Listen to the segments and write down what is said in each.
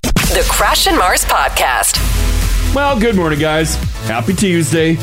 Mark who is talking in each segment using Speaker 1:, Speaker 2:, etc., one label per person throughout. Speaker 1: The Crash and Mars Podcast.
Speaker 2: Well, good morning, guys. Happy Tuesday.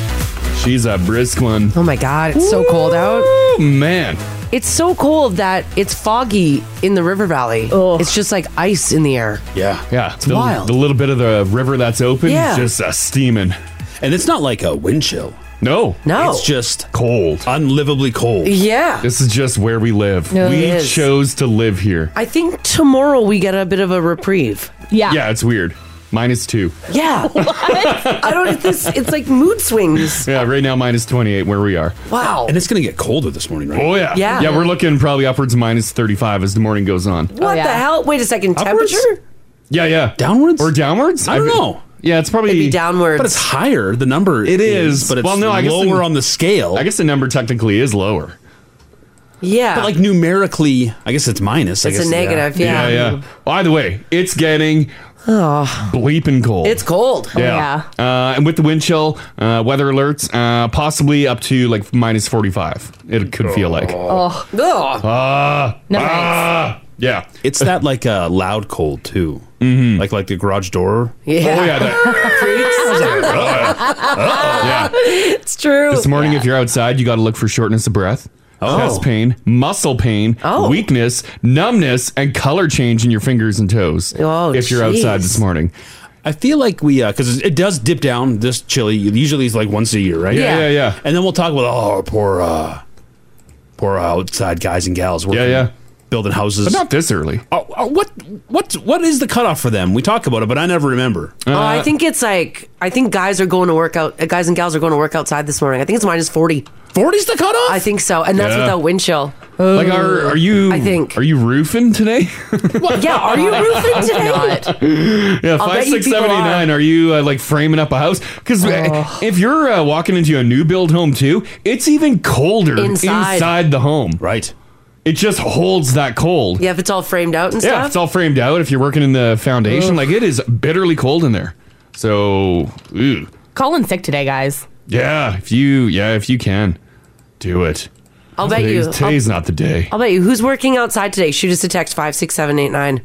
Speaker 2: She's a brisk one.
Speaker 3: Oh my God, it's so cold out.
Speaker 2: Oh, man.
Speaker 3: It's so cold that it's foggy in the river valley. It's just like ice in the air.
Speaker 2: Yeah. Yeah. It's
Speaker 3: The- wild.
Speaker 2: The little bit of the river that's open
Speaker 3: Yeah.
Speaker 2: is just uh, steaming.
Speaker 4: And it's not like a wind chill.
Speaker 2: No.
Speaker 3: No.
Speaker 4: It's just
Speaker 2: cold.
Speaker 4: Unlivably cold.
Speaker 3: Yeah.
Speaker 2: This is just where we live.
Speaker 3: No,
Speaker 2: we
Speaker 3: it is.
Speaker 2: chose to live here.
Speaker 3: I think tomorrow we get a bit of a reprieve.
Speaker 2: Yeah, Oh, it's weird. Minus two.
Speaker 3: Yeah. I don't it's this it's like mood swings.
Speaker 2: Yeah, right now minus 28 where we are.
Speaker 3: Wow.
Speaker 4: And it's going to get colder this morning, right?
Speaker 2: Oh, yeah.
Speaker 3: Yeah.
Speaker 2: Yeah, we're looking probably upwards of minus 35 as the morning goes on.
Speaker 3: What the hell? Wait a second, temperature?
Speaker 2: Yeah, yeah.
Speaker 4: Downwards?
Speaker 2: Or downwards?
Speaker 4: I don't
Speaker 2: I've-
Speaker 4: know.
Speaker 2: Yeah, it's probably
Speaker 3: downwards.
Speaker 4: But it's higher. The number it
Speaker 2: is.
Speaker 4: but it's
Speaker 2: Well, no, I guess
Speaker 4: lower
Speaker 2: the-
Speaker 4: on the scale.
Speaker 2: I guess the number technically is lower.
Speaker 3: Yeah.
Speaker 4: but like numerically, I guess it's minus. I
Speaker 3: It's
Speaker 4: guess,
Speaker 3: a negative, yeah.
Speaker 2: Yeah, yeah. By the way, it's getting bleeping cold.
Speaker 3: It's cold.
Speaker 2: Yeah. Uh, and with the wind chill, uh, weather alerts, uh, possibly up to like minus 45, it could feel like.
Speaker 5: Oh,
Speaker 3: Ugh.
Speaker 2: Ah,
Speaker 5: No
Speaker 2: ah, yeah.
Speaker 4: It's that like uh, loud cold too. Mm-hmm. Like like the garage door.
Speaker 2: Oh,
Speaker 3: Yeah.
Speaker 2: yeah. that- Oh, yeah.
Speaker 3: It's true.
Speaker 2: This morning, if you're outside, you got to look for shortness of breath. Chest pain, muscle pain,
Speaker 3: Oh.
Speaker 2: weakness, numbness, and color change in your fingers and toes.
Speaker 3: Oh,
Speaker 2: if you're outside
Speaker 3: jeez.
Speaker 2: this morning,
Speaker 4: I feel like we because it does dip down this chilly. Usually it's like once a year, right?
Speaker 2: Yeah, Yeah. yeah, yeah.
Speaker 4: And then we'll talk about oh poor uh poor outside guys and gals. Working,
Speaker 2: yeah.
Speaker 4: Building houses.
Speaker 2: but not this early.
Speaker 4: Oh, oh, what what what is the cutoff for them? We talk about it, but I never remember.
Speaker 3: oh,
Speaker 2: Uh,
Speaker 3: I think it's like I think guys are going to work out. uh, Guys and gals are going to work outside this morning. I think it's minus forty.
Speaker 4: Forty's the cutoff.
Speaker 3: I think so, and that's
Speaker 2: Yeah.
Speaker 3: without wind chill.
Speaker 2: Like, are are you?
Speaker 3: I think.
Speaker 2: Are you roofing today?
Speaker 3: Yeah, are you
Speaker 2: Uh,
Speaker 3: roofing today?
Speaker 2: Yeah,
Speaker 3: I'll
Speaker 2: five,
Speaker 3: bet you
Speaker 2: six,
Speaker 3: people
Speaker 2: seven, eight,
Speaker 3: are.
Speaker 2: nine. Are you uh, like framing up a house? Because
Speaker 3: Oh.
Speaker 2: if you're uh, walking into a new build home too, it's even colder
Speaker 3: Inside.
Speaker 2: the home.
Speaker 4: right.
Speaker 2: It just holds that cold.
Speaker 3: Yeah, if it's all framed out and
Speaker 2: Yeah,
Speaker 3: stuff.
Speaker 2: it's all framed out. If you're working in the foundation, like it is bitterly cold in there. So, ooh.
Speaker 5: Colin's sick today, guys.
Speaker 2: yeah, if you, yeah, if you can, do it.
Speaker 3: I'll bet
Speaker 2: Today's,
Speaker 3: you. I'll,
Speaker 2: today's not the day.
Speaker 3: I'll bet you. Who's working outside today? Shoot us a text five six seven eight nine.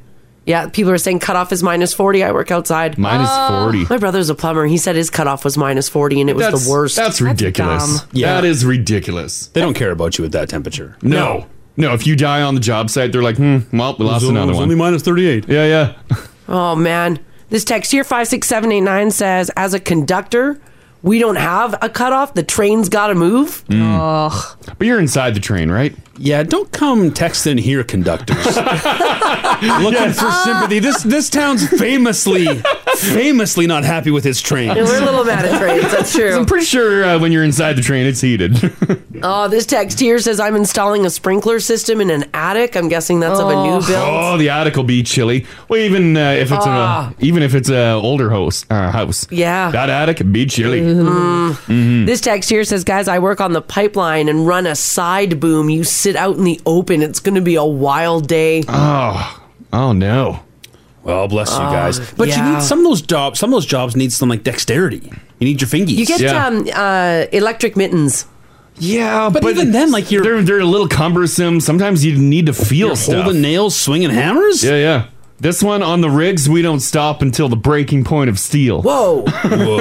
Speaker 3: Yeah, people are saying cutoff is minus forty. I work outside.
Speaker 2: Minus forty.
Speaker 3: My brother's a plumber. He said his cutoff was minus forty, and it was
Speaker 2: That's
Speaker 3: the worst.
Speaker 2: That's ridiculous.
Speaker 5: dumb.
Speaker 4: Yeah.
Speaker 2: That is ridiculous.
Speaker 4: They don't care about you at that temperature.
Speaker 2: No. No, if you die on the job site, they're like, hmm, well, we lost another one.
Speaker 4: minus thirty-eight.
Speaker 2: Yeah, yeah.
Speaker 3: oh man, this text here five six seven eight nine says, as a conductor, we don't have a cutoff. The train's got to move.
Speaker 5: Ugh.
Speaker 2: Mm. But you're inside the train, right?
Speaker 4: Yeah, don't come text in here, conductors. Looking for
Speaker 3: Ah.
Speaker 4: sympathy. This this town's famously famously not happy with its trains.
Speaker 3: We're a little mad at trains. That's true.
Speaker 2: I'm pretty sure uh, when you're inside the train, it's heated.
Speaker 3: Oh, this text here says I'm installing a sprinkler system in an attic. I'm guessing that's of a new build.
Speaker 2: oh, the attic will be chilly. Well, even uh, if it's
Speaker 3: Ah.
Speaker 2: a even if it's a older house uh, house.
Speaker 3: Yeah. Mm-hmm.
Speaker 2: that attic can be chilly. Mm-hmm.
Speaker 3: This text here says, guys, I work on the pipeline and run a side boom. You sit out in the open. It's going to be a wild day.
Speaker 2: oh, oh no.
Speaker 4: Well, bless you guys. But
Speaker 3: yeah.
Speaker 4: you need some of those jobs. Some of those jobs need some like dexterity. You need your fingies.
Speaker 3: you get
Speaker 2: yeah.
Speaker 3: um, uh, electric mittens.
Speaker 2: Yeah,
Speaker 4: But even then, like, you're-
Speaker 2: they're they're a little cumbersome. Sometimes you need to feel
Speaker 4: You're
Speaker 2: stuff.
Speaker 4: holding nails, swinging hammers.
Speaker 2: yeah, yeah. This one on the rigs, we don't stop until the breaking point of steel.
Speaker 3: Whoa.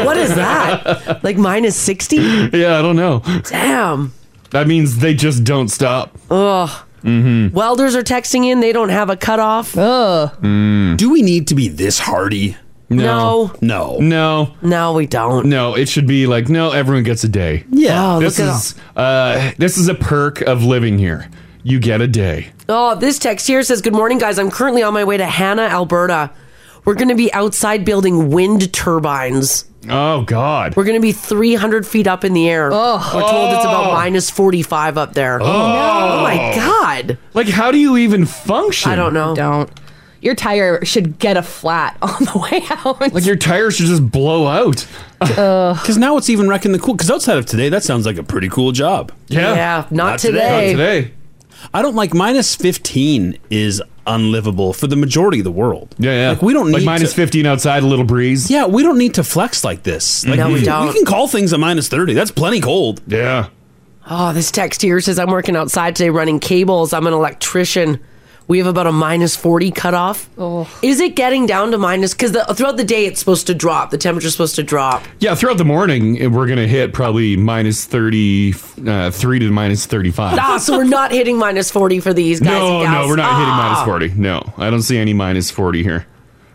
Speaker 3: what is that? Like minus 60?
Speaker 2: Yeah, I don't know.
Speaker 3: Damn.
Speaker 2: That means they just don't stop. Mm-hmm.
Speaker 3: Welders are texting in. They don't have a cutoff.
Speaker 5: Ugh.
Speaker 2: Mm.
Speaker 4: Do we need to be this hardy?
Speaker 3: No.
Speaker 4: No.
Speaker 2: No,
Speaker 3: No, we don't.
Speaker 2: no. It should be like no. Everyone gets a day.
Speaker 3: Oh,
Speaker 4: Yeah.
Speaker 3: look
Speaker 2: this
Speaker 3: at
Speaker 2: is uh, this is a perk of living here. You get a day.
Speaker 3: Oh, this text here says, Good morning, guys. I'm currently on my way to Hannah, Alberta. We're going to be outside building wind turbines.
Speaker 2: Oh God.
Speaker 3: We're going to be 300 feet up in the air. We're told it's
Speaker 2: Oh.
Speaker 3: about minus 45 up there. Oh, my God.
Speaker 2: Like, how do you even function?
Speaker 3: I don't know.
Speaker 5: Don't. Your tire should get a flat on the way out.
Speaker 2: Like your tires should just blow out.
Speaker 4: Because now it's even wrecking the cool. Because outside of today, that sounds like a pretty cool job.
Speaker 2: Yeah.
Speaker 3: Yeah, not,
Speaker 4: Not today.
Speaker 2: Not
Speaker 3: today.
Speaker 2: today.
Speaker 4: I don't like minus 15 is unlivable for the majority of the world.
Speaker 2: Yeah, yeah.
Speaker 4: Like we don't need
Speaker 2: like minus
Speaker 4: to,
Speaker 2: 15 outside, a little breeze.
Speaker 4: Yeah, we don't need to flex like this. Like
Speaker 3: No, we don't.
Speaker 4: We can call things a minus 30. That's plenty cold.
Speaker 2: Yeah.
Speaker 3: Oh, this text here says, I'm working outside today running cables. I'm an electrician. We have about a minus 40 cutoff. Is it getting down to minus? Because throughout the day, it's supposed to drop. The temperature's supposed to drop.
Speaker 2: Yeah, throughout the morning, eh, we're going to hit probably minus 33 uh, three to minus 35.
Speaker 3: ah, so we're not hitting minus 40 for these guys.
Speaker 2: no,
Speaker 3: and gals.
Speaker 2: no, we're not hitting
Speaker 3: Ah.
Speaker 2: minus 40. No, I don't see any minus 40 here.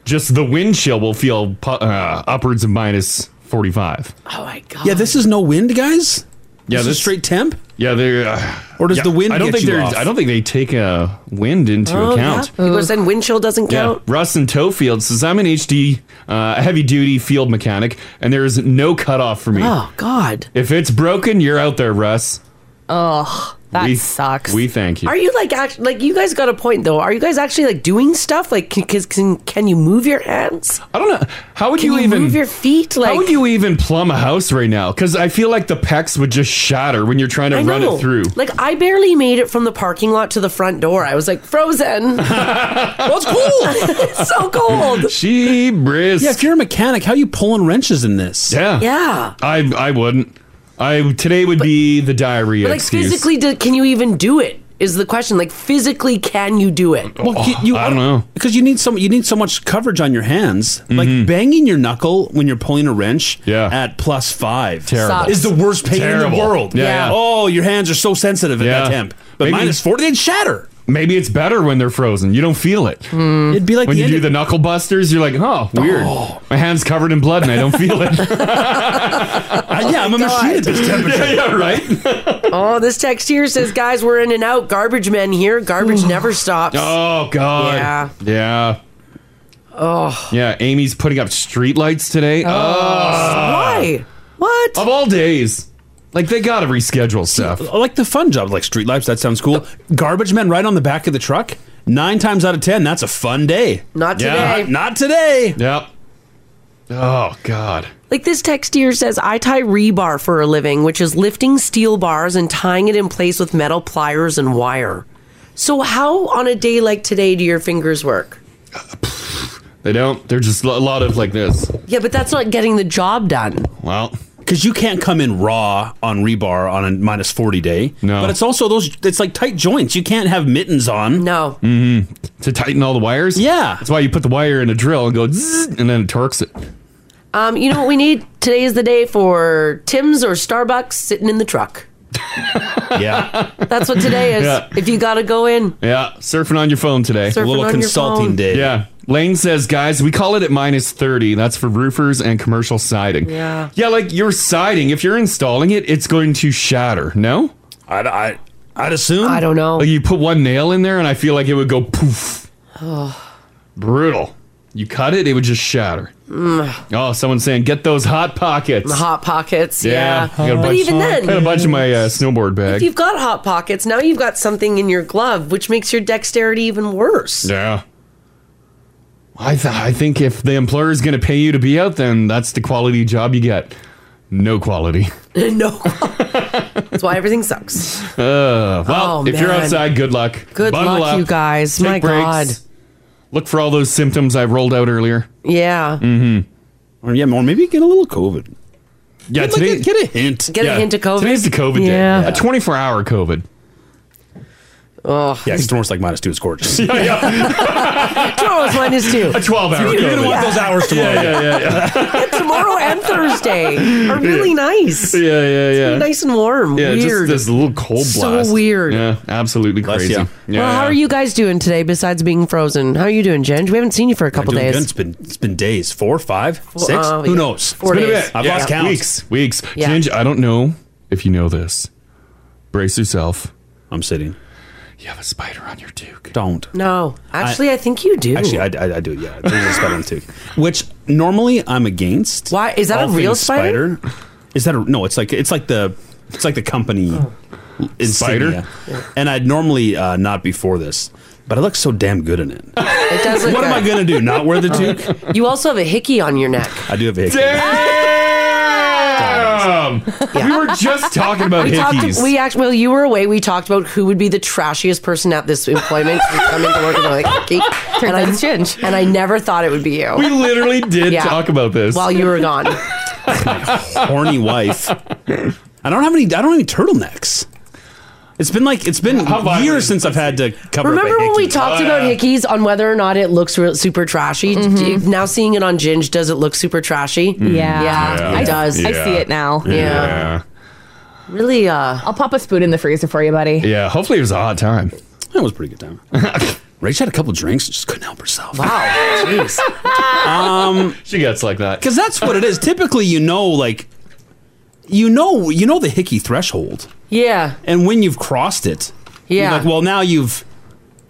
Speaker 2: Just the wind chill will feel pu- uh, upwards of minus 45.
Speaker 3: Oh my god.
Speaker 4: Yeah, this is no wind, guys.
Speaker 2: Yeah,
Speaker 4: this,
Speaker 2: this-
Speaker 4: is straight temp.
Speaker 2: Yeah, they uh,
Speaker 4: Or does
Speaker 2: yeah,
Speaker 4: the wind
Speaker 2: I
Speaker 4: get
Speaker 2: don't think
Speaker 4: you
Speaker 2: they're-
Speaker 4: off?
Speaker 2: I don't think they take uh, wind into
Speaker 3: Oh, yeah.
Speaker 2: account.
Speaker 3: People are saying wind chill doesn't
Speaker 2: Yeah.
Speaker 3: count.
Speaker 2: Russ and Tofield says I'm an HD, uh, heavy duty field mechanic, and there is no cutoff for me.
Speaker 3: Oh god.
Speaker 2: If it's broken, you're out there, Russ.
Speaker 5: Ugh, that
Speaker 2: we,
Speaker 5: sucks.
Speaker 2: We thank you.
Speaker 3: Are you like act like you guys got a point though? Are you guys actually like doing stuff? Like can can, can you move your hands?
Speaker 2: I don't know. How would
Speaker 3: Can
Speaker 2: you,
Speaker 3: you,
Speaker 2: even
Speaker 3: move your feet? Like
Speaker 2: How would you even plumb a house right now? Because I feel like the pecs would just shatter when you're trying to
Speaker 3: I
Speaker 2: run
Speaker 3: know.
Speaker 2: it through.
Speaker 3: Like I barely made it from the parking lot to the front door. I was like frozen.
Speaker 4: Well, it's cool.
Speaker 3: it's so cold.
Speaker 2: She brisk.
Speaker 4: yeah, if you're a mechanic, how you pulling wrenches in this?
Speaker 2: Yeah.
Speaker 3: Yeah.
Speaker 2: I I wouldn't. I today would be the diarrhea
Speaker 3: But like
Speaker 2: excuse.
Speaker 3: physically, do, can you even do it? Is the question like physically can you do it?
Speaker 4: Well, you, you-
Speaker 2: Oh, I don't know. Mm-hmm.
Speaker 4: because you need so you need so much coverage on your hands. Like banging your knuckle when you're pulling a wrench
Speaker 2: Yeah.
Speaker 4: at plus five
Speaker 2: Terrible.
Speaker 4: is the worst pain in
Speaker 2: Terrible.
Speaker 4: the world.
Speaker 2: Yeah, Yeah. yeah.
Speaker 4: Oh, your hands are so sensitive at
Speaker 2: Yeah.
Speaker 4: that temp. But
Speaker 2: Maybe-
Speaker 4: minus forty, they'd shatter.
Speaker 2: Maybe it's better when they're frozen. You don't feel it.
Speaker 3: Hmm.
Speaker 4: It'd be like
Speaker 2: When
Speaker 4: the
Speaker 2: you
Speaker 4: end
Speaker 2: do
Speaker 4: of-
Speaker 2: the knuckle busters, you're like, oh, weird. My hand's covered in blood and I don't feel it.
Speaker 4: Uh, yeah, I'm a machine at this temperature.
Speaker 2: yeah, yeah, right?
Speaker 3: Oh, this text here says, guys, we're in and out. Garbage men here. Garbage never stops.
Speaker 2: Oh, God.
Speaker 3: Yeah.
Speaker 2: Yeah. Oh. Yeah, Amy's putting up streetlights today. Oh.
Speaker 3: Why? What?
Speaker 2: Of all days. Like, they got to reschedule stuff.
Speaker 4: I like the fun job, like street lights. That sounds cool. Garbage men right on the back of the truck. Nine times out of ten, that's a fun day.
Speaker 3: Not
Speaker 2: Yeah.
Speaker 3: today.
Speaker 4: Not, not today.
Speaker 2: Yep. Oh, God.
Speaker 3: Like this text here says, I tie rebar for a living, which is lifting steel bars and tying it in place with metal pliers and wire. So, how on a day like today do your fingers work?
Speaker 2: They don't. They're just a lot of like this.
Speaker 3: Yeah, but that's not getting the job done.
Speaker 2: Well,
Speaker 4: Because you can't come in raw on rebar on a minus forty day.
Speaker 2: No.
Speaker 4: but it's also those. It's like tight joints. You can't have mittens on.
Speaker 3: No.
Speaker 2: Mm-hmm. to tighten all the wires?
Speaker 4: Yeah.
Speaker 2: That's why you put the wire in a drill and go zzz, and then it torques it.
Speaker 3: Um, you know what we need? Today is the day for Tim's or Starbucks sitting in the truck.
Speaker 4: Yeah,
Speaker 3: That's what today is.
Speaker 2: Yeah.
Speaker 3: If you got to go in,
Speaker 2: Yeah. Surfing on your phone today.
Speaker 4: a
Speaker 3: Surfing
Speaker 4: little
Speaker 3: on your
Speaker 4: consulting
Speaker 3: phone.
Speaker 4: day.
Speaker 2: Yeah. Lane says, guys, we call it at minus 30. That's for roofers and commercial siding.
Speaker 3: Yeah.
Speaker 2: Yeah, like your siding, if you're installing it, it's going to shatter. No?
Speaker 4: I'd, I, I'd assume.
Speaker 3: I don't know.
Speaker 2: Like you put one nail in there and I feel like it would go poof. Brutal. You cut it, it would just shatter. Oh, someone's saying, get those hot pockets.
Speaker 3: Mm. Hot pockets. Yeah.
Speaker 2: I got a
Speaker 3: But
Speaker 2: bunch-
Speaker 3: even
Speaker 2: I had a
Speaker 3: then,
Speaker 2: bunch in my uh, snowboard
Speaker 3: if
Speaker 2: bag.
Speaker 3: you've got hot pockets, now you've got something in your glove, which makes your dexterity even worse.
Speaker 2: Yeah. I, th- I think if the employer is going to pay you to be out, then that's the quality job you get. No quality.
Speaker 3: no. That's why everything sucks.
Speaker 2: Uh, well,
Speaker 3: Oh,
Speaker 2: if you're
Speaker 3: man.
Speaker 2: outside, good luck.
Speaker 3: Good
Speaker 2: Bundle
Speaker 3: luck,
Speaker 2: up.
Speaker 3: you guys.
Speaker 2: Take
Speaker 3: My
Speaker 2: breaks.
Speaker 3: God.
Speaker 2: Look for all those symptoms I rolled out earlier. Mm-hmm.
Speaker 3: Yeah.
Speaker 4: Or yeah, or maybe get a little COVID.
Speaker 2: Yeah,
Speaker 4: Get, like,
Speaker 2: today,
Speaker 4: a- get a hint.
Speaker 3: Get
Speaker 2: yeah,
Speaker 3: a hint of COVID.
Speaker 2: Today's the COVID
Speaker 3: Yeah.
Speaker 2: day. A 24 hour COVID.
Speaker 4: Yeah, because tomorrow's like minus two. It's gorgeous.
Speaker 3: Tomorrow's minus two.
Speaker 2: A 12 hour
Speaker 4: You're gonna
Speaker 2: COVID.
Speaker 4: want those hours tomorrow.
Speaker 3: Tomorrow and Thursday are really nice.
Speaker 2: Yeah, yeah, yeah.
Speaker 3: Nice and warm.
Speaker 2: Yeah,
Speaker 3: weird.
Speaker 2: just this little cold
Speaker 3: So
Speaker 2: blast.
Speaker 3: weird.
Speaker 2: Yeah, absolutely
Speaker 4: Bless
Speaker 2: crazy.
Speaker 4: ya.
Speaker 2: Yeah,
Speaker 3: well, how
Speaker 2: yeah.
Speaker 3: are you guys doing today besides being frozen? How are you doing, Jen? We haven't seen you for a couple
Speaker 4: Doing
Speaker 3: days.
Speaker 4: good. It's been it's been days. Four, five, six.
Speaker 3: uh,
Speaker 4: Who
Speaker 3: yeah.
Speaker 4: knows?
Speaker 3: Four
Speaker 4: It's been a
Speaker 3: days.
Speaker 4: bit. I've lost count.
Speaker 2: Weeks, weeks.
Speaker 3: Yeah.
Speaker 2: Ginge, I don't know if you know this. Brace yourself.
Speaker 4: I'm sitting.
Speaker 2: You have a spider on your duke.
Speaker 4: Don't.
Speaker 3: No. Actually, I, think you do.
Speaker 4: Actually, I, I, I do. Yeah, there's a spider on the tooth. Which normally I'm against.
Speaker 3: Why- is that a
Speaker 4: All
Speaker 3: real
Speaker 4: things Is that a no? It's like it's like the it's like the company
Speaker 3: Oh.
Speaker 4: insignia. And I'd normally uh, not be for this, but I look so damn good in it. what
Speaker 3: it does look
Speaker 4: am I
Speaker 3: good.
Speaker 4: gonna do? Not wear the toque?
Speaker 3: You also have a hickey on your neck. Ah!
Speaker 4: I do have a hickey.
Speaker 2: Damn! We were just talking about
Speaker 3: We
Speaker 2: hickeys.
Speaker 3: talked. We actually, well, you were away. We talked about who would be the trashiest person at this employment who come into work and they're like, "Hickey."
Speaker 5: out
Speaker 3: and I,
Speaker 5: it's Ginge.
Speaker 3: and I never thought it would be you
Speaker 2: We literally did
Speaker 3: Yeah.
Speaker 2: talk about this.
Speaker 3: while you were gone.
Speaker 4: Horny wife. I don't have any. I don't have any turtlenecks. It's been like it's been years since I've had to cover.
Speaker 3: Remember when we talked
Speaker 2: Oh,
Speaker 3: about
Speaker 4: Hickey? Oh,
Speaker 3: hickeys on whether or not it looks real, super trashy? D-
Speaker 5: Mhm.
Speaker 3: Now seeing it on Ginge, does it look super trashy?
Speaker 5: Mm. Yeah.
Speaker 3: yeah,
Speaker 5: Yeah.
Speaker 3: it does.
Speaker 5: I see it now.
Speaker 3: Yeah. Really? Uh,
Speaker 5: I'll pop a spoon in the freezer for you, buddy.
Speaker 2: Yeah, hopefully it was a hot time.
Speaker 4: That was a pretty good time. Rach had a couple drinks and just couldn't help herself.
Speaker 3: Wow, jeez.
Speaker 4: um,
Speaker 2: she gets like that
Speaker 4: because that's what it is. Typically, you know, like you know, you know the hickey threshold,
Speaker 3: yeah.
Speaker 4: and when you've crossed it, you're
Speaker 3: Yeah.
Speaker 4: like well now you've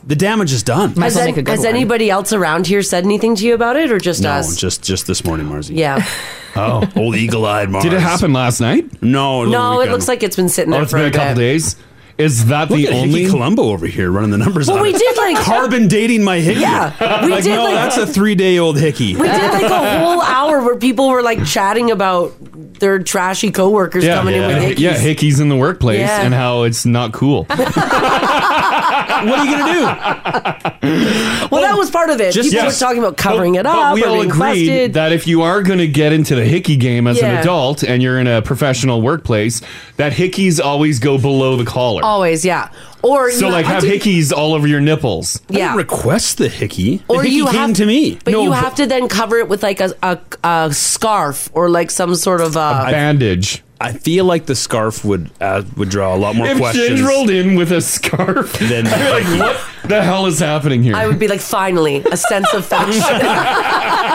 Speaker 4: the damage is done.
Speaker 3: Has, oh, an- has anybody else around here said anything to you about it, or just
Speaker 4: no,
Speaker 3: us?
Speaker 4: Oh, just just this morning, Marzi.
Speaker 3: yeah.
Speaker 4: Oh, old eagle-eyed Mars.
Speaker 2: Did it happen last night?
Speaker 4: No,
Speaker 3: No, it looks like it's been sitting there
Speaker 4: Oh, it's
Speaker 3: for
Speaker 4: been
Speaker 3: a,
Speaker 4: a couple
Speaker 3: bit.
Speaker 2: days. Is that
Speaker 4: Look
Speaker 2: the
Speaker 4: at
Speaker 2: only
Speaker 4: Hickey Columbo over here running the numbers?
Speaker 3: Well,
Speaker 4: on
Speaker 3: we
Speaker 4: it.
Speaker 3: did, like-
Speaker 4: carbon dating my hickey.
Speaker 3: Yeah, we
Speaker 4: like,
Speaker 3: did,
Speaker 4: no,
Speaker 3: like-
Speaker 4: that's a three-day-old hickey.
Speaker 3: We did like a whole hour where people were like chatting about their trashy coworkers
Speaker 2: yeah,
Speaker 3: coming in with hickeys.
Speaker 2: yeah, hickeys in the workplace
Speaker 3: Yeah.
Speaker 2: and how it's not cool.
Speaker 4: what are you gonna do?
Speaker 3: Well, that was part of it.
Speaker 2: just-
Speaker 3: people
Speaker 2: yes.
Speaker 3: were talking about covering it
Speaker 2: But
Speaker 3: up.
Speaker 2: we
Speaker 3: or
Speaker 2: all
Speaker 3: being
Speaker 2: agreed
Speaker 3: busted.
Speaker 2: that if you are going to get into the hickey game as an
Speaker 3: Yeah.
Speaker 2: adult and you're in a professional workplace, that hickeys always go below the collar.
Speaker 3: Always, yeah. Or
Speaker 2: so,
Speaker 3: you-
Speaker 2: like,
Speaker 3: I
Speaker 2: have
Speaker 3: did-
Speaker 2: hickeys all over your nipples.
Speaker 3: I didn't Yeah.
Speaker 4: request the hickey.
Speaker 3: Or you have
Speaker 4: to me.
Speaker 3: But you have to then cover it with like a, a, a scarf or like some sort of uh,
Speaker 2: bandage.
Speaker 4: I feel like the scarf would uh, would draw a lot more
Speaker 2: if
Speaker 4: questions.
Speaker 2: Ginge rolled in with a scarf, then I'd be like, what the hell is happening here?
Speaker 3: I would be like, finally, a sense of fashion.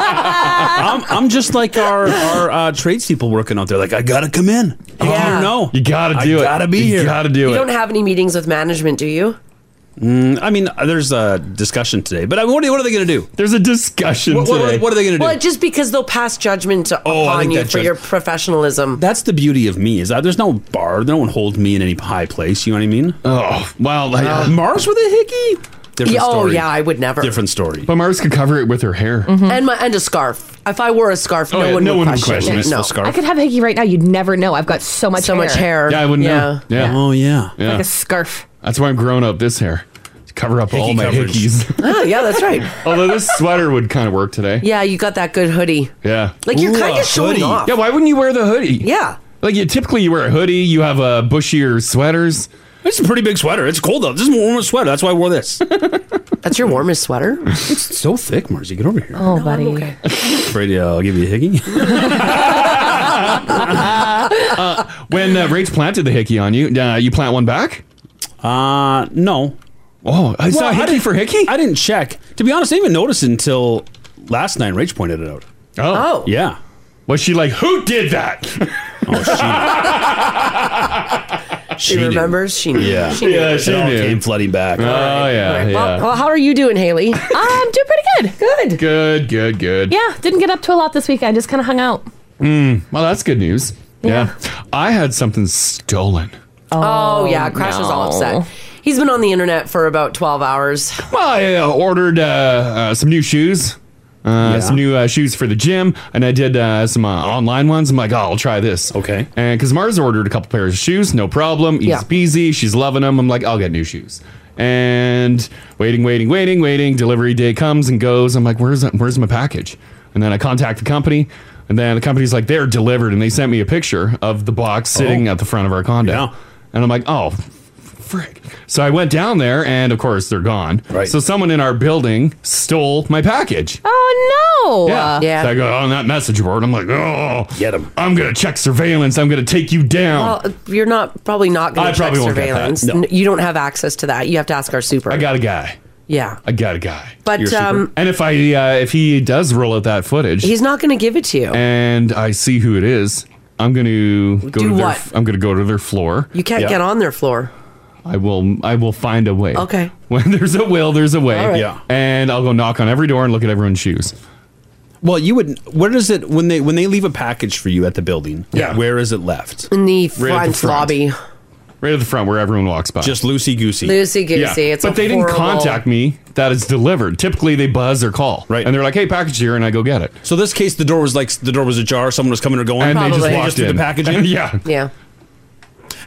Speaker 4: I'm, I'm just like our our uh, tradespeople working out there. Like I gotta come in.
Speaker 3: Yeah.
Speaker 4: No,
Speaker 2: you gotta do
Speaker 4: I
Speaker 2: it.
Speaker 4: Gotta be
Speaker 2: You
Speaker 4: here.
Speaker 2: gotta do
Speaker 3: you don't have any meetings with management, do you?
Speaker 4: Mm, I mean, uh, there's a discussion today, but I mean, what, are, what are they gonna do?
Speaker 2: There's a discussion
Speaker 4: what, what- What, are they gonna do?
Speaker 3: Well, just because they'll pass judgment to-
Speaker 4: Oh, I
Speaker 3: upon
Speaker 4: think
Speaker 3: you
Speaker 4: that
Speaker 3: for
Speaker 4: judge-
Speaker 3: your professionalism.
Speaker 4: That's the beauty of me is that there's no bar. No one holds me in any high place. You know what I mean? Uh,
Speaker 2: Oh wow, like,
Speaker 4: Mars with a hickey. Different
Speaker 3: Yeah, oh,
Speaker 4: story.
Speaker 3: yeah, I would never. Mm-hmm.
Speaker 4: Different story.
Speaker 2: But Mars could cover it with her hair.
Speaker 3: And my and a scarf. If I wore a scarf,
Speaker 2: Oh,
Speaker 3: no
Speaker 2: yeah,
Speaker 3: one
Speaker 2: no
Speaker 3: would
Speaker 2: one would
Speaker 3: question,
Speaker 2: question
Speaker 3: it.
Speaker 2: it.
Speaker 3: No.
Speaker 2: A scarf.
Speaker 5: I could have a hickey right now. You'd never know. I've got so much
Speaker 3: So
Speaker 5: hair.
Speaker 3: much hair.
Speaker 2: Yeah, I wouldn't know. Yeah.
Speaker 4: Oh yeah.
Speaker 2: Yeah.
Speaker 5: Like a scarf.
Speaker 2: That's why I'm grown up this hair. To cover up all
Speaker 4: Hickey
Speaker 2: my
Speaker 4: coverage.
Speaker 2: hickeys.
Speaker 3: Oh, yeah, that's right.
Speaker 2: Although this sweater would kind of work today.
Speaker 3: Yeah, you got that good hoodie.
Speaker 2: Yeah.
Speaker 3: Like you're
Speaker 4: Ooh,
Speaker 3: kind
Speaker 4: a
Speaker 3: of showing
Speaker 4: hoodie.
Speaker 3: off.
Speaker 2: Yeah, why wouldn't you wear the hoodie?
Speaker 3: Yeah.
Speaker 2: Like you typically you wear a hoodie, you have uh, bushier sweaters.
Speaker 4: It's a pretty big sweater. It's cold though. This is my warmest sweater. That's why I wore this.
Speaker 3: That's your warmest sweater.
Speaker 4: it's so thick, Marzi. Get over here. uh,
Speaker 5: Oh, buddy.
Speaker 4: Brady, I'll give you a hickey.
Speaker 2: When uh, Rach planted the hickey on you, uh, you plant one back?
Speaker 4: Uh, no.
Speaker 2: Oh, I saw hickey for hickey?
Speaker 4: I didn't check. To be honest, I didn't even notice it until last night. Rach pointed it out.
Speaker 3: Oh.
Speaker 4: Yeah. Oh,
Speaker 2: Was she like, who did that?
Speaker 3: She,
Speaker 4: knew.
Speaker 3: remembers. She knew.
Speaker 4: Yeah.
Speaker 3: She knew.
Speaker 2: Yeah,
Speaker 4: It
Speaker 2: she
Speaker 4: all
Speaker 2: knew.
Speaker 4: came flooding back.
Speaker 2: Oh, yeah.
Speaker 3: All right,
Speaker 2: yeah.
Speaker 3: Well, well, how are you doing, Haley?
Speaker 5: I'm doing pretty good. Good.
Speaker 2: good, good, good. Mm,
Speaker 5: Yeah, didn't get up to a lot this weekend. Just kind of hung out.
Speaker 2: Well, that's good news. Yeah. I had something stolen.
Speaker 3: Oh, yeah, Crash was all upset. He's been on the internet for about twelve hours.
Speaker 2: Well, I uh, ordered uh, uh, some new shoes. Uh,
Speaker 4: Yeah.
Speaker 2: Some new uh, shoes for the gym, and I did uh, some uh, online ones. I'm like, oh, I'll try this.
Speaker 4: Okay.
Speaker 2: And because Mars ordered a couple pairs of shoes, no problem, easy
Speaker 3: Yeah.
Speaker 2: peasy. She's loving them. I'm like, I'll get new shoes. And waiting, waiting, waiting, waiting. Delivery day comes and goes. I'm like, where's where's my package? And then I contact the company, and then the company's like, they're delivered, and they sent me a picture of the box sitting at the front of our condo.
Speaker 4: Oh. Yeah.
Speaker 2: And I'm like, oh, so I went down there, and of course they're gone.
Speaker 4: Right.
Speaker 2: So someone in our building stole my package.
Speaker 5: Oh no.
Speaker 3: Uh-huh. Yeah.
Speaker 2: So I go on that message board. I'm like, oh,
Speaker 4: Get 'em.
Speaker 2: I'm gonna check surveillance. I'm gonna take you down.
Speaker 3: Well, you're not probably not going
Speaker 2: I
Speaker 3: to check
Speaker 2: probably won't get that,
Speaker 3: surveillance.
Speaker 4: no.
Speaker 3: N- You don't have access to that. You have to ask our super.
Speaker 2: I got a guy.
Speaker 3: Yeah,
Speaker 2: I got a guy.
Speaker 3: but
Speaker 4: Your
Speaker 3: um,
Speaker 2: And if I uh, if he does roll out that footage,
Speaker 3: he's not going to give it to you.
Speaker 2: and I see who it is, I'm gonna go
Speaker 3: Do
Speaker 2: to their.
Speaker 3: what?
Speaker 2: I'm gonna go to their floor.
Speaker 3: you can't
Speaker 4: Yeah.
Speaker 3: get on their floor.
Speaker 2: I will. I will find a way.
Speaker 3: Okay.
Speaker 2: When there's a will, there's a way.
Speaker 3: All right.
Speaker 4: Yeah.
Speaker 2: And I'll go knock on every door and look at everyone's shoes.
Speaker 4: Well, you would. Where does it when they when they leave a package for you at the building?
Speaker 2: Yeah.
Speaker 4: Where is it left?
Speaker 3: In the front,
Speaker 2: front.
Speaker 3: lobby.
Speaker 2: Right at the front where everyone walks by.
Speaker 4: Just loosey goosey.
Speaker 3: Lucy Goosey.
Speaker 2: Yeah,
Speaker 3: It's
Speaker 2: but
Speaker 3: a
Speaker 2: they didn't
Speaker 3: horrible-
Speaker 2: contact me that it's delivered. Typically, they buzz or call,
Speaker 4: Right.
Speaker 2: And they're like, "Hey, package here," and I go get it.
Speaker 4: so this case, the door was like the door was ajar. Someone was coming or going,
Speaker 2: And they
Speaker 3: Probably.
Speaker 2: just
Speaker 3: They
Speaker 2: walked
Speaker 4: just
Speaker 2: in
Speaker 4: threw the package in?
Speaker 2: yeah,
Speaker 3: Yeah.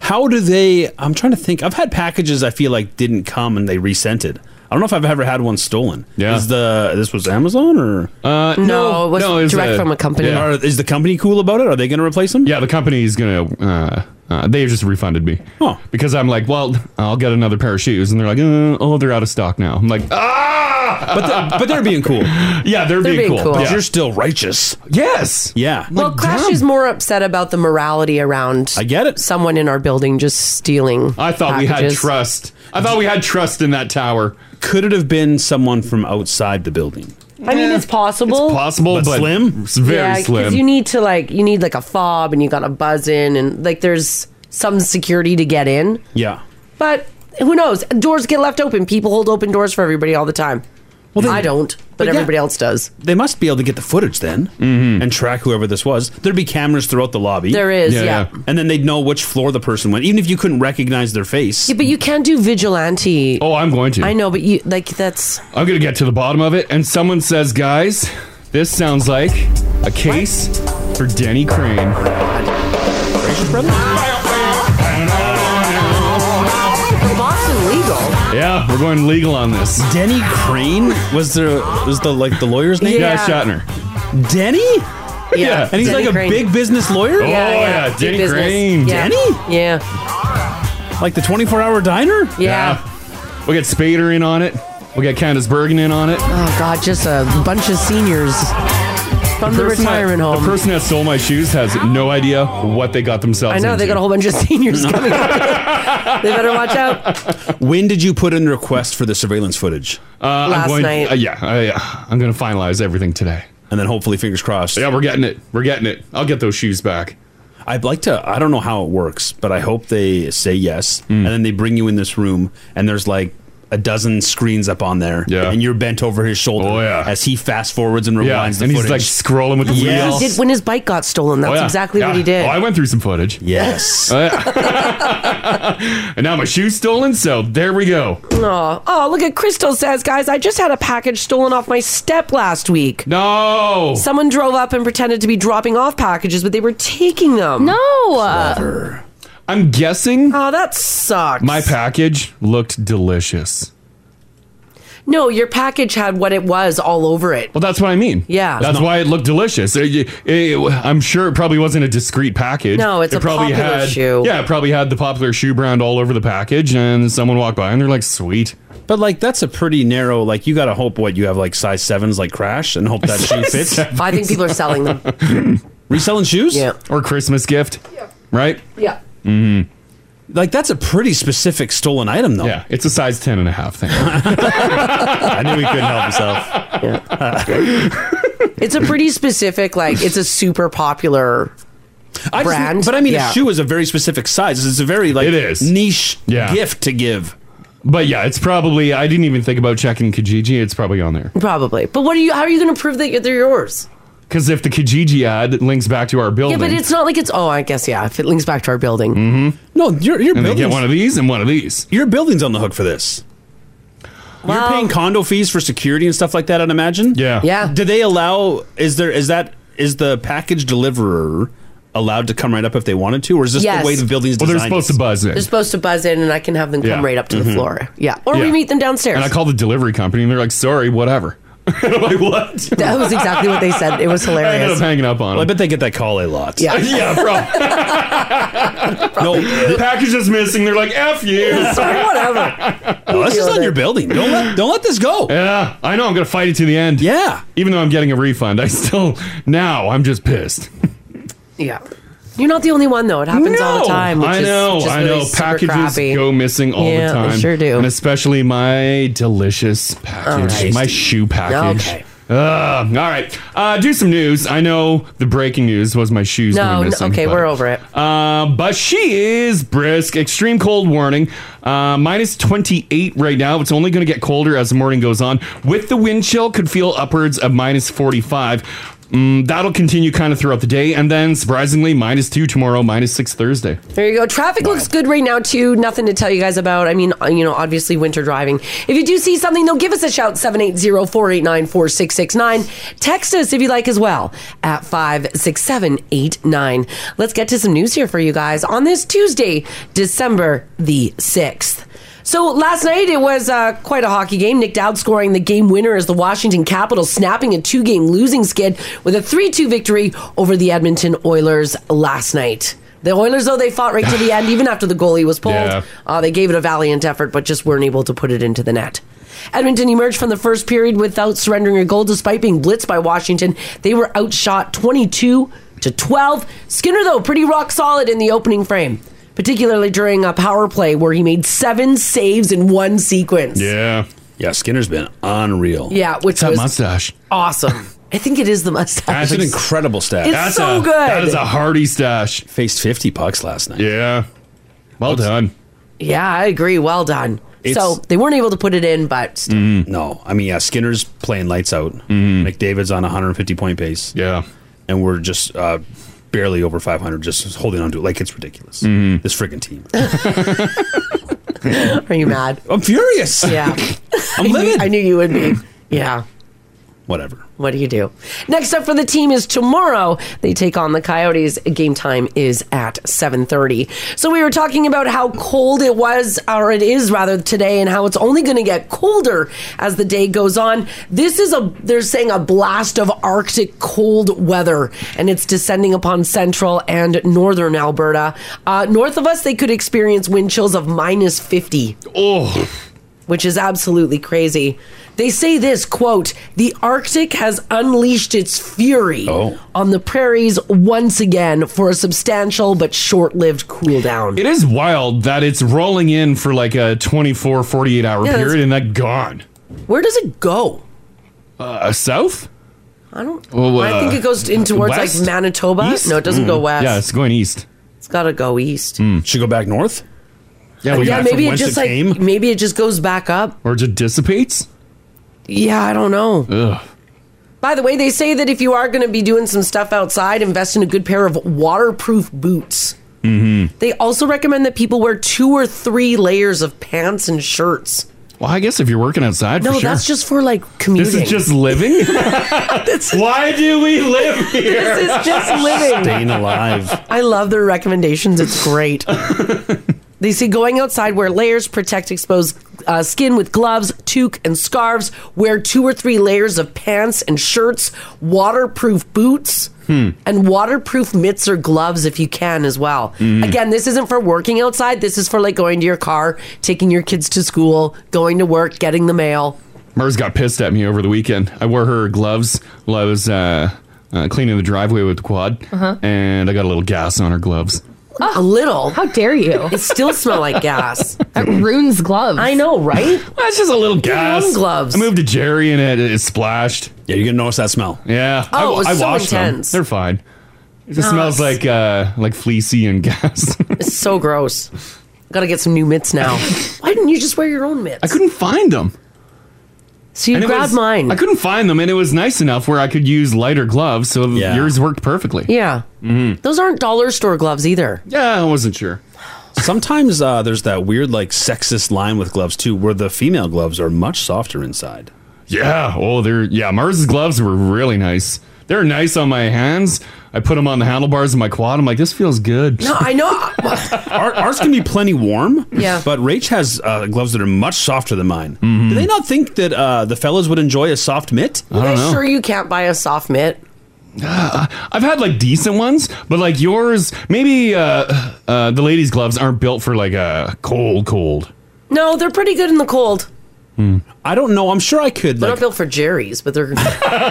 Speaker 4: How do they? I'm trying to think. I've had packages I feel like didn't come and they resent it. I don't know if I've ever had one stolen.
Speaker 2: Yeah.
Speaker 4: Is the this was Amazon or
Speaker 2: uh,
Speaker 3: No, No, it was
Speaker 2: No, it was
Speaker 3: direct
Speaker 2: a-
Speaker 3: from a company.
Speaker 2: yeah.
Speaker 4: Are, is the company cool about it? Are they going to replace him?
Speaker 2: Yeah, the company's gonna. Uh, uh, they just refunded me
Speaker 4: Huh.
Speaker 2: because I'm like, well, I'll get another pair of shoes, and they're like, uh, oh, they're out of stock now. I'm like, ah,
Speaker 4: But they're, but they're being cool.
Speaker 2: yeah, they're, being,
Speaker 3: being
Speaker 2: cool.
Speaker 3: cool.
Speaker 4: But
Speaker 2: Yeah.
Speaker 4: you're still righteous.
Speaker 2: Yes.
Speaker 4: Yeah.
Speaker 3: Well, Clash
Speaker 2: damn.
Speaker 3: is more upset about the morality around.
Speaker 4: I get it.
Speaker 3: Someone in our building just stealing.
Speaker 2: I thought we had
Speaker 3: packages.
Speaker 2: trust. I thought we had trust in that tower.
Speaker 4: Could it have been someone from outside the building?
Speaker 3: I mean, it's possible.
Speaker 2: Possible, but,
Speaker 4: But slim?
Speaker 2: It's very
Speaker 3: yeah,
Speaker 2: slim.
Speaker 3: you need to like you need like a fob and you got to buzz in and like there's some security to get in.
Speaker 4: Yeah.
Speaker 3: But who knows? Doors get left open. People hold open doors for everybody all the time. Well, I don't, but,
Speaker 4: yeah.
Speaker 3: everybody else does.
Speaker 4: They must be able to get the footage then
Speaker 2: Mm-hmm.
Speaker 4: and track whoever this was. There'd be cameras throughout the lobby.
Speaker 3: There is, Yeah, yeah. yeah.
Speaker 4: And then they'd know which floor the person went, even if you couldn't recognize their face.
Speaker 3: Yeah, but you can do vigilante.
Speaker 2: oh, I'm going to.
Speaker 3: I know, but you like that's
Speaker 2: I'm gonna get to the bottom of it. And someone says, guys, this sounds like a case for Denny Crane.
Speaker 3: Boston legal.
Speaker 2: Yeah, we're going legal on this.
Speaker 4: Denny Crane was the was the like the lawyer's name?
Speaker 2: Yeah,
Speaker 3: Yeah.
Speaker 2: Shatner.
Speaker 4: Denny?
Speaker 2: Yeah.
Speaker 4: And he's
Speaker 3: Denny
Speaker 4: like a
Speaker 3: Crane.
Speaker 4: big business lawyer?
Speaker 2: Oh, yeah,
Speaker 3: big
Speaker 2: Denny
Speaker 3: business.
Speaker 2: Crane.
Speaker 3: Yeah.
Speaker 4: Denny?
Speaker 3: Yeah,
Speaker 4: Like the 24 hour diner?
Speaker 3: yeah,
Speaker 2: We'll get Spader in on it. We'll get Candace Bergen in on it.
Speaker 3: Oh God, just a bunch of seniors from the,
Speaker 2: person that-
Speaker 3: retirement home.
Speaker 2: The person that stole my shoes has no idea what they got themselves
Speaker 3: I know they
Speaker 2: into.
Speaker 3: got a whole bunch of seniors coming. up. they better watch out.
Speaker 4: When did you put in the request for the surveillance footage?
Speaker 2: Uh,
Speaker 3: last
Speaker 2: I'm going,
Speaker 3: night.
Speaker 2: uh, yeah, I, uh, I'm going to finalize everything today.
Speaker 4: And then hopefully, fingers crossed.
Speaker 2: Yeah, we're getting it. We're getting it. I'll get those shoes back.
Speaker 4: I'd like to. I don't know how it works, but I hope they say yes,
Speaker 2: Hmm.
Speaker 4: and then they bring you in this room, and there's like a dozen screens up on there,
Speaker 2: Yeah.
Speaker 4: and you're bent over his shoulder
Speaker 2: Oh, yeah.
Speaker 4: as he fast forwards and rewinds
Speaker 2: Yeah,
Speaker 4: the
Speaker 2: and
Speaker 4: footage.
Speaker 2: he's like scrolling with the
Speaker 4: Yes.
Speaker 2: wheels.
Speaker 3: He did when his bike got stolen. That's
Speaker 2: Oh, yeah.
Speaker 3: exactly what
Speaker 2: Yeah.
Speaker 3: he did.
Speaker 2: Oh, I went through some footage, Oh,
Speaker 4: yes,
Speaker 2: and now my shoes stolen. So there we go.
Speaker 3: Aw. Oh, look at Crystal says, guys, I just had a package stolen off my step last week.
Speaker 2: No,
Speaker 3: Someone drove up and pretended to be dropping off packages, but they were taking them.
Speaker 5: No. uh,
Speaker 2: I'm guessing
Speaker 3: Oh, that sucks.
Speaker 2: my package looked delicious.
Speaker 3: no, your package had what it was all over it.
Speaker 2: Well, that's what I mean.
Speaker 3: Yeah.
Speaker 2: that's why it looked delicious. It- it- I'm sure it probably wasn't a discreet package.
Speaker 3: No, it's
Speaker 2: it
Speaker 3: a popular
Speaker 2: had,
Speaker 3: shoe.
Speaker 2: Yeah, it probably had the popular shoe brand all over the package, and someone walked by and they're like, "Sweet."
Speaker 4: but like that's a pretty narrow. Like you gotta hope what you have like size sevens like crash, and hope that shoe fits.
Speaker 3: I think people are selling them.
Speaker 4: Reselling shoes,
Speaker 3: Yeah.
Speaker 2: or Christmas gift, right? Mm-hmm.
Speaker 3: Yeah.
Speaker 4: Like that's a pretty specific stolen item, though.
Speaker 2: Yeah, it's a size 10 and a half thing.
Speaker 4: I knew he couldn't help himself.
Speaker 3: It's a pretty specific, like, it's a super popular.
Speaker 4: I just-
Speaker 3: Brand?
Speaker 4: but I mean,
Speaker 3: Yeah.
Speaker 4: a shoe is a very specific size. It's a very like
Speaker 2: It is.
Speaker 4: niche
Speaker 2: Yeah.
Speaker 4: gift to give.
Speaker 2: but yeah, it's probably, I didn't even think about checking Kijiji. It's probably on there.
Speaker 3: Probably. But what are you, how are you going to prove that you're- they're yours?
Speaker 2: Because if the Kijiji ad links back to our
Speaker 3: Yeah,
Speaker 2: building, Mm-hmm.
Speaker 3: but it's not like it's, oh, I guess, yeah, if it links back to our building.
Speaker 4: No, you're you're
Speaker 2: and they get
Speaker 4: building
Speaker 2: one of these and one of these.
Speaker 4: your building's on the hook for this. You're
Speaker 3: Well-
Speaker 4: paying condo fees for security and stuff like that. I'd imagine.
Speaker 2: Yeah.
Speaker 3: Yeah.
Speaker 4: Do they allow? Is there? Is that? Is the package deliverer allowed to come right up if they wanted to, or is this
Speaker 3: Yes.
Speaker 4: the way the building's
Speaker 2: Well,
Speaker 4: designed?
Speaker 2: they're supposed to buzz in.
Speaker 3: They're supposed to buzz in, and I can have them come
Speaker 2: Yeah.
Speaker 3: right up
Speaker 4: Mm-hmm.
Speaker 3: to the floor. Yeah. Or we
Speaker 2: Yeah.
Speaker 3: meet them downstairs.
Speaker 2: And I call the delivery company and they're like, sorry, whatever. And I'm like, what?
Speaker 3: That was exactly what they said. It was
Speaker 2: I ended up
Speaker 3: hilarious.
Speaker 2: hanging up on
Speaker 4: Well, I
Speaker 2: them.
Speaker 4: bet they get that call a lot.
Speaker 3: Yeah.
Speaker 2: yeah, bro.
Speaker 4: No,
Speaker 2: the package is missing. They're like, F you.
Speaker 3: Sorry, whatever.
Speaker 4: no, this is
Speaker 3: Feel
Speaker 4: on
Speaker 3: that.
Speaker 4: your building. Don't let don't let this go.
Speaker 2: yeah, I know. I'm going to fight it to the end.
Speaker 4: Yeah.
Speaker 2: Even though I'm getting a refund, I still, now I'm just pissed.
Speaker 3: Yeah. You're not the only one though. It happens all the time. Which
Speaker 2: I know,
Speaker 3: Is just
Speaker 2: I
Speaker 3: really
Speaker 2: know.
Speaker 3: super
Speaker 2: Packages
Speaker 3: crappy.
Speaker 2: go missing all
Speaker 3: Yeah,
Speaker 2: the
Speaker 3: they
Speaker 2: time.
Speaker 3: sure do.
Speaker 2: And especially my delicious package,
Speaker 4: Alright.
Speaker 2: my shoe package.
Speaker 3: Okay.
Speaker 2: Ugh, all right. Uh, do some news. I know the breaking news was my shoes.
Speaker 3: No,
Speaker 2: were
Speaker 3: no,
Speaker 2: missing,
Speaker 3: okay,
Speaker 2: but-
Speaker 3: we're over it.
Speaker 2: Uh, but she is brisk. Extreme cold warning. Uh, minus 28 right now. It's only going to get colder as the morning goes on. With the wind chill, could feel upwards of minus 45. Mm, that'll continue kind of throughout the day. And then, surprisingly, minus 2 tomorrow, minus 6 Thursday.
Speaker 3: There you go. Traffic looks good right now too. Nothing to tell you guys about. I mean, uh, you know, obviously winter driving. If you do see something, though, give us a shout 780-489-4669. Text us if you like as well at 56789. Let's get to some news here for you guys on this Tuesday, December the 6th. So last night it was uh, quite a hockey game. Nick Dowd scoring the game winner as the Washington Capitals snapping a two game losing skid with a 3 2 victory over the Edmonton Oilers last night. The Oilers, though, they fought right to the end, even after the goalie was pulled.
Speaker 2: Yeah.
Speaker 3: Uh, they gave it a valiant effort, but just weren't able to put it into the net. Edmonton emerged from the first period without surrendering a goal despite being blitzed by Washington. They were outshot 22 to 12. Skinner, though, pretty rock solid in the opening frame, particularly during a power play where he made seven saves in one sequence.
Speaker 4: Yeah. Yeah, Skinner's been unreal.
Speaker 3: Yeah, which was
Speaker 2: mustache.
Speaker 3: awesome. I think it is the mustache.
Speaker 4: That's an incredible stat.
Speaker 3: It's
Speaker 4: That's
Speaker 3: so
Speaker 4: a-
Speaker 3: good.
Speaker 2: That is a hearty stash.
Speaker 4: Faced 50 pucks last night.
Speaker 2: Yeah. Well done.
Speaker 3: Yeah, I agree. Well done.
Speaker 4: It's-
Speaker 3: so they weren't able to put it in, but still.
Speaker 2: Mm-hmm.
Speaker 4: No, I mean, yeah, Skinner's playing lights out. McDavid's on a 150 point pace.
Speaker 2: Yeah.
Speaker 4: And we're just uh, barely over 500, just holding on to it. Like, it's ridiculous.
Speaker 2: Mm-hmm.
Speaker 4: This friggin' team.
Speaker 3: are you mad?
Speaker 4: I'm furious.
Speaker 3: Yeah. I,
Speaker 4: I'm
Speaker 3: knew,
Speaker 4: livid.
Speaker 3: I knew you would be. Yeah.
Speaker 4: Whatever.
Speaker 3: What do you do? Next up for the team is tomorrow. They take on the Coyotes. Game time is at 7:30. So we were talking about how cold it was or it is rather today and how it's only going to get colder as the day goes on. This is a they're saying a blast of arctic cold weather and it's descending upon central and northern Alberta. Uh, north of us they could experience wind chills of minus 50
Speaker 2: Oh.
Speaker 3: which is absolutely crazy. They say this quote, the Arctic has unleashed its fury
Speaker 2: Oh.
Speaker 3: on the prairies once again for a substantial but short lived cool down.
Speaker 2: It is wild that it's rolling in for like a 24, 48 hour
Speaker 3: Yeah, that's-
Speaker 2: period and then gone.
Speaker 3: Where does it go?
Speaker 2: Uh, south?
Speaker 3: I don't
Speaker 2: Well,
Speaker 3: I think
Speaker 2: uh,
Speaker 3: it goes in towards
Speaker 2: west?
Speaker 3: like Manitoba.
Speaker 2: East? Hmm. Mm-hmm.
Speaker 3: No, it doesn't go west.
Speaker 2: Yeah, it's going east. Mm.
Speaker 3: It's gotta go east. Uh,
Speaker 4: Should go back north?
Speaker 2: Yeah, we
Speaker 3: yeah,
Speaker 2: got
Speaker 4: from
Speaker 3: maybe it
Speaker 4: whence
Speaker 3: just
Speaker 4: it
Speaker 3: like
Speaker 4: came?
Speaker 3: maybe it just goes back up.
Speaker 2: or just dissipates?
Speaker 3: Yeah, I don't know.
Speaker 2: Ugh.
Speaker 3: By the way, they say that if you are going to be doing some stuff outside, invest in a good pair of waterproof boots. Mm-hmm. They also recommend that people wear two or three layers of pants and shirts.
Speaker 2: Well, I guess if you're working outside,
Speaker 3: No,
Speaker 2: for sure.
Speaker 3: that's just for like commuting.
Speaker 2: This is just living? Why do we live here?
Speaker 3: This is just living.
Speaker 4: Staying alive.
Speaker 3: I love their recommendations. It's great. they say going outside, wear layers, protect exposed uh, skin with gloves, toque, and scarves. Wear two or three layers of pants and shirts, waterproof boots, and waterproof mitts or gloves if you can as well.
Speaker 4: Mm-hmm.
Speaker 3: Again, this isn't for working outside. This is for like going to your car, taking your kids to school, going to work, getting the mail.
Speaker 2: Mars got pissed at me over the weekend. I wore her gloves while I was uh, uh, cleaning the driveway with the quad,
Speaker 3: Uh-huh.
Speaker 2: and I got a little gas on her gloves.
Speaker 3: A little.
Speaker 5: How dare you?
Speaker 3: It still smell like gas.
Speaker 5: That ruins gloves.
Speaker 3: I know, right?
Speaker 2: That's just a little
Speaker 3: your own
Speaker 2: gas.
Speaker 3: gloves.
Speaker 2: I moved to Jerry, and it, it splashed.
Speaker 4: Yeah, you're going to notice that smell.
Speaker 2: Yeah.
Speaker 3: Oh, it was so
Speaker 2: washed
Speaker 3: intense.
Speaker 2: Them. They're fine. It just
Speaker 3: No,
Speaker 2: smells
Speaker 3: it's-
Speaker 2: like uh, like fleecy and gas.
Speaker 3: It's so gross. Gotta get some new mitts now. Why didn't you just wear your own mitts?
Speaker 2: I couldn't find them.
Speaker 3: so you
Speaker 2: And it
Speaker 3: grabbed
Speaker 2: was-
Speaker 3: mine.
Speaker 2: I couldn't find them, and it was nice enough where I could use lighter gloves, so
Speaker 4: Yeah.
Speaker 2: yours worked perfectly. Mm-hmm.
Speaker 3: yeah. Those aren't dollar store gloves either.
Speaker 2: Yeah, I wasn't sure.
Speaker 4: Sometimes uh, there's that weird, like, sexist line with gloves, too, where the female gloves are much softer inside.
Speaker 2: Yeah. Oh, they're yeah. Mars's gloves were really nice. They're nice on my hands. I put them on the handlebars of my quad. I'm like, this feels good.
Speaker 3: No, I know.
Speaker 4: Our, ours can be plenty warm.
Speaker 3: Yeah.
Speaker 4: But Rach has uh, gloves that are much softer than mine. Do they not think that uh, the fellas would enjoy a soft mitt?
Speaker 2: Mm-hmm. I don't know.
Speaker 3: sure you can't buy a soft mitt.
Speaker 2: I've had like decent ones, but like yours, maybe uh, uh, the ladies' gloves aren't built for like a cold, cold.
Speaker 3: No, they're pretty good in the cold.
Speaker 4: Hmm. I don't know. I'm sure I could.
Speaker 3: They're
Speaker 4: Like,
Speaker 3: not built for Jerry's, but they're.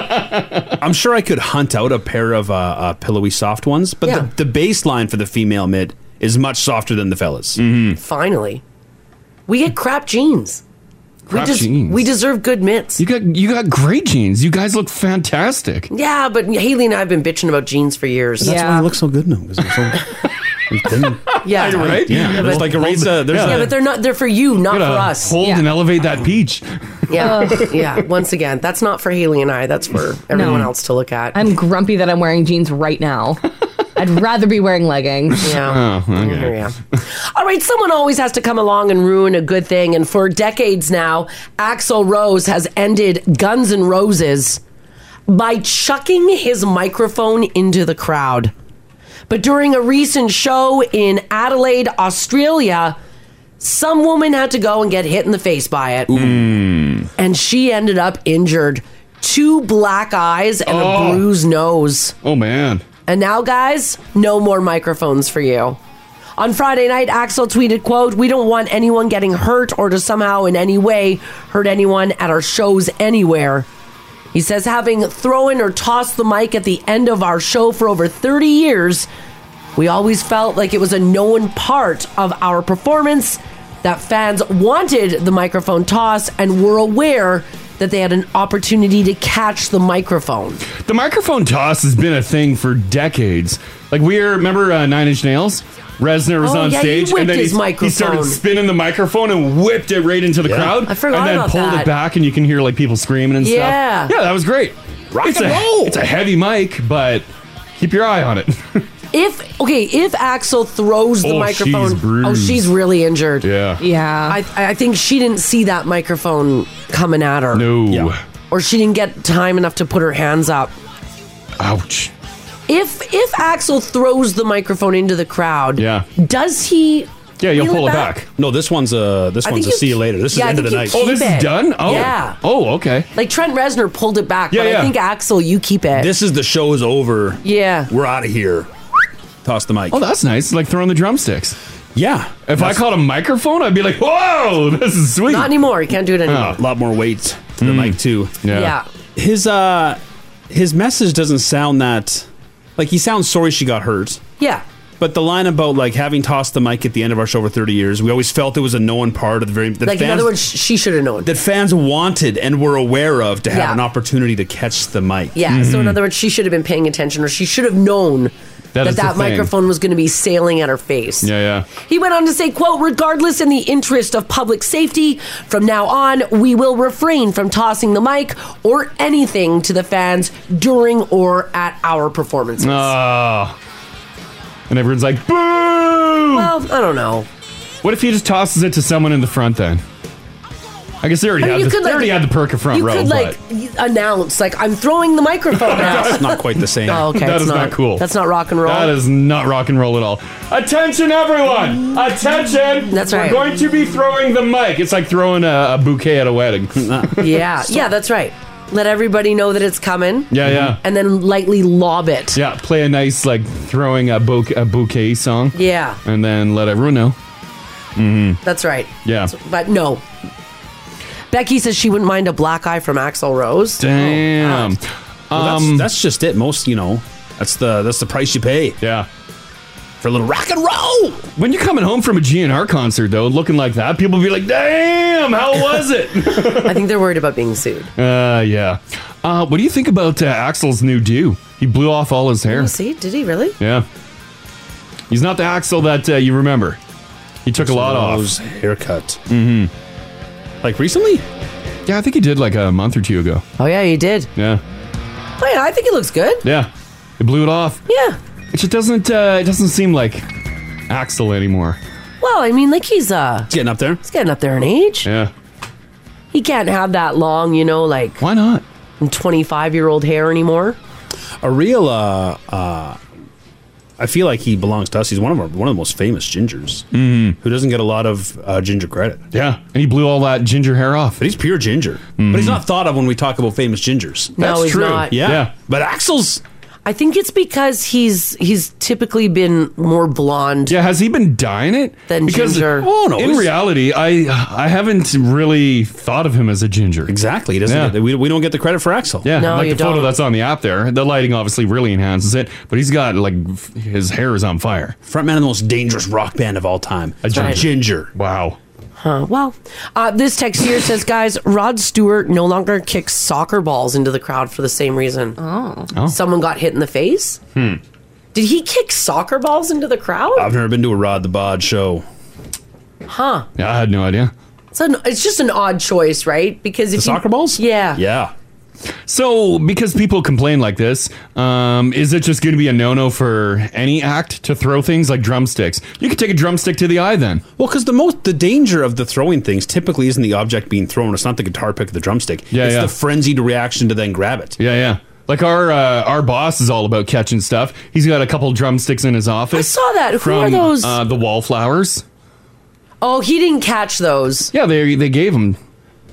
Speaker 4: I'm sure I could hunt out a pair of uh, uh, pillowy soft ones. But
Speaker 3: Yeah.
Speaker 4: the, the baseline for the female mitt is much softer than the fellas.
Speaker 2: Mm-hmm.
Speaker 3: finally, we get crap jeans.
Speaker 2: Crap
Speaker 3: we des-
Speaker 2: jeans.
Speaker 3: We deserve good mitts.
Speaker 2: You got you got great jeans. You guys look fantastic.
Speaker 3: yeah, but Haley and I have been bitching about jeans for years.
Speaker 5: Yeah.
Speaker 4: That's why I look so good now. 'cause I'm so- I'm thin.
Speaker 3: yeah,
Speaker 2: Right?
Speaker 4: Yeah,
Speaker 2: You
Speaker 4: there's
Speaker 2: gotta
Speaker 4: like a raise, uh, there's
Speaker 3: Yeah,
Speaker 4: a-
Speaker 3: but they're not. They're for you, not for
Speaker 2: gotta
Speaker 3: us.
Speaker 2: Hold
Speaker 5: Yeah.
Speaker 2: and elevate
Speaker 3: Um,
Speaker 2: that peach.
Speaker 3: Yeah, yeah. Once again, that's not for Haley and I. That's for everyone else to look at.
Speaker 5: I'm grumpy that I'm wearing jeans right now. I'd rather be wearing leggings.
Speaker 3: Yeah.
Speaker 2: Oh, okay.
Speaker 3: Yeah. All right, someone always has to come along and ruin a good thing. And for decades now, Axl Rose has ended Guns N' Roses by chucking his microphone into the crowd. But during a recent show in Adelaide, Australia, Some woman had to go and get hit in the face by it. And she ended up injured. Two black eyes and a bruised nose.
Speaker 2: Oh, man.
Speaker 3: And now, guys, no more microphones for you. On Friday night, Axel tweeted, quote, We don't want anyone getting hurt or to somehow in any way hurt anyone at our shows anywhere. He says, having thrown or tossed the mic at the end of our show for over 30 years, we always felt like it was a known part of our performance that fans wanted the microphone tossed and were aware that they had an opportunity to catch the microphone.
Speaker 2: The microphone toss has been a thing for decades. Like we are, remember uh, Nine Inch Nails? Resner was
Speaker 3: Oh,
Speaker 2: on
Speaker 3: yeah, he
Speaker 2: stage
Speaker 3: whipped
Speaker 2: and then he,
Speaker 3: his
Speaker 2: he started
Speaker 3: microphone.
Speaker 2: spinning the microphone and whipped it right into the
Speaker 3: Yeah.
Speaker 2: crowd.
Speaker 3: I forgot
Speaker 2: And then
Speaker 3: about
Speaker 2: pulled
Speaker 3: that.
Speaker 2: it back and you can hear like people screaming and
Speaker 3: Yeah.
Speaker 2: stuff. Yeah, that was great. Rock it's
Speaker 3: and
Speaker 2: a,
Speaker 3: roll.
Speaker 2: It's a heavy mic, but keep your eye on it.
Speaker 3: If okay, if Axel throws the
Speaker 2: Oh,
Speaker 3: microphone,
Speaker 2: she's bruised.
Speaker 3: oh, she's really injured.
Speaker 2: Yeah,
Speaker 5: yeah.
Speaker 3: I, I think she didn't see that microphone coming at her.
Speaker 2: No,
Speaker 3: or she didn't get time enough to put her hands up.
Speaker 2: Ouch.
Speaker 3: If if Axel throws the microphone into the crowd,
Speaker 4: Yeah.
Speaker 3: does he? reel
Speaker 4: No, this one's uh this
Speaker 3: I
Speaker 4: one's a
Speaker 3: think you-
Speaker 4: see you later. This
Speaker 3: yeah, I
Speaker 4: is the end of the
Speaker 3: think
Speaker 4: night.
Speaker 3: you Oh, this keep is it. done? Oh. Yeah.
Speaker 4: yeah. Oh, okay.
Speaker 3: Like Trent Reznor pulled it back,
Speaker 4: Yeah,
Speaker 3: but I
Speaker 4: yeah.
Speaker 3: think Axel, you keep it.
Speaker 4: This is the show is over.
Speaker 3: yeah.
Speaker 4: We're out of here. Toss the mic.
Speaker 2: Oh, that's nice. Like throwing the drumsticks.
Speaker 4: Yeah.
Speaker 2: If I caught a microphone, I'd be like, "Whoa, this is sweet." Uh.
Speaker 3: Not anymore. You can't do it anymore.
Speaker 4: a lot more weight to the mic too.
Speaker 3: Yeah.
Speaker 4: His uh his message doesn't sound that like he sounds sorry she got hurt.
Speaker 3: Yeah.
Speaker 4: But the line about like having tossed the mic at the end of our show for 30 years, we always felt it was a known part of the very that
Speaker 3: Like, in
Speaker 4: fans,
Speaker 3: other words, sh- she should have known.
Speaker 4: that fans wanted and were aware of to have
Speaker 3: Yeah.
Speaker 4: an opportunity to catch the mic. Mm-hmm.
Speaker 3: Yeah. So
Speaker 2: Mm-hmm.
Speaker 3: in other words, she should have been paying attention, or she should have known
Speaker 4: That
Speaker 3: that
Speaker 4: is the
Speaker 3: that
Speaker 4: thing.
Speaker 3: microphone was going to be sailing at her face.
Speaker 2: yeah.
Speaker 3: He went on to say, quote, regardless in the interest of public safety, from now on, we will refrain from tossing the mic or anything to the fans during or at our performances.
Speaker 2: Ah. And everyone's like, "Boo!" Well,
Speaker 3: I don't know.
Speaker 2: What if he just tosses it to someone in the front then? I guess they already,
Speaker 3: I mean,
Speaker 2: had,
Speaker 3: you
Speaker 2: the,
Speaker 3: could,
Speaker 2: they
Speaker 3: like-
Speaker 2: already had the perk of front
Speaker 3: you
Speaker 2: row.
Speaker 3: could, like, y- announce, like, I'm throwing the microphone now.
Speaker 2: That's not
Speaker 4: quite the same.
Speaker 3: Oh, okay.
Speaker 2: That
Speaker 3: it's
Speaker 2: is not, cool.
Speaker 3: That's not rock and roll.
Speaker 2: That is not rock and roll at all. Attention, everyone! Attention!
Speaker 3: That's right.
Speaker 2: We're going to be throwing the mic. It's like throwing a, a bouquet at a wedding.
Speaker 3: yeah. Yeah, that's right. Let everybody know that it's coming.
Speaker 2: Yeah, yeah.
Speaker 3: And then lightly lob it.
Speaker 2: Yeah, play a nice like throwing a, bou- a bouquet song.
Speaker 3: Yeah.
Speaker 2: and then let everyone know. hmm
Speaker 3: That's right.
Speaker 2: Yeah.
Speaker 3: But no. Becky says she wouldn't mind a black eye from Axl Rose.
Speaker 2: Damn.
Speaker 4: Oh,
Speaker 2: Um,
Speaker 4: Well, that's, that's just it. Most, you know, that's the that's the price you pay.
Speaker 2: Yeah.
Speaker 4: For a little rock and roll.
Speaker 2: When you're coming home from a GNR concert though, looking like that, people be like, "Damn, how was it?"
Speaker 3: I think they're worried about being sued.
Speaker 2: uh, yeah. Uh, what do you think about uh, Axel's new do? He blew off all his hair.
Speaker 3: Oh, see, did he really?
Speaker 2: Yeah. He's not the Axel that uh, you remember. He took a lot
Speaker 4: Rose
Speaker 2: off.
Speaker 4: Haircut.
Speaker 2: Mm-hmm.
Speaker 4: Like recently?
Speaker 2: Yeah, I think he did like a month or two ago.
Speaker 3: Oh yeah, he did.
Speaker 2: Yeah.
Speaker 3: Oh yeah, I think he looks good.
Speaker 2: Yeah. He blew it off.
Speaker 3: Yeah.
Speaker 2: It just doesn't uh, it doesn't seem like Axel anymore.
Speaker 3: Well, I mean, like he's uh
Speaker 4: Getting up there.
Speaker 3: he's getting up there in age.
Speaker 2: Yeah.
Speaker 3: He can't have that long, you know, like
Speaker 2: why not?
Speaker 3: Twenty five year old hair anymore.
Speaker 4: A real uh uh I feel like he belongs to us. He's one of our one of the most famous gingers who doesn't get a lot of uh, ginger credit.
Speaker 2: Mm-hmm. Yeah, and he blew all that ginger hair off. Mm-hmm.
Speaker 4: But he's pure ginger. But he's not thought of when we talk about famous gingers.
Speaker 3: No, That's he's true. not.
Speaker 4: Yeah.
Speaker 3: Yeah.
Speaker 4: But Axel's
Speaker 3: I think it's because he's he's typically been more blonde.
Speaker 2: Yeah, has he been dyeing it?
Speaker 3: Than ginger.
Speaker 2: Oh no. In reality, I I haven't really thought of him as a ginger.
Speaker 4: Exactly. He doesn't get- we, we don't get the credit for Axel.
Speaker 2: Yeah,
Speaker 4: No,
Speaker 2: like
Speaker 4: you
Speaker 2: the photo
Speaker 4: don't.
Speaker 2: that's on the app there. The lighting obviously really enhances it, but he's got like f- his hair is on fire.
Speaker 4: frontman of the most dangerous rock band of all time. A ginger.
Speaker 2: ginger. Wow.
Speaker 3: Huh. Well, uh, this text here says, guys, Rod Stewart no longer kicks soccer balls into the crowd for the same reason. Oh.
Speaker 4: Oh.
Speaker 3: Someone got hit in the face.
Speaker 4: Hmm.
Speaker 3: Did he kick soccer balls into the crowd?
Speaker 2: Uh,
Speaker 4: I've never been to a Rod the Bod show.
Speaker 3: Huh.
Speaker 2: Yeah, I had no idea.
Speaker 3: It's, an, it's just an odd choice, right? Because if
Speaker 2: The soccer
Speaker 3: balls? Yeah.
Speaker 4: Yeah.
Speaker 2: So, because people complain like this, um, is it just going to be a no-no for any act to throw things like drumsticks? You could take a drumstick to the eye then.
Speaker 4: Well, because the most the danger of the throwing things typically isn't the object being thrown. It's not the guitar pick or the drumstick.
Speaker 2: Yeah,
Speaker 4: it's
Speaker 2: yeah.
Speaker 4: the frenzied reaction to then grab it.
Speaker 2: Yeah, yeah. Like our uh, our boss is all about catching stuff. He's got a couple drumsticks in his office. I
Speaker 3: saw that. Who are those?
Speaker 2: Uh, the wallflowers.
Speaker 3: Oh, he didn't catch those.
Speaker 2: Yeah, they they gave him.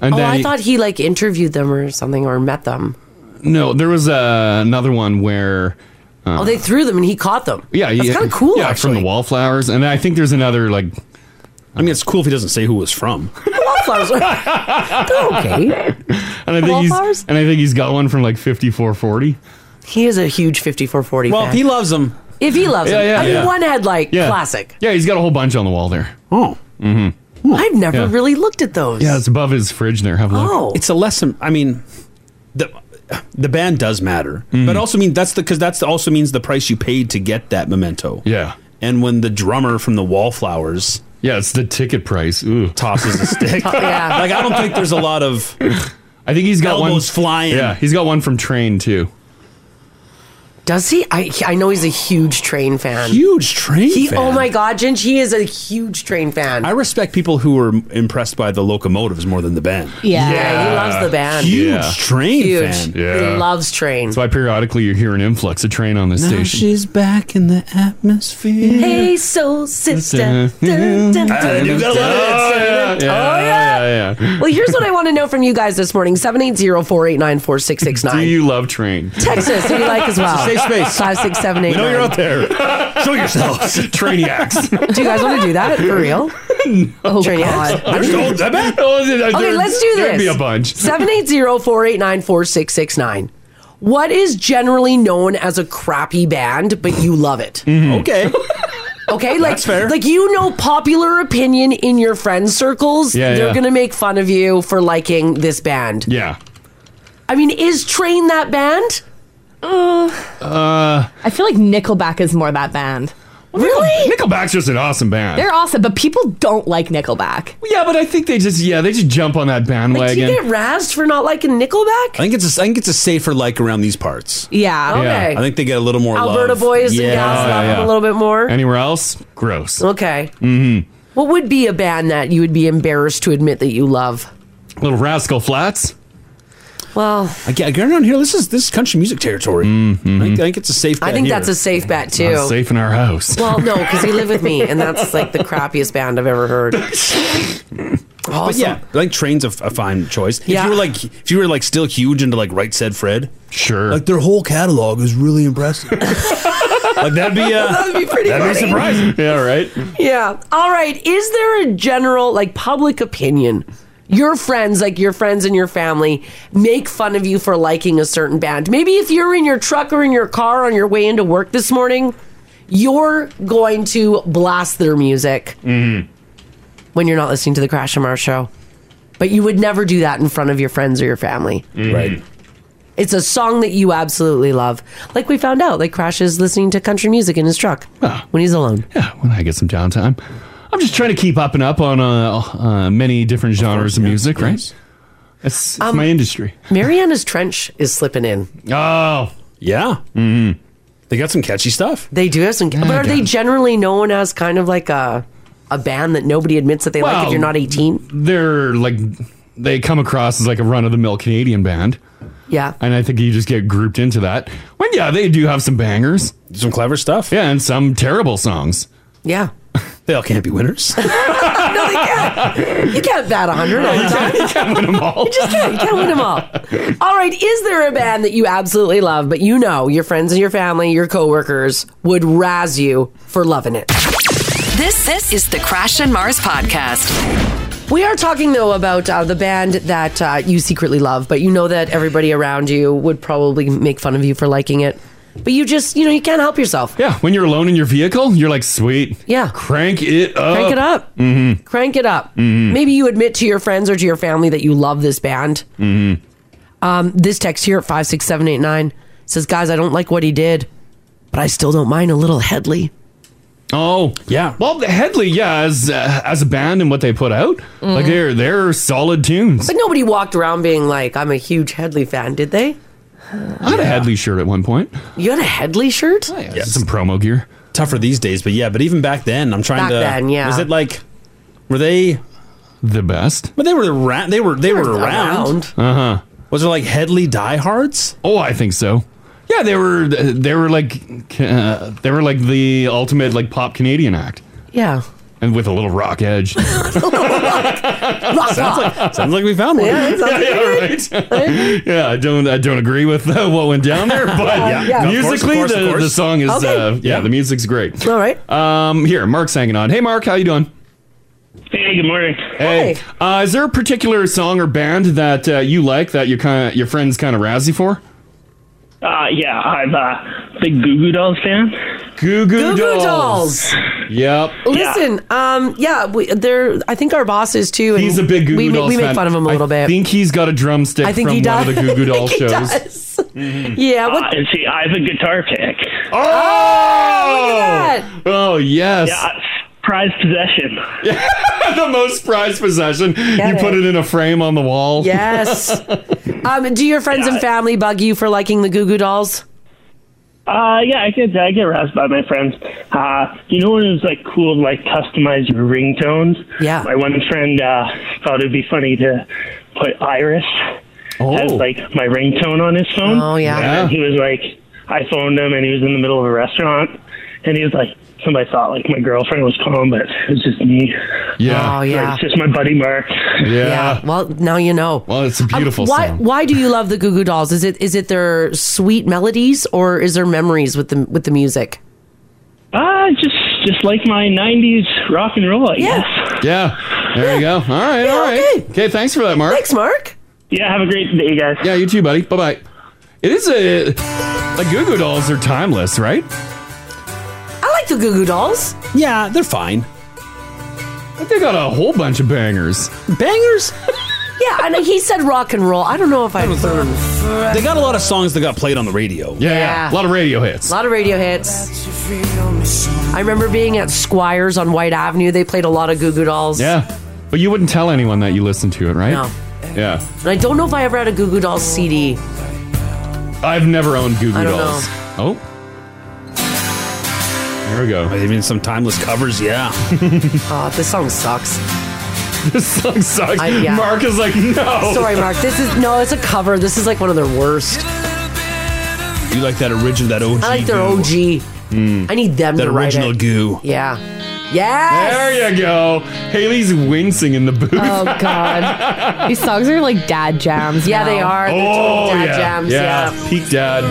Speaker 2: And
Speaker 3: oh,
Speaker 2: then
Speaker 3: I
Speaker 2: he-
Speaker 3: thought he like interviewed them or something or met them.
Speaker 2: no, there was uh, another one where. Uh,
Speaker 3: oh, they threw them and he caught them.
Speaker 2: Yeah,
Speaker 3: that's
Speaker 2: yeah,
Speaker 3: kind of cool.
Speaker 2: Yeah,
Speaker 3: actually.
Speaker 2: from the wallflowers, and I think there's another like. I mean, it's cool if he doesn't say who was from.
Speaker 3: wallflowers. okay.
Speaker 2: And I think
Speaker 3: Wallflowers?
Speaker 2: he's and I think he's got one from like 5440.
Speaker 3: He is a huge 5440.
Speaker 2: Well,
Speaker 3: fan.
Speaker 2: he loves them.
Speaker 3: If he loves
Speaker 2: Yeah,
Speaker 3: them.
Speaker 2: yeah,
Speaker 3: I mean,
Speaker 2: yeah.
Speaker 3: one had like
Speaker 2: Yeah.
Speaker 3: classic.
Speaker 2: Yeah, he's got a whole bunch on the wall there.
Speaker 4: Oh.
Speaker 2: Mm-hmm.
Speaker 3: I've never
Speaker 2: Yeah.
Speaker 3: really looked at those.
Speaker 2: Yeah, it's above his fridge there. Have a look.
Speaker 3: Oh.
Speaker 4: It's a lesson. I mean, the the band does matter,
Speaker 2: Mm-hmm.
Speaker 4: but also mean that's the because that's also means the price you paid to get that memento.
Speaker 2: Yeah.
Speaker 4: And when the drummer from the Wallflowers,
Speaker 2: yeah, it's the ticket price.
Speaker 4: Tosses a stick.
Speaker 2: Yeah.
Speaker 4: Like I don't think there's a lot of.
Speaker 2: I think he's got one
Speaker 4: Elbows flying.
Speaker 2: Yeah, he's got one from Train too.
Speaker 3: Does he? I he- I know he's a huge train fan.
Speaker 4: Huge train
Speaker 3: He,
Speaker 4: fan.
Speaker 3: Oh my God, Ginge, he is a huge train fan.
Speaker 4: I respect people who are impressed by the locomotives more than the band.
Speaker 3: Yeah. Yeah, he loves the band.
Speaker 4: Huge
Speaker 3: Yeah.
Speaker 4: train
Speaker 3: Huge.
Speaker 4: fan.
Speaker 3: He loves train.
Speaker 2: That's why periodically you hear an influx of train on this station.
Speaker 4: she's back in the atmosphere.
Speaker 3: Hey, soul sister. Dun, dun, dun,
Speaker 2: You gotta love
Speaker 3: dun,
Speaker 2: it.
Speaker 3: dun.
Speaker 2: yeah, yeah, yeah.
Speaker 3: Well, here's what I want to know from you guys this morning 780 489
Speaker 2: Do
Speaker 3: 4669.
Speaker 2: you love train?
Speaker 3: Texas, who you like as well.
Speaker 2: It's a safe space.
Speaker 3: Five, six, seven, eight,
Speaker 2: We know you're
Speaker 3: nine.
Speaker 2: out there. Show yourselves, trainiacs.
Speaker 3: Do you guys want to do that for real? Oh,
Speaker 2: There's no- I bet. Oh, there-
Speaker 3: Okay,
Speaker 2: there-
Speaker 3: let's do this.
Speaker 2: There'd be a bunch.
Speaker 3: 780-489-4669. What is generally known as a crappy band, but you love it?
Speaker 2: Mm-hmm.
Speaker 4: Okay.
Speaker 3: Okay, like like you know popular opinion in your friends circles,
Speaker 2: Yeah,
Speaker 3: they're
Speaker 2: yeah.
Speaker 3: going to make fun of you for liking this band.
Speaker 2: Yeah.
Speaker 3: I mean, is Train that band?
Speaker 2: Uh,
Speaker 5: I feel like Nickelback is more that band.
Speaker 3: Really?
Speaker 2: Nickelback's just an awesome band.
Speaker 5: They're awesome, but people don't like Nickelback.
Speaker 2: yeah, but I think they just yeah they just jump on that
Speaker 3: Did you
Speaker 2: bandwagon.
Speaker 3: get razzed for not liking Nickelback?
Speaker 4: I think it's a, I think it's a safer like around these parts.
Speaker 5: Yeah.
Speaker 3: Okay.
Speaker 4: I think they get a little more
Speaker 3: Alberta
Speaker 4: love.
Speaker 3: boys and gals
Speaker 2: Oh, Yeah,
Speaker 3: love
Speaker 2: yeah.
Speaker 3: them a little bit more.
Speaker 2: Anywhere else? Gross.
Speaker 3: Okay.
Speaker 2: Mm-hmm.
Speaker 3: What would be a band that you would be embarrassed to admit that you love?
Speaker 2: Little Rascal Flats.
Speaker 3: Well,
Speaker 4: I get, I get around here. This is this is country music territory. I, think, I think it's a safe. Bet
Speaker 3: I think
Speaker 4: here.
Speaker 3: that's a safe bet too.
Speaker 2: Mm-hmm. Not safe in our house.
Speaker 3: Well, no, because you live with me, and that's like the crappiest band I've ever heard.
Speaker 4: But
Speaker 3: Awesome.
Speaker 4: yeah, I think trains a, a fine choice. If
Speaker 3: Yeah.
Speaker 4: you were like, if you were like still huge into like Right Said Fred,
Speaker 2: sure.
Speaker 4: Like their whole catalog is really impressive. like that'd be uh,
Speaker 3: That'd be pretty
Speaker 4: That'd
Speaker 3: funny.
Speaker 4: be surprising.
Speaker 2: yeah, right.
Speaker 3: Yeah. All right. Is there a general like public opinion? Your friends, like your friends and your family, make fun of you for liking a certain band. Maybe if you're in your truck or in your car on your way into work this morning, you're going to blast their music when you're not listening to the Crash and Mars show. But you would never do that in front of your friends or your family.
Speaker 4: Right.
Speaker 3: It's a song that you absolutely love. Like we found out, like Crash is listening to country music in his truck when he's alone.
Speaker 2: Yeah, when I get some downtime, I'm just trying to keep up and up on uh, uh, many different genres of music. Right. That's it's
Speaker 3: Um,
Speaker 2: my industry.
Speaker 3: Mariana's Trench is slipping in.
Speaker 2: Oh.
Speaker 4: Yeah. Mm-hmm. They got some catchy stuff.
Speaker 3: They do have some, but are they generally known as kind of like a a band that nobody admits that they like if
Speaker 2: Well,
Speaker 3: you're not 18?
Speaker 2: They're like they come across as like a run of the mill Canadian band.
Speaker 3: Yeah.
Speaker 2: And I think you just get grouped into that. When yeah, they do have some bangers,
Speaker 4: some clever stuff.
Speaker 2: Yeah, and some terrible songs.
Speaker 3: Yeah.
Speaker 4: They all can't be winners.
Speaker 3: no, they can't. You can't bat 100 all the time. You
Speaker 2: can't win them all.
Speaker 3: You just can't. You can't win them all. All right. Is there a band that you absolutely love, but you know your friends and your family, your coworkers would razz you for loving it?
Speaker 1: This this is the Crash and Mars podcast.
Speaker 3: We are talking though about uh, the band that uh, you secretly love, but you know that everybody around you would probably make fun of you for liking it. But you just, you know, you can't help yourself.
Speaker 2: Yeah, when you're alone in your vehicle, you're like, sweet.
Speaker 3: Yeah.
Speaker 2: Crank it up.
Speaker 3: Crank it up.
Speaker 2: Mm-hmm.
Speaker 3: Crank it up.
Speaker 2: Mhm.
Speaker 3: Maybe you admit to your friends or to your family that you love this band.
Speaker 2: Mm-hmm.
Speaker 3: Um, this text here at 56789 says, Guys, I don't like what he did, but I still don't mind a little Headley.
Speaker 2: Oh yeah. Well, the Headley, yeah, as uh, as a band and what they put out, like
Speaker 3: Mhm.
Speaker 2: they're they're solid tunes.
Speaker 3: But nobody walked around being like, I'm a huge Headley fan, did they?
Speaker 2: I had a Headley shirt at one point.
Speaker 3: You had a Headley shirt?
Speaker 2: Yeah, some promo gear.
Speaker 4: Tougher these days, but yeah. But even back then, I'm trying
Speaker 3: Back
Speaker 4: to.
Speaker 3: then, yeah.
Speaker 4: Was it like, were they
Speaker 2: the best?
Speaker 4: But they were around. They were they, were, around.
Speaker 2: Uh huh.
Speaker 4: Was it like Headley diehards?
Speaker 2: Oh, I think so. Yeah, they were they were like uh, they were like the ultimate like pop Canadian act.
Speaker 3: Yeah.
Speaker 2: and with a little rock edge.
Speaker 3: Rock
Speaker 4: sounds, like, sounds like we found one.
Speaker 3: Yeah, it sounds like
Speaker 2: right. yeah, I don't, I don't agree with uh, what went down there, but
Speaker 4: Yeah, yeah. of course, of
Speaker 2: musically,
Speaker 4: course, of
Speaker 2: the,
Speaker 4: course.
Speaker 2: the song is,
Speaker 3: Um, Okay.
Speaker 2: uh, yeah, the music's great.
Speaker 3: All right.
Speaker 2: Um, here, Mark's hanging on. Hey, Mark, how you doing?
Speaker 6: Hey, good morning.
Speaker 2: Hey,
Speaker 3: Hey.
Speaker 2: uh, is there a particular song or band that uh, you like that your kind of, your friends kind of razzy for?
Speaker 6: Uh, yeah, I'm a big Goo Goo Dolls fan.
Speaker 2: Goo Goo
Speaker 3: Goo Goo
Speaker 2: Dolls.
Speaker 3: Dolls.
Speaker 2: Yep.
Speaker 3: Listen, um, yeah, we, they're. I think our boss is too. And
Speaker 2: He's a big Goo Goo
Speaker 3: we, ma-
Speaker 2: Dolls
Speaker 3: We make
Speaker 2: fan.
Speaker 3: fun of him a
Speaker 2: I
Speaker 3: little bit.
Speaker 2: think he's got a drumstick
Speaker 3: I think
Speaker 2: from
Speaker 3: he does.
Speaker 2: one of the Goo Goo
Speaker 3: I
Speaker 2: Dolls
Speaker 3: think he
Speaker 2: shows. Mm-hmm.
Speaker 3: does. Yeah.
Speaker 6: Uh,
Speaker 3: What,
Speaker 6: and see, I have a guitar pick.
Speaker 2: Oh!
Speaker 3: at
Speaker 2: Oh, yes.
Speaker 6: Yeah, prized possession.
Speaker 2: the most prized possession. you put it in a frame on the wall.
Speaker 3: yes. um, do your friends and
Speaker 6: Yeah.
Speaker 3: family bug you for liking the Goo Goo Dolls?
Speaker 6: Uh, yeah, I get I get razzed by my friends. Uh, you know when it was like cool to like customize your ringtones?
Speaker 3: Yeah.
Speaker 6: My one friend uh, thought it'd be funny to put Iris
Speaker 2: Oh.
Speaker 6: as like my ringtone on his phone.
Speaker 3: Oh yeah.
Speaker 2: Yeah.
Speaker 6: And he was like, I phoned him and he was in the middle of a restaurant and he was like, somebody thought like my girlfriend was calling, but it was just me.
Speaker 2: yeah.
Speaker 3: Oh yeah.
Speaker 6: It's just my buddy Mark.
Speaker 2: Yeah.
Speaker 3: Yeah. Well, now you know. Um,
Speaker 2: Well, it's a beautiful
Speaker 3: why,
Speaker 2: song.
Speaker 3: Why do you love the Goo Goo Dolls? Is it is it their sweet melodies or is there memories with the with the music?
Speaker 6: Ah, just just like my '90s rock and roll, I
Speaker 3: Yeah.
Speaker 6: guess.
Speaker 2: Yeah. There you go. All right. all right.
Speaker 3: okay.
Speaker 2: Okay. Thanks for that, Mark.
Speaker 3: Thanks, Mark.
Speaker 6: Yeah, have a great day, guys.
Speaker 2: Yeah. You too, buddy. Bye bye. It is a like Goo Goo Dolls are timeless, right?
Speaker 3: I like the Goo Goo Dolls.
Speaker 4: Yeah, they're fine.
Speaker 2: Like they got a whole bunch of bangers.
Speaker 4: Bangers.
Speaker 3: Yeah, I know he said rock and roll. I don't know if I
Speaker 4: They got a lot of songs that got played on the radio.
Speaker 2: Yeah.
Speaker 3: Yeah.
Speaker 2: A lot of radio hits.
Speaker 3: A lot of radio hits. I remember being at Squires on White Avenue. They played a lot of Goo Goo Dolls.
Speaker 2: yeah. But you wouldn't tell anyone that you listened to it, right?
Speaker 3: No.
Speaker 2: Yeah.
Speaker 3: And I don't know if I ever had a Goo Goo Dolls CD.
Speaker 2: I've never owned Goo Goo
Speaker 3: I don't
Speaker 2: Dolls. Oh. There we go.
Speaker 4: I mean, some timeless covers. Yeah.
Speaker 3: Oh, this song sucks.
Speaker 2: This song sucks.
Speaker 3: I- yeah.
Speaker 2: Mark is like, no.
Speaker 3: Sorry, Mark. This is no, it's a cover. This is like one of their worst.
Speaker 4: You like that original, that OG.
Speaker 3: I like their
Speaker 4: goo.
Speaker 3: OG.
Speaker 4: Hmm.
Speaker 3: I need them
Speaker 4: That
Speaker 3: to write
Speaker 4: original
Speaker 3: it.
Speaker 4: goo.
Speaker 3: Yeah. Yes.
Speaker 2: There you go. Haley's wincing in the booth.
Speaker 5: Oh god, these songs are like dad jams. now.
Speaker 3: Yeah, they are. They're
Speaker 2: oh,
Speaker 3: total dad
Speaker 2: yeah.
Speaker 3: jams.
Speaker 2: yeah.
Speaker 3: Yeah.
Speaker 2: Peak dad.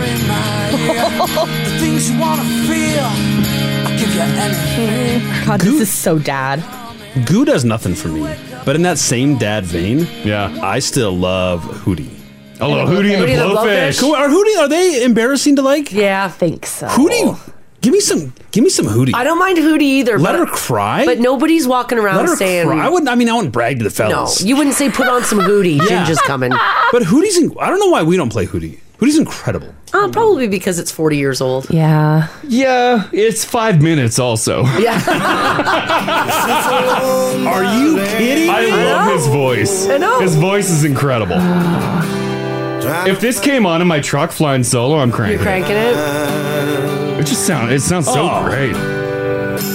Speaker 7: The things you wanna feel, I'll give you anything.
Speaker 5: God, this is so dad.
Speaker 4: Goo does nothing for me. But in that same dad vein,
Speaker 2: Yeah.
Speaker 4: I still love Hootie.
Speaker 2: Oh, Hootie and the
Speaker 3: Hootie and the
Speaker 2: Blowfish.
Speaker 3: Blowfish.
Speaker 4: Cool. Are Hootie? Are they embarrassing to like?
Speaker 3: Yeah.
Speaker 5: I think so.
Speaker 4: Hootie. Give me some. Give me some Hootie.
Speaker 3: I don't mind Hootie either.
Speaker 4: Let
Speaker 3: but,
Speaker 4: her cry.
Speaker 3: But nobody's walking around
Speaker 4: Let her
Speaker 3: saying
Speaker 4: cry. I wouldn't. I mean, I wouldn't brag to the
Speaker 3: no.
Speaker 4: fellas.
Speaker 3: You wouldn't say put on some Hootie.
Speaker 4: Yeah.
Speaker 3: Ginger's coming.
Speaker 4: But Hootie's. In, I don't know why we don't play Hootie. Hootie's incredible.
Speaker 3: Oh, probably because it's 40 years old.
Speaker 5: Yeah.
Speaker 2: Yeah, it's five minutes also.
Speaker 3: Yeah.
Speaker 4: Are you kidding?
Speaker 2: I love his voice.
Speaker 3: I know.
Speaker 2: His voice is incredible. If this came on in my truck flying solo, I'm cranking.
Speaker 3: You're cranking it.
Speaker 2: it. It just sounds. It sounds
Speaker 4: Oh.
Speaker 2: so great.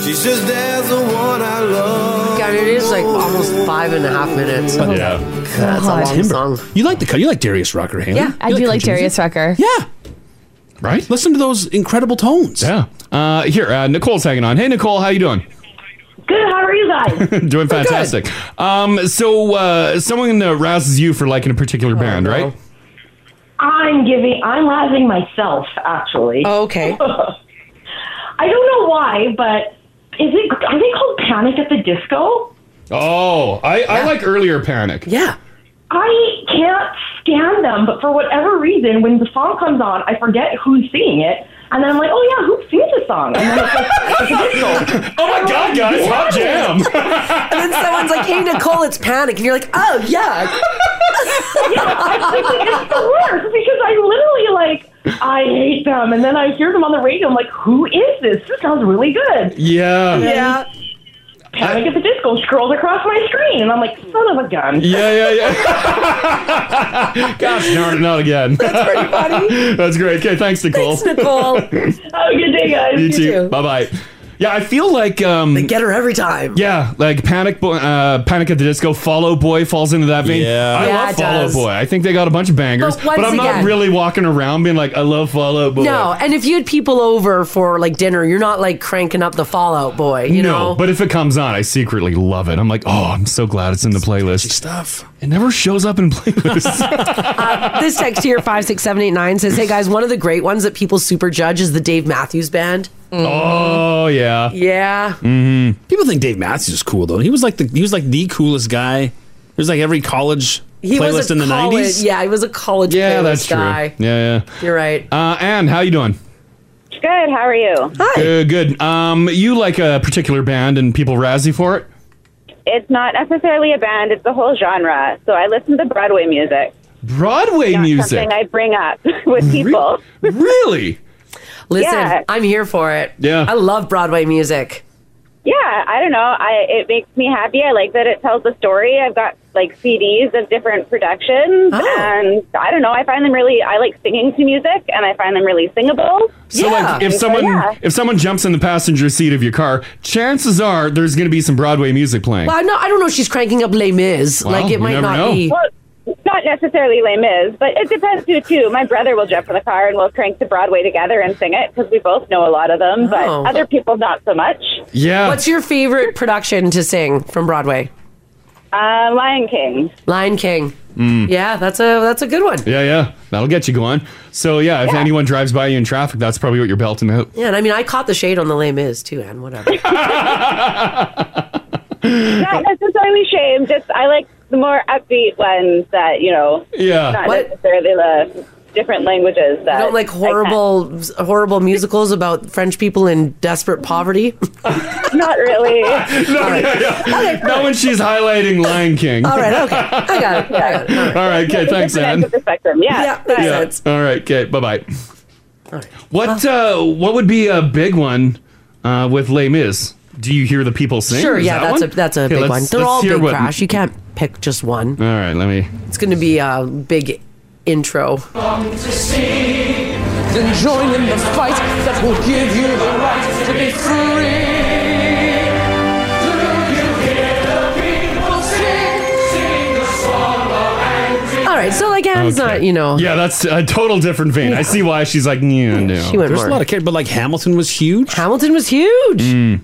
Speaker 8: She saes there's the one I love.
Speaker 3: God, it is like almost five and a half minutes.
Speaker 2: Yeah.
Speaker 3: That's a
Speaker 5: God.
Speaker 3: long
Speaker 4: Timber.
Speaker 3: song.
Speaker 4: You like the co- you like Darius Rucker, Haley?
Speaker 3: Yeah,
Speaker 4: You
Speaker 5: I do like
Speaker 4: country music?
Speaker 5: Darius Rucker.
Speaker 4: Yeah,
Speaker 2: Right.
Speaker 4: listen to those incredible tones.
Speaker 2: Yeah. Uh, here, uh, Nicole's hanging on. Hey, Nicole, how you doing?
Speaker 9: Good. How are you guys?
Speaker 2: doing fantastic. Um, so uh, someone uh, rouses you for liking a particular band,
Speaker 3: Oh, no.
Speaker 2: right?
Speaker 9: I'm giving. I'm laughing myself. Actually,
Speaker 3: Oh, Okay.
Speaker 9: I don't know why, but is it? Are they called Panic at the Disco?
Speaker 2: Oh, I, I like earlier Panic.
Speaker 3: Yeah.
Speaker 9: I can't stand them, but for whatever reason, when the song comes on, I forget who's singing it, and then I'm like, oh yeah, who sings this song? And then it's like, it's a disco.
Speaker 2: Oh my God, guys, hot jam!
Speaker 3: And then someone's like, hey, Nicole, it's Panic. And you're like, oh, yeah.
Speaker 9: Yeah, I think it's the worst because I literally like I hate them, and then I hear them on the radio. I'm like, who is this? This sounds really good.
Speaker 2: yeah. yeah.
Speaker 3: Yeah.
Speaker 9: Panic at the Disco scrolls across my screen, and I'm like, son of a gun.
Speaker 2: Yeah, yeah, Gosh darn it, not again. That's
Speaker 3: Pretty funny.
Speaker 2: great. Okay, thanks, Nicole.
Speaker 3: Thanks, Nicole.
Speaker 9: Have a good day, guys.
Speaker 2: you
Speaker 3: too.
Speaker 2: too. Bye bye. Yeah, I feel like um, they
Speaker 3: get her every time.
Speaker 2: Yeah, like Panic Bo- uh, Panic at the Disco, Follow Boy falls into that vein.
Speaker 4: Yeah.
Speaker 2: I
Speaker 4: Yeah,
Speaker 2: love
Speaker 4: it
Speaker 2: Follow
Speaker 4: does.
Speaker 2: Boy. I think they got a bunch of bangers,
Speaker 3: But
Speaker 2: but,
Speaker 3: once
Speaker 2: I'm
Speaker 3: again-
Speaker 2: not really walking around being like, I love Follow Boy.
Speaker 3: No, and if you had people over for like dinner, you're not like cranking up the Fallout Boy, eh, you
Speaker 2: no,
Speaker 3: know?
Speaker 2: but if it comes on, I secretly love it. I'm like, oh, I'm so glad it's in the playlist. Stuff. It never shows up in playlists.
Speaker 3: this text here, 56789, says, Hey guys, one of the great ones that people super judge is the Dave Matthews Band.
Speaker 2: Mm.
Speaker 4: Oh
Speaker 2: yeah.
Speaker 3: Yeah.
Speaker 4: Mm-hmm. People think Dave Matthews is cool though. He was like the he was like the coolest guy. He was like every college
Speaker 3: He
Speaker 4: playlist
Speaker 3: was a
Speaker 4: in the
Speaker 3: college,
Speaker 4: nineties.
Speaker 3: Yeah, he was a college
Speaker 2: yeah,
Speaker 3: playlist
Speaker 2: that's true.
Speaker 3: guy.
Speaker 2: Yeah,
Speaker 3: You're right.
Speaker 2: yeah. Uh, Anne, how you doing?
Speaker 10: Good. How are you?
Speaker 2: Good, good. Um, you like a particular band and people razz you for it?
Speaker 10: It's not necessarily a band. It's the whole genre. So I listen to Broadway music.
Speaker 2: Broadway
Speaker 10: Not
Speaker 2: music.
Speaker 10: Something I bring up with people.
Speaker 2: really?
Speaker 3: Listen,
Speaker 10: Yeah.
Speaker 3: I'm here for it.
Speaker 2: Yeah.
Speaker 3: I love Broadway music.
Speaker 10: Yeah, I don't know. I it makes me happy. I like that it tells a story. I've got like CDs of different productions,
Speaker 3: Oh.
Speaker 10: and I don't know. I find them really. I like singing to music, and I find them really singable.
Speaker 2: So like if
Speaker 10: And so,
Speaker 2: someone
Speaker 10: yeah.
Speaker 2: if someone jumps in the passenger seat of your car, chances are there's going to be some Broadway music playing.
Speaker 3: Well, no, I don't know if she's cranking up Les Mis.
Speaker 2: Well,
Speaker 3: like,
Speaker 2: you
Speaker 3: it might
Speaker 2: never
Speaker 3: not
Speaker 2: know.
Speaker 3: be.
Speaker 10: Well, not necessarily Les Mis, but it depends who too. My brother will jump in the car and we'll crank to Broadway together and sing it because we both know a lot of them. But
Speaker 3: Oh.
Speaker 10: other people, not so much.
Speaker 2: Yeah.
Speaker 3: What's your favorite production to sing from Broadway?
Speaker 10: Uh, Lion King.
Speaker 3: Lion King.
Speaker 2: Mm.
Speaker 3: Yeah, that's a that's a good one.
Speaker 2: Yeah, yeah. That'll get you going. So yeah, if anyone drives by you in traffic, that's probably what you're belting out.
Speaker 3: Yeah, and I mean, I caught the shade on the Les Mis too, and whatever.
Speaker 10: Not necessarily shame. Just I like the more upbeat ones that you know.
Speaker 3: Yeah.
Speaker 10: Not
Speaker 3: What?
Speaker 10: necessarily the different languages that
Speaker 3: I don't like horrible horrible musicals about French people in desperate poverty.
Speaker 10: Not really.
Speaker 2: No, yeah, yeah. Not when she's highlighting Lion King.
Speaker 3: All right, okay, I got it. I got it.
Speaker 2: All right, okay, thanks, Anne.
Speaker 10: spectrum. Yeah.
Speaker 3: makes
Speaker 2: Yeah.
Speaker 3: sense.
Speaker 2: All right, okay, bye bye. What uh, what would be a big one uh, with Les Mis? Do you hear the people sing?
Speaker 3: Sure,
Speaker 2: Is
Speaker 3: yeah,
Speaker 2: that
Speaker 3: that's
Speaker 2: one?
Speaker 3: a that's a
Speaker 2: Okay,
Speaker 3: big
Speaker 2: let's-
Speaker 3: one. They're
Speaker 2: let's
Speaker 3: all
Speaker 2: hear
Speaker 3: big
Speaker 2: what-
Speaker 3: crash. You can't pick just one.
Speaker 2: All right, let me.
Speaker 3: It's going to be a big intro.
Speaker 7: Come to see, then join in the fight that will give you the right to be free. Do you hear the people sing, sing the song of angry?
Speaker 3: All right, so uh, like
Speaker 4: Oh,
Speaker 3: Anne's not, you know.
Speaker 2: Yeah, that's a total different vein. I see why she's like, yeah, no.
Speaker 3: She went
Speaker 4: There's
Speaker 3: more.
Speaker 4: a lot of kids, but like Hamilton was huge.
Speaker 3: Hamilton was huge.
Speaker 4: Mm.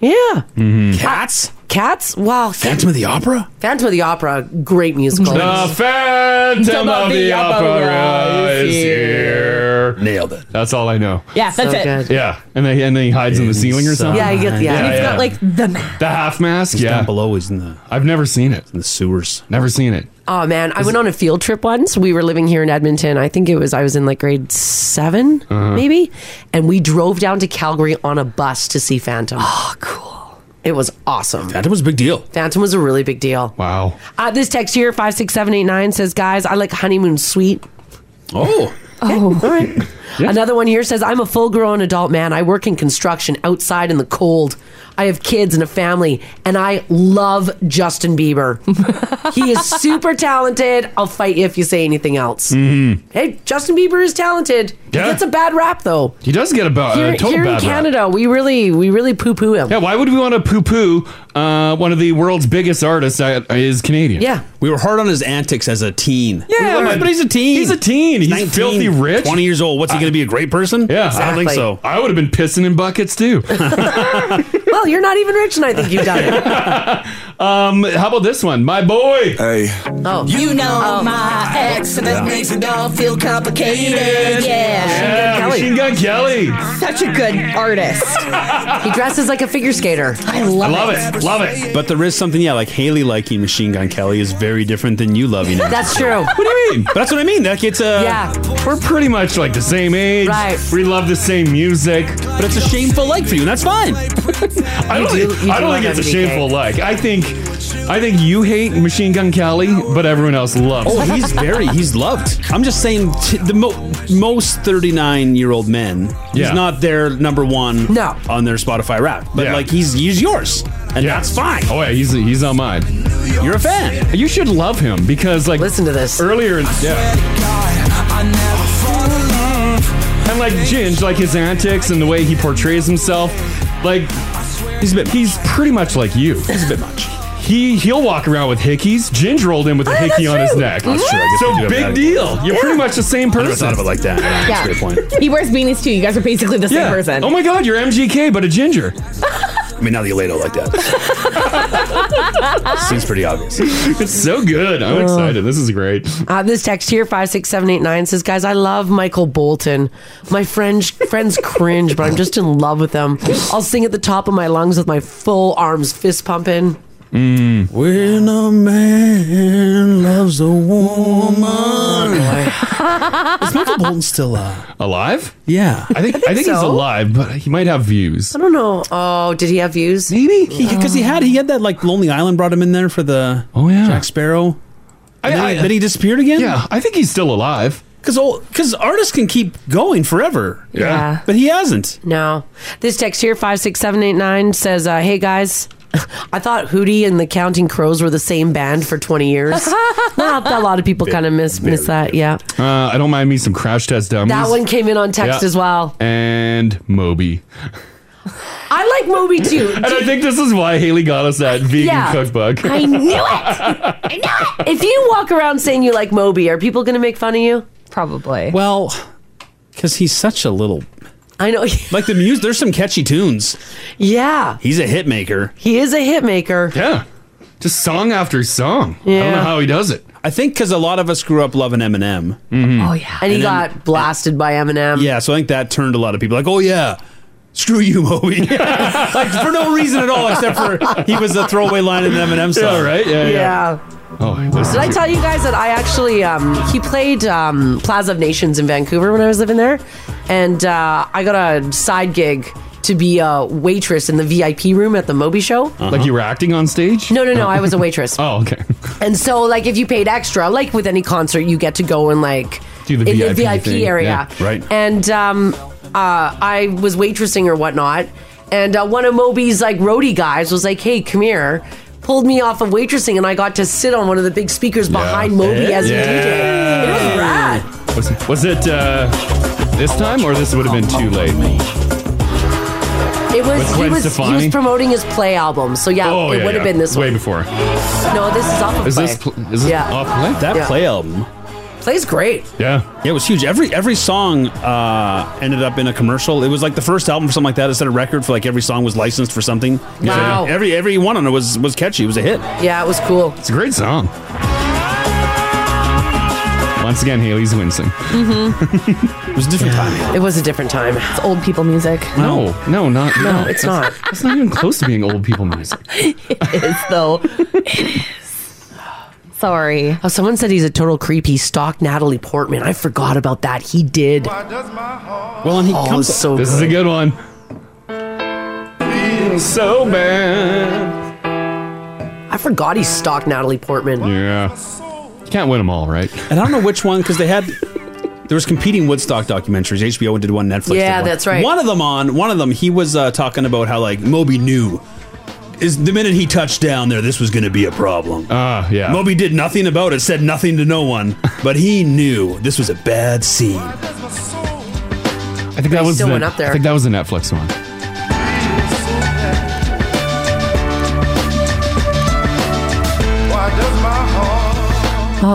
Speaker 3: Yeah.
Speaker 4: Mm-hmm. Cats.
Speaker 3: Cats. Wow.
Speaker 4: Phantom of the Opera.
Speaker 3: Phantom of the Opera. Great musical.
Speaker 2: The Phantom of the Opera is here. Nailed it. That's all I know.
Speaker 5: Yeah, that's So it. good.
Speaker 2: Yeah, and then and then he hides in the ceiling or something.
Speaker 5: Yeah, I get the And it's got like the
Speaker 2: the half mask. yeah, down below is in the. I've never seen it. In the sewers. Never seen it.
Speaker 3: Oh man, I went on a field trip once. We were living here in Edmonton. I think it was I was in like grade 7
Speaker 2: Uh-huh.
Speaker 3: maybe, and we drove down to Calgary on a bus to see Phantom. Oh, cool! It was awesome.
Speaker 4: Phantom was a big deal.
Speaker 3: Phantom was a really big deal.
Speaker 2: Wow.
Speaker 3: Uh, this text here five six seven eight nine says, guys, I like honeymoon suite.
Speaker 4: Oh.
Speaker 3: Oh, all right. Another one here says, I'm a full grown adult man. I work in construction outside in the cold. I have kids and a family, and I love Justin Bieber. he is super talented. I'll fight you if you say anything else.
Speaker 2: Mm-hmm.
Speaker 3: Hey, Justin Bieber is talented.
Speaker 2: Yeah.
Speaker 3: He gets a bad rap, though.
Speaker 2: He does get a, ba-
Speaker 3: here
Speaker 2: a total
Speaker 3: here
Speaker 2: bad
Speaker 3: in
Speaker 2: rap.
Speaker 3: Canada, we really we really poo poo him.
Speaker 2: Yeah, why would we want to poo-poo uh, one of the world's biggest artists that is Canadian?
Speaker 3: Yeah.
Speaker 4: We were hard on his antics as a teen.
Speaker 2: Yeah,
Speaker 4: We loved- but he's a teen.
Speaker 2: He's a teen. He's,
Speaker 4: 19,
Speaker 2: filthy rich.
Speaker 4: 20 years old. What's he going to be, a great person?
Speaker 2: Yeah,
Speaker 4: I don't think so.
Speaker 2: I would have been pissing in buckets too.
Speaker 3: well, you're not even rich, and I think you've done it.
Speaker 2: um, how about this one, my boy? Hey.
Speaker 3: Oh.
Speaker 11: You know my ex, and that
Speaker 2: Yeah.
Speaker 11: makes it all feel complicated.
Speaker 2: Yeah, Machine Gun Kelly.
Speaker 11: Such a good artist.
Speaker 3: he dresses like a figure skater. I
Speaker 4: I love it. Love it. But there is something, yeah, like Haley liking Machine Gun Kelly is very different than you loving it.
Speaker 3: That's true.
Speaker 4: What do you mean? But that's what I mean. That gets uh, a.
Speaker 3: Yeah.
Speaker 2: We're pretty much like the same age. Right. We love the same music.
Speaker 4: But it's a shameful like for you, and that's fine.
Speaker 2: I don't, think, I don't think it's a shameful like. I think I think you hate Machine Gun Kelly, but everyone else loves.
Speaker 4: Oh,
Speaker 2: it.
Speaker 4: he's very, he's loved. I'm just saying, t- the mo- most 39 year old men,
Speaker 2: Yeah.
Speaker 4: he's not their number one
Speaker 3: no.
Speaker 4: on their Spotify rap. But like, he's he's yours, and that's fine.
Speaker 2: Oh yeah, he's he's on mine.
Speaker 4: You're a fan.
Speaker 2: You should love him because like
Speaker 3: listen to this
Speaker 2: earlier. Yeah. And like Ginge, like his antics and the way he portrays himself, Like he's a bit. He's pretty much like you. He's a bit much. He he'll walk around with hickeys. Ginge rolled in with a
Speaker 4: Oh,
Speaker 2: hickey
Speaker 4: that's
Speaker 2: on his
Speaker 4: true.
Speaker 2: neck.
Speaker 4: That's true. I guess we do
Speaker 2: so
Speaker 4: have that.
Speaker 2: big deal. You're
Speaker 5: Yeah.
Speaker 2: pretty much the same person.
Speaker 4: never thought of it like that. Yeah,
Speaker 5: Yeah. He wears beanies too. You guys are basically the same
Speaker 2: Yeah.
Speaker 5: person.
Speaker 2: Oh my god, you're MGK but a ginger.
Speaker 4: I mean, now that you laid out like that, seems pretty obvious.
Speaker 2: it's so good. I'm
Speaker 3: Oh.
Speaker 2: excited. This is great.
Speaker 3: Uh, this text here five six seven eight nine says, "Guys, I love Michael Bolton. My friends friends cringe, but I'm just in love with them. I'll sing at the top of my lungs with my full arms, fist pumping."
Speaker 4: Mm. When a man loves a
Speaker 7: woman.
Speaker 4: Is Michael Bolton still uh,
Speaker 2: Alive?
Speaker 4: Yeah.
Speaker 2: I think I think,
Speaker 3: I think
Speaker 2: he's
Speaker 3: so.
Speaker 2: alive, but he might have views.
Speaker 3: I don't know. Oh, did he have views?
Speaker 4: Maybe because he, had he had that like Lonely Island brought him in there for the
Speaker 2: oh yeah
Speaker 4: Jack Sparrow.
Speaker 2: I-
Speaker 4: And then, he,
Speaker 2: I-
Speaker 4: then he disappeared again.
Speaker 2: Yeah, I think he's still alive.
Speaker 4: Because because artists can keep going forever.
Speaker 3: Yeah. Yeah.
Speaker 4: but he hasn't.
Speaker 3: No. This text here, 56789, says, uh, Hey guys, I thought Hootie and the Counting Crows were the same band for 20 years. Well, a lot of people kind of miss, miss that. Yeah.
Speaker 2: Uh, I don't mind me some crash test dummies.
Speaker 3: That one came in on text
Speaker 2: Yeah.
Speaker 3: as well.
Speaker 2: And Moby.
Speaker 3: I like Moby too.
Speaker 2: And I think this is why Haley got us that vegan
Speaker 3: Yeah.
Speaker 2: cookbook.
Speaker 3: I knew it. I knew it. If you walk around saying you like Moby, are people going to make fun of you?
Speaker 5: Probably.
Speaker 4: Well, because he's such a little.
Speaker 3: I know.
Speaker 4: like the muse, there's some catchy tunes.
Speaker 3: Yeah.
Speaker 4: He's a hit maker.
Speaker 3: He is a hit maker.
Speaker 2: Yeah. Just song after song. I don't know
Speaker 4: Yeah.
Speaker 2: how he does it. Mm-hmm.
Speaker 4: I think because a lot of us grew up loving Eminem.
Speaker 3: Oh, yeah. And he got blasted by Eminem.
Speaker 4: Yeah, so I think that turned a lot of people like, oh yeah, screw you, Moby, like for no reason at all except for he was a throwaway line in an Eminem song,
Speaker 2: Yeah, right? Yeah, yeah.
Speaker 3: Yeah.
Speaker 2: Oh, I
Speaker 3: Did I tell you guys that I actually um, he played um, Plaza of Nations in Vancouver when I was living there, and uh, I got a side gig to be a waitress in the VIP room at the Moby Show.
Speaker 2: Like you were acting on stage?
Speaker 3: No, no, no. I was a waitress.
Speaker 2: oh, okay.
Speaker 3: And so, like, if you paid extra, like with any concert, you get to go and like
Speaker 2: Do the
Speaker 3: in
Speaker 2: VIP
Speaker 3: the VIP
Speaker 2: thing.
Speaker 3: area,
Speaker 2: Yeah, right.
Speaker 3: And um, uh, I was waitressing or whatnot, and uh, one of Moby's like roadie guys was like, "Hey, come here." Pulled me off of waitressing, and I got to sit on one of the big speakers behind Moby as
Speaker 2: yeah.
Speaker 3: a DJ. It was rad.
Speaker 2: Was it, was it uh, this time or this would have been too late?
Speaker 3: It was
Speaker 2: With
Speaker 3: he
Speaker 2: Gwen
Speaker 3: was he
Speaker 2: Stefani?
Speaker 3: was promoting his play album, so yeah,
Speaker 2: Oh,
Speaker 3: it
Speaker 2: yeah,
Speaker 3: would have
Speaker 2: yeah.
Speaker 3: been this
Speaker 2: Way
Speaker 3: one.
Speaker 2: before.
Speaker 3: No, this is off of
Speaker 2: Is
Speaker 3: play.
Speaker 2: this, pl- is this
Speaker 3: Yeah.
Speaker 2: off play?
Speaker 4: That
Speaker 3: Yeah.
Speaker 4: play album,
Speaker 3: Play's great.
Speaker 2: yeah,
Speaker 4: yeah, it was huge. Every every song uh, ended up in a commercial. It was like the first album for something like that. It set a record for like every song was licensed for something.
Speaker 3: Wow.
Speaker 4: So every every one on it was was catchy. It was a hit.
Speaker 3: Yeah, it was cool.
Speaker 2: It's a great song. Once again, Haley's wincing.
Speaker 5: Mm-hmm.
Speaker 4: it was a different time.
Speaker 3: It was a different time.
Speaker 5: It's old people music.
Speaker 2: No, no, not
Speaker 5: No, it's
Speaker 2: that's- It's not even close to being old people music.
Speaker 5: it is though. Sorry.
Speaker 3: Oh, someone said he's a total creep. He stalked Natalie Portman. I forgot about that. He did.
Speaker 4: Well, and he
Speaker 3: comes so.
Speaker 2: This is a good one. so bad.
Speaker 3: I forgot he stalked Natalie Portman.
Speaker 2: Yeah. You can't win them all, right?
Speaker 4: And I don't know which one because they had there was competing Woodstock documentaries. HBO did one, Netflix.
Speaker 3: Yeah,
Speaker 4: did one.
Speaker 3: that's right.
Speaker 4: One of them on one of them, he was uh, talking about how like Moby knew is the minute he touched down there, this was going to be a problem.
Speaker 2: Ah, yeah.
Speaker 4: Moby did nothing about it, said nothing to no one, but he knew this was a bad scene.
Speaker 2: I think that was
Speaker 4: still
Speaker 2: the,
Speaker 4: went up there.
Speaker 2: I think that was the Netflix one.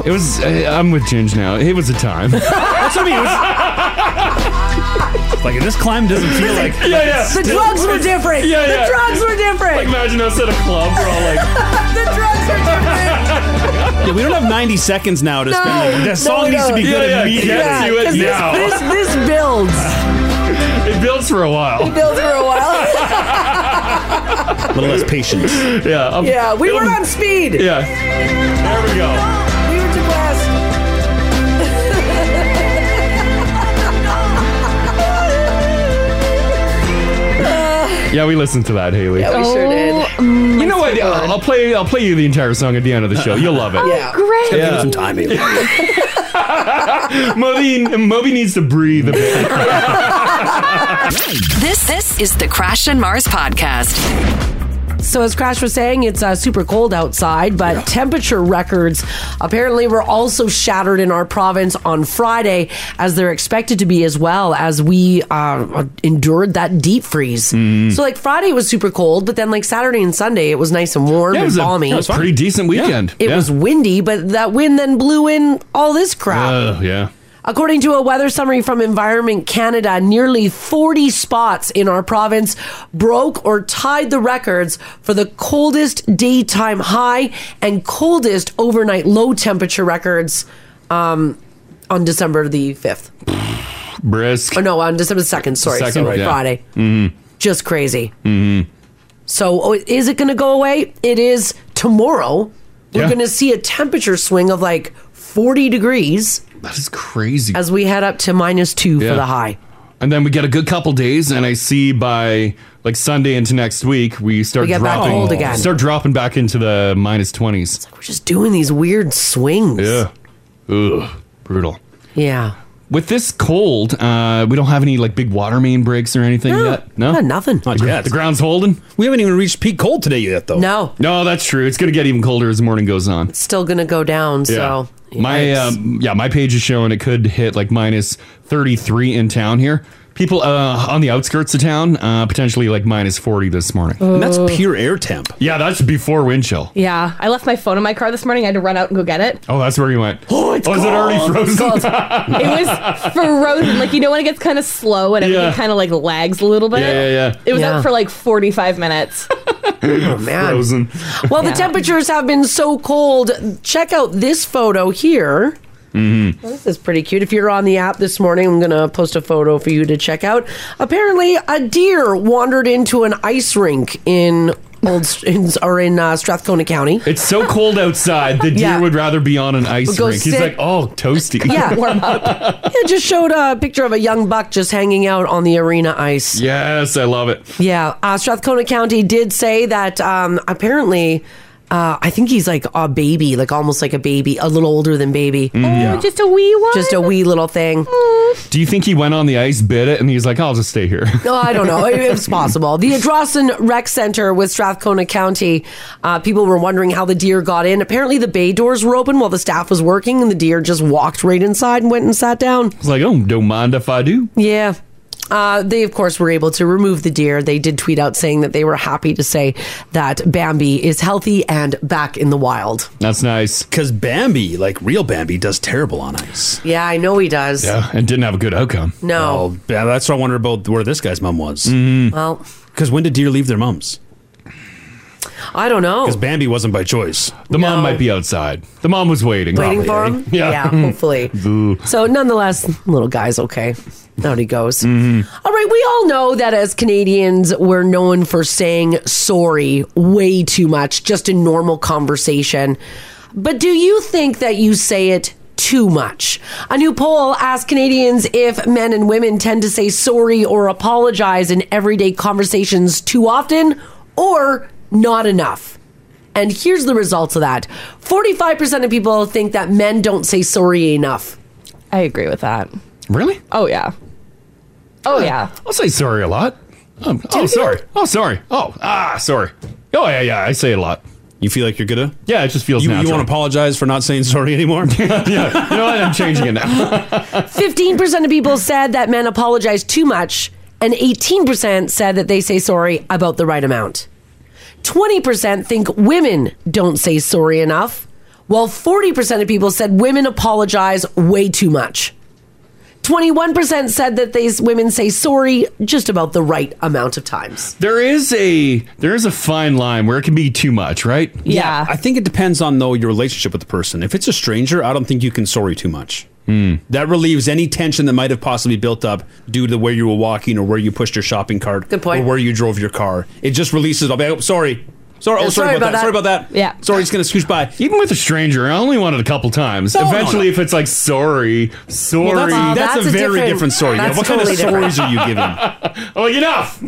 Speaker 2: It was. I, I'm with Ginge now. It was a time.
Speaker 4: That's what I mean. it was- like this climb doesn't feel like
Speaker 2: yeah, yeah.
Speaker 3: The drugs were different.
Speaker 2: Yeah,
Speaker 3: The
Speaker 2: yeah.
Speaker 3: drugs were different.
Speaker 2: Like, imagine us at a club. We're all like,
Speaker 3: the drugs are different.
Speaker 4: Yeah, we don't have 90 seconds now to
Speaker 3: No,
Speaker 4: spend. Like,
Speaker 3: no,
Speaker 4: that song
Speaker 3: we
Speaker 4: needs to be
Speaker 2: don't.
Speaker 4: good
Speaker 2: Yeah, yeah,
Speaker 4: immediately.
Speaker 2: get to it
Speaker 3: 'cause this-
Speaker 2: now.
Speaker 3: This, this, builds.
Speaker 2: it builds for a while.
Speaker 3: It builds for a while.
Speaker 4: A little less patience.
Speaker 2: yeah. I'm-
Speaker 3: yeah, we weren't
Speaker 2: it'll-
Speaker 3: on speed.
Speaker 2: Yeah. There we go.
Speaker 3: We were
Speaker 2: Yeah, we listened to that, Haley.
Speaker 3: Yeah, we sure did.
Speaker 2: you know what? I'll, I'll play. I'll play you the entire song at the end of the show. You'll love it.
Speaker 3: Yeah.
Speaker 5: Great.
Speaker 4: Give him some time, Haley.
Speaker 2: Moby, Moby needs to breathe a bit.
Speaker 1: This this is the Crash and Mars podcast.
Speaker 3: So as Crash was saying, it's uh, super cold outside, but temperature records apparently were also shattered in our province on Friday, as they're expected to be as well as we uh, endured that deep freeze.
Speaker 2: Mm-hmm.
Speaker 3: So like Friday was super cold, but then like Saturday and Sunday it was nice and warm
Speaker 2: Yeah, it
Speaker 3: and
Speaker 2: was a-
Speaker 3: balmy.
Speaker 2: yeah, it was a pretty decent weekend.
Speaker 3: It
Speaker 2: Yeah.
Speaker 3: was windy, but that wind then blew in all this crap.
Speaker 2: Oh, yeah.
Speaker 3: According to a weather summary from Environment Canada, nearly 40 spots in our province broke or tied the records for the coldest daytime high and coldest overnight low temperature records um, on December the 5th.
Speaker 2: Brisk.
Speaker 3: Oh, no, on December 2nd, sorry.
Speaker 2: Second,
Speaker 3: so
Speaker 2: yeah.
Speaker 3: Friday.
Speaker 2: Mhm.
Speaker 3: Just crazy.
Speaker 2: Mhm.
Speaker 3: So, oh, is it going to go away? It is tomorrow. We're
Speaker 2: Yeah.
Speaker 3: going to see a temperature swing of like 40 degrees.
Speaker 2: That is crazy.
Speaker 3: As we head up to minus two for
Speaker 2: Yeah.
Speaker 3: the high.
Speaker 2: And then we get a good couple days, and I see by like Sunday into next week, we start
Speaker 3: We get back
Speaker 2: dropping,
Speaker 3: cold again.
Speaker 2: start dropping back into the minus twenties.
Speaker 3: we're just doing these weird swings.
Speaker 2: Yeah, ugh, brutal.
Speaker 3: Yeah.
Speaker 2: With this cold, uh, we don't have any like big water main breaks or anything yet. No,
Speaker 3: nothing.
Speaker 2: Not yet. The ground's holding.
Speaker 4: We haven't even reached peak cold today yet, though.
Speaker 3: No.
Speaker 2: No, that's true. It's gonna get even colder as the morning goes on.
Speaker 3: It's still going to go down. So,
Speaker 2: my um, yeah, my page is showing it could hit like minus 33 in town here. People uh, on the outskirts of town uh, potentially like minus 40 this morning.
Speaker 5: And that's Oh. pure
Speaker 2: air temp. Yeah, that's before wind chill.
Speaker 5: Yeah, I left my phone in my car this morning. I had to run out and go get it.
Speaker 2: Oh, that's where you went. Oh, is it already frozen?
Speaker 5: It's cold. it was frozen. Like you know when it gets kind of slow and everything
Speaker 2: Yeah.
Speaker 5: kind of like lags a little bit.
Speaker 2: Yeah, yeah, yeah.
Speaker 5: It was
Speaker 2: Yeah.
Speaker 5: up for like forty-five minutes.
Speaker 3: oh, man.
Speaker 2: Frozen.
Speaker 3: well, the
Speaker 5: Yeah.
Speaker 3: temperatures have been so cold. Check out this photo here.
Speaker 2: Mm-hmm.
Speaker 3: This is pretty cute. If you're on the app this morning, I'm going to post a photo for you to check out. Apparently, a deer wandered into an ice rink in old in, or in uh, Strathcona County.
Speaker 2: It's so cold outside, the deer
Speaker 3: Yeah.
Speaker 2: would rather be on an ice
Speaker 3: Go
Speaker 2: rink. He's
Speaker 3: sit-
Speaker 2: like, oh, toasty.
Speaker 3: Yeah. It just showed a picture of a young buck just hanging out on the arena ice.
Speaker 2: yes, I love it.
Speaker 3: Yeah, uh, Strathcona County did say that um, apparently, uh, I think he's like a baby, like almost like a baby, a little older than baby.
Speaker 2: yeah.
Speaker 5: Oh, Just a wee one. Oh.
Speaker 3: Just a wee little thing.
Speaker 2: Do you think he went on the ice, bit it, and he's like, I'll just stay here?
Speaker 3: No, I don't know. It- It's possible. The Adrossan Rec Center with Strathcona County. Uh, people were wondering how the deer got in. Apparently, the bay doors were open while the staff was working, and the deer just walked right inside and went and sat down.
Speaker 2: He's like, oh, don't mind if I do.
Speaker 3: Yeah. Uh, they, of course, were able to remove the deer. They did tweet out saying that they were happy to say that Bambi is healthy and back in the wild.
Speaker 2: That's nice.
Speaker 4: Because Bambi, like real Bambi, does terrible on ice.
Speaker 3: Yeah, I know he does.
Speaker 2: and didn't have a good outcome.
Speaker 3: No.
Speaker 4: Oh, yeah, that's what I wonder about where this guy's mom was.
Speaker 2: Mm-hmm.
Speaker 3: Well,
Speaker 4: because when did deer leave their moms?
Speaker 3: I don't know.
Speaker 4: Because Bambi wasn't by choice.
Speaker 2: The mom might be outside. The mom was waiting.
Speaker 3: Waiting for him?
Speaker 2: eh? Yeah.
Speaker 3: hopefully. so, nonetheless, little guy's okay. Out he goes. All right, we all know that as Canadians, we're known for saying sorry way too much, just in normal conversation. But do you think that you say it too much? A new poll asked Canadians if men and women tend to say sorry or apologize in everyday conversations too often or not enough. And here's the results of that 45% of people think that men don't say sorry enough.
Speaker 5: I agree with that.
Speaker 2: Really?
Speaker 5: Oh yeah. Oh yeah.
Speaker 2: I'll say sorry a lot. Um, oh, sorry. Oh, sorry. Oh, ah, sorry. Oh, yeah, yeah. I say it a lot.
Speaker 4: You feel like you're gonna?
Speaker 2: Yeah, it just feels
Speaker 4: You, you
Speaker 2: natural.
Speaker 4: want to apologize for not saying sorry anymore? yeah,
Speaker 2: yeah. You know what? I'm changing it now.
Speaker 3: 15% of people said that men apologize too much, and 18% said that they say sorry about the right amount. 20% think women don't say sorry enough, while 40% of people said women apologize way too much. 21% said that these women say sorry just about the right amount of times.
Speaker 2: There is a there is a fine line where it can be too much, right?
Speaker 5: Yeah.
Speaker 4: I think it depends on though your relationship with the person. If it's a stranger, I don't think you can sorry too much. That relieves any tension that might have possibly built up due to where you were walking or where you pushed your shopping cart. Good point. Or where you drove your car. It just releases. I'll be like, oh, sorry. Sorry. Oh,
Speaker 2: Yeah,
Speaker 4: sorry, about, that. Sorry about that.
Speaker 5: Yeah.
Speaker 4: Sorry, it's gonna scooch by.
Speaker 2: Even with a stranger, I only wanted a couple times.
Speaker 4: No, no,
Speaker 2: Eventually, if it's like sorry, sorry,
Speaker 4: Well, that's, that's a, very different, sorry.
Speaker 2: Yeah,
Speaker 4: what kind of stories are you giving?
Speaker 2: oh, enough.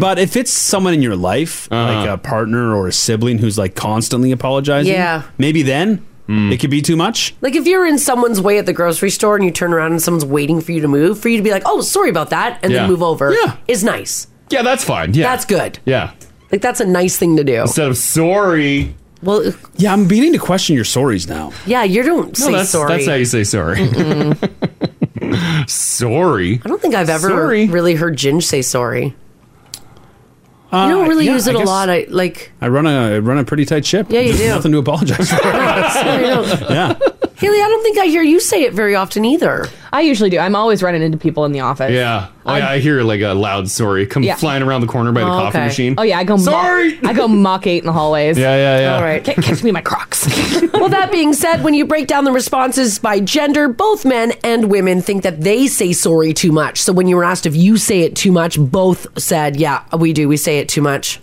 Speaker 4: but if it's someone in your life,
Speaker 2: Uh-huh.
Speaker 4: like a partner or a sibling who's like constantly apologizing,
Speaker 3: Yeah.
Speaker 4: maybe then
Speaker 2: Hmm.
Speaker 4: it could be too much.
Speaker 3: Like if you're in someone's way at the grocery store and you turn around and someone's waiting for you to move, for you to be like, "Oh, sorry about that," and
Speaker 2: Yeah.
Speaker 3: then move over, yeah. is nice.
Speaker 2: Yeah, that's fine. Yeah,
Speaker 3: That's good.
Speaker 2: Yeah,
Speaker 3: Like that's a nice thing to do.
Speaker 2: Instead of sorry.
Speaker 3: Well,
Speaker 4: yeah, I'm beginning to question your sorries now.
Speaker 3: Yeah, you don't say
Speaker 2: that's,
Speaker 3: sorry.
Speaker 2: That's how you say sorry.
Speaker 3: Mm-mm.
Speaker 2: sorry.
Speaker 3: I don't think I've ever
Speaker 2: Sorry.
Speaker 3: really heard Ginge say sorry.
Speaker 2: Uh,
Speaker 3: you don't really
Speaker 4: yeah,
Speaker 3: use it
Speaker 4: I
Speaker 3: a
Speaker 4: guess-
Speaker 3: lot. I like.
Speaker 4: I run a I run a pretty tight ship. Yeah,
Speaker 3: you
Speaker 4: There's
Speaker 3: do.
Speaker 4: Nothing to apologize for.
Speaker 3: I don't.
Speaker 4: yeah.
Speaker 3: Haley, I don't think I hear you say it very often either.
Speaker 5: I usually do. I'm always running into people in the office.
Speaker 2: Yeah. I, I hear like a loud sorry come
Speaker 5: Yeah.
Speaker 2: flying around the corner by the
Speaker 5: Oh,
Speaker 2: coffee
Speaker 5: okay.
Speaker 2: machine.
Speaker 5: Oh yeah, I go. Sorry. I go Mach eight in the hallways.
Speaker 2: Yeah, yeah, yeah.
Speaker 5: All right, Ca- catch me my Crocs.
Speaker 3: well, that being said, when you break down the responses by gender, both men and women think that they say sorry too much. So when you were asked if you say it too much, both said, yeah, we do. We say it too much.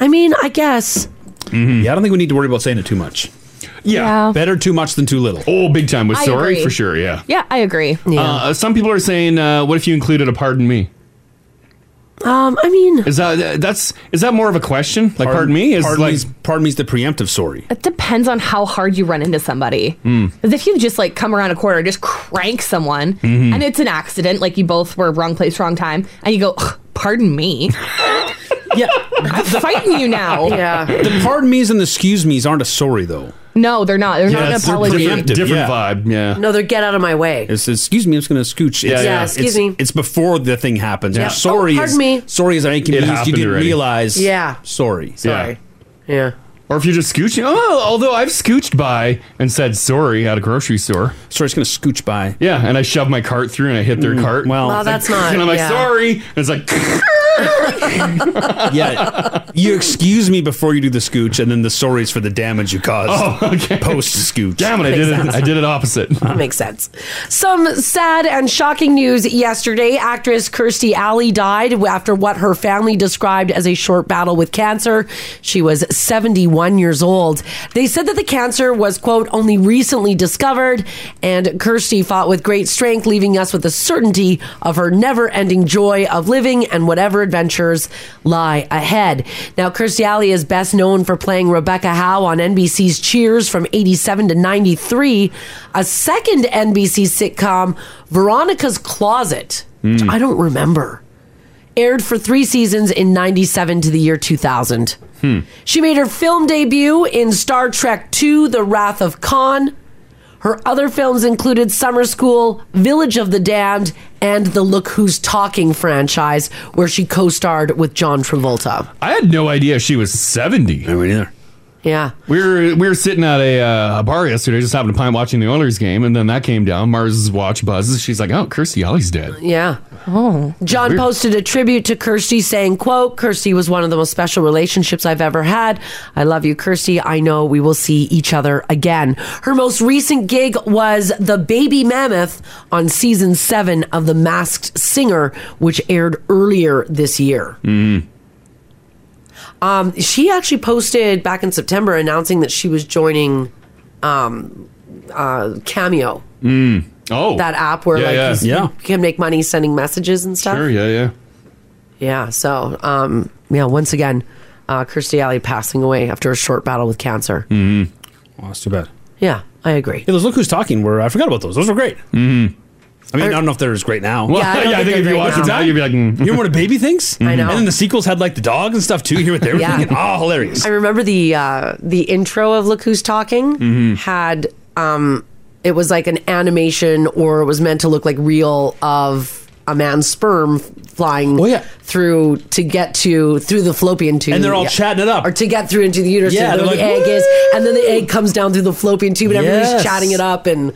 Speaker 3: I mean, I guess.
Speaker 4: Yeah, I don't think we need to worry about saying it too much.
Speaker 2: Mm-hmm. Yeah.
Speaker 4: Better too much than too little.
Speaker 2: Oh, big time with
Speaker 5: I
Speaker 2: sorry
Speaker 5: agree.
Speaker 2: for sure. Yeah.
Speaker 5: yeah, I agree.
Speaker 2: Uh, some people are saying, uh, "What if you included a pardon me?"
Speaker 3: Um, I mean,
Speaker 2: is that uh, that's is that more of a question? Like, pardon, me is
Speaker 4: pardon
Speaker 2: like
Speaker 4: me's- pardon me's the preemptive sorry.
Speaker 5: It depends on how hard you run into somebody.
Speaker 4: Mm.
Speaker 5: Because if you just like come around a corner, just crank someone,
Speaker 2: Mm-hmm.
Speaker 4: Mhm.
Speaker 5: and it's an accident, like you both were wrong place, wrong time, and you go, "Ugh, "Pardon me."
Speaker 4: yeah,
Speaker 5: I'm fighting you now.
Speaker 4: The pardon me's and the excuse me's aren't a sorry though.
Speaker 5: No, they're not. They're not an apology.
Speaker 2: vibe. Yeah.
Speaker 3: No, they're get out of my way.
Speaker 4: It's, excuse me, I'm just going to scooch.
Speaker 3: Yeah,
Speaker 4: it's,
Speaker 3: yeah. excuse
Speaker 4: it's-
Speaker 3: me.
Speaker 4: It's before the thing happens.
Speaker 3: Yeah.
Speaker 4: Sorry.
Speaker 3: Oh, pardon
Speaker 4: is,
Speaker 3: me.
Speaker 4: Sorry is I ain't confused. You
Speaker 2: happened
Speaker 4: didn't
Speaker 2: already.
Speaker 4: realize.
Speaker 3: Yeah.
Speaker 4: Sorry.
Speaker 2: Sorry.
Speaker 3: Yeah.
Speaker 2: Or if you're just scooching. Oh, although I've scooched by and said sorry at a grocery store.
Speaker 4: Sorry, it's gonna scooch by. Mm,
Speaker 2: Yeah, and I shove my cart through and I hit their cart.
Speaker 4: well,
Speaker 3: Well, that's not-
Speaker 2: And I'm like
Speaker 3: yeah.
Speaker 2: sorry, and it's like
Speaker 4: yeah. You excuse me before you do the scooch, and then the sorry's for the damage you caused.
Speaker 2: Oh, okay.
Speaker 4: Post scooch.
Speaker 2: Damn it, I did it. I did it opposite.
Speaker 3: Makes sense. Some sad and shocking news yesterday. Actress Kirstie Alley died after what her family described as a short battle with cancer. She was 71 years old. They said that the cancer was, quote, only recently discovered, and Kirstie fought with great strength, leaving us with the certainty of her never ending joy of living and whatever adventures lie ahead. Now, Kirstie Alley is best known for playing Rebecca Howe on NBC's Cheers from 87 to 93, a second NBC sitcom, Veronica's Closet, which
Speaker 7: Mm.
Speaker 3: I don't remember, aired for three seasons in 97 to the year 2000.
Speaker 7: Hmm.
Speaker 3: She made her film debut in Star Trek II The Wrath of Khan. Her other films included Summer School, Village of the Damned, and the Look Who's Talking franchise, where she co starred with John Travolta.
Speaker 2: I had no idea she was 70.
Speaker 4: I either.
Speaker 3: Yeah.
Speaker 2: We were we were sitting at a, uh, a bar yesterday, just having a pint, watching the Oilers game, and then that came down. Mars's watch buzzes. She's like, "Oh, Kirstie Alley's dead."
Speaker 3: Yeah. Oh. John
Speaker 2: Weird.
Speaker 3: posted a tribute to Kirsty saying, quote, Kirsty was one of the most special relationships I've ever had. I love you, Kirsty. I know we will see each other again. Her most recent gig was The Baby Mammoth on season seven of The Masked Singer, which aired earlier this year.
Speaker 7: Mm.
Speaker 3: Um, she actually posted back in September announcing that she was joining um, uh, Cameo.
Speaker 2: Mm. Oh,
Speaker 3: that app where
Speaker 2: yeah,
Speaker 3: like
Speaker 2: yeah,
Speaker 3: you s-
Speaker 2: yeah.
Speaker 3: you can make money sending messages and stuff.
Speaker 2: Sure, yeah, yeah.
Speaker 3: Yeah. So, um, yeah. Once again, uh, Kirstie Alley passing away after a short battle with cancer.
Speaker 4: Mm-hmm. Well, that's too bad.
Speaker 3: Yeah, I agree.
Speaker 4: Yeah, those look who's talking. Were I forgot about those. Those were great. Mm-hmm. I mean, I, don't know if they're as great now.
Speaker 2: Well, Yeah, I don't yeah, I think think if they're you great watch it now. now, you'd be like, mm. Mm-hmm.
Speaker 4: you know what a baby thinks?
Speaker 3: I know.
Speaker 4: And then the sequels had like the dog and stuff too. You hear what they were
Speaker 3: Yeah.
Speaker 4: thinking? Oh, hilarious.
Speaker 3: I remember the uh, the intro of Look Who's Talking
Speaker 4: Mhm.
Speaker 3: had um, it was like an animation, or it was meant to look like real of a man's sperm flying through to get to through the fallopian tube,
Speaker 4: Oh, And they're all chatting it up,
Speaker 3: or to get through into the uterus,
Speaker 4: Yeah,
Speaker 3: yeah, where
Speaker 4: they're
Speaker 3: the
Speaker 4: like,
Speaker 3: egg is, and then the egg comes down through the fallopian tube, and
Speaker 7: Yes.
Speaker 3: everybody's chatting it up, and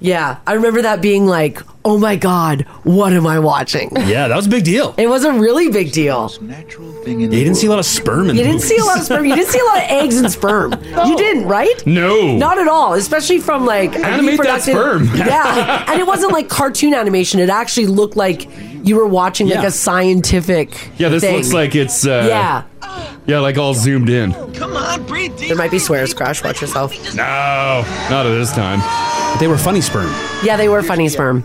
Speaker 3: yeah, I remember that being like, oh my god, what am I watching?
Speaker 4: Yeah, that was a big deal.
Speaker 3: It was a really big deal.
Speaker 4: You didn't see a lot of sperm in
Speaker 3: You
Speaker 4: the
Speaker 3: didn't see a lot of
Speaker 4: movies.
Speaker 3: sperm. You didn't see a lot of eggs and sperm. You didn't, right?
Speaker 2: No.
Speaker 3: Not at all. Especially from like a
Speaker 2: Animate that
Speaker 3: reproductive-
Speaker 2: sperm.
Speaker 3: yeah, and it wasn't like cartoon animation. It actually looked like you were watching like
Speaker 2: Yeah.
Speaker 3: a scientific.
Speaker 2: Yeah, this
Speaker 3: thing.
Speaker 2: looks like it's uh,
Speaker 3: Yeah.
Speaker 2: yeah, like all zoomed in.
Speaker 3: There might be swears. Crash. Watch yourself.
Speaker 2: No, not at this time.
Speaker 4: They were funny sperm.
Speaker 3: Yeah, they were funny sperm.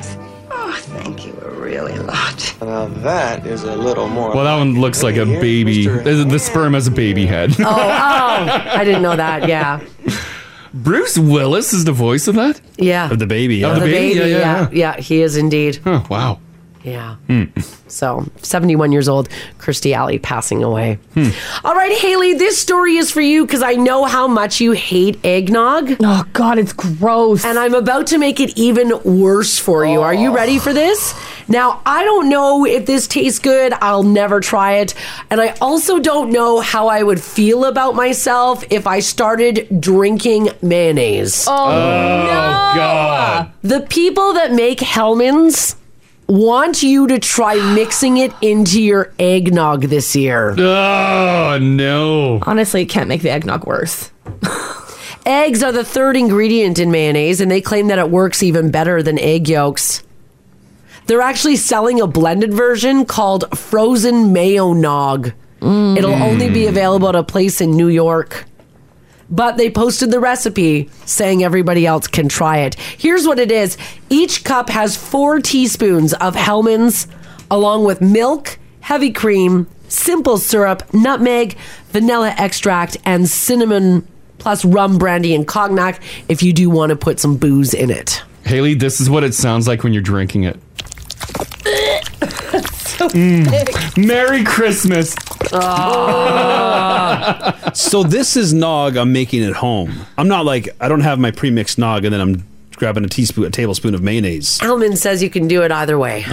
Speaker 12: Thank you a really lot.
Speaker 8: Now that is a little more.
Speaker 2: Well, that one looks like a baby. The the sperm has a baby head.
Speaker 3: Oh, oh, I didn't know that. Yeah,
Speaker 2: Bruce Willis is the voice of that.
Speaker 3: yeah.
Speaker 2: Of the baby.
Speaker 3: The baby, yeah, yeah, He is indeed.
Speaker 2: wow.
Speaker 3: Yeah.
Speaker 2: Hmm.
Speaker 3: So, 71 years old, Christy Alley passing away.
Speaker 2: Hmm.
Speaker 3: All right, Haley, this story is for you because I know how much you hate eggnog. Oh, God, it's gross. And I'm about to make it even worse for you. Are you ready for this? Now, I don't know if this tastes good. I'll never try it. And I also don't know how I would feel about myself if I started drinking mayonnaise.
Speaker 7: Oh, Oh, no. God.
Speaker 3: The people that make Hellman's want you to try mixing it into your eggnog this year.
Speaker 2: Oh, no.
Speaker 3: Honestly, it can't make the eggnog worse. Eggs are the third ingredient in mayonnaise, and they claim that it works even better than egg yolks. They're actually selling a blended version called frozen mayo nog. It'll only be available at a place in New York. But they posted the recipe saying everybody else can try it. Here's what it is each cup has four teaspoons of Hellman's, along with milk, heavy cream, simple syrup, nutmeg, vanilla extract, and cinnamon, plus rum, brandy, and cognac if you do want to put some booze in it.
Speaker 2: Haley, this is what it sounds like when you're drinking it. Hmm.
Speaker 4: Mm.
Speaker 2: Merry Christmas. Oh.
Speaker 4: so this is nog I'm making at home. I'm not like I don't have my pre-mixed nog and then I'm grabbing a teaspoon, a tablespoon of mayonnaise.
Speaker 3: Hellman says you can do it either way.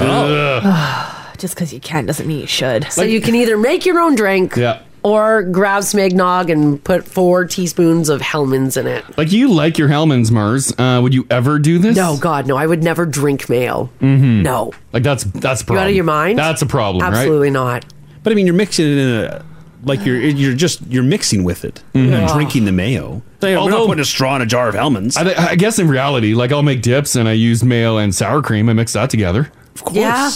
Speaker 5: Just because you can doesn't mean you should.
Speaker 3: So you can either make your own drink
Speaker 2: Yeah.
Speaker 3: or grab some eggnog and put four teaspoons of Hellman's in it.
Speaker 2: Like you like your Hellman's Mars. Uh, would you ever do this?
Speaker 3: No, God, no. I would never drink mayo.
Speaker 2: Mm-hmm.
Speaker 3: No.
Speaker 2: Like that's that's a
Speaker 3: You
Speaker 2: problem.
Speaker 3: out of your mind?
Speaker 2: That's a problem, right?
Speaker 3: Absolutely not.
Speaker 4: But I mean, you're mixing it in a like you're you're just you're mixing with it. You're not
Speaker 2: Yeah.
Speaker 4: drinking the mayo. Although,
Speaker 2: Although-
Speaker 4: putting a straw in a jar of Hellman's.
Speaker 2: I, I guess in reality, like I'll make dips and I use mayo and sour cream. I mix that together,
Speaker 4: Of
Speaker 3: course. Yeah.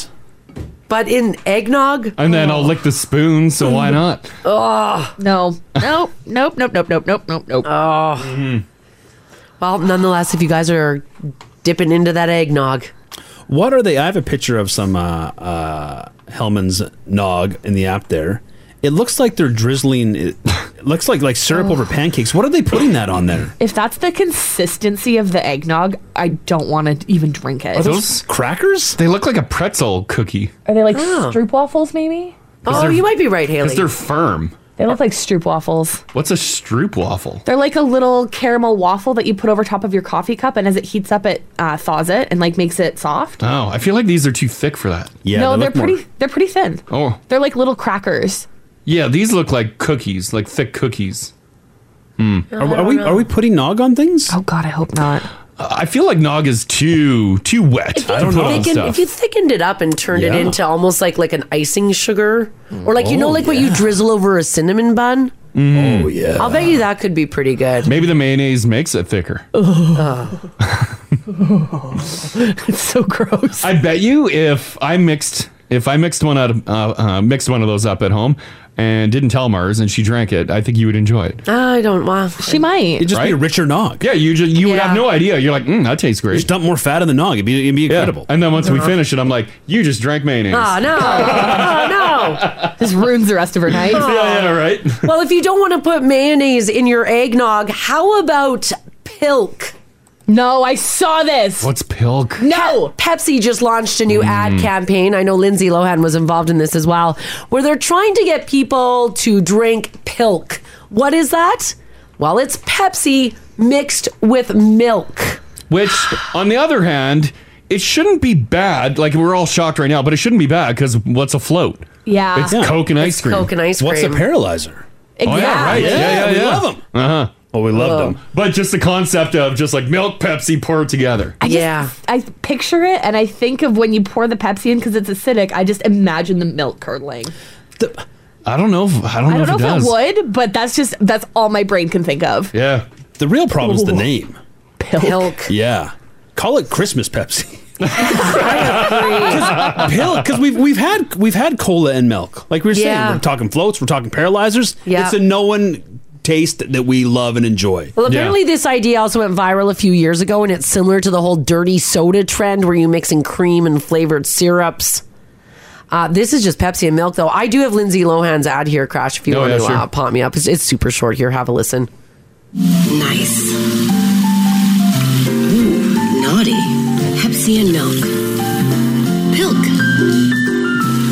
Speaker 3: But in eggnog?
Speaker 2: and then I'll lick the spoon. So why
Speaker 3: Mm-hmm.
Speaker 2: not?
Speaker 3: Oh.
Speaker 5: No. Nope. nope. Nope. Nope. Nope. Nope. Nope. Nope.
Speaker 3: Oh. Well, nonetheless, if you guys are dipping into that eggnog,
Speaker 4: What are they? I have a picture of some uh, uh, Hellman's nog in the app there. It looks like they're drizzling. It it looks like like syrup over pancakes. What are they putting that on there?
Speaker 5: If that's the consistency of the eggnog, I don't want to even drink it.
Speaker 2: Are those
Speaker 4: crackers?
Speaker 2: They look like a pretzel cookie.
Speaker 5: Are they like
Speaker 2: Oh.
Speaker 5: stroopwafels? Maybe.
Speaker 3: Oh,
Speaker 2: 'Cause they're- Because
Speaker 5: They
Speaker 2: they're firm.
Speaker 5: look like stroopwafels.
Speaker 2: What's a stroop waffle?
Speaker 5: They're like a little caramel waffle that you put over top of your coffee cup, and as it heats up, it uh, thaws it and like makes it soft.
Speaker 2: Oh, I feel like these are too thick for that.
Speaker 5: no, they are pretty. They're pretty thin.
Speaker 2: Oh,
Speaker 5: They're like little crackers.
Speaker 2: yeah. These look like cookies, like thick cookies. Hmm.
Speaker 4: Are, are we are we putting nog on things?
Speaker 5: Oh God, I hope not.
Speaker 2: I feel like nog is too too wet. I don't know.
Speaker 3: Thicken- if you thickened it up and turned it
Speaker 2: Yeah.
Speaker 3: into almost like like an icing sugar, or like you know,
Speaker 2: Oh,
Speaker 3: like what you drizzle over a cinnamon bun.
Speaker 2: Oh yeah.
Speaker 3: I'll bet you that could be pretty good.
Speaker 2: Maybe the mayonnaise makes it thicker.
Speaker 3: Ugh.
Speaker 5: it's so gross.
Speaker 2: I bet you if I mixed if I mixed one out of, uh, uh, mixed one of those up at home and didn't tell Mars and she drank it, I think you would enjoy it.
Speaker 3: I don't. Well,
Speaker 5: she might.
Speaker 4: It'd just be a richer nog.
Speaker 2: Yeah, you just you would have
Speaker 4: Yeah.
Speaker 2: no idea. You're like, mm, that tastes great. Just
Speaker 4: dump more fat in the nog. It'd be, it'd be
Speaker 2: incredible. And then once we
Speaker 5: Yeah.
Speaker 2: finish it, I'm like, you just drank mayonnaise.
Speaker 3: Oh no! Oh no!
Speaker 5: This ruins the rest of her night.
Speaker 2: yeah, yeah, right.
Speaker 3: well, if you don't want to put mayonnaise in your eggnog, how about pilk?
Speaker 5: No, I saw this.
Speaker 2: What's pilk?
Speaker 5: No!
Speaker 3: Pepsi just launched a new ad campaign. I know Lindsay Lohan was involved in this as well, where they're trying to get people to drink pilk. What is that? Well, it's Pepsi mixed with milk.
Speaker 2: Which, on the other hand, it shouldn't be bad. Like we're all shocked right now, but it shouldn't be bad because what's a float?
Speaker 5: Yeah.
Speaker 2: it's Coke and ice cream.
Speaker 3: Coke and ice
Speaker 2: What's a
Speaker 3: cream.
Speaker 4: paralyzer?
Speaker 2: Oh, yeah, right.
Speaker 4: Exactly.
Speaker 2: Yeah,
Speaker 4: Yeah,
Speaker 2: yeah,
Speaker 4: we
Speaker 2: yeah.
Speaker 4: love 'em.
Speaker 2: Uh huh.
Speaker 4: Oh, we
Speaker 5: loved Oh. 'em.
Speaker 2: But just the concept of just like milk, Pepsi poured together.
Speaker 5: I just, I picture it, and I think of when you pour the Pepsi in because it's acidic. I just imagine the milk curdling.
Speaker 2: I don't know. If, I don't know if it does.
Speaker 5: it would, but that's just that's all my brain can think of.
Speaker 2: Yeah.
Speaker 4: The real problem is the
Speaker 5: Ooh.
Speaker 4: name.
Speaker 5: Pilk.
Speaker 4: Yeah. Call it Christmas Pepsi.
Speaker 7: I
Speaker 4: Pill, because we've we've had we've had cola and milk. Like we were saying,
Speaker 3: Yeah.
Speaker 4: we're talking floats, we're talking paralyzers.
Speaker 3: Yeah.
Speaker 4: It's a known taste that we love and enjoy.
Speaker 3: Well, apparently this idea also went viral a few years ago, and it's similar to the whole dirty soda trend where you're mixing cream and flavored syrups. Uh, this is just Pepsi and milk, though. I do have Lindsay Lohan's ad here, Crash, if you
Speaker 2: Oh,
Speaker 3: want
Speaker 2: yeah,
Speaker 3: to
Speaker 2: sure.
Speaker 3: uh, pop me up. It's, it's super short here. Have a listen.
Speaker 13: Nice. Ooh, naughty. Pepsi and milk. Pilk.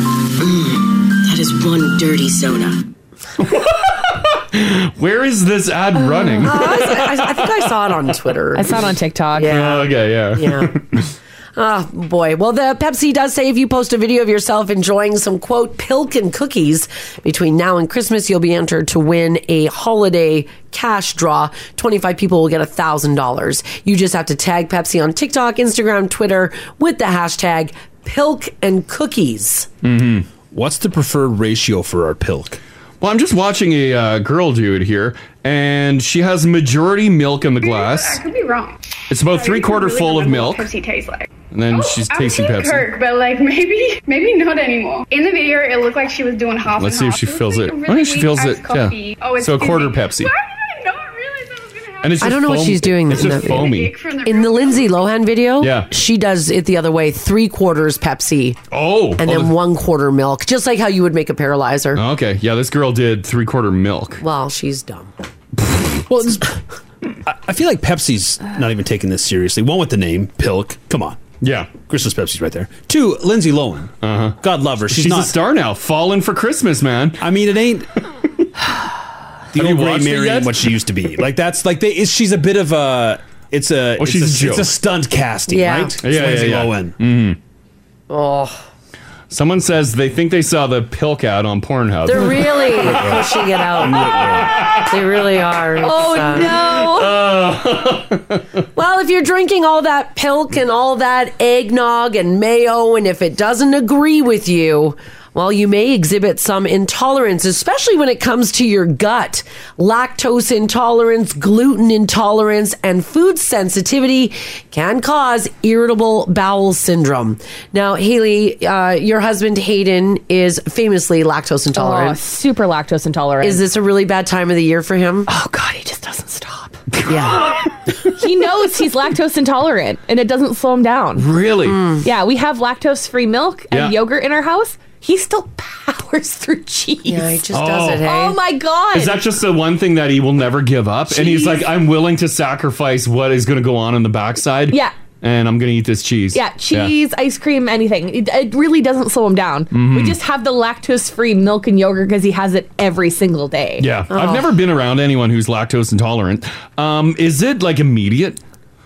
Speaker 3: Mm,
Speaker 13: one dirty soda.
Speaker 2: Where is this ad running?
Speaker 3: Uh, I, I think I saw it on Twitter.
Speaker 5: I saw it on TikTok.
Speaker 2: Oh, okay, yeah.
Speaker 3: Yeah. Oh boy. Well, the Pepsi does say if you post a video of yourself enjoying some quote Pilkin cookies between now and Christmas, you'll be entered to win a holiday cash draw. 25 people will get $1,000. You just have to tag Pepsi on TikTok, Instagram, Twitter with the hashtag Pilk and Cookies.
Speaker 2: mm-hmm.
Speaker 4: What's the preferred ratio for our pilk?
Speaker 2: Well, I'm just watching a uh, girl do it here, and she has majority milk in the glass.
Speaker 14: I could be wrong.
Speaker 2: It's about three quarter
Speaker 14: Really
Speaker 2: full of
Speaker 14: remember what
Speaker 2: milk,
Speaker 14: Pepsi tastes like.
Speaker 2: and then she's
Speaker 14: Oh, I'm
Speaker 2: tasting
Speaker 14: Team
Speaker 2: Pepsi.
Speaker 14: Kirk, but like maybe, maybe not anymore. In the video, it looked like she was doing half.
Speaker 2: Let's see
Speaker 14: and
Speaker 2: if
Speaker 14: half.
Speaker 2: she
Speaker 14: was
Speaker 2: feels
Speaker 14: like a
Speaker 2: it. I
Speaker 14: really
Speaker 2: think she feels
Speaker 14: weak-ass
Speaker 2: it.
Speaker 14: coffee.
Speaker 2: Yeah.
Speaker 14: Oh,
Speaker 2: so a
Speaker 14: excuse
Speaker 2: quarter
Speaker 14: me.
Speaker 2: Pepsi. And it's
Speaker 3: I
Speaker 2: just
Speaker 3: don't know what
Speaker 2: foam-
Speaker 3: she's doing.
Speaker 2: It's
Speaker 3: in
Speaker 2: just
Speaker 3: that
Speaker 2: foamy.
Speaker 3: Video. In the Lindsay Lohan video,
Speaker 2: Yeah.
Speaker 3: she does it the other way: three quarters Pepsi,
Speaker 2: oh,
Speaker 3: and
Speaker 2: oh,
Speaker 3: then
Speaker 2: the-
Speaker 3: one quarter milk, just like how you would make a paralyzer.
Speaker 2: Okay, yeah, this girl did three quarter milk.
Speaker 3: Well, she's dumb.
Speaker 4: Well, I, I feel like Pepsi's not even taking this seriously. One with the name Pilk. Come on.
Speaker 2: Yeah,
Speaker 4: Christmas Pepsi's right there. Two, Lindsay Lohan. Uh-huh. God love her. She's,
Speaker 2: She's a
Speaker 4: not
Speaker 2: star now. Fallen for Christmas, man.
Speaker 4: I mean, it ain't. the
Speaker 2: Have you
Speaker 4: old Grey
Speaker 2: watched it
Speaker 4: Mary
Speaker 2: yet?
Speaker 4: ain't what she used to be. Like that's like they. It's, she's a bit of a. It's a. it's
Speaker 2: Well, Oh, she's
Speaker 4: a,
Speaker 2: a
Speaker 4: it's
Speaker 2: joke.
Speaker 4: a stunt casting,
Speaker 3: Yeah.
Speaker 4: right? It's
Speaker 2: Yeah, yeah,
Speaker 4: Lindsay
Speaker 2: yeah.
Speaker 4: Lohan.
Speaker 2: Mhm.
Speaker 3: Oh,
Speaker 2: Someone says they think they saw the pilk ad on Pornhub.
Speaker 3: they're really pushing it out. they really are. It's,
Speaker 7: Oh,
Speaker 3: uh,
Speaker 2: no.
Speaker 3: well, if you're drinking all that pilk and all that eggnog and mayo, and if it doesn't agree with you, well, you may exhibit some intolerance, especially when it comes to your gut. Lactose intolerance, gluten intolerance, and food sensitivity can cause irritable bowel syndrome. Now, Haley, uh, your husband Hayden is famously lactose intolerant.
Speaker 5: Oh, super lactose intolerant.
Speaker 3: Is this a really bad time of the year for him? Oh
Speaker 5: God, he just doesn't stop.
Speaker 3: Yeah.
Speaker 5: he knows he's lactose intolerant and it doesn't slow him down.
Speaker 2: Really?
Speaker 5: Mm.
Speaker 3: Hmm.
Speaker 2: Mm.
Speaker 5: Yeah, we have lactose free milk and
Speaker 2: Yeah.
Speaker 5: yogurt in our house. He still powers through cheese. Yeah, he
Speaker 2: just does Oh. it, hey?
Speaker 5: Oh my god.
Speaker 2: Is that just the one thing that he will never give up? And he's
Speaker 5: Cheese.
Speaker 2: like, I'm willing to sacrifice what is going to go on in the backside.
Speaker 5: Yeah.
Speaker 2: And I'm going to eat this cheese.
Speaker 5: yeah, cheese, ice cream, anything. It, it really doesn't slow him down. We
Speaker 2: Mhm.
Speaker 5: just have the lactose free milk and yogurt because he has it every single day.
Speaker 2: Yeah.
Speaker 5: Oh.
Speaker 2: I've never been around anyone who's lactose intolerant. Um, is it like immediate?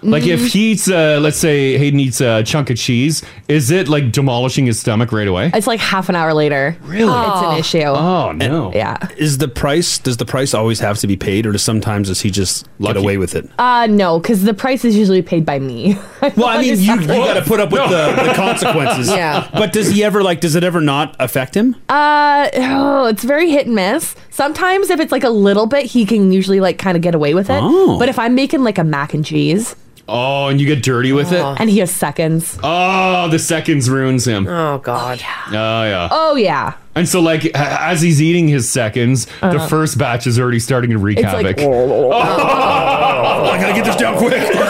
Speaker 2: Like
Speaker 5: Mm.
Speaker 2: if he eats, uh, let's say Hayden eats a chunk of cheese, is it like demolishing his stomach right away?
Speaker 5: It's like half an hour later. Really? It's an issue.
Speaker 2: Oh no.
Speaker 5: yeah.
Speaker 4: Is the price? Does the price always have to be paid, or does sometimes does he just get away with it?
Speaker 5: Uh no, because the price is usually paid by me.
Speaker 4: Well, I mean, you, you got to put up with
Speaker 5: No.
Speaker 4: the, the consequences.
Speaker 5: Yeah.
Speaker 4: But does he ever like? Does it ever not affect him?
Speaker 5: Uh, oh, it's very hit and miss. Sometimes if it's like a little bit, he can usually like kind of get away with it.
Speaker 2: Oh.
Speaker 5: But if I'm making like a mac and cheese,
Speaker 2: Oh, and you get dirty with it?
Speaker 5: and he has seconds.
Speaker 2: Oh, the seconds ruins him.
Speaker 3: Oh God.
Speaker 2: Oh yeah.
Speaker 5: Oh yeah,
Speaker 2: And so, like, a- as he's eating his seconds, the
Speaker 5: Uh-huh.
Speaker 2: first batch is already starting to wreak
Speaker 5: It's
Speaker 2: havoc.
Speaker 5: like-
Speaker 3: oh,
Speaker 4: I gotta get this down quick.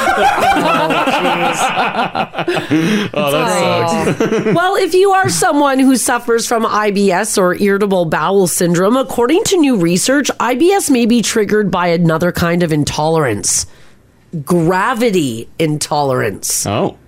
Speaker 2: oh, that sucks.
Speaker 3: Oh. well, if you are someone who suffers from IBS or irritable bowel syndrome, according to new research, IBS may be triggered by another kind of intolerance gravity intolerance.
Speaker 2: Oh.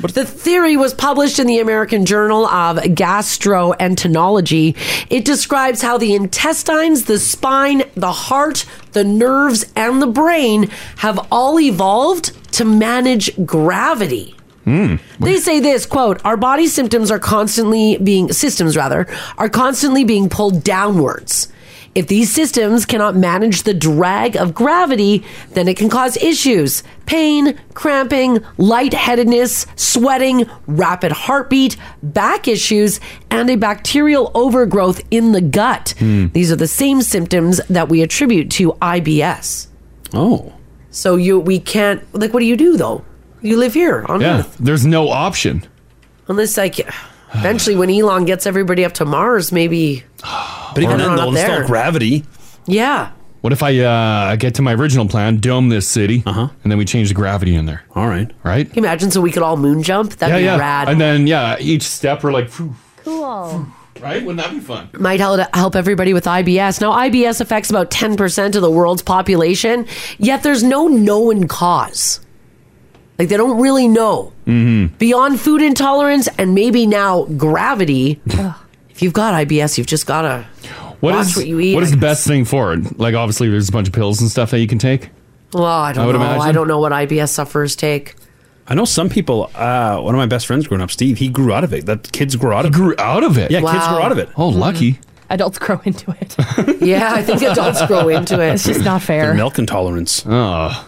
Speaker 3: the theory was published in the American Journal of Gastroenterology. It describes how the intestines, the spine, the heart, the nerves, and the brain have all evolved to manage gravity.
Speaker 7: Mm.
Speaker 4: Hmm.
Speaker 3: They say this quote: "Our body symptoms are constantly being systems rather are constantly being pulled downwards. If these systems cannot manage the drag of gravity, then it can cause issues: pain, cramping, lightheadedness, sweating, rapid heartbeat, back issues, and a bacterial overgrowth in the gut. These are the same symptoms that we attribute to IBS.
Speaker 4: Oh,
Speaker 3: so you we can't like what do you do though? You live here on
Speaker 2: Yeah,
Speaker 3: Earth.
Speaker 2: there's no option.
Speaker 3: Unless, like, eventually when Elon gets everybody up to Mars, maybe.
Speaker 4: But even then,
Speaker 3: everyone
Speaker 4: though,
Speaker 3: up
Speaker 4: it's
Speaker 3: there.
Speaker 4: not gravity.
Speaker 3: Yeah.
Speaker 2: What if I uh, get to my original plan, dome this city, uh-huh. and then we change the gravity in there?
Speaker 4: All right.
Speaker 2: Right?
Speaker 3: Can you imagine? So we could all moon jump? That'd
Speaker 2: yeah,
Speaker 3: be
Speaker 2: yeah.
Speaker 3: rad.
Speaker 2: And then, yeah, each step we're like, phew,
Speaker 5: Cool.
Speaker 2: right? Wouldn't that be fun?
Speaker 3: Might hel- help everybody with IBS. Now, IBS affects about 10% of the world's population, yet there's no known cause. Like, they don't really know.
Speaker 2: Mm-hmm.
Speaker 3: Beyond food intolerance and maybe now gravity, If you've got IBS, you've just gotta
Speaker 2: What
Speaker 3: watch
Speaker 2: is-
Speaker 3: what you eat.
Speaker 2: What is
Speaker 3: I
Speaker 2: the best thing for it? Like, obviously, there's a bunch of pills and stuff that you can take.
Speaker 3: Well, I don't
Speaker 2: I would
Speaker 3: know.
Speaker 2: imagine.
Speaker 3: I don't know what IBS sufferers take.
Speaker 4: I know some people. Uh, one of my best friends growing up, Steve, he grew out of it. That kids grew out of
Speaker 2: it. Grew out of it.
Speaker 4: Yeah, kids
Speaker 5: Wow.
Speaker 4: grew out of it.
Speaker 2: Oh, lucky.
Speaker 5: Adults grow into it.
Speaker 3: Yeah, I think Mm-hmm. adults grow into it.
Speaker 5: It's just not fair.
Speaker 4: milk intolerance.
Speaker 2: Oh.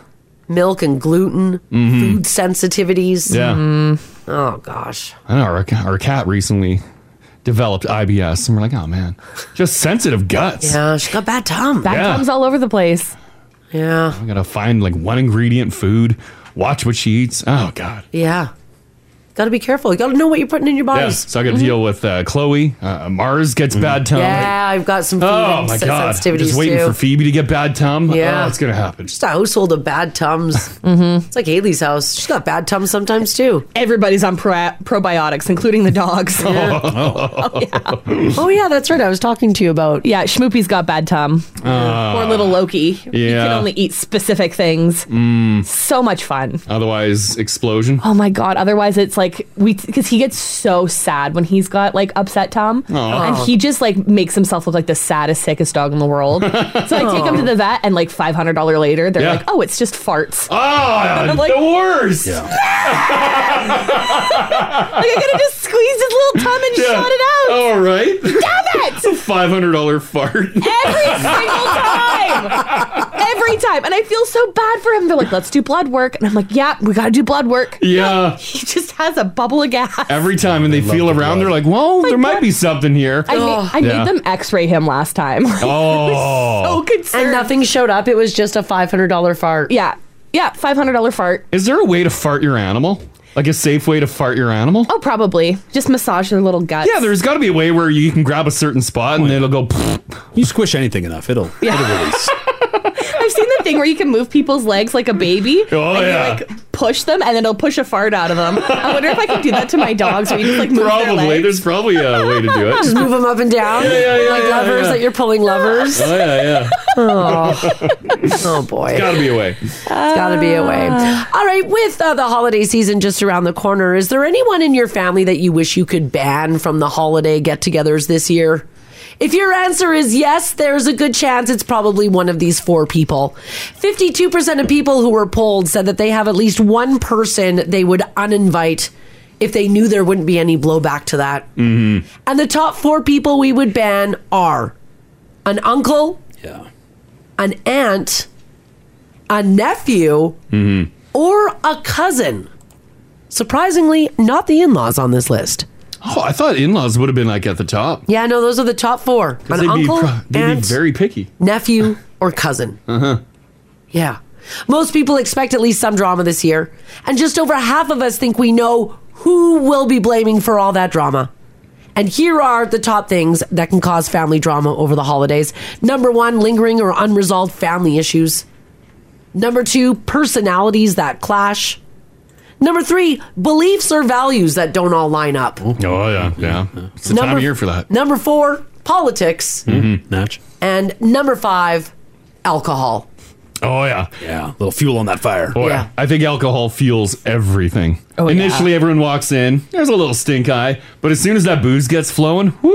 Speaker 3: Milk and gluten,
Speaker 2: Mhm.
Speaker 3: food sensitivities.
Speaker 2: Yeah.
Speaker 5: Mm-hmm.
Speaker 2: Mhm.
Speaker 3: Oh gosh.
Speaker 2: I know our, our cat recently developed IBS, and we're like, oh man, just sensitive guts.
Speaker 3: Yeah, she's got bad tongue.
Speaker 5: Bad
Speaker 2: Yeah.
Speaker 5: comes all over the place.
Speaker 3: Yeah.
Speaker 2: I gotta find like one ingredient food, watch what she eats. Oh god.
Speaker 3: Yeah. Got to be careful. You got to know what you're putting in your body.
Speaker 2: Yeah, so I got to deal with uh, Chloe. Uh, Mars gets bad tongue.
Speaker 3: Mm-hmm. Yeah, I've got some food
Speaker 2: Oh my
Speaker 3: sen-
Speaker 2: god.
Speaker 3: sensitivities
Speaker 2: Just waiting
Speaker 3: too.
Speaker 2: for Phoebe to get bad tum.
Speaker 3: Yeah.
Speaker 2: Oh, it's gonna happen.
Speaker 3: Just a household of bad tums. mm-hmm. It's like Haley's house. She's got bad tums sometimes too.
Speaker 5: Everybody's on pro- probiotics, including the dogs.
Speaker 3: Oh yeah, that's right. I was talking to you about.
Speaker 5: Yeah, Schmoopy's got bad tum.
Speaker 2: Ah.
Speaker 5: Poor little Loki. He can
Speaker 2: Yeah.
Speaker 5: only eat specific things.
Speaker 2: Mm.
Speaker 5: So much fun.
Speaker 2: Otherwise, explosion.
Speaker 5: Oh my god! Otherwise, it's like we because he gets so sad when he's got like upset Tom,
Speaker 2: Aw.
Speaker 5: and he just like makes himself look like the saddest, sickest dog in the world. so I take him to the vet, and like five hundred dollar later, they're
Speaker 2: Yeah.
Speaker 5: like, "Oh, it's just farts."
Speaker 2: Oh, the worst.
Speaker 5: like I could have just squeezed his little tum and
Speaker 2: Yeah.
Speaker 5: shot it out.
Speaker 2: All right.
Speaker 5: Damn it!
Speaker 2: Five hundred dollar fart.
Speaker 5: Every single time. Every time. And I feel so bad for him. They're like, let's do blood work. And I'm like, yeah, we got to do blood work.
Speaker 2: Yeah.
Speaker 5: He just has a bubble of gas.
Speaker 2: Every time, and they feel around, they're like, "Well, there might be something here."
Speaker 5: I, ma- I
Speaker 2: Yeah.
Speaker 5: made them x ray him last time.
Speaker 2: Oh,
Speaker 3: And nothing showed up. It was just a five hundred dollar fart.
Speaker 5: Yeah. Yeah. Five hundred dollar fart.
Speaker 2: is there a way to fart your animal? Like a safe way to fart your animal?
Speaker 5: Oh, probably. Just massage their little guts.
Speaker 2: Yeah, there's got to be a way where you can grab a certain spot and it'll go.
Speaker 4: You squish anything enough, it'll it'll release.
Speaker 5: I've seen the thing where you can move people's legs like a baby.
Speaker 2: Oh,
Speaker 5: and
Speaker 2: yeah.
Speaker 5: You, like, push them and then it'll push a fart out of them. I wonder if I could do that to my dogs where you just like move their
Speaker 2: probably.
Speaker 5: legs.
Speaker 2: There's probably a way to do it.
Speaker 3: Just move them up and down,
Speaker 2: Yeah, yeah, yeah,
Speaker 3: like
Speaker 2: yeah,
Speaker 3: levers
Speaker 2: yeah.
Speaker 3: that you're pulling levers.
Speaker 2: Oh yeah, yeah.
Speaker 3: oh, oh boy.
Speaker 2: It's got to be a way.
Speaker 3: It's got to be a way. All right, with uh, the holiday season just around the corner, is there anyone in your family that you wish you could ban from the holiday get togethers this year? If your answer is yes, there's a good chance it's probably one of these four people. 52% of people who were polled said that they have at least one person they would uninvite if they knew there wouldn't be any blowback to that.
Speaker 7: Mm-hmm.
Speaker 3: And the top four people we would ban are an uncle, an aunt, a nephew,
Speaker 7: Mm-hmm.
Speaker 3: or a cousin. Surprisingly, not the in laws on this list.
Speaker 2: Oh, I thought in-laws would have been like at the top.
Speaker 3: Yeah, no, those are the top four
Speaker 2: 'Cause
Speaker 3: an
Speaker 2: they'd be
Speaker 3: uncle,
Speaker 2: pro- they'd be
Speaker 3: aunt,
Speaker 2: very picky.
Speaker 3: nephew, or cousin.
Speaker 2: Uh huh.
Speaker 3: Yeah. Most people expect at least some drama this year, and just over half of us think we know who will be blaming for all that drama. And here are the top things that can cause family drama over the holidays. Number one, lingering or unresolved family issues. Number two, personalities that clash. Number three, beliefs or values that don't all line up.
Speaker 2: Oh yeah, yeah. It's the time
Speaker 3: Number-
Speaker 2: of year for that.
Speaker 3: Number four,
Speaker 2: Hmm?
Speaker 3: politics.
Speaker 4: Mm-hmm. Natch.
Speaker 3: And number five, alcohol.
Speaker 2: Oh yeah,
Speaker 4: yeah. A little fuel on that fire.
Speaker 2: Oh, yeah. I think alcohol fuels everything.
Speaker 3: Oh, yeah.
Speaker 2: Initially, everyone walks in. There's a little stink eye, but as soon as that booze gets flowing, woo,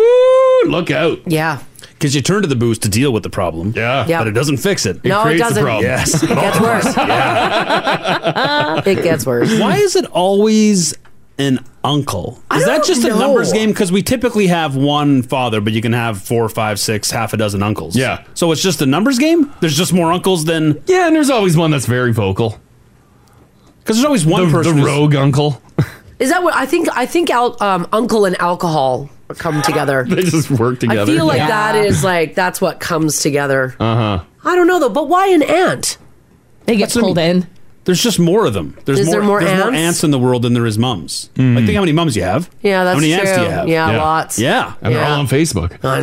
Speaker 2: look out.
Speaker 3: Yeah.
Speaker 4: Because you turn to the booze to deal with the problem.
Speaker 2: Yeah.
Speaker 3: Yeah.
Speaker 4: But it doesn't fix it.
Speaker 3: No, it creates the doesn't. problem.
Speaker 4: Yes.
Speaker 3: It gets worse. it gets worse.
Speaker 4: Why is it always an uncle?
Speaker 3: I
Speaker 4: Is that
Speaker 3: don't
Speaker 4: just
Speaker 3: know.
Speaker 4: a numbers game? Because we typically have one father, but you can have four, five, six, half a dozen uncles. Yeah. So it's just a numbers game? There's just more uncles than.
Speaker 2: Yeah, and there's always one that's very vocal.
Speaker 4: Because there's always one
Speaker 2: the,
Speaker 4: person
Speaker 2: The
Speaker 4: who's-
Speaker 2: rogue uncle.
Speaker 3: Is that what I think? I think al- um, uncle and alcohol come together.
Speaker 2: they just work together.
Speaker 3: I feel like that is like that's what comes together.
Speaker 2: Uh huh.
Speaker 3: I don't know though, but why an ant?
Speaker 5: They get pulled in.
Speaker 4: There's just more of them. There's
Speaker 3: Is
Speaker 4: more,
Speaker 3: there more
Speaker 4: there's more
Speaker 3: ants?
Speaker 4: ants in the world than there is mums.
Speaker 2: Hmm.
Speaker 4: Like, think how many mums you have.
Speaker 3: Yeah, that's
Speaker 4: how many ants do
Speaker 3: true.
Speaker 4: you have?
Speaker 3: Yeah, lots.
Speaker 4: Yeah.
Speaker 3: And they're all Yeah. on
Speaker 2: Facebook.
Speaker 3: I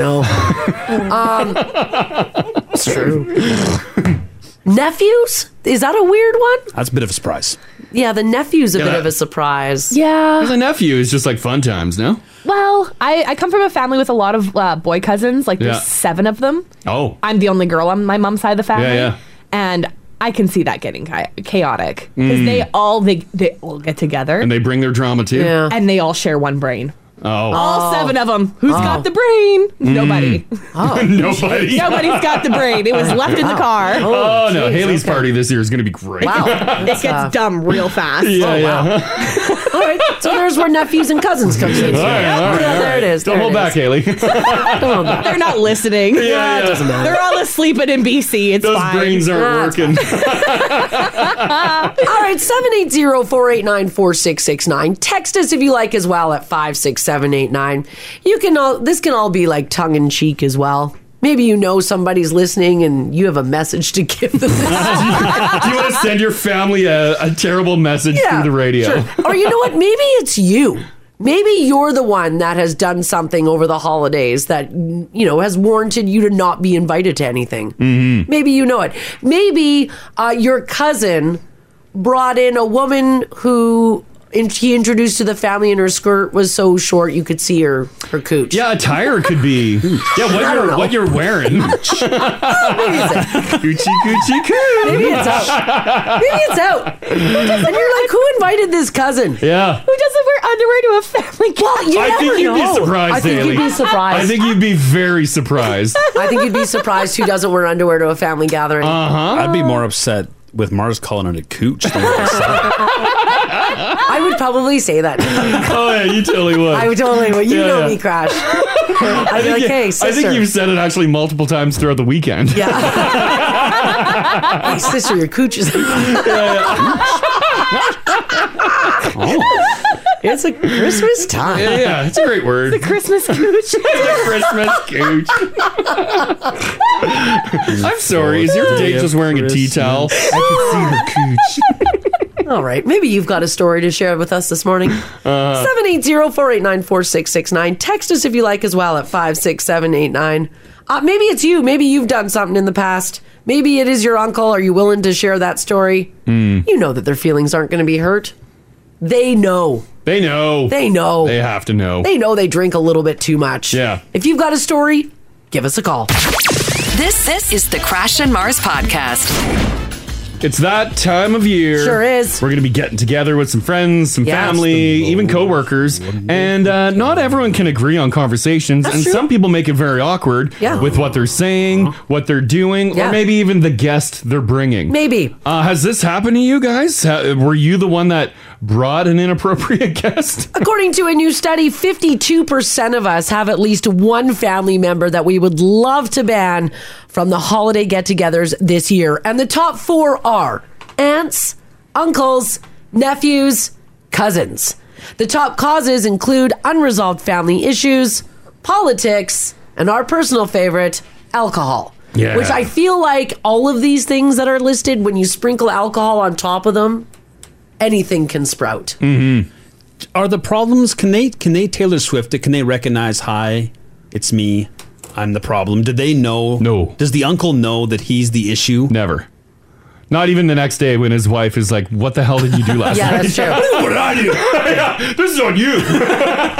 Speaker 3: know. Um, it's true. nephews? Is that a weird one?
Speaker 4: That's a bit of a surprise.
Speaker 3: Yeah, the nephew's a
Speaker 2: Yeah,
Speaker 3: bit
Speaker 2: that-
Speaker 3: of a surprise.
Speaker 5: Yeah.
Speaker 2: As a nephew, it's just like fun times, no?
Speaker 5: Well, I, I come from a family with a lot of uh, boy cousins. Like
Speaker 2: Yeah.
Speaker 5: there's seven of them.
Speaker 2: Oh.
Speaker 5: I'm the only girl on my mom's side of the family.
Speaker 2: Yeah, yeah.
Speaker 5: And I can see that getting chi- chaotic because
Speaker 2: Mm.
Speaker 5: they all they they all get together
Speaker 2: And they bring their drama too.
Speaker 5: and they all share one brain.
Speaker 2: Oh.
Speaker 5: All seven of them. Who's
Speaker 2: Oh.
Speaker 5: got the brain? Nobody.
Speaker 2: Mm. Nobody.
Speaker 5: Nobody's got the brain. It was left in the car.
Speaker 2: Oh, no. Haley's party this year is going to be great.
Speaker 5: It gets
Speaker 3: uh,
Speaker 5: dumb real fast.
Speaker 2: Yeah,
Speaker 5: Oh,
Speaker 2: yeah.
Speaker 3: All right. So there's where nephews and cousins comes in.
Speaker 2: All right, all right, all
Speaker 3: There it
Speaker 2: right.
Speaker 3: is.
Speaker 2: Don't
Speaker 3: there
Speaker 2: hold
Speaker 3: it
Speaker 2: back, Haley.
Speaker 5: They're not listening.
Speaker 2: Yeah, yeah. It doesn't matter.
Speaker 5: They're all asleep at NBC. It's
Speaker 2: Those
Speaker 5: fine.
Speaker 2: brains aren't working.
Speaker 3: All right, 780-489-4669. Text us if you like as well at 56789. You can all this can all be like tongue in cheek as well. Maybe you know somebody's listening and you have a message to give them.
Speaker 2: Do you want to send your family a, a terrible message
Speaker 3: Yeah,
Speaker 2: through the radio?
Speaker 3: sure. Or you know what? Maybe it's you. Maybe you're the one that has done something over the holidays that you know has warranted you to not be invited to anything.
Speaker 7: Mm-hmm.
Speaker 3: Maybe you know it. Maybe uh, your cousin brought in a woman who in, he introduced to the family, and her skirt was so short you could see her her cooch.
Speaker 2: Yeah, attire could be.
Speaker 3: I
Speaker 2: Yeah, what
Speaker 3: don't know.
Speaker 2: you're what you're wearing.
Speaker 5: Oh,
Speaker 2: Coochie coochie coo.
Speaker 3: Maybe it's out. Maybe it's out. And you're like, who invited this cousin?
Speaker 2: Yeah.
Speaker 5: Who doesn't wear underwear to a family gathering?
Speaker 3: Well, you
Speaker 2: I
Speaker 3: never
Speaker 2: think you'd
Speaker 3: know.
Speaker 2: be surprised,
Speaker 3: I think
Speaker 2: Haley.
Speaker 3: you'd be surprised.
Speaker 2: I think you'd be very surprised.
Speaker 3: I think you'd be surprised who doesn't wear underwear to a family gathering.
Speaker 2: Uh-huh.
Speaker 4: I'd be
Speaker 2: Ah.
Speaker 4: more upset with Mars calling it a cooch. Than
Speaker 3: I would probably say that.
Speaker 2: oh yeah, you totally would.
Speaker 3: I would totally would. You
Speaker 2: Yeah,
Speaker 3: know
Speaker 2: yeah.
Speaker 3: me, Crash. I'd be
Speaker 2: think
Speaker 3: like,
Speaker 2: you-
Speaker 3: hey,
Speaker 2: I
Speaker 3: sister.
Speaker 2: think you've said it actually multiple times throughout the weekend. Yeah.
Speaker 3: Hey, sister, your cooch is. It's a Christmas time.
Speaker 2: Oh. Yeah, yeah, it's a great word.
Speaker 5: The Christmas cooch.
Speaker 2: the Christmas cooch. I'm sorry. Is your date just wearing a tea towel? I can see her
Speaker 3: All right. Maybe you've got a story to share with us this morning.
Speaker 2: Uh,
Speaker 3: 780-489-4669. Text us if you like as well at 56789. Uh, maybe it's you. Maybe you've done something in the past. Maybe it is your uncle. Are you willing to share that story? You know that their feelings aren't going to be hurt. They know.
Speaker 2: They know.
Speaker 3: They know.
Speaker 2: They have to know.
Speaker 3: They know they drink a little bit too much.
Speaker 2: Yeah.
Speaker 3: If you've got a story, give us a call.
Speaker 1: This this is the Crash and Mars podcast.
Speaker 2: It's that time of year.
Speaker 1: Sure
Speaker 3: is.
Speaker 2: We're going to be getting together with some friends, some
Speaker 1: Yeah.
Speaker 2: family, even coworkers, and uh, not everyone can agree on conversations.
Speaker 1: That's
Speaker 2: and
Speaker 1: true.
Speaker 2: some people make it very awkward
Speaker 1: Yeah.
Speaker 2: with what they're saying, what they're doing,
Speaker 1: Yeah.
Speaker 2: or maybe even the guest they're bringing.
Speaker 3: Maybe.
Speaker 2: Uh, has this happened to you guys? Ha- were you the one that brought an inappropriate guest?
Speaker 3: According to a new study, 52% of us have at least one family member that we would love to ban from the holiday get togethers this year. And the top four are aunts, uncles, nephews, cousins. The top causes include unresolved family issues, politics, and our personal favorite, alcohol.
Speaker 7: Yeah.
Speaker 3: Which I feel like all of these things that are listed, when you sprinkle alcohol on top of them, anything can sprout.
Speaker 4: Mm-hmm. Are the problems can they can they Taylor Swift it? Can they recognize? Hi, it's me. I'm the problem. Did they know? No. Does the uncle know that he's the issue?
Speaker 2: Never. Not even the next day when his wife is like, "What the hell did you do last
Speaker 3: Yeah,
Speaker 2: night?"
Speaker 3: that's true.
Speaker 2: what did I do? Yeah, this is on you.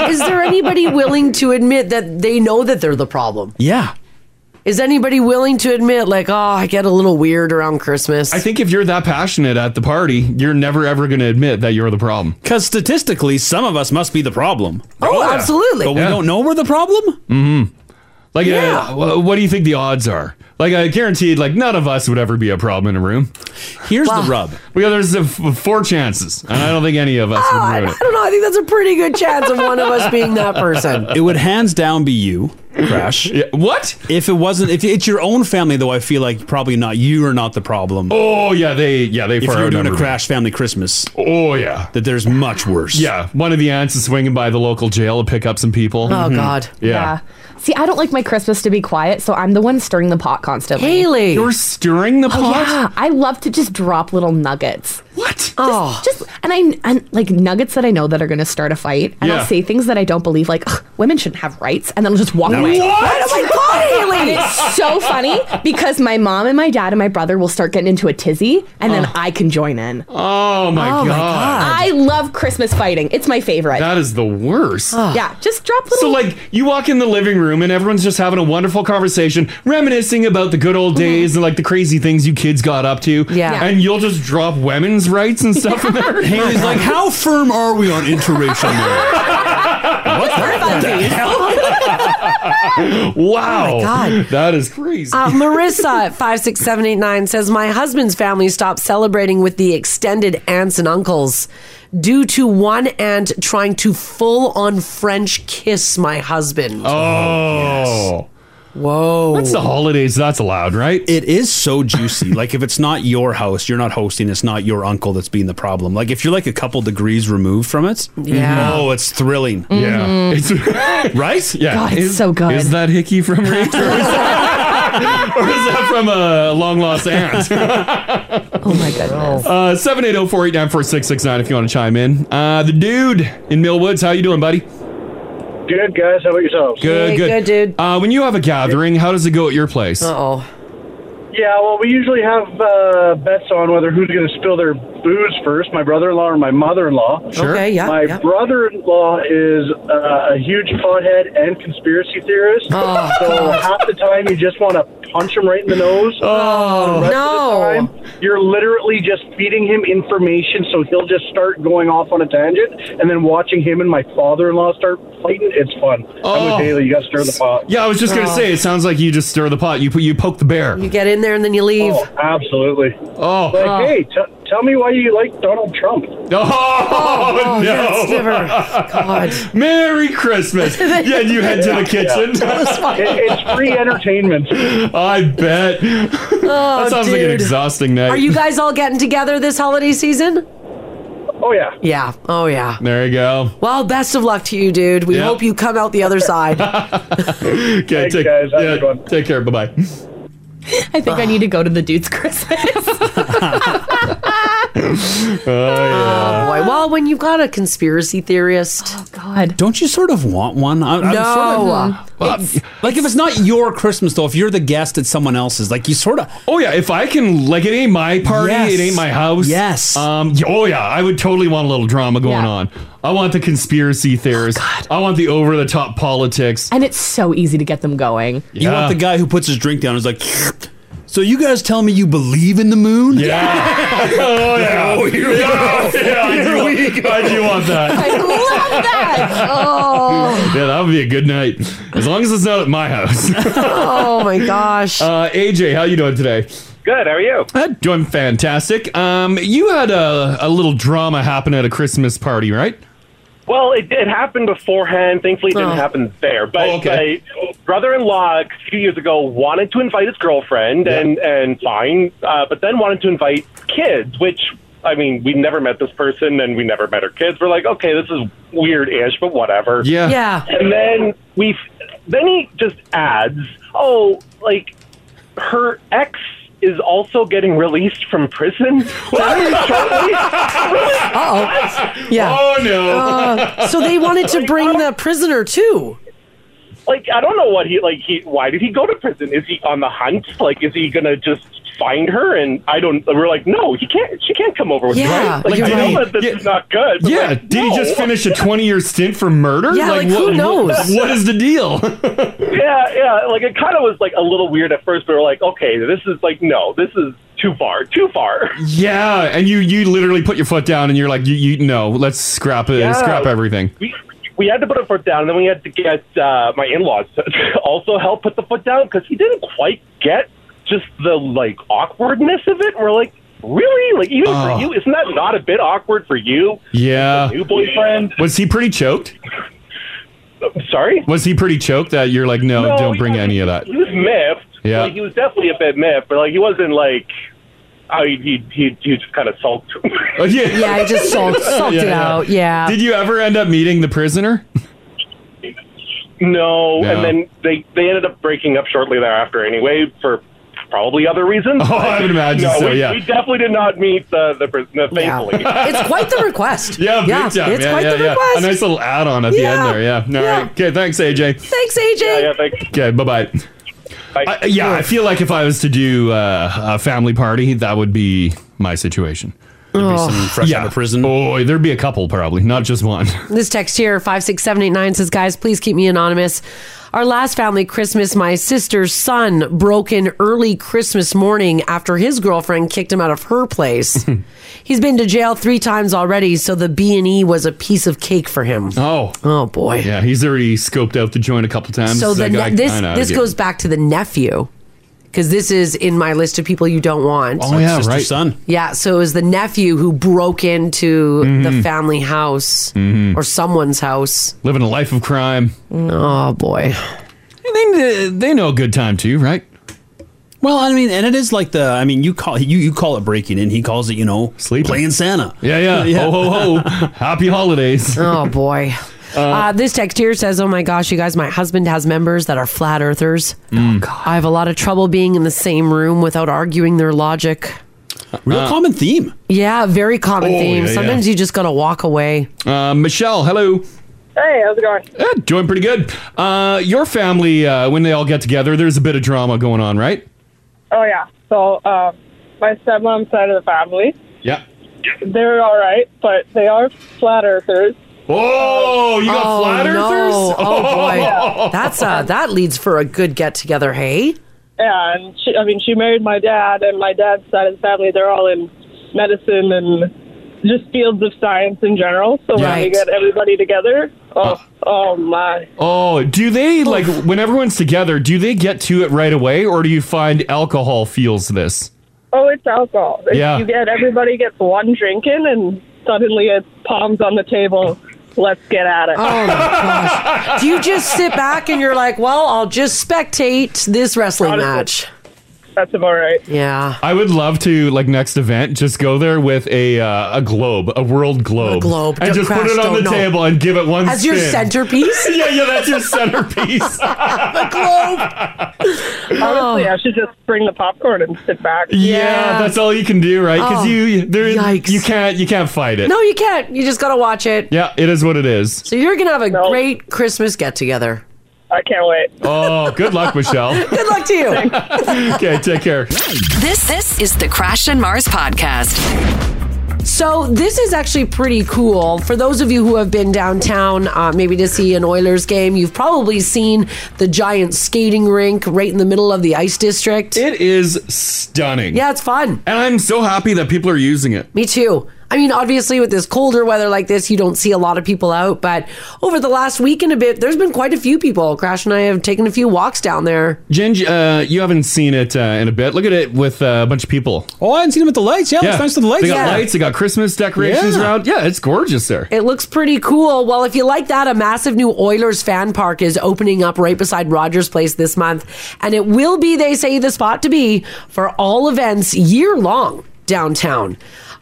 Speaker 3: Is there anybody willing to admit that they know that they're the problem?
Speaker 4: Yeah.
Speaker 3: Is anybody willing to admit, like, oh, I get a little weird around Christmas?
Speaker 2: I think if you're that passionate at the party, you're never ever going to admit that you're the problem.
Speaker 4: Because statistically, some of us must be the problem.
Speaker 3: Oh, absolutely.
Speaker 4: But we don't know we're the problem.
Speaker 2: Mm-hmm. Like, uh,
Speaker 4: Yeah.
Speaker 2: wh- what do you think the odds are? Like, I guaranteed, like none of us would ever be a problem in a room.
Speaker 4: Here's the rub:
Speaker 2: we got there's a f- four chances, and I don't think any of us would ruin it.
Speaker 3: Ah, Oh, I don't know. I think that's a pretty good chance of one of us being that person.
Speaker 4: It would hands down be you, Crash.
Speaker 2: What?
Speaker 4: If it wasn't, if it's your own family, though, I feel like probably not. You are not the problem.
Speaker 2: Oh yeah, they yeah they.
Speaker 4: If
Speaker 2: far
Speaker 4: you're doing
Speaker 2: outnumber
Speaker 4: a
Speaker 2: me.
Speaker 4: Crash family Christmas,
Speaker 2: oh yeah,
Speaker 4: that there's much worse.
Speaker 2: Yeah, one of the aunts is swinging by the local jail to pick up some people.
Speaker 5: Oh,
Speaker 4: Mm-hmm.
Speaker 5: God.
Speaker 2: mm-hmm. Yeah.
Speaker 5: See, I don't like my Christmas to be quiet, so I'm the one stirring the pot constantly. Oh,
Speaker 3: Haley,
Speaker 2: you're stirring the pot.
Speaker 5: yeah, I love to just drop little nuggets.
Speaker 2: What? Just,
Speaker 5: oh, just and I and like nuggets that I know that are going to start a fight, and
Speaker 7: Yeah.
Speaker 5: I'll say things that I don't believe, like "Ugh, women shouldn't have rights, and then I'll just walk
Speaker 7: No.
Speaker 5: away.
Speaker 7: What?
Speaker 5: And I'm like,
Speaker 7: Why, Haley?
Speaker 5: And it's so funny because my mom and my dad and my brother will start getting into a tizzy, and then
Speaker 2: Oh.
Speaker 5: I can join in.
Speaker 2: Oh my god.
Speaker 5: I love Christmas fighting. It's my favorite.
Speaker 2: That is the worst.
Speaker 5: yeah, just drop little.
Speaker 2: So like you walk in the living room and everyone's just having a wonderful conversation, reminiscing about the good old days and like the crazy things you kids got up to.
Speaker 4: Yeah.
Speaker 2: And you'll just drop women's rights and stuff in there.
Speaker 4: Haley's like, how firm are we on interracial marriage?
Speaker 2: What the hell? wow.
Speaker 3: Oh my God.
Speaker 2: That is crazy.
Speaker 3: Uh, Marissa at 56789 says, My husband's family stopped celebrating with the extended aunts and uncles due to one aunt trying to full on French kiss my husband.
Speaker 2: Oh.
Speaker 3: Whoa.
Speaker 2: That's the holidays. That's allowed, right?
Speaker 4: It is so juicy. like, if it's not your house, you're not hosting, it's not your uncle that's being the problem. Like, if you're like a couple degrees removed from it,
Speaker 2: Yeah.
Speaker 4: oh, it's thrilling.
Speaker 2: Yeah. It's,
Speaker 4: right?
Speaker 2: Yeah.
Speaker 5: God, it's so good.
Speaker 2: Is that Hickey from Reach? or is that, or is that from a long lost aunt?
Speaker 5: oh my goodness.
Speaker 2: Uh, 780-489-4669 if you want to chime in. Uh, the dude in Mill Woods, how you doing, buddy?
Speaker 15: Good guys, how about yourselves?
Speaker 2: Good, good. dude. Uh, when you have a gathering, how does it go at your place?
Speaker 3: Uh-oh.
Speaker 15: Yeah, well, we usually have uh, bets on whether who's going to spill their booze first, my brother-in-law or my mother-in-law.
Speaker 2: Sure. Okay, yeah,
Speaker 15: My
Speaker 2: yeah.
Speaker 15: brother-in-law is uh, a huge pothead and conspiracy theorist.
Speaker 3: Oh,
Speaker 15: so
Speaker 3: God.
Speaker 15: half the time you just want to punch him right in the nose. Oh no! you're literally just feeding him information, so he'll just start going off on a tangent, and then watching him and my father-in-law start fighting. It's fun.
Speaker 2: Oh.
Speaker 15: I'm with Haley. You got to stir the pot.
Speaker 2: Yeah, I was just gonna
Speaker 15: Oh.
Speaker 2: say. It sounds like you just stir the pot. You put you poke the bear.
Speaker 3: You get in there and then you leave.
Speaker 15: Oh, absolutely.
Speaker 2: Oh.
Speaker 15: Like,
Speaker 2: Oh.
Speaker 15: hey, t- tell me why you like Donald Trump.
Speaker 2: Oh,
Speaker 15: Oh,
Speaker 2: no!
Speaker 15: that's never-
Speaker 2: God. Merry Christmas. Yeah, and you head to the kitchen.
Speaker 15: It- it's free entertainment.
Speaker 2: I bet. that sounds like an
Speaker 3: dude.
Speaker 2: exhausting night.
Speaker 3: Are you guys all getting together this holiday season?
Speaker 15: Oh, yeah.
Speaker 3: Yeah. Oh, yeah.
Speaker 2: There you go.
Speaker 3: Well, best of luck to you, dude. We
Speaker 2: Yeah.
Speaker 3: hope you come out the other side.
Speaker 2: Okay, take, yeah, take care. Bye bye.
Speaker 5: I think I need to go to the dude's Christmas.
Speaker 3: Oh, boy. Well, when you've got a conspiracy theorist. Oh, God.
Speaker 4: Don't you sort of want one? I, I'm
Speaker 3: No.
Speaker 4: sort of- Well, like if it's not your Christmas though, if you're the guest at someone else's, like you sort of.
Speaker 2: Oh yeah, if I can, like it ain't my party,
Speaker 4: Yes.
Speaker 2: it ain't my house. Yes. Um. y- Oh yeah, I would totally want a little drama going
Speaker 5: Yeah.
Speaker 2: on. I want the conspiracy theorists. I want the over the top politics.
Speaker 5: and it's so easy to get them going.
Speaker 4: You want the guy who puts his drink down and is like, so you guys tell me you believe in the moon?
Speaker 2: Yeah. oh, yeah.
Speaker 4: Oh, here we
Speaker 2: Yeah,
Speaker 4: go.
Speaker 2: yeah, I do- I do want that.
Speaker 7: I love that. Oh.
Speaker 2: yeah, that would be a good night. As long as it's not at my house.
Speaker 3: oh my gosh.
Speaker 2: Uh, AJ, how you doing today?
Speaker 16: Good. How are you?
Speaker 2: doing fantastic. Um, you had a, a little drama happen at a Christmas party, right?
Speaker 16: Well, it, it happened beforehand. Thankfully, it didn't
Speaker 2: Oh.
Speaker 16: happen there. But
Speaker 2: okay.
Speaker 16: my brother-in-law a few years ago wanted to invite his girlfriend, and and fine, uh, but then wanted to invite kids, which. I mean, we never met this person and we never met her kids. We're like, okay, this is weird ish, but whatever.
Speaker 7: Yeah. Yeah.
Speaker 16: And then we, then he just adds, oh, like her ex is also getting released from prison. very shortly.
Speaker 3: Uh-oh. Yeah.
Speaker 16: Oh, no.
Speaker 3: Uh, so they wanted to bring the prisoner too.
Speaker 16: like I don't know what he like he why did he go to prison? Is he on the hunt? Like is he gonna just find her and I don't we're like, no, he can't she can't come over with
Speaker 2: Yeah,
Speaker 16: me. Like
Speaker 2: you're
Speaker 16: I know
Speaker 2: right.
Speaker 16: that this is not good. but,
Speaker 2: yeah.
Speaker 16: like,
Speaker 2: Did he just
Speaker 16: no.
Speaker 2: finish a 20 year stint for murder?
Speaker 16: Yeah, like, who
Speaker 2: what-
Speaker 16: knows?
Speaker 2: what is the deal?
Speaker 16: Yeah, yeah. Like it kinda was like a little weird at first, but we're like, okay, this is like no, this is too far, too far.
Speaker 2: yeah. And you, you literally put your foot down and you're like, you, you no, let's scrap it,
Speaker 16: Yeah.
Speaker 2: scrap everything.
Speaker 16: We had to put a foot down, and then we had to get uh, my in-laws to also help put the foot down because he didn't quite get just the like awkwardness of it. We're like, really? Like even
Speaker 2: Oh.
Speaker 16: for you, isn't that not a bit awkward for you?
Speaker 2: Yeah.
Speaker 16: New boyfriend.
Speaker 2: Was he pretty choked?
Speaker 16: Sorry?
Speaker 2: Was he pretty choked that you're like, no,
Speaker 16: No,
Speaker 2: don't
Speaker 16: he
Speaker 2: bring any of that?
Speaker 16: He was miffed.
Speaker 2: Yeah.
Speaker 16: Like, he was definitely a bit miffed, but like he wasn't like. I mean, he he he just kind of sulked.
Speaker 2: Oh, yeah.
Speaker 16: Yeah, he just sulked- sulked it out, yeah.
Speaker 2: Did you ever end up meeting the prisoner? No.
Speaker 16: No, and then they they ended up breaking up shortly thereafter. Anyway, for probably other reasons.
Speaker 2: Oh, I would imagine
Speaker 16: No,
Speaker 2: so,
Speaker 16: we,
Speaker 2: yeah.
Speaker 16: we definitely did not meet the the prisoner. Thankfully,
Speaker 3: It's quite the request.
Speaker 2: Yeah, big time.
Speaker 3: It's
Speaker 2: yeah,
Speaker 3: quite
Speaker 2: yeah,
Speaker 3: the
Speaker 2: yeah.
Speaker 3: request.
Speaker 2: A nice little add on at the
Speaker 3: Yeah.
Speaker 2: end there. Yeah. All right.
Speaker 3: Yeah.
Speaker 2: Okay. Thanks, AJ.
Speaker 3: Thanks, AJ.
Speaker 16: Yeah, thanks.
Speaker 2: Okay. Bye bye. I, yeah, I feel like if I was to do uh, a family party, that would be my situation.
Speaker 3: There'd be some Oh.
Speaker 2: fresh out of prison. Boy, there'd be a couple probably, not just one.
Speaker 3: This text here, 56789, says, Guys, please keep me anonymous. Our last family Christmas, my sister's son broke in early Christmas morning after his girlfriend kicked him out of her place. He's been to jail three times already, so the B and E was a piece of cake for him.
Speaker 2: Oh,
Speaker 3: oh boy.
Speaker 2: Yeah, he's already scoped out the joint a couple times.
Speaker 3: so the
Speaker 2: That guy-
Speaker 3: ne- this
Speaker 2: I know,
Speaker 3: this
Speaker 2: yeah.
Speaker 3: goes back to the nephew because this is in my list of people you don't want.
Speaker 2: Oh, yeah, Sister's right.
Speaker 4: son.
Speaker 3: Yeah, so it was the nephew who broke into the
Speaker 2: Mhm.
Speaker 3: family house
Speaker 2: Mhm.
Speaker 3: or someone's house.
Speaker 2: living a life of crime.
Speaker 3: Oh boy.
Speaker 2: They they know a good time too, right?
Speaker 4: Well, I mean, and it is like the I mean, you call you you call it breaking in. He calls it, you know, sleep playing Santa.
Speaker 2: Yeah, yeah. Ho ho ho. Happy holidays.
Speaker 3: Oh boy. Uh, this text here says, "Oh my gosh, you guys! My husband has members that are flat earthers.
Speaker 2: Mm.
Speaker 3: I have a lot of trouble being in the same room without arguing their logic.
Speaker 4: Real
Speaker 2: Uh,
Speaker 4: common theme.
Speaker 3: Yeah, very common
Speaker 2: Oh,
Speaker 3: theme.
Speaker 2: yeah,
Speaker 3: Sometimes
Speaker 2: yeah.
Speaker 3: you just gotta walk away.
Speaker 2: Uh, Michelle, hello.
Speaker 17: Hey, how's it going?
Speaker 2: doing pretty good. Uh, your family, uh, when they all get together, there's a bit of drama going on, right?
Speaker 17: Oh yeah. So um, my stepmom's side of the family,
Speaker 2: Yeah.
Speaker 17: they're all right, but they are flat earthers.
Speaker 2: Oh,
Speaker 17: you
Speaker 3: oh, no. Oh boy, that's uh, that leads for a good get together. Hey,
Speaker 17: Yeah, and she, I mean, she married my dad, and my dad's side of the family, they're all in medicine and just fields of science in general. So when we
Speaker 2: Right.
Speaker 17: get everybody together,
Speaker 2: Uh,
Speaker 17: oh, oh my.
Speaker 2: Oh, do they like when everyone's together? Do they get to it right away, or do you find alcohol fuels this?
Speaker 17: Oh, it's alcohol. It's-
Speaker 2: Yeah.
Speaker 17: You get everybody gets one drinking, and suddenly it's palms on the table. Let's get at it.
Speaker 3: Oh my gosh! Do you just sit back and you're like, well, I'll just spectate this wrestling match?
Speaker 17: That's about right.
Speaker 3: Yeah.
Speaker 2: I would love to like next event just go there with a uh, a globe, a world globe,
Speaker 3: globe.
Speaker 2: and
Speaker 3: Don't
Speaker 2: just put
Speaker 3: crash,
Speaker 2: it on
Speaker 3: don't
Speaker 2: the
Speaker 3: know.
Speaker 2: table and give it one
Speaker 3: As your
Speaker 2: spin.
Speaker 3: centerpiece?
Speaker 2: yeah, yeah, that's your centerpiece.
Speaker 3: the globe.
Speaker 17: Honestly, I should just bring the popcorn and sit back.
Speaker 2: Yeah, that's all you can do, right? Because
Speaker 3: Oh,
Speaker 2: you there, you can't you can't fight it.
Speaker 3: No, you can't. You just gotta watch it.
Speaker 2: Yeah, it is what it is.
Speaker 3: So you're gonna have a great Christmas get together.
Speaker 17: I can't wait.
Speaker 2: Oh, good luck, Michelle.
Speaker 3: Good luck to you.
Speaker 2: okay, take care.
Speaker 1: This this is the Crash and Mars podcast.
Speaker 3: So this is actually pretty cool for those of you who have been downtown, uh, maybe to see an Oilers game. You've probably seen the giant skating rink right in the middle of the ice district.
Speaker 2: It is stunning.
Speaker 3: Yeah, it's fun.
Speaker 2: And I'm so happy that people are using it.
Speaker 3: Me too. I mean, obviously, with this colder weather like this, you don't see a lot of people out. But over the last week and a bit, there's been quite a few people. Crash and I have taken a few walks down there.
Speaker 2: Ginge, uh, you haven't seen it uh, in a bit. Look at it with uh, a bunch of people.
Speaker 4: Oh, I hadn't seen them at the lights. Yeah, it's nice to the lights.
Speaker 2: They got
Speaker 4: Yeah.
Speaker 2: lights. They got Christmas decorations
Speaker 4: Yeah.
Speaker 2: around. Yeah, it's gorgeous there.
Speaker 3: It looks pretty cool. Well, if you like that, a massive new Oilers fan park is opening up right beside Rogers Place this month, and it will be, they say, the spot to be for all events year long downtown.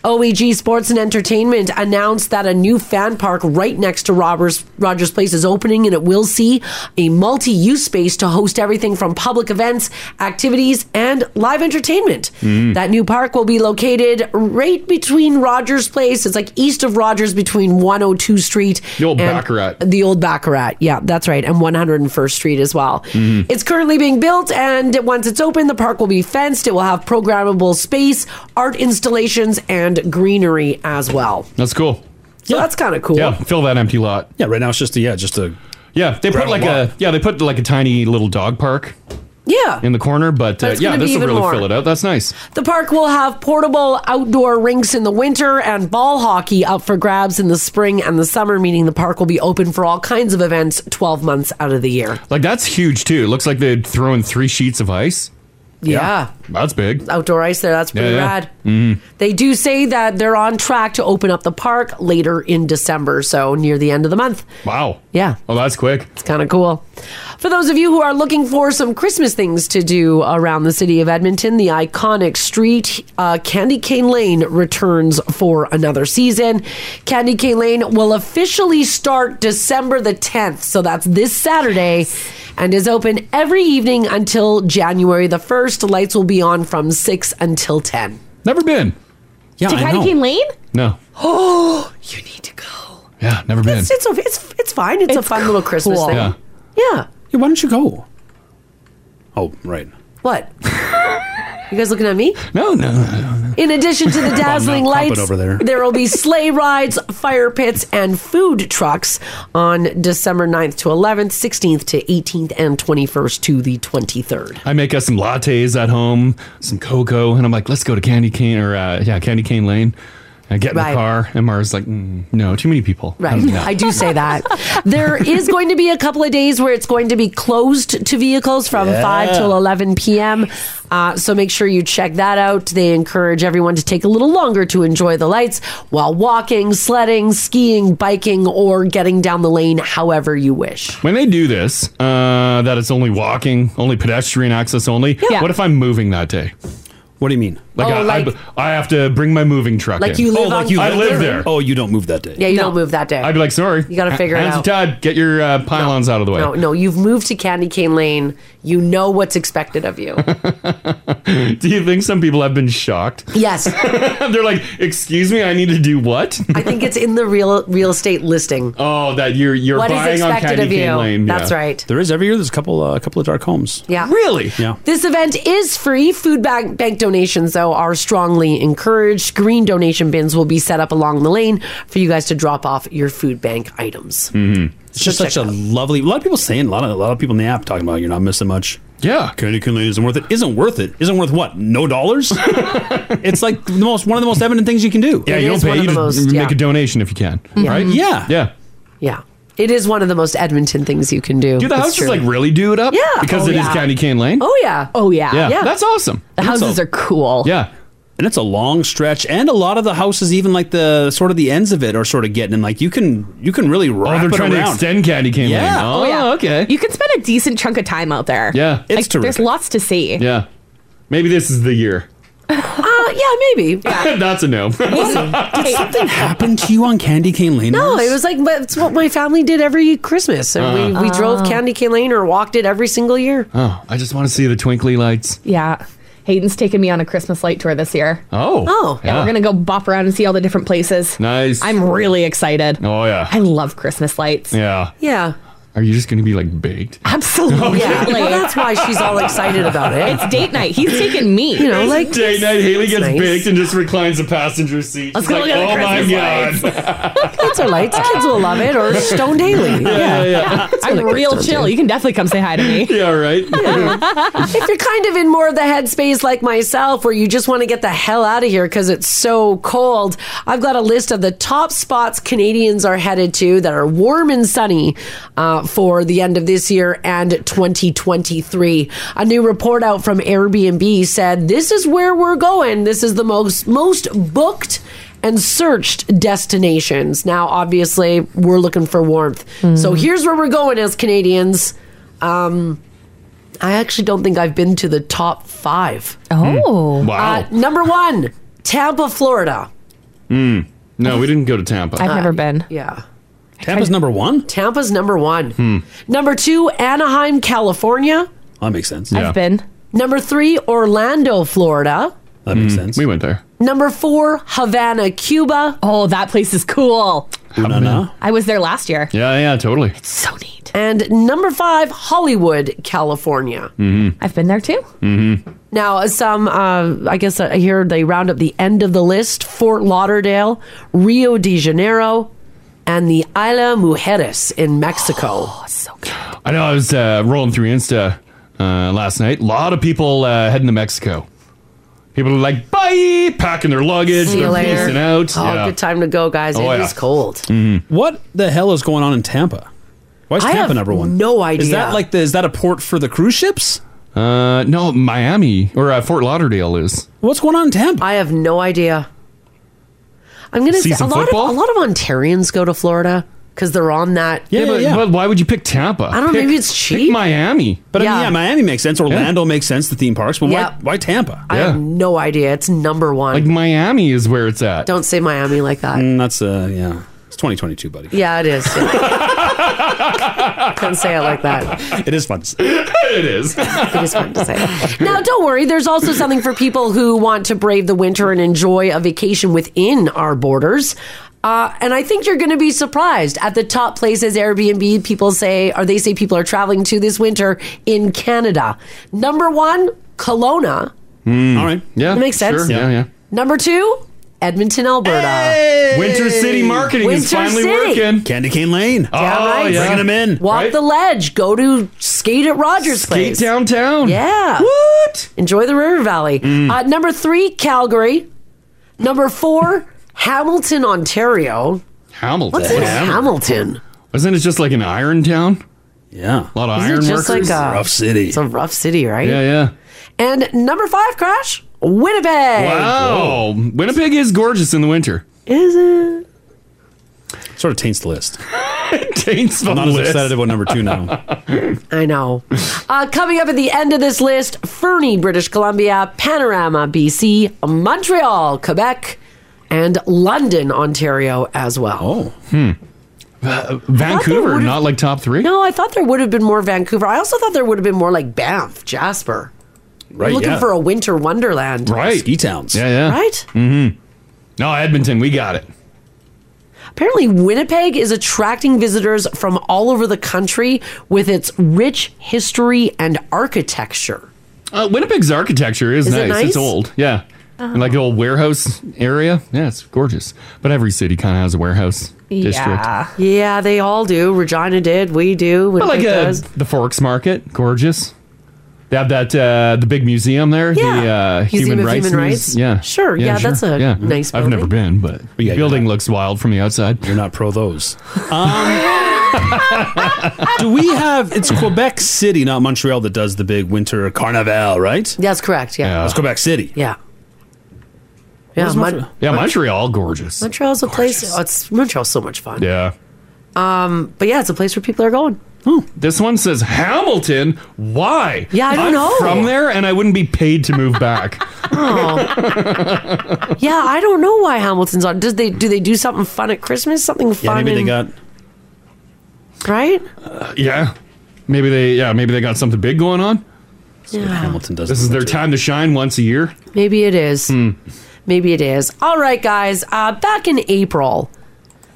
Speaker 3: OEG Sports and Entertainment announced that a new fan park right next to Roberts, Rogers Place is opening, and it will see a multi use space to host everything from public events, activities, and live entertainment.
Speaker 7: Mm.
Speaker 3: That new park will be located right between Rogers Place. It's like east of Rogers between 102 Street.
Speaker 2: The old
Speaker 3: and-
Speaker 2: Baccarat.
Speaker 3: The old Baccarat. Yeah, that's right. And 101st Street as well.
Speaker 2: Mhm.
Speaker 3: It's currently being built, and once it's open, the park will be fenced. It will have programmable space, art installations, and greenery as well.
Speaker 2: That's cool.
Speaker 3: So that's kind of cool.
Speaker 2: Yeah, fill that empty lot.
Speaker 4: Yeah, right now it's just a, yeah, just a.
Speaker 2: Yeah, they put
Speaker 4: Gravel
Speaker 2: like
Speaker 4: lot.
Speaker 2: a yeah they put like a tiny little dog park
Speaker 3: Yeah.
Speaker 2: in the corner, but,
Speaker 3: But
Speaker 2: uh,
Speaker 3: it's
Speaker 2: yeah,
Speaker 3: Ah. gonna be
Speaker 2: this will
Speaker 3: even
Speaker 2: really
Speaker 3: more.
Speaker 2: fill it out. That's nice.
Speaker 3: The park will have portable outdoor rinks in the winter and ball hockey up for grabs in the spring and the summer, meaning the park will be open for all kinds of events 12 months out of the year.
Speaker 2: Like that's huge too. It looks like they'd throw in three sheets of ice.
Speaker 3: Yeah.
Speaker 2: that's big.
Speaker 3: Outdoor ice there, that's pretty rad.
Speaker 2: Mhm.
Speaker 3: They do say that they're on track to open up the park later in December, so near the end of the month.
Speaker 2: Wow.
Speaker 3: Yeah.
Speaker 2: Oh, that's quick.
Speaker 3: It's kind of cool. For those of you who are looking for some Christmas things to do around the city of Edmonton, the iconic street, uh, Candy Cane Lane, returns for another season. Candy Cane Lane will officially start December the 10th, so that's this Saturday, and is open every evening until January the 1st. Lights will be on from 6 until 10.
Speaker 2: Never been. Yeah,
Speaker 5: to
Speaker 2: I
Speaker 5: Candy
Speaker 2: know.
Speaker 5: Cane Lane?
Speaker 2: No.
Speaker 3: Oh,
Speaker 2: Yeah, never been.
Speaker 3: it's, it's, it's, it's fine. It's, a fun little Christmas
Speaker 4: cool.
Speaker 3: thing.
Speaker 4: Yeah.
Speaker 3: yeah.
Speaker 4: Yeah, why don't you go? Oh, right.
Speaker 3: What? you guys looking at me?
Speaker 2: No, no, no, no.
Speaker 3: In addition to the
Speaker 4: Bob,
Speaker 3: dazzling
Speaker 4: no
Speaker 3: lights,
Speaker 4: trumpet over there.
Speaker 3: will be sleigh rides, fire pits, and food trucks on December 9th to 11th, 16th to 18th, and 21st to the 23rd.
Speaker 2: I make us some lattes at home, some cocoa, and I'm like, let's go to Candy Cane or uh, yeah, Candy Cane Lane. I get in
Speaker 3: Right.
Speaker 2: the car, and Mara's like, mm, no, too many people.
Speaker 3: Right.
Speaker 2: Oh, No.
Speaker 3: I do say that. There is going to be a couple of days where it's going to be closed to vehicles from
Speaker 2: Yeah.
Speaker 3: 5 till 11 p.m. Uh, so make sure you check that out. They encourage everyone to take a little longer to enjoy the lights while walking, sledding, skiing, biking, or getting down the lane however you wish.
Speaker 2: When they do this, uh, that it's only walking, only pedestrian access only.
Speaker 3: Yeah.
Speaker 2: What if I'm moving that day?
Speaker 4: What do you mean?
Speaker 2: Like,
Speaker 3: Oh,
Speaker 2: I,
Speaker 3: like-
Speaker 2: I, I have to bring my moving truck.
Speaker 3: Like
Speaker 2: in.
Speaker 3: you live Oh, like on- you
Speaker 2: I
Speaker 3: live
Speaker 2: live
Speaker 3: there?
Speaker 2: there.
Speaker 4: Oh, you don't move that day.
Speaker 3: Yeah, you don't move that day.
Speaker 2: I'd be like, sorry,
Speaker 3: You gotta figure it
Speaker 2: Hands
Speaker 3: out.
Speaker 2: to Todd, get your uh, pylons out of the way.
Speaker 3: No, no, you've moved to Candy Cane Lane. You know what's expected of you.
Speaker 2: do you think some people have been shocked?
Speaker 3: Yes.
Speaker 2: They're like, excuse me, I need to do what?
Speaker 3: I think it's in the real real estate listing.
Speaker 2: Oh, that you're you're
Speaker 3: What is
Speaker 2: buying on
Speaker 3: expected
Speaker 2: Candy
Speaker 3: of you?
Speaker 2: Cane Lane.
Speaker 3: That's right.
Speaker 4: There is every year. There's a couple, uh, a couple of dark homes.
Speaker 3: Yeah.
Speaker 4: Really? Yeah.
Speaker 3: This event is free. Food bank, bank donations, though, are strongly encouraged. Green donation bins will be set up along the lane for you guys to drop off your food bank items.
Speaker 4: Mm-hmm. It's just such a lovely. A lot of people saying a lot of a lot of people in the app talking about you're not missing much.
Speaker 2: Yeah,
Speaker 4: Candy Cane Lane isn't worth it. Isn't worth it. Isn't worth what? No dollars. it's like the most one of the most evident things you can do.
Speaker 2: Yeah, you don't pay. You just make a donation if you can,
Speaker 3: Yeah.
Speaker 2: right?
Speaker 3: Mhm.
Speaker 4: Yeah,
Speaker 2: Mm-hmm. yeah.
Speaker 3: Yeah. It is one of the most Edmonton things you can do.
Speaker 2: Do the
Speaker 3: It's
Speaker 2: houses
Speaker 3: true.
Speaker 2: like really do it up?
Speaker 3: Yeah.
Speaker 2: because
Speaker 3: Oh,
Speaker 2: it is
Speaker 3: yeah.
Speaker 2: Candy Cane Lane.
Speaker 3: Oh, yeah.
Speaker 5: Oh, yeah.
Speaker 2: Yeah, that's awesome.
Speaker 5: The houses are cool.
Speaker 2: Yeah.
Speaker 4: And it's a long stretch, and a lot of the houses, even like the sort of the ends of it, are sort of getting in. Like you can, you can really. Wrap
Speaker 2: Oh, they're
Speaker 4: it
Speaker 2: trying
Speaker 4: around.
Speaker 2: to extend Candy Cane Lane.
Speaker 5: Yeah.
Speaker 2: Oh, okay.
Speaker 5: You can spend a decent chunk of time out there.
Speaker 2: Yeah. It's
Speaker 5: Like,
Speaker 2: terrific.
Speaker 5: there's lots to see.
Speaker 2: Yeah, maybe this is the year.
Speaker 3: Uh, yeah, maybe.
Speaker 2: That's a no.
Speaker 4: Did something happen to you on Candy Cane Lane?
Speaker 3: No, it was like but it's what my family did every Christmas. And
Speaker 2: Uh-huh.
Speaker 3: we, we drove
Speaker 5: Oh.
Speaker 3: Candy Cane Lane or walked it every single year.
Speaker 2: Oh, I just want to see the twinkly lights.
Speaker 5: Yeah. Hayden's taking me on a Christmas light tour this year.
Speaker 2: Oh. Oh.
Speaker 5: Yeah,
Speaker 2: Yeah.
Speaker 5: we're going to go bop around and see all the different places.
Speaker 2: Nice.
Speaker 5: I'm really excited.
Speaker 2: Oh yeah.
Speaker 5: I love Christmas lights.
Speaker 2: Yeah.
Speaker 3: Yeah.
Speaker 2: Are you just going to be like baked? Oh,
Speaker 5: Absolutely.
Speaker 3: Yeah. Well, that's why she's all excited about it.
Speaker 5: It's date night. He's taking me.
Speaker 3: You know, like
Speaker 2: Day night, Haley gets baked and just reclines the passenger seat.
Speaker 5: Let's
Speaker 2: She's
Speaker 5: go
Speaker 2: like,
Speaker 5: look at the
Speaker 2: oh my
Speaker 5: Christmas
Speaker 2: god.
Speaker 3: Kids are lights. Kids will love it. Or Stone Daily.
Speaker 2: Yeah, yeah, yeah.
Speaker 3: That's
Speaker 5: I'm
Speaker 3: what it
Speaker 5: real
Speaker 3: comes down
Speaker 5: chill.
Speaker 3: to.
Speaker 5: You can definitely come say hi to me.
Speaker 2: yeah, right.
Speaker 3: if you're kind of in more of the headspace like myself, where you just want to get the hell out of here because it's so cold, I've got a list of the top spots Canadians are headed to that are warm and sunny uh, for the end of this year and 2023. A new report out from Airbnb said this is where we're going. This is the most most booked and searched destinations. Now, obviously, we're looking for warmth. So here's where we're going as Canadians. Um, I actually don't think I've been to the top five.
Speaker 5: Oh.
Speaker 2: Hmm. Wow.
Speaker 3: Uh, number one, Tampa, Florida.
Speaker 2: Mm. No, we didn't go to Tampa.
Speaker 3: Uh,
Speaker 5: been.
Speaker 3: Yeah.
Speaker 4: Tampa's number one.
Speaker 3: Tampa's number one.
Speaker 2: Hmm.
Speaker 3: Number two, Anaheim, California.
Speaker 4: That makes sense.
Speaker 5: been.
Speaker 3: Number three, Orlando, Florida.
Speaker 4: That makes sense.
Speaker 2: We went there.
Speaker 3: Number four, Havana, Cuba.
Speaker 5: Oh, that place is cool. I was there last year.
Speaker 2: Yeah, yeah, totally.
Speaker 5: So neat.
Speaker 3: And number five, Hollywood, California.
Speaker 2: Mm-hmm.
Speaker 5: I've been there too.
Speaker 2: Mm-hmm.
Speaker 3: Now, some, uh, I guess I hear they round up the end of the list Fort Lauderdale, Rio de Janeiro, and the Isla Mujeres in Mexico.
Speaker 2: I know I was uh, rolling through Insta uh, last night. A lot of people uh, heading to Mexico. People are like, bye, packing their luggage,
Speaker 3: See you
Speaker 2: they're
Speaker 3: later.
Speaker 2: peacing out.
Speaker 3: Oh, good time to go, guys.
Speaker 4: Oh,
Speaker 2: Oh,
Speaker 3: It is cold.
Speaker 2: Mm-hmm.
Speaker 4: What the hell is going on in Tampa? Why is
Speaker 3: I
Speaker 4: Tampa
Speaker 3: have
Speaker 4: number one?
Speaker 3: no
Speaker 4: Is
Speaker 3: idea.
Speaker 4: that like the, is that a port for the cruise ships?
Speaker 2: Uh, no, Miami or uh, Fort Lauderdale is.
Speaker 4: What's going on in Tampa?
Speaker 3: I have no idea. I'm going to
Speaker 2: See
Speaker 3: say a
Speaker 2: some
Speaker 3: lot, of, a
Speaker 2: football?
Speaker 3: lot of Ontarians go to Florida because they're on that.
Speaker 2: but, but why would you pick Tampa?
Speaker 3: I don't know,
Speaker 2: Pick-
Speaker 3: maybe it's
Speaker 2: pick
Speaker 3: cheap.
Speaker 2: Miami.
Speaker 4: But I
Speaker 3: Yeah.
Speaker 4: mean, yeah, Miami makes sense. Orlando makes sense. The theme parks, but
Speaker 3: Yeah.
Speaker 4: why why Tampa?
Speaker 3: I have no idea. It's number one.
Speaker 2: Like Miami is where it's at.
Speaker 3: Don't say Miami like that.
Speaker 4: Mm, that's uh yeah. It's 2022, buddy.
Speaker 3: Yeah, it is. Couldn't say it like that.
Speaker 4: it is fun. To say. it
Speaker 2: is.
Speaker 4: it
Speaker 3: is fun to say. Now, don't worry. There's also something for people who want to brave the winter and enjoy a vacation within our borders. Uh, and I think you're going to be surprised at the top places Airbnb people say, or they say people are traveling to this winter in Canada. Number one, Kelowna.
Speaker 2: All right. Yeah.
Speaker 3: That makes sense.
Speaker 2: sure. Yeah, yeah.
Speaker 3: Number two, Edmonton, Alberta.
Speaker 2: Winter City Marketing is finally working. Candy Cane Lane.
Speaker 3: Damn
Speaker 2: oh,
Speaker 3: right.
Speaker 2: yeah. Bringing them in.
Speaker 3: Walk the ledge. Go to skate at Rogers Place. Skate
Speaker 2: downtown.
Speaker 3: Yeah.
Speaker 2: What?
Speaker 3: Enjoy the river valley.
Speaker 2: Mm.
Speaker 3: Uh, number three, Calgary. Number four, Hamilton, Ontario.
Speaker 2: Hamilton.
Speaker 3: What's in Hamilton?
Speaker 2: Wasn't it just like an iron town? Yeah. A lot of
Speaker 3: Isn't it
Speaker 2: iron
Speaker 3: just
Speaker 2: workers.
Speaker 3: like a- Rough
Speaker 2: city. It's
Speaker 3: a rough city, right?
Speaker 2: Yeah, yeah.
Speaker 3: And number five, Crash, Winnipeg.
Speaker 2: Wow. Winnipeg is gorgeous in the winter.
Speaker 3: Is it?
Speaker 2: Sort of taints the list. taints the
Speaker 4: I'm not
Speaker 2: list.
Speaker 4: as excited about number two now.
Speaker 3: I know. Uh, coming up at the end of this list, Fernie, British Columbia, Panorama, BC, Montreal, Quebec, and London, Ontario as well. Oh.
Speaker 2: Hmm. Uh, Vancouver, not like top three.
Speaker 3: No, I thought there would have been more Vancouver. I also thought there would have been more like Banff, Jasper.
Speaker 2: Right,
Speaker 3: We're looking
Speaker 2: yeah.
Speaker 3: for a winter wonderland.
Speaker 2: Right. Ski towns. Yeah, yeah.
Speaker 3: Right?
Speaker 2: Mm-hmm. No, Edmonton, we got it.
Speaker 3: Apparently, Winnipeg is attracting visitors from all over the country with its rich history and architecture.
Speaker 2: Uh, Winnipeg's architecture is,
Speaker 3: Is it
Speaker 2: nice.
Speaker 3: nice? Uh-huh.
Speaker 2: It's old. Yeah. And like an old warehouse area. Yeah, it's gorgeous. But every city kind of has a warehouse district.
Speaker 3: Yeah, they all do. Regina did. We do.
Speaker 2: But like
Speaker 3: Winnipeg
Speaker 2: uh
Speaker 3: does.
Speaker 2: the Forks Market, gorgeous. They have that uh, the big museum there. The uh,
Speaker 3: Museum
Speaker 2: human,
Speaker 3: of
Speaker 2: rights
Speaker 3: Human
Speaker 2: Muse-
Speaker 3: Rights?
Speaker 2: Yeah.
Speaker 3: Sure. Yeah, that's a nice
Speaker 2: I've never been, but the building looks wild from the outside.
Speaker 4: You're not pro those. Um, Do we have? It's Quebec City, not Montreal, that does the big winter carnival, right?
Speaker 3: That's correct. Yeah.
Speaker 4: That's Quebec City.
Speaker 3: Yeah. Yeah,
Speaker 4: Where's
Speaker 3: Mon-
Speaker 4: Montreal?
Speaker 2: Yeah, Montreal, gorgeous.
Speaker 3: Montreal's a place. Oh, it's Montreal's so much fun.
Speaker 2: Yeah.
Speaker 3: Um, but yeah, it's a place where people are going.
Speaker 2: This one says Hamilton. Why?
Speaker 3: Yeah, I don't
Speaker 2: I'm
Speaker 3: know.
Speaker 2: From there, and I wouldn't be paid to move back.
Speaker 3: Oh. yeah, I don't know why Hamilton's on. Does they do they do something fun at Christmas? Something
Speaker 2: Yeah,
Speaker 3: fun?
Speaker 2: maybe they
Speaker 3: and- right.
Speaker 2: Uh, yeah, maybe they. Yeah, maybe they got something big going on.
Speaker 3: Yeah.
Speaker 2: Hamilton does. This is Hmm. their time to shine once a year.
Speaker 3: Maybe it is. Maybe it is. All right, guys. Uh, back in April,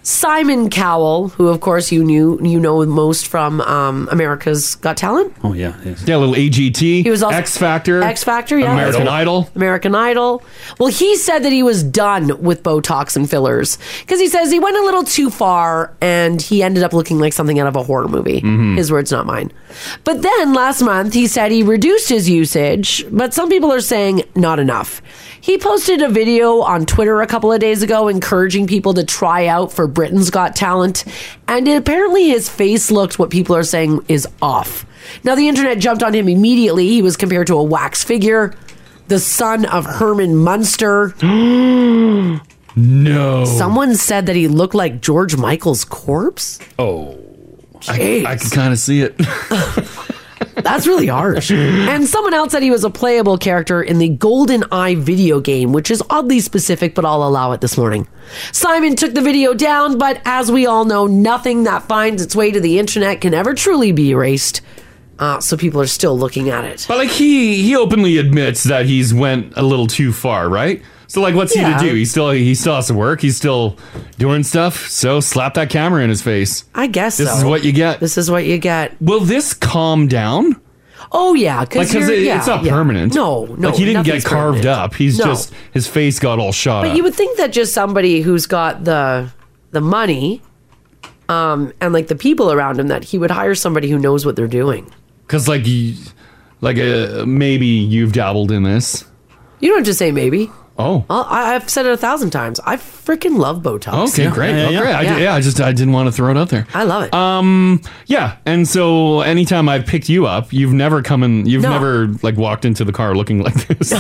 Speaker 3: Simon Cowell, who of course you knew you know most from um, America's Got Talent.
Speaker 2: Oh yeah, yeah. A little AGT.
Speaker 3: He was also
Speaker 2: X Factor.
Speaker 3: X Factor, yeah.
Speaker 2: American Idol.
Speaker 3: American Idol. Well, he said that he was done with Botox and fillers because he says he went a little too far and he ended up looking like something out of a horror movie.
Speaker 17: Hmm.
Speaker 2: Mm-hmm.
Speaker 7: Mhm.
Speaker 3: His words, not mine. But then last month, he said he reduced his usage, but some people are saying not enough. He posted a video on Twitter a couple of days ago encouraging people to try out for Britain's Got Talent, and apparently his face looked what people are saying is off. Now, the internet jumped on him immediately. He was compared to a wax figure the son of Herman Munster.
Speaker 2: no.
Speaker 3: Someone said that he looked like George Michael's corpse.
Speaker 2: Oh.
Speaker 3: Jeez.
Speaker 2: I, I can kind of see it.
Speaker 3: That's really harsh. and someone else said he was a playable character in the Golden Eye video game, which is oddly specific, but I'll allow it this morning. Simon took the video down, but as we all know, nothing that finds its way to the internet can ever truly be erased. Uh, so people are still looking at it.
Speaker 2: But like he he openly admits that he's went a little too far, right? So like what's
Speaker 3: Yeah.
Speaker 2: he to do? He still he still has to work. He's still doing stuff. So slap that camera in his face.
Speaker 3: I guess
Speaker 2: this
Speaker 3: so.
Speaker 2: is what you get.
Speaker 3: This is what you get.
Speaker 2: Will this calm down?
Speaker 3: Oh yeah,
Speaker 2: Like
Speaker 3: because
Speaker 2: because it,
Speaker 3: yeah,
Speaker 2: it's not
Speaker 3: yeah.
Speaker 2: permanent.
Speaker 3: No, no,
Speaker 2: Like he didn't get
Speaker 3: nothing's
Speaker 2: carved
Speaker 3: permanent.
Speaker 2: up. He's
Speaker 3: No.
Speaker 2: just his face got all shot
Speaker 3: But
Speaker 2: up.
Speaker 3: you would think that just somebody who's got the the money, um, and like the people around him, that he would hire somebody who knows what they're doing.
Speaker 2: Because like you, like uh, maybe you've dabbled in this.
Speaker 3: You don't have to say maybe.
Speaker 2: Oh.
Speaker 3: Well, I, I've said it a thousand times. I freaking love Botox.
Speaker 2: Okay, great. Yeah, great. I, yeah. I just I didn't want to throw it out there.
Speaker 3: I love it.
Speaker 2: Um, yeah. And so anytime I've picked you up, you've never come in. You've
Speaker 3: No.
Speaker 2: never like walked into the car looking like this.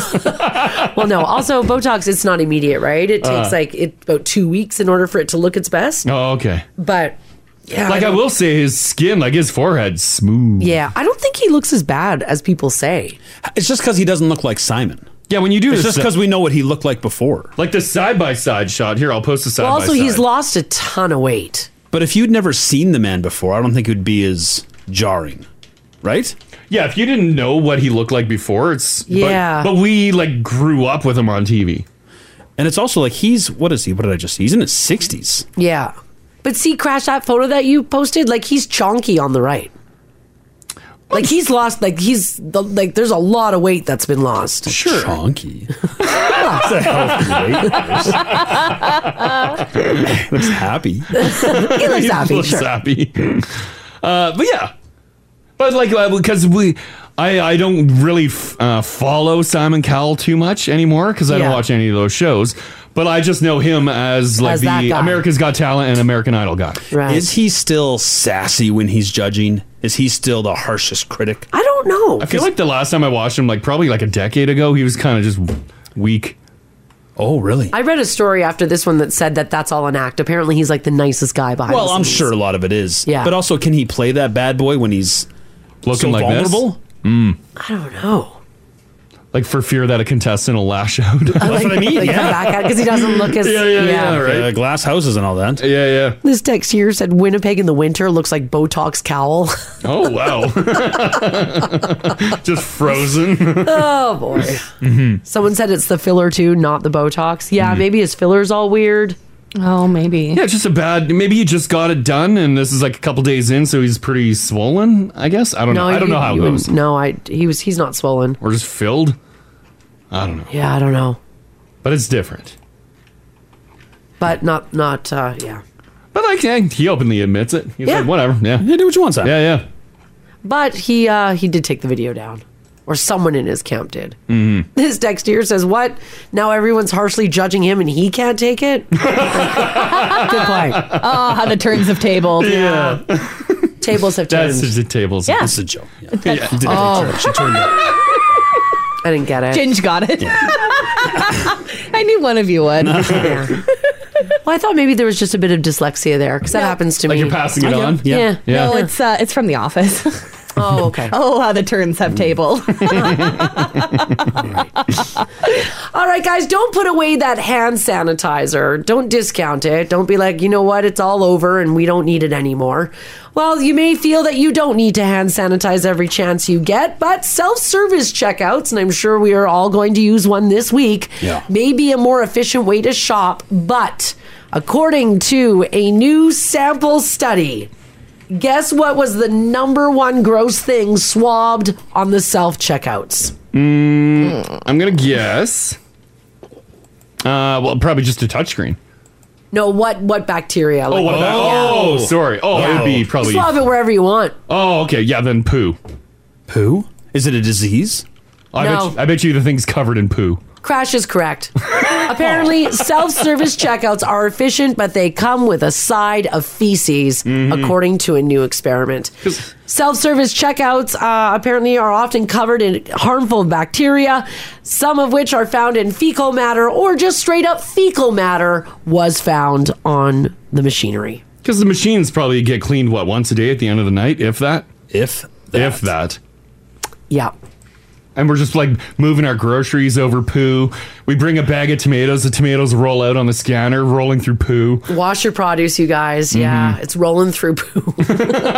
Speaker 3: well, no. Also, Botox, it's not immediate, right? It takes
Speaker 2: Uh.
Speaker 3: like it about two weeks in order for it to look its best.
Speaker 2: oh, okay.
Speaker 3: But yeah,
Speaker 2: like I,
Speaker 3: don't-
Speaker 2: will say, his skin, like his forehead, smooth.
Speaker 3: Yeah, I don't think he looks as bad as people say.
Speaker 4: It's just because he doesn't look like Simon.
Speaker 2: Yeah, when you do
Speaker 4: it's
Speaker 2: this-
Speaker 4: just because we know what he looked like before.
Speaker 2: Like the side by side shot here, I'll post the side
Speaker 3: Well, also, he's lost a ton of weight.
Speaker 4: But if you'd never seen the man before, I don't think it would be as jarring, right?
Speaker 2: Yeah, if you didn't know what he looked like before, it's but-
Speaker 4: Yeah.
Speaker 2: But, we like grew up with him on TV,
Speaker 4: and it's also like he's what is he? What did I just? see? He's in his sixties.
Speaker 3: Yeah. But see, Crash, that photo that you posted, like he's chonky on the right. Like he's lost, like he's like there's a lot of weight that's been lost.
Speaker 4: Sure, chonky. a healthy weight. looks happy.
Speaker 3: he looks happy.
Speaker 2: looks
Speaker 3: sure.
Speaker 2: happy. Uh, but yeah, but like because we, I I don't really f- uh, follow Simon Cowell too much anymore because I don't
Speaker 4: Yeah.
Speaker 2: watch any of those shows. But I just know him as like
Speaker 4: As that
Speaker 2: the
Speaker 4: guy.
Speaker 2: America's Got Talent and American Idol guy.
Speaker 4: Is he still sassy when he's judging? Is he still the harshest critic?
Speaker 3: I don't know.
Speaker 2: I feel like the last time I watched him, like probably like a decade ago, he was kind of just weak.
Speaker 4: Oh, really?
Speaker 3: I read a story after this one that said that that's all an act. Apparently, he's like the nicest guy behind.
Speaker 4: Well,
Speaker 3: the
Speaker 4: I'm
Speaker 3: scenes.
Speaker 4: sure a lot of it is.
Speaker 3: Yeah.
Speaker 4: But also, can he play that bad boy when he's so
Speaker 2: Looking like this?
Speaker 4: vulnerable?
Speaker 2: Mm.
Speaker 3: I don't know.
Speaker 2: Like for fear that a contestant will lash out.
Speaker 3: That's
Speaker 4: what I mean,
Speaker 3: Like
Speaker 4: yeah.
Speaker 3: come back at because he doesn't look as
Speaker 4: yeah, yeah, yeah, right. glass houses and all that.
Speaker 2: Yeah, yeah.
Speaker 3: This text here said Winnipeg in the winter looks like Botox cowl.
Speaker 2: Oh wow! Just frozen.
Speaker 3: Oh, boy.
Speaker 2: Mhm.
Speaker 3: Someone said it's the filler too, not the Botox. Yeah, maybe his filler's all weird.
Speaker 5: Oh, maybe.
Speaker 2: Mm-hmm. Yeah, just a bad. Maybe he just got it done, and this is like a couple days in, so he's pretty swollen. I guess I don't know. I don't
Speaker 3: you-
Speaker 2: know how it
Speaker 3: you
Speaker 2: goes.
Speaker 3: wouldn't- No, I he was he's not swollen.
Speaker 2: Or just filled. I don't know.
Speaker 3: Yeah, I don't know.
Speaker 2: But it's different.
Speaker 3: But not not uh yeah.
Speaker 2: But like, yeah, he openly admits it. He's
Speaker 3: Yeah.
Speaker 2: like, whatever. Yeah, yeah,
Speaker 4: do what you want. Sam.
Speaker 2: Yeah, yeah.
Speaker 3: But he uh he did take the video down. Or someone in his camp did.
Speaker 2: hmm
Speaker 3: This text here says, What? Now everyone's harshly judging him and he can't take it? Good point.
Speaker 5: Oh, how the turns have tabled.
Speaker 2: Yeah.
Speaker 3: Tables have
Speaker 2: That's
Speaker 3: turned.
Speaker 2: just the tables.
Speaker 5: Yeah.
Speaker 4: It's a joke. Yeah.
Speaker 5: That's-
Speaker 4: Did-
Speaker 5: Oh.
Speaker 4: She turned it.
Speaker 3: I didn't get it.
Speaker 5: Ginge got it. I knew one of you would.
Speaker 3: Yeah. Well, I thought maybe there was just a bit of dyslexia there because that happens to me.
Speaker 2: you're passing it Okay. on?
Speaker 5: Yeah.
Speaker 2: Yeah.
Speaker 5: yeah.
Speaker 2: Yeah.
Speaker 5: No, it's uh, it's from the office.
Speaker 3: oh, okay.
Speaker 5: oh, how the turns have tabled.
Speaker 3: All right, guys, don't put away that hand sanitizer. Don't discount it. Don't be like, you know what, it's all over and we don't need it anymore. Well, you may feel that you don't need to hand sanitize every chance you get, but self service checkouts, and I'm sure we are all going to use one this week,
Speaker 7: Yeah.
Speaker 3: may be a more efficient way to shop. But according to a new sample study, guess what was the number one gross thing swabbed on the self checkouts?
Speaker 2: Mm, I'm gonna guess. Uh, well, probably just a touchscreen.
Speaker 3: No, what what bacteria?
Speaker 2: Oh, what about- oh, sorry. Oh, it would be probably-
Speaker 3: You swab it wherever you want.
Speaker 2: Oh, okay. Yeah, then poo.
Speaker 4: Poo? Is it a disease?
Speaker 2: I,
Speaker 3: No.
Speaker 2: bet you, I bet you the thing's covered in poo.
Speaker 3: Crash is correct. Apparently, self-service checkouts are efficient, but they come with a side of feces,
Speaker 2: Mm-hmm.
Speaker 3: according to a new experiment. Self-service checkouts uh, apparently are often covered in harmful bacteria, some of which are found in fecal matter or just straight up fecal matter was found on the machinery.
Speaker 2: Because the machines probably get cleaned what once a day at the end of the night, if that.
Speaker 4: If
Speaker 2: that. if that.
Speaker 3: Yeah.
Speaker 2: And we're just like moving our groceries over poo. We bring a bag of tomatoes. The tomatoes roll out on the scanner, rolling through poo.
Speaker 3: Wash your produce, you guys. Yeah,
Speaker 2: Mm-hmm.
Speaker 3: it's rolling through poo.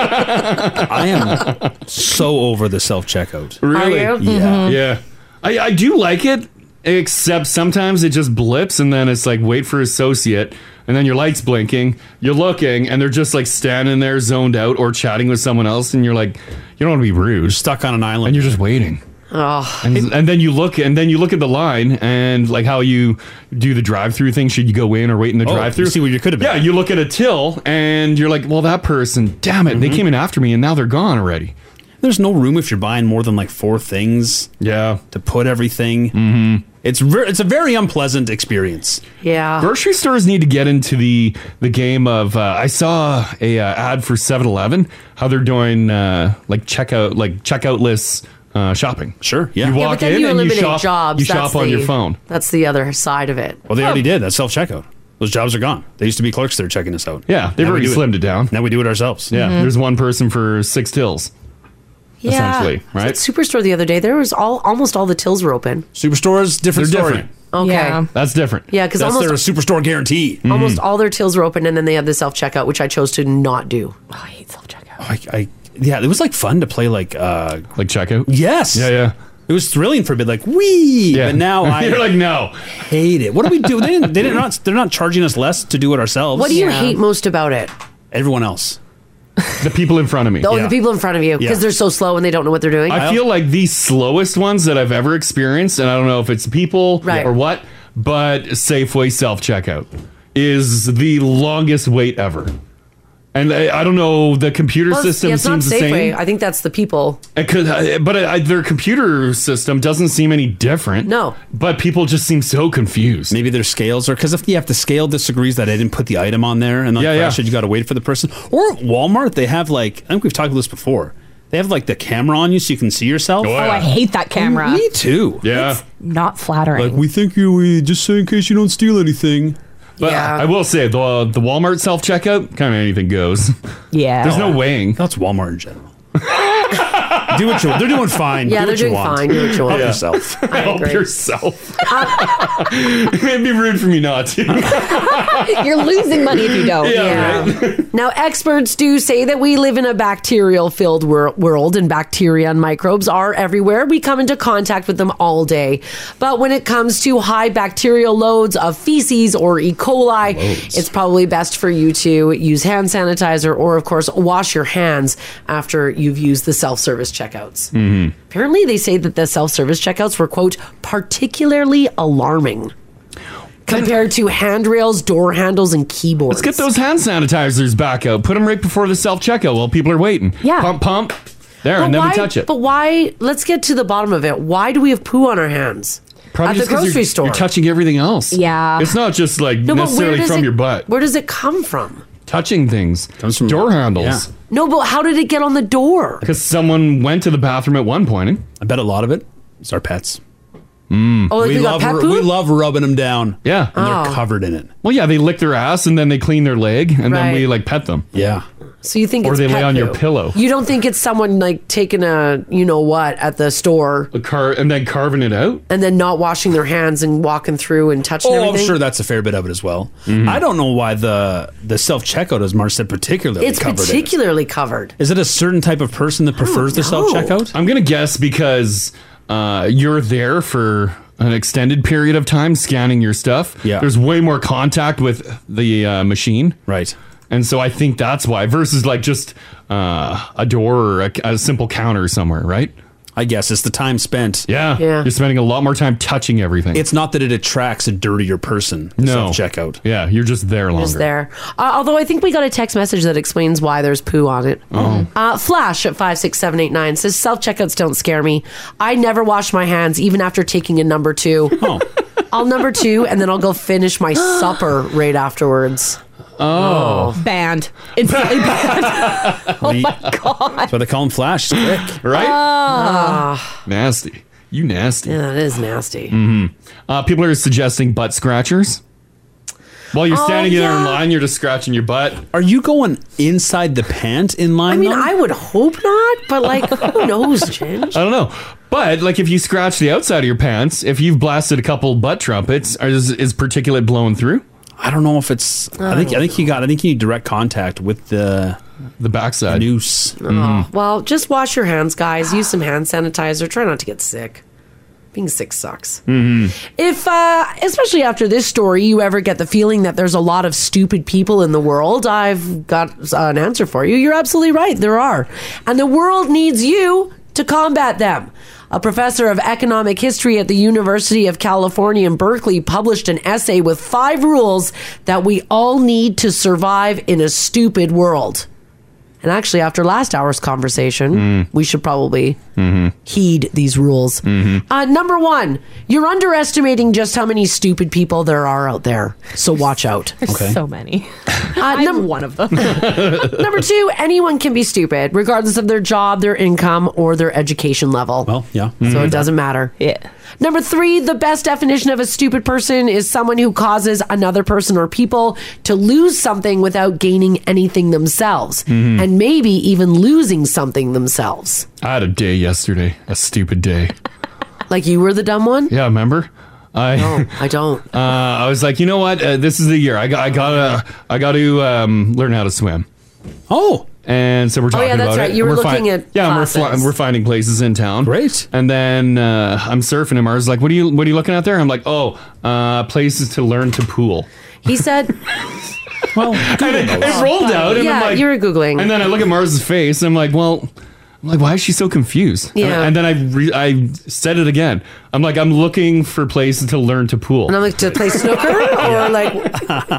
Speaker 4: I am so over the self checkout.
Speaker 2: Really?
Speaker 3: Are you?
Speaker 4: Yeah.
Speaker 3: Mhm.
Speaker 2: Yeah. I, I do like it, except sometimes it just blips and then it's like, wait for associate. And then your light's blinking, you're looking, and they're just like standing there zoned out or chatting with someone else. And you're like, you don't want to be rude. You're
Speaker 4: stuck on an island.
Speaker 2: And you're just waiting.
Speaker 3: Oh.
Speaker 2: And, and then you look and then you look at the line and like how you do the drive through thing. Should you go in or wait in the
Speaker 4: Oh,
Speaker 2: drive through?
Speaker 4: you see what you could have been.
Speaker 2: Yeah, you look at a till and you're like, well, that person, damn it, they
Speaker 4: Mm-hmm.
Speaker 2: came in after me and now they're gone already.
Speaker 4: There's no room if you're buying more than like four things.
Speaker 2: Yeah.
Speaker 4: To put everything. Mm-hmm. It's ver- it's a very unpleasant experience.
Speaker 3: Yeah.
Speaker 2: Grocery stores need to get into the the game of. Uh, I saw a uh, ad for 7-Eleven, how they're doing uh, like checkout like checkout lists uh, shopping.
Speaker 4: Sure, yeah.
Speaker 2: You
Speaker 3: yeah, but
Speaker 2: walk
Speaker 3: then
Speaker 2: in
Speaker 3: you
Speaker 2: and you
Speaker 3: eliminate
Speaker 2: shop.
Speaker 3: jobs.
Speaker 2: you
Speaker 3: That's
Speaker 2: shop on your
Speaker 3: the-
Speaker 2: phone.
Speaker 3: That's the other side of it.
Speaker 2: Oh.
Speaker 3: Oh,
Speaker 4: Well, they already did. That's self checkout. Those jobs are gone. They used to be clerks that are checking us out.
Speaker 2: Yeah, they've
Speaker 4: Now we
Speaker 2: already
Speaker 4: do
Speaker 2: slimmed it. down.
Speaker 4: Now we do it ourselves.
Speaker 3: Mm-hmm.
Speaker 2: Yeah, there's one person for six tills. essentially,
Speaker 3: I
Speaker 2: right?
Speaker 3: was at Superstore the other day. There was all almost all the tills were open.
Speaker 4: Superstores different
Speaker 2: They're
Speaker 4: story.
Speaker 2: different.
Speaker 3: Okay. Yeah.
Speaker 2: That's different. Mm-hmm.
Speaker 3: Yeah, 'cause
Speaker 4: That's
Speaker 3: almost-
Speaker 4: their superstore guarantee.
Speaker 3: Almost all their tills were open, and then they had the self checkout, which I chose to not do.
Speaker 4: I, I yeah, it was like fun to play like uh
Speaker 2: like checkout.
Speaker 4: Yes. Yeah,
Speaker 2: yeah.
Speaker 4: It was thrilling for a bit, like we. But now I
Speaker 2: You're like, no,
Speaker 4: hate it. What do we do? They didn't. They didn't. Not, they're not charging us less to do it
Speaker 2: Oh,
Speaker 4: ourselves.
Speaker 3: What do you hate most about it?
Speaker 4: Everyone else.
Speaker 2: The people in front of me.
Speaker 3: Oh, the people in front of you because
Speaker 2: Yeah.
Speaker 3: they're so slow and they don't know what they're doing.
Speaker 2: I feel like the slowest ones that I've ever experienced, and I don't know if it's people
Speaker 3: Right.
Speaker 2: or what, but Safeway self checkout is the longest wait ever. And I, I don't know, the computer
Speaker 3: Well,
Speaker 2: system
Speaker 3: yeah, it's
Speaker 2: seems
Speaker 3: not
Speaker 2: the
Speaker 3: Safeway.
Speaker 2: same.
Speaker 3: I think that's the people.
Speaker 2: It could- I- but I, I- their computer system doesn't seem any different. No. But people just seem so confused.
Speaker 4: Maybe their scales are because if you have the scale disagrees that I didn't put the item on there and on yeah, Crash It, you got to wait for the person. Or at Walmart, they have like I think we've talked about this before. They have like the camera on you so you can see yourself.
Speaker 5: Oh, I hate that camera.
Speaker 4: Me too. Yeah.
Speaker 5: Not flattering.
Speaker 4: like we think you we just so in case you don't steal anything.
Speaker 2: But I will say the the Walmart self checkout kind of anything goes.
Speaker 5: Yeah.
Speaker 2: There's no weighing.
Speaker 4: That's Walmart in general. Do what you want. They're doing fine.
Speaker 3: Yeah, they're
Speaker 4: Do what you
Speaker 3: doing
Speaker 4: want.
Speaker 3: fine. Do what you want.
Speaker 4: Help yourself.
Speaker 3: I
Speaker 2: Help
Speaker 3: agree. Uh,
Speaker 2: yourself. It'd be rude for me not to.
Speaker 5: You're losing money if you don't.
Speaker 2: Yeah,
Speaker 3: now, experts do say that we live in a bacterial filled wor- world, and bacteria and microbes are everywhere. We come into contact with them all day. But when it comes to high bacterial loads of feces or E. coli, it's probably best for you to use hand sanitizer or, of course, wash your hands after you've used the self service checkouts.
Speaker 2: Mm-hmm.
Speaker 3: Apparently, they say that the self service checkouts were, quote, particularly alarming compared to handrails, door handles, and keyboards.
Speaker 2: Let's get those hand sanitizers back out. Put them right before the self checkout while people are waiting. Yeah. Pump, pump. There, and then
Speaker 3: why,
Speaker 2: we touch it.
Speaker 3: But why? Let's get to the bottom of it. Why do we have poo on our hands
Speaker 2: Probably
Speaker 3: at the
Speaker 2: just 'cause
Speaker 3: grocery
Speaker 2: you're-
Speaker 3: store?
Speaker 2: You're touching everything else.
Speaker 3: Yeah.
Speaker 2: It's not just like
Speaker 3: No, but where
Speaker 2: necessarily
Speaker 3: does
Speaker 2: from
Speaker 3: it-
Speaker 2: your butt.
Speaker 3: Where does it come from?
Speaker 2: Touching things. door handles.
Speaker 3: No, but how did it get on the door?
Speaker 2: Because someone went to the bathroom at one point.
Speaker 4: I bet a lot of it is our pets.
Speaker 2: Mm.
Speaker 3: Oh, like we got
Speaker 4: love
Speaker 3: pet
Speaker 4: ru-
Speaker 3: poo?
Speaker 4: we love rubbing them down.
Speaker 2: Yeah.
Speaker 4: and they're
Speaker 3: Oh.
Speaker 4: covered in it.
Speaker 2: Well, yeah, they lick their ass and then they clean their leg and
Speaker 3: Right.
Speaker 2: then we like pet them.
Speaker 4: Yeah.
Speaker 3: So you think
Speaker 2: Or
Speaker 3: it's
Speaker 2: they lay
Speaker 3: pet
Speaker 2: on your
Speaker 3: poo.
Speaker 2: pillow.
Speaker 3: You don't think it's someone like taking a you know what at the store
Speaker 2: A car and then carving it out
Speaker 3: and then not washing their hands and walking through and touching
Speaker 4: Oh,
Speaker 3: everything?
Speaker 4: I'm sure that's a fair bit of it as well. I don't know why the the self checkout, as Mark said, particularly
Speaker 3: it's
Speaker 4: covered in it.
Speaker 3: particularly covered.
Speaker 4: Is it a certain type of person that prefers the
Speaker 3: Oh,
Speaker 4: self checkout?
Speaker 2: I'm gonna guess because uh, you're there for an extended period of time scanning your stuff. Yeah, there's way more contact with the uh, machine.
Speaker 4: Right.
Speaker 2: And so I think that's why, versus like just uh, a door or a, a simple counter somewhere, right?
Speaker 4: I guess it's the time spent.
Speaker 2: Yeah.
Speaker 4: Yeah.
Speaker 2: You're spending a lot more time touching everything.
Speaker 4: It's not that it attracts a dirtier person.
Speaker 2: No.
Speaker 4: self checkout.
Speaker 2: Yeah, you're just there longer.
Speaker 3: Is there? Uh, although I think we got a text message that explains why there's poo on it.
Speaker 2: Oh.
Speaker 3: Uh, Flash at 56789 says self checkouts don't scare me. I never wash my hands even after taking a number two.
Speaker 4: Oh.
Speaker 3: I'll number two and then I'll go finish my supper right afterwards.
Speaker 2: Oh.
Speaker 5: Banned. Instantly banned. oh my god.
Speaker 4: That's why they call him Flash. He's quick,
Speaker 2: right?
Speaker 5: Ah.
Speaker 2: Nasty. You nasty.
Speaker 3: Yeah, that is nasty.
Speaker 2: hmm Uh, people are suggesting butt scratchers. While you're
Speaker 3: Oh,
Speaker 2: standing there in
Speaker 3: yeah.
Speaker 2: line, you're just scratching your butt.
Speaker 4: Are you going inside the pant in line?
Speaker 3: I mean, I would hope not, but like, who knows, Jen? I
Speaker 2: don't know. But like, if you scratch the outside of your pants, if you've blasted a couple butt trumpets, are- is, is particulate blowing through?
Speaker 4: I don't know if it's. I think I think you got. I think you need direct contact with the Mm-hmm.
Speaker 2: the backside
Speaker 4: noose.
Speaker 3: Oh. Well, just wash your hands, guys. Use some hand sanitizer. Try not to get sick. Being sick sucks.
Speaker 2: Mm-hmm.
Speaker 3: If, uh, especially after this story, you ever get the feeling that there's a lot of stupid people in the world, I've got an answer for you. You're absolutely right. There are. And the world needs you to combat them. A professor of economic history at the University of California in Berkeley published an essay with five rules that we all need to survive in a stupid world. And actually, after last hour's conversation, we should probably
Speaker 2: Mm-hmm.
Speaker 3: heed these rules. Uh, number one, you're underestimating just how many stupid people there are out there. So watch out.
Speaker 5: There's so many.
Speaker 3: I'm
Speaker 5: one of them.
Speaker 3: number two, anyone can be stupid, regardless of their job, their income, or their education level. Well,
Speaker 4: yeah.
Speaker 3: So
Speaker 4: Mhm.
Speaker 5: Mm-hmm.
Speaker 3: it doesn't matter. Yeah. Number three, the best definition of a stupid person is someone who causes another person or people to lose something without gaining anything themselves,
Speaker 5: Mm-hmm.
Speaker 2: Mhm.
Speaker 3: and maybe even losing something themselves.
Speaker 2: I had a day yesterday, a stupid day.
Speaker 3: Like you were the dumb one.
Speaker 2: Yeah, remember? I
Speaker 3: No, I don't.
Speaker 2: Uh, I was like, you know what? Uh, this is the year. I got, I gotta, I got to um, learn how to swim.
Speaker 4: Oh,
Speaker 2: and so we're
Speaker 3: Oh,
Speaker 2: talking
Speaker 3: yeah, that's
Speaker 2: about
Speaker 3: right.
Speaker 2: it.
Speaker 3: You were
Speaker 2: and we're
Speaker 3: looking
Speaker 2: fin-
Speaker 3: at
Speaker 2: yeah, and we're,
Speaker 3: classes.
Speaker 2: we're finding places in town.
Speaker 4: Great.
Speaker 2: And then uh, I'm surfing him. I was like, what are you, what are you looking at there? I'm like, oh, uh, places to learn to pool.
Speaker 3: He said,
Speaker 4: "Well,
Speaker 2: and it, it rolled out, and
Speaker 3: yeah,
Speaker 2: I'm like,
Speaker 3: you were googling.
Speaker 2: And then I look at Mars's face, and I'm like, well, I'm like, why is she so confused?
Speaker 3: Yeah.
Speaker 2: And, and then I re- I said it again. I'm like, I'm looking for places to learn to pool.
Speaker 3: And I'm like, to play snooker or like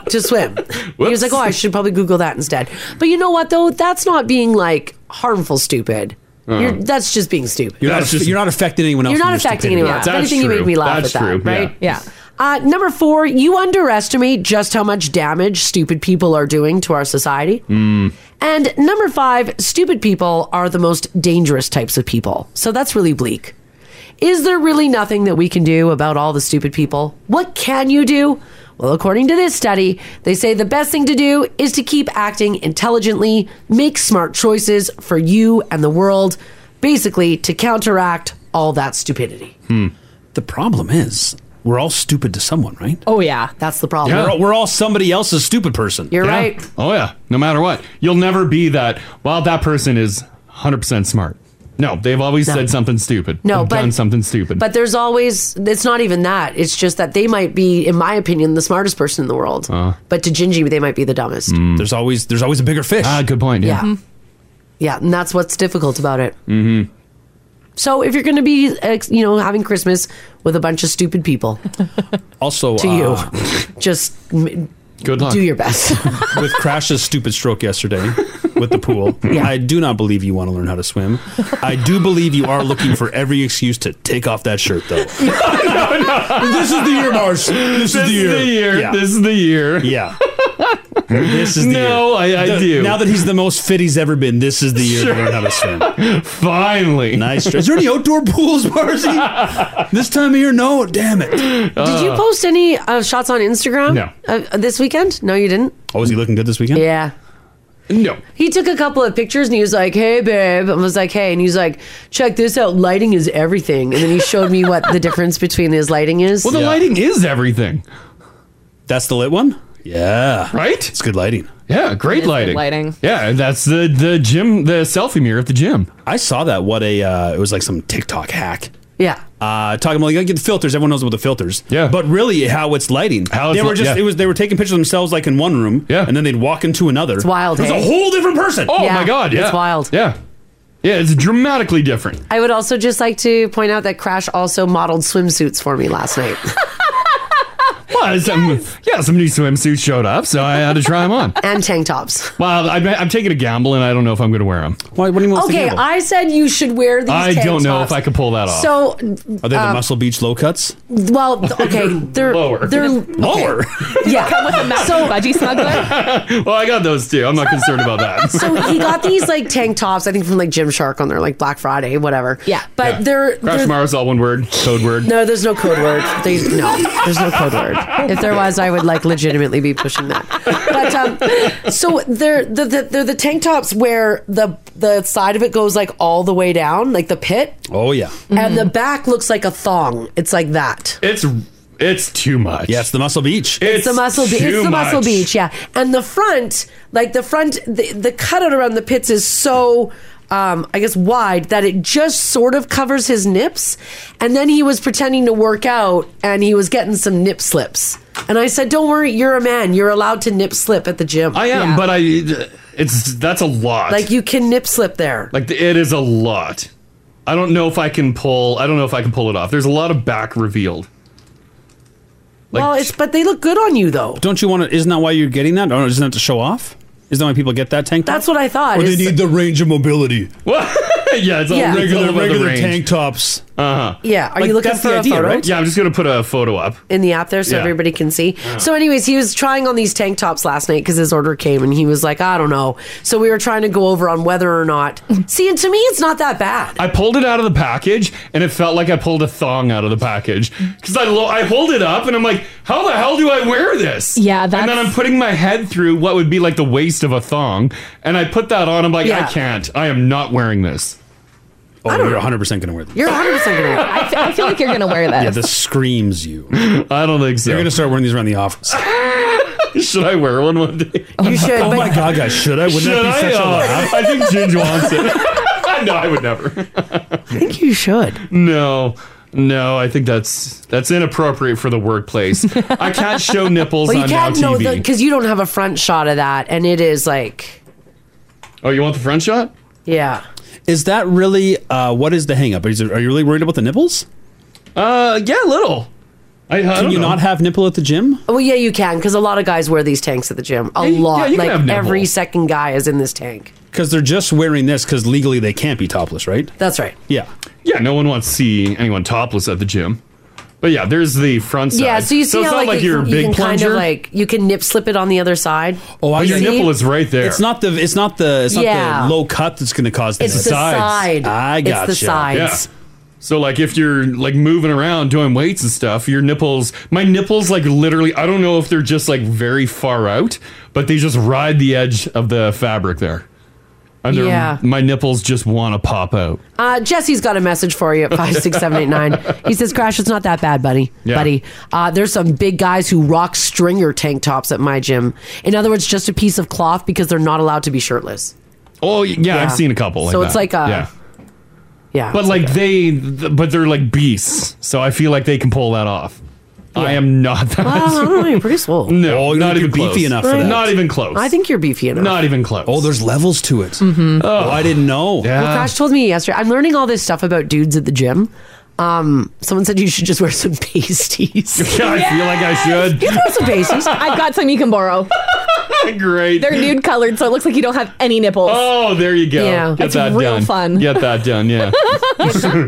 Speaker 3: to swim? He was like, oh, I should probably Google that instead. But you know what, though? That's not being like harmful, stupid.
Speaker 4: Uh-uh.
Speaker 3: You're, that's just being stupid.
Speaker 4: You're not, you're not affecting anyone else.
Speaker 3: You're
Speaker 4: in
Speaker 3: not
Speaker 4: your
Speaker 3: affecting
Speaker 4: stupidity.
Speaker 3: anyone else. If anything, you made me laugh
Speaker 4: That's
Speaker 3: at that,
Speaker 4: true. Yeah.
Speaker 3: right? Yeah. Uh, number four, you underestimate just how much damage stupid people are doing to our society.
Speaker 7: Mm.
Speaker 3: And number five, stupid people are the most dangerous types of people. So that's really bleak. Is there really nothing that we can do about all the stupid people? What can you do? Well, according to this study, they say the best thing to do is to keep acting intelligently, make smart choices for you and the world, basically to counteract all that stupidity.
Speaker 4: Hmm. The problem is, we're all stupid to someone, right?
Speaker 3: Oh, yeah. That's the problem.
Speaker 4: We're, all, we're all somebody else's stupid person.
Speaker 3: You're right.
Speaker 2: Oh yeah. No matter what, you'll never be that. Well, that person is 100 percent smart. No, they've always
Speaker 3: No.
Speaker 2: said something stupid.
Speaker 3: No,
Speaker 2: They've
Speaker 3: but-
Speaker 2: done something stupid.
Speaker 3: But there's always, it's not even that. It's just that they might be, in my opinion, the smartest person in the world.
Speaker 4: Oh.
Speaker 2: Uh.
Speaker 3: But to Gingy, they might be the dumbest.
Speaker 4: There's always there's always a bigger fish. Mm. Ah,
Speaker 2: good point.
Speaker 3: Yeah. Mhm. Yeah, and that's what's difficult about it.
Speaker 4: Mm-hmm.
Speaker 3: So if you're going to be, uh, you know, having Christmas with a bunch of stupid people,
Speaker 4: Also,
Speaker 3: to
Speaker 4: uh,
Speaker 3: you, just m-
Speaker 4: Good luck.
Speaker 3: Do your best.
Speaker 4: with Crash's stupid stroke yesterday with the pool. I do not believe you want to learn how to swim. I do believe you are looking for every excuse to take off that shirt, though. This is the year, Mars. This,
Speaker 2: is the year.
Speaker 4: Yeah.
Speaker 2: This is the year.
Speaker 4: Yeah. This is the
Speaker 2: No,
Speaker 4: year.
Speaker 2: I- I
Speaker 4: The-
Speaker 2: do.
Speaker 4: Now that he's the most fit he's ever been, this is the year
Speaker 2: Sure.
Speaker 4: to learn how to swim.
Speaker 2: Finally.
Speaker 4: Nice. Is there any outdoor pools, Marcy? this time of year? No. Damn it.
Speaker 3: Did you post any uh, shots on Instagram?
Speaker 4: No.
Speaker 3: Uh, this weekend? No, you didn't.
Speaker 4: Oh, is he looking good this weekend?
Speaker 3: Yeah.
Speaker 2: No.
Speaker 3: He took a couple of pictures and he was like, "Hey, babe," and was like, "Hey," and he's like, "Check this out. Lighting is everything." And then he showed me what the difference between his lighting is.
Speaker 2: Well, the lighting is everything.
Speaker 4: That's the lit one. Yeah.
Speaker 2: Right.
Speaker 4: It's good lighting.
Speaker 2: Yeah, great lighting. Yeah, and that's the the gym, the selfie mirror at the gym.
Speaker 4: I saw that. What a uh, it was like some TikTok hack.
Speaker 3: Yeah.
Speaker 4: Uh, talking about like, the filters, everyone knows about the filters. Yeah, but really, how it's lighting. How
Speaker 2: it's
Speaker 4: they were
Speaker 2: li-
Speaker 4: just
Speaker 2: yeah.
Speaker 4: it was they were taking pictures of themselves like in one room. Yeah, and then they'd walk into another. It's
Speaker 3: wild,
Speaker 4: It was
Speaker 3: hey?
Speaker 4: a whole different person.
Speaker 3: Oh, Yeah, my God, yeah. it's wild.
Speaker 2: Yeah, yeah, it's dramatically different.
Speaker 3: I would also just like to point out that Crash also modeled swimsuits for me last night.
Speaker 2: Well, some, yeah, some new swimsuits showed up, so I had to try them on.
Speaker 3: and tank tops.
Speaker 2: Well, I, I'm taking a gamble, and I don't know if I'm going to wear them.
Speaker 4: Why? What do you
Speaker 3: okay, I said you should wear these.
Speaker 2: I
Speaker 3: tank
Speaker 2: don't know
Speaker 3: tops.
Speaker 2: if I could pull that off.
Speaker 3: So,
Speaker 4: Are they the
Speaker 3: uh,
Speaker 4: Muscle Beach low cuts?
Speaker 3: Well, th- okay, they're
Speaker 2: Lower.
Speaker 3: They're
Speaker 4: Lower.
Speaker 3: yeah.
Speaker 5: Come with a mountain
Speaker 3: So-
Speaker 5: budgie smuggler.
Speaker 2: well, I got those too. I'm not concerned about that.
Speaker 3: so he got these like tank tops, I think from like Gymshark on their like Black Friday, whatever. Yeah, but
Speaker 2: Yeah.
Speaker 3: they're
Speaker 2: Crash
Speaker 3: they're-
Speaker 2: Mars, all one word, code word.
Speaker 3: No, there's no code word. They, no, there's no code word. If there was, I would like legitimately be pushing that. But um, so they're the, the they're the tank tops where the the side of it goes like all the way down, like the pit,
Speaker 4: Oh yeah,
Speaker 3: and the back looks like a thong. It's like that.
Speaker 2: it's it's too much.
Speaker 4: Yeah, it's the Muscle Beach.
Speaker 3: It's, the muscle beach. It's the muscle beach, yeah. And the front, like the front, the, the cutout around the pits is so, um, I guess, wide that it just sort of covers his nips. And then he was pretending to work out, and he was getting some nip slips. And I said, "Don't worry, you're a man. You're allowed to nip slip at the gym."
Speaker 2: I am, but I it's that's a lot.
Speaker 3: like you can nip slip there.
Speaker 2: Like it is a lot. I don't know if I can pull. I don't know if I can pull it off. There's a lot of back revealed.
Speaker 3: well, it's but they look good on you though.
Speaker 4: Don't you want to? Isn't that why you're getting that? Or isn't that to show off? Isn't that why people get that tank top?
Speaker 3: That's what I thought. is-
Speaker 4: the range of mobility.
Speaker 2: What? yeah, it's all
Speaker 3: Yeah.
Speaker 4: Regular-
Speaker 2: regular, regular,
Speaker 4: regular
Speaker 2: tank
Speaker 4: tank tops.
Speaker 2: Uh huh.
Speaker 3: Yeah, are you looking for a photo?
Speaker 2: Yeah, I'm just gonna put a photo up.
Speaker 3: in the app there so
Speaker 2: Yeah.
Speaker 3: everybody can see.
Speaker 2: Yeah.
Speaker 3: So, anyways, he was trying on these tank tops last night because his order came and he was like, I don't know. So, we were trying to go over on whether or not. see, and to me, it's not that bad.
Speaker 2: I pulled it out of the package, and it felt like I pulled a thong out of the package
Speaker 3: Mm.
Speaker 2: because I lo- I hold it up, and I'm like, how the hell do I wear this?
Speaker 5: Yeah,
Speaker 2: And then
Speaker 5: that's-
Speaker 2: I'm putting my head through what would be like the waist of a thong, and I put that on. I'm like,
Speaker 5: Yeah.
Speaker 2: I can't. I am not wearing this.
Speaker 4: Oh, you're 100 percent gonna wear this.
Speaker 5: You're 100 percent gonna wear. it. I fe- I feel like you're gonna wear this.
Speaker 4: Yeah, this screams you.
Speaker 2: I don't think so.
Speaker 4: You're gonna start wearing these around the office.
Speaker 2: should I wear one one day?
Speaker 3: You should.
Speaker 4: Oh
Speaker 3: but-
Speaker 4: my god, guys, should I? Wouldn't
Speaker 2: Should
Speaker 4: that be such
Speaker 2: I?
Speaker 4: a
Speaker 2: Uh,
Speaker 4: laugh?
Speaker 2: I think Ginger wants it. no, I would never.
Speaker 3: I think you should.
Speaker 2: No. No, I think that's that's inappropriate for the workplace. I can't show nipples
Speaker 3: Well, you
Speaker 2: on Now
Speaker 3: can't know
Speaker 2: TV.
Speaker 3: because you don't have a front shot of that. And it is like,
Speaker 2: oh, you want the front shot?
Speaker 3: yeah.
Speaker 4: Is that really uh, what is the hang up? Is it, are you really worried about the nipples?
Speaker 2: Uh, yeah, little. I,
Speaker 4: Can you not have nipple at the gym?
Speaker 3: Well, yeah, you can because a lot of guys wear these tanks at the gym. A
Speaker 4: Yeah, you- yeah,
Speaker 3: lot,
Speaker 4: you can have
Speaker 3: like
Speaker 4: nipple.
Speaker 3: every second guy is in this tank.
Speaker 4: Because they're just wearing this because legally they can't be topless, right?
Speaker 3: That's right.
Speaker 4: Yeah.
Speaker 2: Yeah, no one wants to see anyone topless at the gym. But yeah, there's the front side.
Speaker 3: Yeah, so you see
Speaker 2: it's
Speaker 3: how
Speaker 2: not
Speaker 3: like,
Speaker 2: like
Speaker 3: you,
Speaker 2: you're a
Speaker 3: can- you
Speaker 2: big
Speaker 3: can kind
Speaker 2: plunger.
Speaker 3: of like you can nip slip it on the other side.
Speaker 4: Oh,
Speaker 2: But your
Speaker 3: See?
Speaker 2: nipple is right there.
Speaker 4: It's not the it's not the it's not
Speaker 3: Yeah.
Speaker 4: the low cut that's going to cause the
Speaker 3: It's
Speaker 4: nip.
Speaker 3: the side.
Speaker 4: I
Speaker 3: It's the
Speaker 4: got
Speaker 3: sides.
Speaker 2: So like if you're like moving around doing weights and stuff, your nipples, my nipples like literally, I don't know if they're just like very far out, but they just ride the edge of the fabric there. And they're-
Speaker 3: Yeah.
Speaker 2: my nipples just want to pop out.
Speaker 3: Uh, Jesse's got a message for you at five six seven eight nine. He says, "Crash, it's not that bad, buddy.
Speaker 2: Yeah.
Speaker 3: Buddy, uh, there's some big guys who rock stringer tank tops at my gym. In other words, just a piece of cloth because they're not allowed to be shirtless.
Speaker 2: Oh y- yeah,
Speaker 3: Yeah.
Speaker 2: I've seen a couple. Like
Speaker 3: So it's
Speaker 2: that.
Speaker 3: like a-
Speaker 2: yeah,
Speaker 3: yeah.
Speaker 2: But like they, th- but they're like beasts. So I feel like they can pull that off. I am not that.
Speaker 3: Well, I don't know, you're pretty swole.
Speaker 2: No,
Speaker 4: Oh,
Speaker 2: not
Speaker 4: you're
Speaker 2: even
Speaker 4: beefy
Speaker 2: close.
Speaker 4: enough for that.
Speaker 2: Not even close.
Speaker 3: I think you're beefy enough.
Speaker 2: Not even close.
Speaker 4: Oh, there's levels to it.
Speaker 2: Mm-hmm.
Speaker 4: Oh, I didn't know.
Speaker 2: uh,
Speaker 3: Well, Crash told me yesterday. I'm learning all this stuff about dudes at the gym. Um, someone said you should just wear some pasties.
Speaker 2: Yeah, I feel like I should.
Speaker 5: You throw some pasties. I've got some you can borrow.
Speaker 2: Great.
Speaker 5: They're nude colored, so it looks like you don't have any nipples.
Speaker 2: Oh, there you go.
Speaker 5: Yeah.
Speaker 2: Get
Speaker 5: That's
Speaker 2: that
Speaker 5: real
Speaker 2: done.
Speaker 5: fun.
Speaker 2: Get that done. Yeah.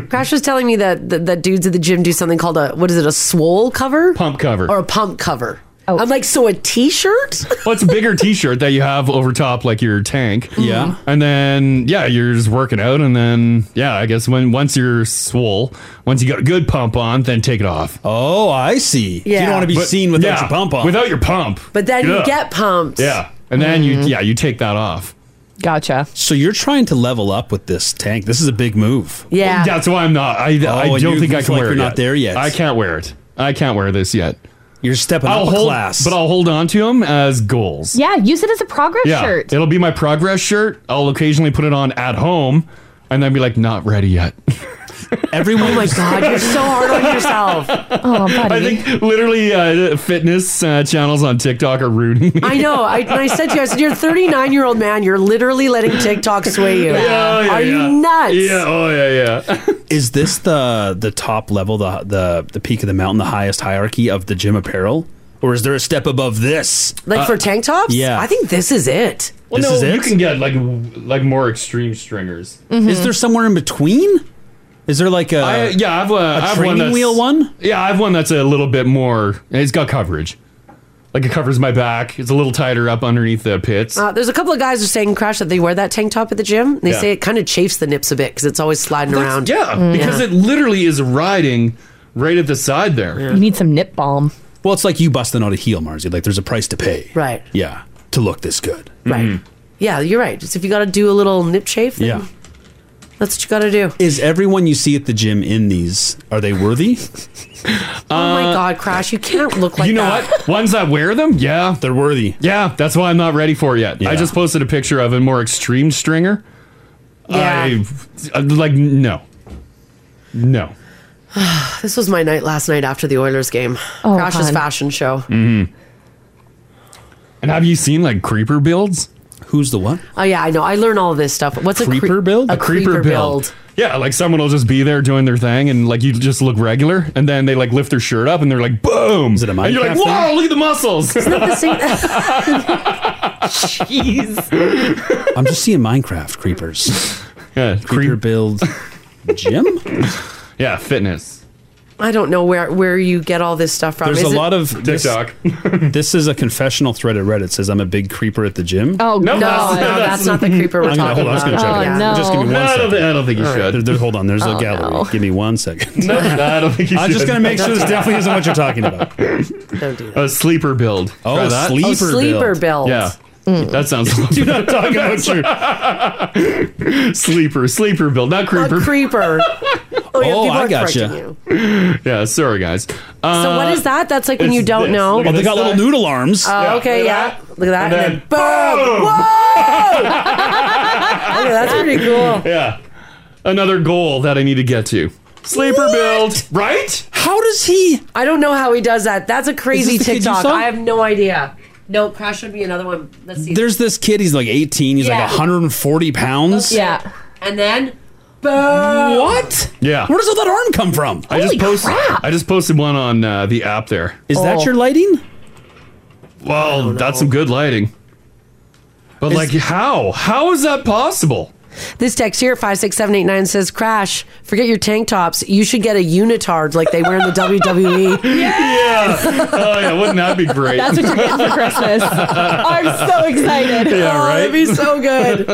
Speaker 3: Crash was telling me that, that that dudes at the gym do something called a what is it a swole cover?
Speaker 2: Pump cover.
Speaker 3: or a pump cover. I'm like, so a T-shirt?
Speaker 2: well, it's a bigger T-shirt that you have over top like your tank.
Speaker 4: Yeah.
Speaker 2: And then yeah, you're just working out, and then yeah, I guess when once you're swole, once you got a good pump on, then take it off.
Speaker 4: Oh, I see. You don't
Speaker 3: Yeah.
Speaker 4: want to be
Speaker 2: But-
Speaker 4: seen without
Speaker 2: yeah,
Speaker 4: your pump on.
Speaker 2: Without your pump.
Speaker 3: But then
Speaker 2: Yeah.
Speaker 3: you get pumped.
Speaker 2: Yeah. And then
Speaker 3: Mm-hmm.
Speaker 2: you yeah, you take that off.
Speaker 5: Gotcha.
Speaker 4: So you're trying to level up with this tank. This is a big move.
Speaker 3: Yeah.
Speaker 2: That's why I'm not. Uh, I, I
Speaker 4: Oh, and
Speaker 2: don't
Speaker 4: you-
Speaker 2: think
Speaker 4: you
Speaker 2: I can
Speaker 4: feel like
Speaker 2: wear
Speaker 4: you're
Speaker 2: it.
Speaker 4: not there yet.
Speaker 2: I can't wear it. I can't wear this yet.
Speaker 4: You're stepping
Speaker 5: up a
Speaker 2: hold,
Speaker 5: class.
Speaker 2: But I'll hold on to them as goals.
Speaker 5: Yeah, use it as a progress shirt.
Speaker 2: It'll be my progress shirt. I'll occasionally put it on at home and then be like, not ready yet.
Speaker 4: Everyone
Speaker 3: Oh my god, you're so hard on yourself. Oh,
Speaker 2: I think literally uh, fitness uh, channels on TikTok are ruining me.
Speaker 3: I know. I, I said to you, I said, you're a 39 year old man. You're literally letting TikTok sway you.
Speaker 2: Yeah, yeah,
Speaker 3: Are
Speaker 2: yeah.
Speaker 3: you nuts?
Speaker 2: Yeah, oh yeah, yeah.
Speaker 4: Is this the the top level, the the the peak of the mountain, the highest hierarchy of the gym apparel, or is there a step above this?
Speaker 3: Like
Speaker 4: Uh,
Speaker 3: for tank tops?
Speaker 4: yeah.
Speaker 3: I think this is it.
Speaker 2: Well, no, you can get like like more extreme stringers.
Speaker 3: Mhm.
Speaker 4: Is there somewhere in between? Is there like a
Speaker 2: I, yeah, I've, uh, I have
Speaker 4: training
Speaker 2: one that's-
Speaker 4: wheel one?
Speaker 2: Yeah, I have one that's a little bit more. It's got coverage. Like it covers my back. It's a little tighter up underneath the pits.
Speaker 3: Uh, there's a couple of guys who are saying, Crash, that they wear that tank top at the gym. And they
Speaker 2: Yeah.
Speaker 3: say it kind of chafes the nips a bit because it's always sliding
Speaker 2: That's-
Speaker 3: around.
Speaker 2: Yeah, because it literally is riding right at the side there.
Speaker 5: You need some nip balm.
Speaker 4: Well, it's like you busting out a heel, Marzi. Like there's a price to pay.
Speaker 3: Right.
Speaker 4: Yeah. To look this good.
Speaker 3: Right.
Speaker 2: Mm-hmm.
Speaker 3: Yeah, you're right. Just if you got to do a little nip chafe, then
Speaker 4: Yeah.
Speaker 3: that's what you got to do.
Speaker 4: Is everyone you see at the gym in these? Are they worthy? Uh,
Speaker 3: oh my God, Crash, you can't look like
Speaker 2: Uh, you know
Speaker 3: that.
Speaker 2: what? Ones that wear them, yeah,
Speaker 4: they're worthy.
Speaker 2: Yeah, that's why I'm not ready for it yet. I just posted a picture of a more extreme stringer.
Speaker 3: Yeah.
Speaker 2: I, uh, like no, no.
Speaker 3: This was my night last night after the Oilers game.
Speaker 2: Oh,
Speaker 3: Crash's
Speaker 5: hon.
Speaker 3: fashion show.
Speaker 2: Mm-hmm. And have you seen like creeper builds?
Speaker 4: Who's the one?
Speaker 3: Oh yeah, I know. I learn all this stuff. What's a creeper
Speaker 4: build?
Speaker 3: A,
Speaker 2: A creeper,
Speaker 3: creeper,
Speaker 2: build.
Speaker 3: build.
Speaker 2: Yeah, like someone will just be there doing their thing, and like you just look regular, and then they like lift their shirt up, and they're like, boom! Is it a and you're like,
Speaker 4: Minecraft thing?
Speaker 2: wow, look at the muscles! Isn't
Speaker 3: the same? Jeez.
Speaker 4: I'm just seeing Minecraft creepers.
Speaker 2: yeah,
Speaker 4: creeper build gym.
Speaker 2: yeah, fitness.
Speaker 3: I don't know where where you get all this stuff from.
Speaker 4: There's
Speaker 3: Is it-
Speaker 4: a lot of this- this is a confessional thread at Reddit. Says I'm a big creeper at the gym.
Speaker 3: Oh, No, God. no, that's not the creeper we're
Speaker 4: I'm gonna- hold on,
Speaker 3: talking
Speaker 4: I'm just gonna
Speaker 3: about.
Speaker 4: check it.
Speaker 3: Oh, no.
Speaker 4: Just give me one
Speaker 3: No, I don't
Speaker 4: second.
Speaker 2: thi- I don't think you
Speaker 4: All
Speaker 2: should.
Speaker 4: There- there- hold on. There's
Speaker 2: Oh,
Speaker 4: a gallery. Give me one second.
Speaker 2: No, no, I don't think you
Speaker 4: I'm just
Speaker 2: should.
Speaker 4: gonna make sure this definitely isn't what you're talking about.
Speaker 3: Don't do
Speaker 2: A sleeper build.
Speaker 4: Oh,
Speaker 2: Try
Speaker 4: a
Speaker 2: that.
Speaker 4: sleeper,
Speaker 3: Oh, sleeper build.
Speaker 2: Yeah. Mm-hmm.
Speaker 3: Mm.
Speaker 2: That sounds.
Speaker 4: You're not talking about your
Speaker 2: sleeper, sleeper build, not creeper.
Speaker 3: A creeper. Oh, yeah, people are correcting you.
Speaker 2: yeah, sorry guys. Uh,
Speaker 3: so what is that? That's like when you don't know.
Speaker 4: noodle arms.
Speaker 3: Oh, okay, yeah. Look at that.
Speaker 2: And
Speaker 3: And,
Speaker 2: then
Speaker 3: then, boom! Whoa! okay, that's pretty cool.
Speaker 2: Yeah, another goal that I need to get to. Sleeper build, right?
Speaker 4: How does he?
Speaker 3: I don't know how he does that. That's a crazy
Speaker 4: the kid you
Speaker 3: TikTok.
Speaker 4: saw?
Speaker 3: I have no idea. No, Crash would be another one. Let's see.
Speaker 4: There's this kid. He's like 18. He's
Speaker 3: Yeah.
Speaker 4: like 140 pounds.
Speaker 3: Yeah. And then, boom. What?
Speaker 2: Yeah.
Speaker 4: Where does all that arm come from?
Speaker 2: I
Speaker 3: Holy
Speaker 2: just posted.
Speaker 3: crap. Oh.
Speaker 2: I just posted one on uh, the app. There
Speaker 4: Is that your lighting?
Speaker 2: Well, that's some good lighting. But like, how? How is that possible?
Speaker 3: This text here, 56789, says, Crash, forget your tank tops. You should get a unitard like they wear in the E." WWE.
Speaker 2: Yeah. Oh yeah, wouldn't that be great?
Speaker 3: That's what you're getting for Christmas. I'm so excited.
Speaker 2: Yeah,
Speaker 3: Oh,
Speaker 2: right.
Speaker 3: that'd be so good.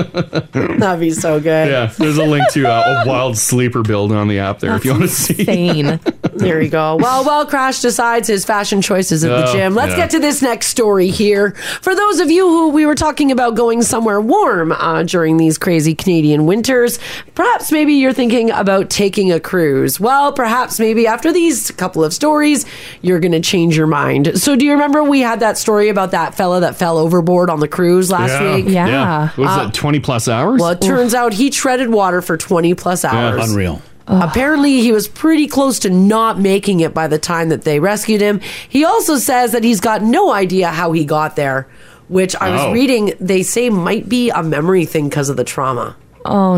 Speaker 3: that'd be so good.
Speaker 2: Yeah, there's a link to uh, a wild sleeper build on the app there if you want to see.
Speaker 3: Insane. there you go. Well, well, Crash decides his fashion choices at the
Speaker 2: Oh,
Speaker 3: gym. Let's
Speaker 2: yeah.
Speaker 3: get to this next story here. For those of you who we were talking about going somewhere warm uh, during these crazy Canadian winters, perhaps maybe you're thinking about taking a cruise. Well, perhaps maybe after these couple of stories, you're going to change your mind. So, do you remember we had that story about that fella that fell overboard on the cruise last
Speaker 2: yeah.
Speaker 3: week?
Speaker 2: Yeah. What was
Speaker 3: Uh,
Speaker 2: that? Twenty plus hours.
Speaker 3: well, it turns out he treaded water for 20 plus
Speaker 2: Yeah,
Speaker 3: hours.
Speaker 2: unreal.
Speaker 3: Apparently, he was pretty close to not making it by the time that they rescued him. He also says that he's got no idea how he got there, which I was
Speaker 2: Oh.
Speaker 3: reading, they say might be a memory thing because of the trauma.
Speaker 5: Oh
Speaker 2: Oh,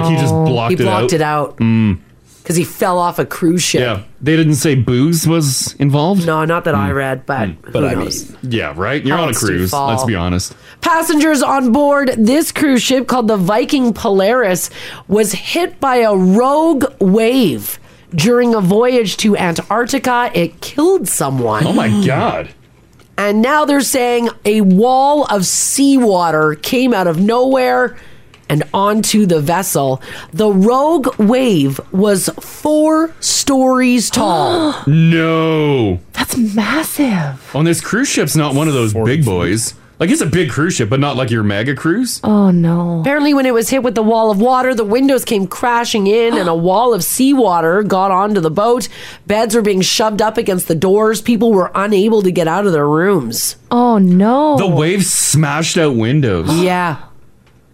Speaker 2: like he just blocked
Speaker 3: He
Speaker 2: it out.
Speaker 3: blocked it out
Speaker 2: Mm.
Speaker 3: because he fell off a cruise ship.
Speaker 2: Yeah, they didn't say booze was involved. Hmm.
Speaker 3: No, not that I read, but
Speaker 2: but
Speaker 3: who
Speaker 2: I
Speaker 3: knows?
Speaker 2: mean, yeah, right. You're on a
Speaker 3: Helps to
Speaker 2: cruise.
Speaker 3: fall.
Speaker 2: Let's be honest.
Speaker 3: Passengers on board this cruise ship called the Viking Polaris was hit by a rogue wave during a voyage to Antarctica. It killed someone.
Speaker 2: Oh my god.
Speaker 3: And now they're saying a wall of seawater came out of nowhere and onto the vessel. The rogue wave was four stories tall.
Speaker 2: No.
Speaker 5: That's massive.
Speaker 2: On this cruise ship's not one of those big boys. Like it's a big cruise ship, but not like your mega cruise.
Speaker 5: Oh no.
Speaker 3: Apparently, when it was hit with the wall of water, the windows came crashing in and a wall of seawater got onto the boat. Beds were being shoved up against the doors. People were unable to get out of their rooms.
Speaker 5: Oh no.
Speaker 2: The waves smashed out windows.
Speaker 3: yeah.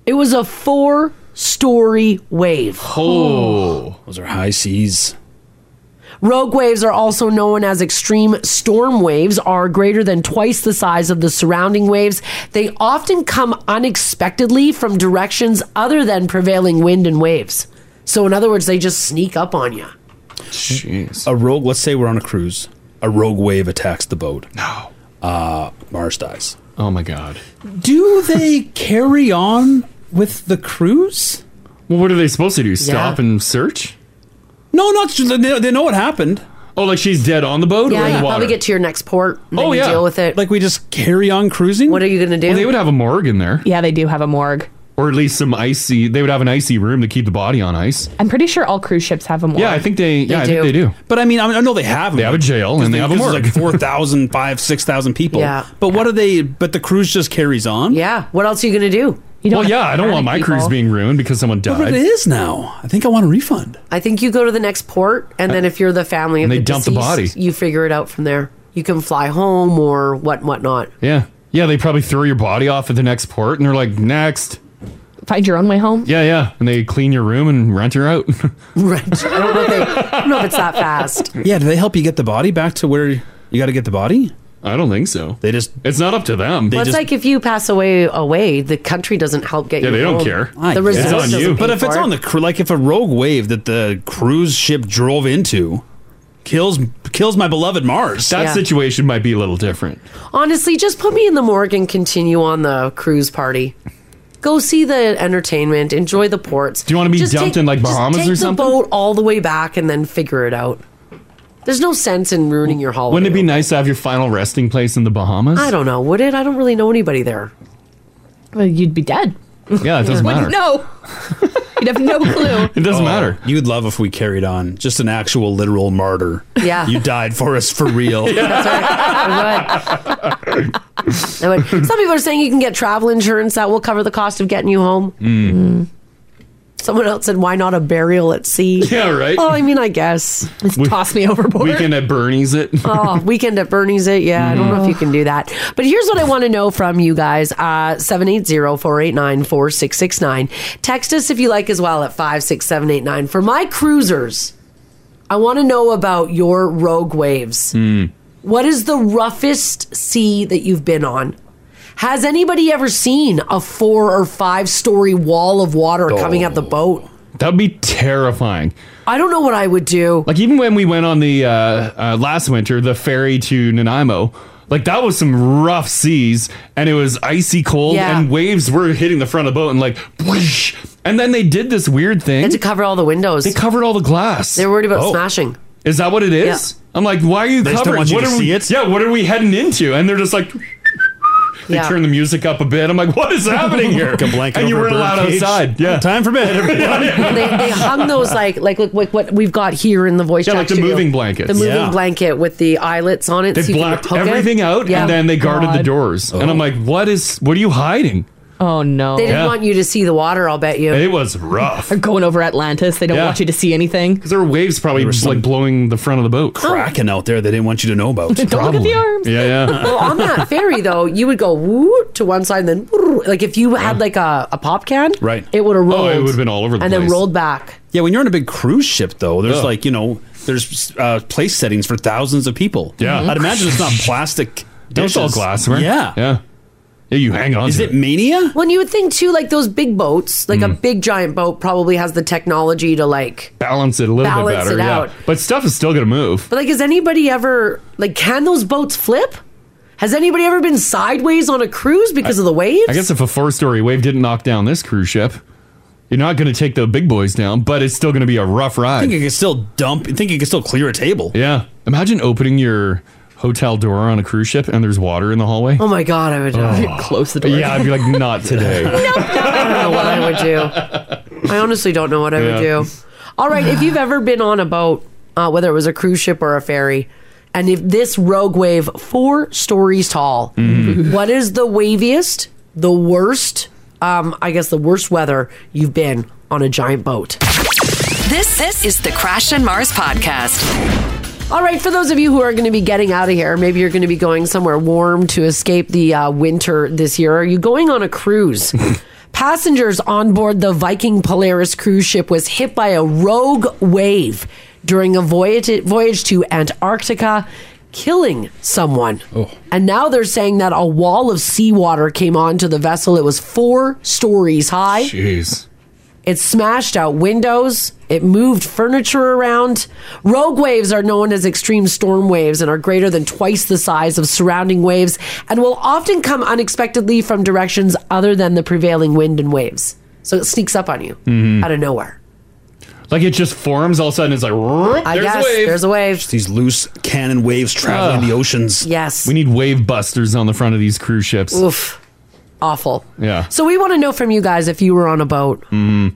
Speaker 3: It was a four story wave.
Speaker 2: Oh, those are high seas.
Speaker 3: Rogue waves are also known as extreme storm waves, are greater than twice the size of the surrounding waves. They often come unexpectedly from directions other than prevailing wind and waves. So, in other words, they just sneak up on you.
Speaker 4: Jeez. A rogue. Let's say we're on a cruise. A rogue wave attacks the boat. No. Uh, Mars dies.
Speaker 2: Oh my god.
Speaker 4: Do they carry on with the cruise?
Speaker 2: Well, what are they supposed to do? Stop
Speaker 4: Yeah.
Speaker 2: and search?
Speaker 4: No, not they, they know what happened.
Speaker 2: Oh, like she's dead on the boat
Speaker 3: yeah,
Speaker 2: or in
Speaker 3: you
Speaker 2: the water?
Speaker 3: probably get to your next port. and
Speaker 2: Oh,
Speaker 3: then
Speaker 2: yeah.
Speaker 3: you deal with it.
Speaker 4: Like we just carry on cruising.
Speaker 3: What are you going to do?
Speaker 2: well, they would have a morgue in there,
Speaker 5: Yeah, they do have a morgue.
Speaker 2: or at least some icy. They would have an icy room to keep the body on ice.
Speaker 5: I'm pretty sure all cruise ships have a morgue.
Speaker 2: Yeah, I think they. Yeah, I think they do.
Speaker 4: But I mean, I, mean, I know they have.
Speaker 2: They have a jail and they have a morgue.
Speaker 4: Like four thousand, five, six thousand people.
Speaker 3: Yeah.
Speaker 4: But what are they? But the cruise just carries on.
Speaker 3: Yeah. What else are you going to do?
Speaker 2: well, yeah, I don't want my cruise being ruined because someone died.
Speaker 4: But it is now. I think I want a refund.
Speaker 3: I think you go to the next port, and then if you're the family of
Speaker 2: Uh, And they
Speaker 3: the
Speaker 2: dump the
Speaker 3: deceased, you figure it out from there. You can fly home or what, whatnot.
Speaker 2: Yeah, yeah. They probably throw your body off at the next port, and they're like, next.
Speaker 5: Find your own way home.
Speaker 2: Yeah, yeah. And they clean your room and rent her out.
Speaker 3: Right. I don't know if, they, I don't know if it's that fast.
Speaker 4: Yeah. Do they help you get the body back to where you got to get the body?
Speaker 2: I don't think so.
Speaker 4: They just.
Speaker 2: It's not up to them.
Speaker 3: Well, it's like if you pass away, away, the country doesn't help get
Speaker 2: Yeah,
Speaker 3: you.
Speaker 2: they don't
Speaker 3: home.
Speaker 2: care.
Speaker 4: I
Speaker 3: The
Speaker 4: guess.
Speaker 3: resort doesn't pay
Speaker 4: But if it's
Speaker 3: for it.
Speaker 4: on the cru- like, if a rogue wave that the cruise ship drove into kills kills my beloved Mars,
Speaker 3: That Yeah.
Speaker 2: situation might be a little different.
Speaker 3: honestly, just put me in the morgue and continue on the cruise party. Go see the entertainment, enjoy the ports. Do
Speaker 2: you wanna be
Speaker 3: just
Speaker 2: dumped in, like,
Speaker 3: just
Speaker 2: Bahamas
Speaker 3: take
Speaker 2: or
Speaker 3: the
Speaker 2: something?
Speaker 3: boat all the way back and then figure it out. There's no sense in ruining your holiday.
Speaker 2: Wouldn't it be nice to have your final resting place in the Bahamas?
Speaker 3: I don't know. Would it? I don't really know anybody there.
Speaker 5: Well, you'd be dead.
Speaker 2: Yeah, it doesn't matter.
Speaker 5: No. You'd have no clue.
Speaker 2: It doesn't
Speaker 4: matter. Oh. You'd love if we carried on. Just an actual literal martyr.
Speaker 3: Yeah.
Speaker 4: You died for us for real.
Speaker 3: Oh I would. Some people are saying you can get travel insurance that will cover the cost of getting you home.
Speaker 2: Mm.
Speaker 3: Hmm. Someone else said, "Why not a burial at sea?"
Speaker 2: Yeah, right.
Speaker 3: Oh, I mean, I guess
Speaker 2: We-
Speaker 3: toss me overboard.
Speaker 2: Weekend at Bernie's it.
Speaker 3: oh, weekend at Bernie's it. Yeah, I don't know if you can do that. But here's what I want to know from you guys uh, 780-489-4669. Text us if you like as well at 56789. For my cruisers, I want to know about your
Speaker 2: Hmm.
Speaker 3: rogue waves. What is the roughest sea that you've been on? Has anybody ever seen a four or five story wall of water coming at the boat?
Speaker 2: That'd be terrifying.
Speaker 3: I don't know what I would do.
Speaker 2: Like even when we went on the uh, uh, last winter, the ferry to Nanaimo, like that was some rough seas, and it was icy cold,
Speaker 3: Yeah.
Speaker 2: and waves were hitting the front of the boat, and like, whoosh, and then they did this weird thing. They had to
Speaker 3: cover all the windows.
Speaker 2: They covered all the glass. Oh. They're
Speaker 3: worried about smashing.
Speaker 2: Is that what it is? I'm like, why are you
Speaker 4: They just don't
Speaker 2: covering?
Speaker 4: want you
Speaker 2: what
Speaker 4: to
Speaker 2: are we,
Speaker 4: see
Speaker 2: it? Yeah, what are we heading into? And they're just like. They
Speaker 4: Yeah.
Speaker 2: turn the music up a bit. I'm like, what is happening here?
Speaker 4: Like a blanket
Speaker 2: and you
Speaker 4: over a
Speaker 2: weren't allowed
Speaker 4: birdcage. Oh,
Speaker 2: outside. Yeah,
Speaker 4: time for bed.
Speaker 3: they, they hung those like like look like what we've got here in the voice.
Speaker 2: Yeah,
Speaker 3: chat
Speaker 2: like the
Speaker 3: studio.
Speaker 2: moving blankets.
Speaker 3: The moving
Speaker 2: Yeah.
Speaker 3: blanket with the eyelets on it.
Speaker 2: They
Speaker 3: so you can
Speaker 2: blacked
Speaker 3: poke it.
Speaker 2: everything out
Speaker 3: Yeah.
Speaker 2: and then they guarded the
Speaker 3: God.
Speaker 2: doors. And I'm
Speaker 4: Oh.
Speaker 2: like, what is what are you hiding?
Speaker 5: Oh no.
Speaker 3: They didn't want you to see the water. I'll bet you.
Speaker 2: It was rough.
Speaker 5: They're going over Atlantis. They don't
Speaker 2: Yeah.
Speaker 5: want you to see anything.
Speaker 2: Because there were waves probably just like blowing the front of the boat.
Speaker 5: Kraken
Speaker 2: out there they didn't want you to know about.
Speaker 5: Don't look at the arms.
Speaker 2: Yeah, yeah.
Speaker 3: well, on that ferry though, you would go woo to one side and then woo, like if you had like a, a pop can,
Speaker 4: Right.
Speaker 3: It would have rolled.
Speaker 4: Oh, it would've been all over the
Speaker 3: and then
Speaker 4: place.
Speaker 3: rolled back.
Speaker 4: Yeah, when you're on a big cruise ship, though, there's
Speaker 2: Yeah.
Speaker 4: like you know, there's uh, place settings for thousands of people.
Speaker 2: Yeah. Mhm.
Speaker 4: I'd imagine it's not plastic.
Speaker 2: No, it's all
Speaker 4: dishes.
Speaker 2: glassware.
Speaker 4: Yeah,
Speaker 2: yeah. Yeah, you hang on.
Speaker 4: Is
Speaker 2: to
Speaker 4: it mania?
Speaker 3: Well, and you would think too, like those big boats, like
Speaker 2: Mm.
Speaker 3: a big giant boat, probably has the technology to like.
Speaker 2: Balance it a little bit
Speaker 3: Balance
Speaker 2: better.
Speaker 3: it
Speaker 2: yeah.
Speaker 3: out.
Speaker 2: But stuff is still gonna move.
Speaker 3: But like, has anybody ever like can those boats flip? Has anybody ever been sideways on a cruise because of the waves?
Speaker 2: I guess if a four story wave didn't knock down this cruise ship, you're not gonna take the big boys down, but it's still gonna be a rough ride.
Speaker 4: I think you can still dump. I think you can still clear a table.
Speaker 2: Yeah. Imagine opening your hotel door on a cruise ship and there's water in the hallway.
Speaker 3: Oh my god, I would
Speaker 2: Oh.
Speaker 5: close the
Speaker 2: door. Yeah, I'd be like, not today.
Speaker 3: I don't know what I would do. I honestly don't know what I would
Speaker 2: Yeah.
Speaker 3: do. All right, if you've ever been on a boat, uh, whether it was a cruise ship or a ferry, and if this rogue wave four stories tall,
Speaker 7: Mhm.
Speaker 3: what is the waviest, the worst, um, I guess the worst weather you've been on a giant boat?
Speaker 1: This this is the Crash and Mars podcast.
Speaker 3: All right, for those of you who are going to be getting out of here, maybe you're going to be going somewhere warm to escape the uh, winter this year. Are you going on a cruise? Passengers on board the Viking Polaris cruise ship was hit by a rogue wave during a voyage voyage to Antarctica, killing someone. And now they're saying that a wall of seawater came onto the vessel. It was four stories high.
Speaker 2: Jeez.
Speaker 3: It smashed out windows. It moved furniture around. Rogue waves are known as extreme storm waves and are greater than twice the size of surrounding waves and will often come unexpectedly from directions other than the prevailing wind and waves. So it sneaks up on you
Speaker 2: Mhm.
Speaker 3: out of nowhere.
Speaker 2: Like it just forms all of a sudden. It's like "Roop,
Speaker 3: I
Speaker 2: there's
Speaker 3: guess
Speaker 2: a wave.
Speaker 3: there's a wave.
Speaker 4: These loose cannon waves traveling
Speaker 2: Ugh.
Speaker 4: the oceans.
Speaker 3: Yes.
Speaker 2: We need wave busters on the front of these cruise ships.
Speaker 3: Oof. Awful.
Speaker 2: Yeah.
Speaker 3: So we want to know from you guys if you were on a boat,
Speaker 2: Mm.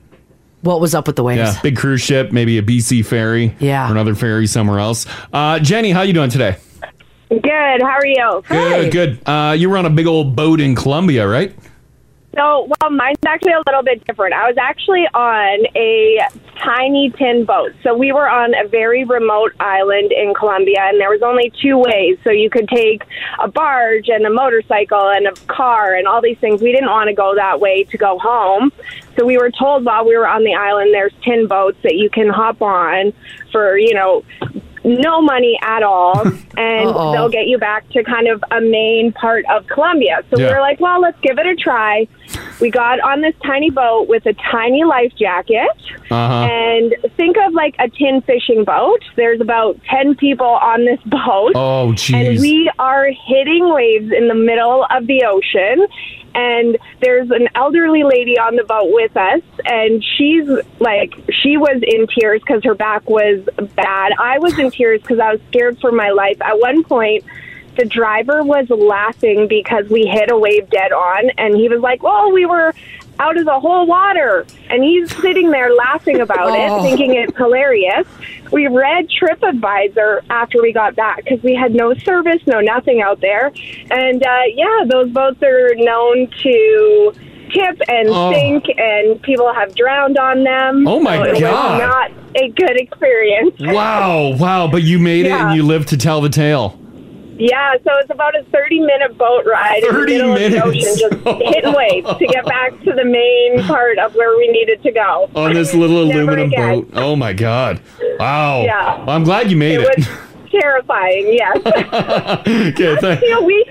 Speaker 3: what was up with the waves?
Speaker 2: Yeah. Big cruise ship, maybe a BC ferry.
Speaker 3: Yeah.
Speaker 2: Or another ferry somewhere else. Uh, Jenny, how you doing today?
Speaker 10: Good. How are you?
Speaker 2: Good, good. Uh, you were on a big old boat in Colombia, right?
Speaker 10: So, well, mine's actually a little bit different. I was actually on a tiny tin boat. So we were on a very remote island in Colombia, and there was only two ways. So you could take a barge and a motorcycle and a car and all these things. We didn't want to go that way to go home. So we were told while we were on the island, there's tin boats that you can hop on for, you know, no money at all, and
Speaker 7: Uh-oh.
Speaker 10: they'll get you back to kind of a main part of Colombia. So we
Speaker 7: Yeah.
Speaker 10: were like, well, let's give it a try. We got on this tiny boat with a tiny life jacket.
Speaker 7: Uh-huh.
Speaker 10: And think of like a tin fishing boat. There's about 10 people on this boat.
Speaker 7: Oh, jeez.
Speaker 10: And we are hitting waves in the middle of the ocean. And there's an elderly lady on the boat with us. And she's like, she was in tears because her back was bad. I was in tears because I was scared for my life. At one point, the driver was laughing because we hit a wave dead on and he was like well we were out of the whole water and he's sitting there laughing about
Speaker 7: Oh.
Speaker 10: it thinking it's hilarious we read tripadvisor after we got back because we had no service no nothing out there and uh, yeah those boats are known to tip and
Speaker 7: Oh.
Speaker 10: sink and people have drowned on them
Speaker 2: Oh, my
Speaker 10: So it
Speaker 2: God.
Speaker 10: was not a good experience
Speaker 2: Wow, wow. But you made it
Speaker 10: Yeah.
Speaker 2: and you lived to tell the tale.
Speaker 10: Yeah, so it's about a 30 minute boat ride in the
Speaker 2: 30
Speaker 10: middle of the
Speaker 2: minutes.
Speaker 10: ocean, just hitting waves to get back to the main part of where we needed to go.
Speaker 2: On this little
Speaker 10: Never
Speaker 2: aluminum
Speaker 10: again.
Speaker 2: boat. Oh my God. Wow.
Speaker 10: Yeah.
Speaker 2: Well, I'm glad you made
Speaker 10: It
Speaker 2: it.
Speaker 10: was terrifying, yes.
Speaker 2: okay, thank-
Speaker 10: you know, we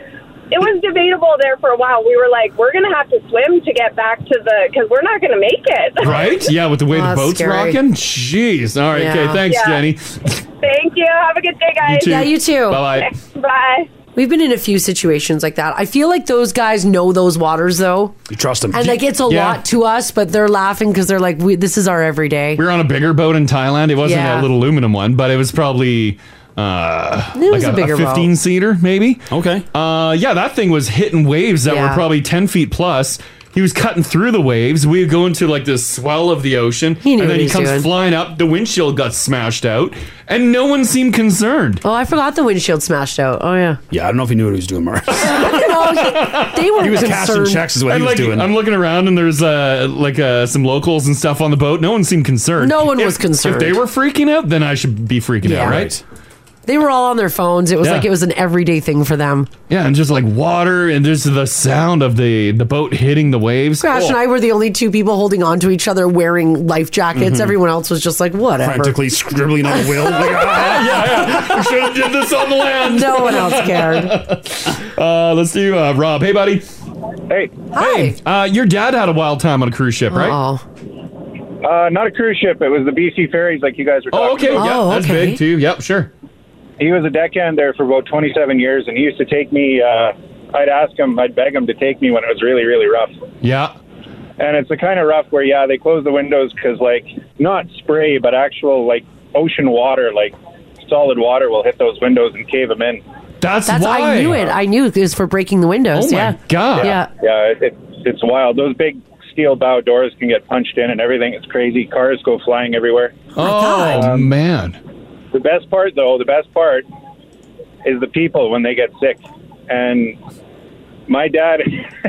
Speaker 10: it was debatable there for a while. We were like, we're going to have to swim to get back to the, because we're not going to make it.
Speaker 2: Right? Yeah, with the way
Speaker 3: Ah,
Speaker 2: the boat's rocking. Jeez. All right. Okay.
Speaker 10: Yeah.
Speaker 2: Thanks,
Speaker 10: Yeah.
Speaker 2: Jenny.
Speaker 10: Thank you. Have a good day, guys.
Speaker 2: too.
Speaker 3: Yeah, you too.
Speaker 2: Bye-bye.
Speaker 10: Bye.
Speaker 3: We've been in a few situations like that. I feel like those guys know those waters though.
Speaker 4: You trust them.
Speaker 3: And like it's a
Speaker 2: Yeah.
Speaker 3: lot to us, but they're laughing because they're like, we, "This is our everyday."
Speaker 2: We were on a bigger boat in Thailand. It wasn't
Speaker 3: Yeah.
Speaker 2: that little aluminum one, but it was probably uh,
Speaker 3: It was a bigger boat.
Speaker 2: 15 seater, maybe. Okay. Uh, yeah, that thing was hitting waves that were
Speaker 3: Yeah.
Speaker 2: probably 10 feet plus. He was cutting through the waves. We go into like this swell of the ocean,
Speaker 3: knew
Speaker 2: and
Speaker 3: what
Speaker 2: then
Speaker 3: he
Speaker 2: he
Speaker 3: was
Speaker 2: comes
Speaker 3: doing.
Speaker 2: flying up. The windshield got smashed out, and no one seemed concerned.
Speaker 3: Oh, I forgot the windshield smashed out. Oh yeah.
Speaker 4: Yeah, I don't know if he knew what he was doing, Mark.
Speaker 3: no, he, they were
Speaker 4: He was cashing
Speaker 3: concerned.
Speaker 4: checks is what he
Speaker 2: And,
Speaker 4: was
Speaker 2: like,
Speaker 4: doing.
Speaker 2: I'm looking around and there's uh, like uh, some locals and stuff on the boat. No one seemed concerned.
Speaker 3: No one
Speaker 2: If-
Speaker 3: was concerned.
Speaker 2: If they were freaking out, then I should be freaking
Speaker 3: Yeah.
Speaker 2: out,
Speaker 3: Right. They were all on their phones. It was
Speaker 2: Yeah.
Speaker 3: like it was an everyday thing for them.
Speaker 2: Yeah, and just like water, and there's the sound of the the boat hitting the waves.
Speaker 3: Crash and
Speaker 2: Oh.
Speaker 3: I were the only two people holding on to each other, wearing life jackets.
Speaker 2: Mhm.
Speaker 3: Everyone else was just like, whatever.
Speaker 4: Frantically scribbling on a will. Like,
Speaker 2: yeah, yeah. Should have did this on the land.
Speaker 3: No one else cared.
Speaker 2: Uh, let's do uh, Rob. Hey, buddy.
Speaker 18: Hey.
Speaker 2: Hey. Uh, your dad had a wild time on a cruise ship, right?
Speaker 3: Oh.
Speaker 18: Uh, not a cruise ship. It was the BC ferries, like you guys were talking
Speaker 2: Oh, okay.
Speaker 18: about.
Speaker 2: yeah, that's big too. Yep, sure.
Speaker 18: He was a deckhand there for about 27 years, and he used to take me. Uh, I'd ask him, I'd beg him to take me when it was really, really rough.
Speaker 2: Yeah.
Speaker 18: And it's the kind of rough where, yeah, they close the windows because, like, not spray, but actual, like, ocean water, like, solid water will hit those windows and cave them in.
Speaker 2: That's,
Speaker 3: I knew it. I knew it was for breaking the
Speaker 2: Oh
Speaker 3: windows. yeah. Yeah.
Speaker 18: Yeah, yeah it, it, it's wild. Those big steel bow doors can get punched in and everything. It's crazy. Cars go flying everywhere.
Speaker 2: Oh, man.
Speaker 18: The best part, though, the best part is the people when they get sick. And my dad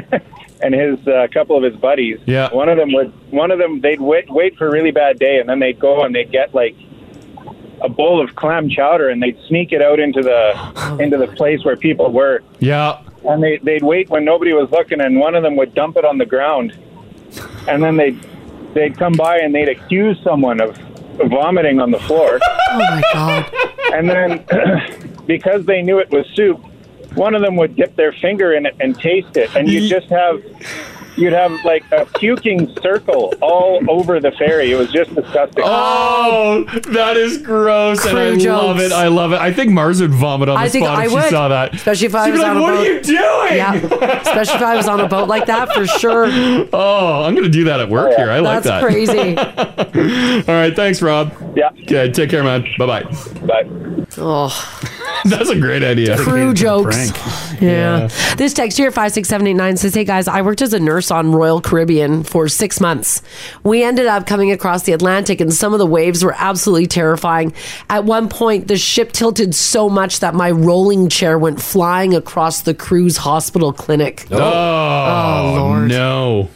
Speaker 18: and his uh, couple of his buddies,
Speaker 2: Yeah.
Speaker 18: one of them would, one of them, they'd wait, wait for a really bad day, and then they'd go and they'd get like a bowl of clam chowder, and they'd sneak it out into the into the place where people were,
Speaker 2: Yeah.
Speaker 18: and they, they'd wait when nobody was looking, and one of them would dump it on the ground, and then they'd they'd come by and they'd accuse someone of vomiting on the floor.
Speaker 3: Oh my god!
Speaker 18: And then because they knew it was soup, one of them would dip their finger in it and taste it, and you just have. You'd have like a puking circle all over the ferry. It was just disgusting.
Speaker 2: Oh, that is gross, and I
Speaker 18: Crew
Speaker 2: love it.
Speaker 18: jokes.
Speaker 2: I love it. I think Mars would vomit on the
Speaker 3: I think
Speaker 2: spot
Speaker 3: I
Speaker 2: if
Speaker 3: would,
Speaker 2: she saw that.
Speaker 3: especially if I
Speaker 2: She'd be
Speaker 3: was
Speaker 2: like,
Speaker 3: on a
Speaker 2: "What
Speaker 3: boat."
Speaker 2: are you doing?"
Speaker 3: Yeah. Especially if I was on a boat like that, for sure.
Speaker 2: Oh, I'm gonna do that at work here. I like
Speaker 3: That's
Speaker 2: that.
Speaker 3: crazy.
Speaker 2: All right, thanks, Rob.
Speaker 18: Yeah.
Speaker 2: Okay, take care, man. Bye bye.
Speaker 18: Bye.
Speaker 3: Oh,
Speaker 2: That's a great idea.
Speaker 3: Crew jokes. Yeah. This text here, 56789, says, Hey guys, I worked as a nurse on Royal Caribbean for six months. We ended up coming across the Atlantic, and some of the waves were absolutely terrifying. At one point, the ship tilted so much that my rolling chair went flying across the cruise hospital clinic.
Speaker 2: Oh, no.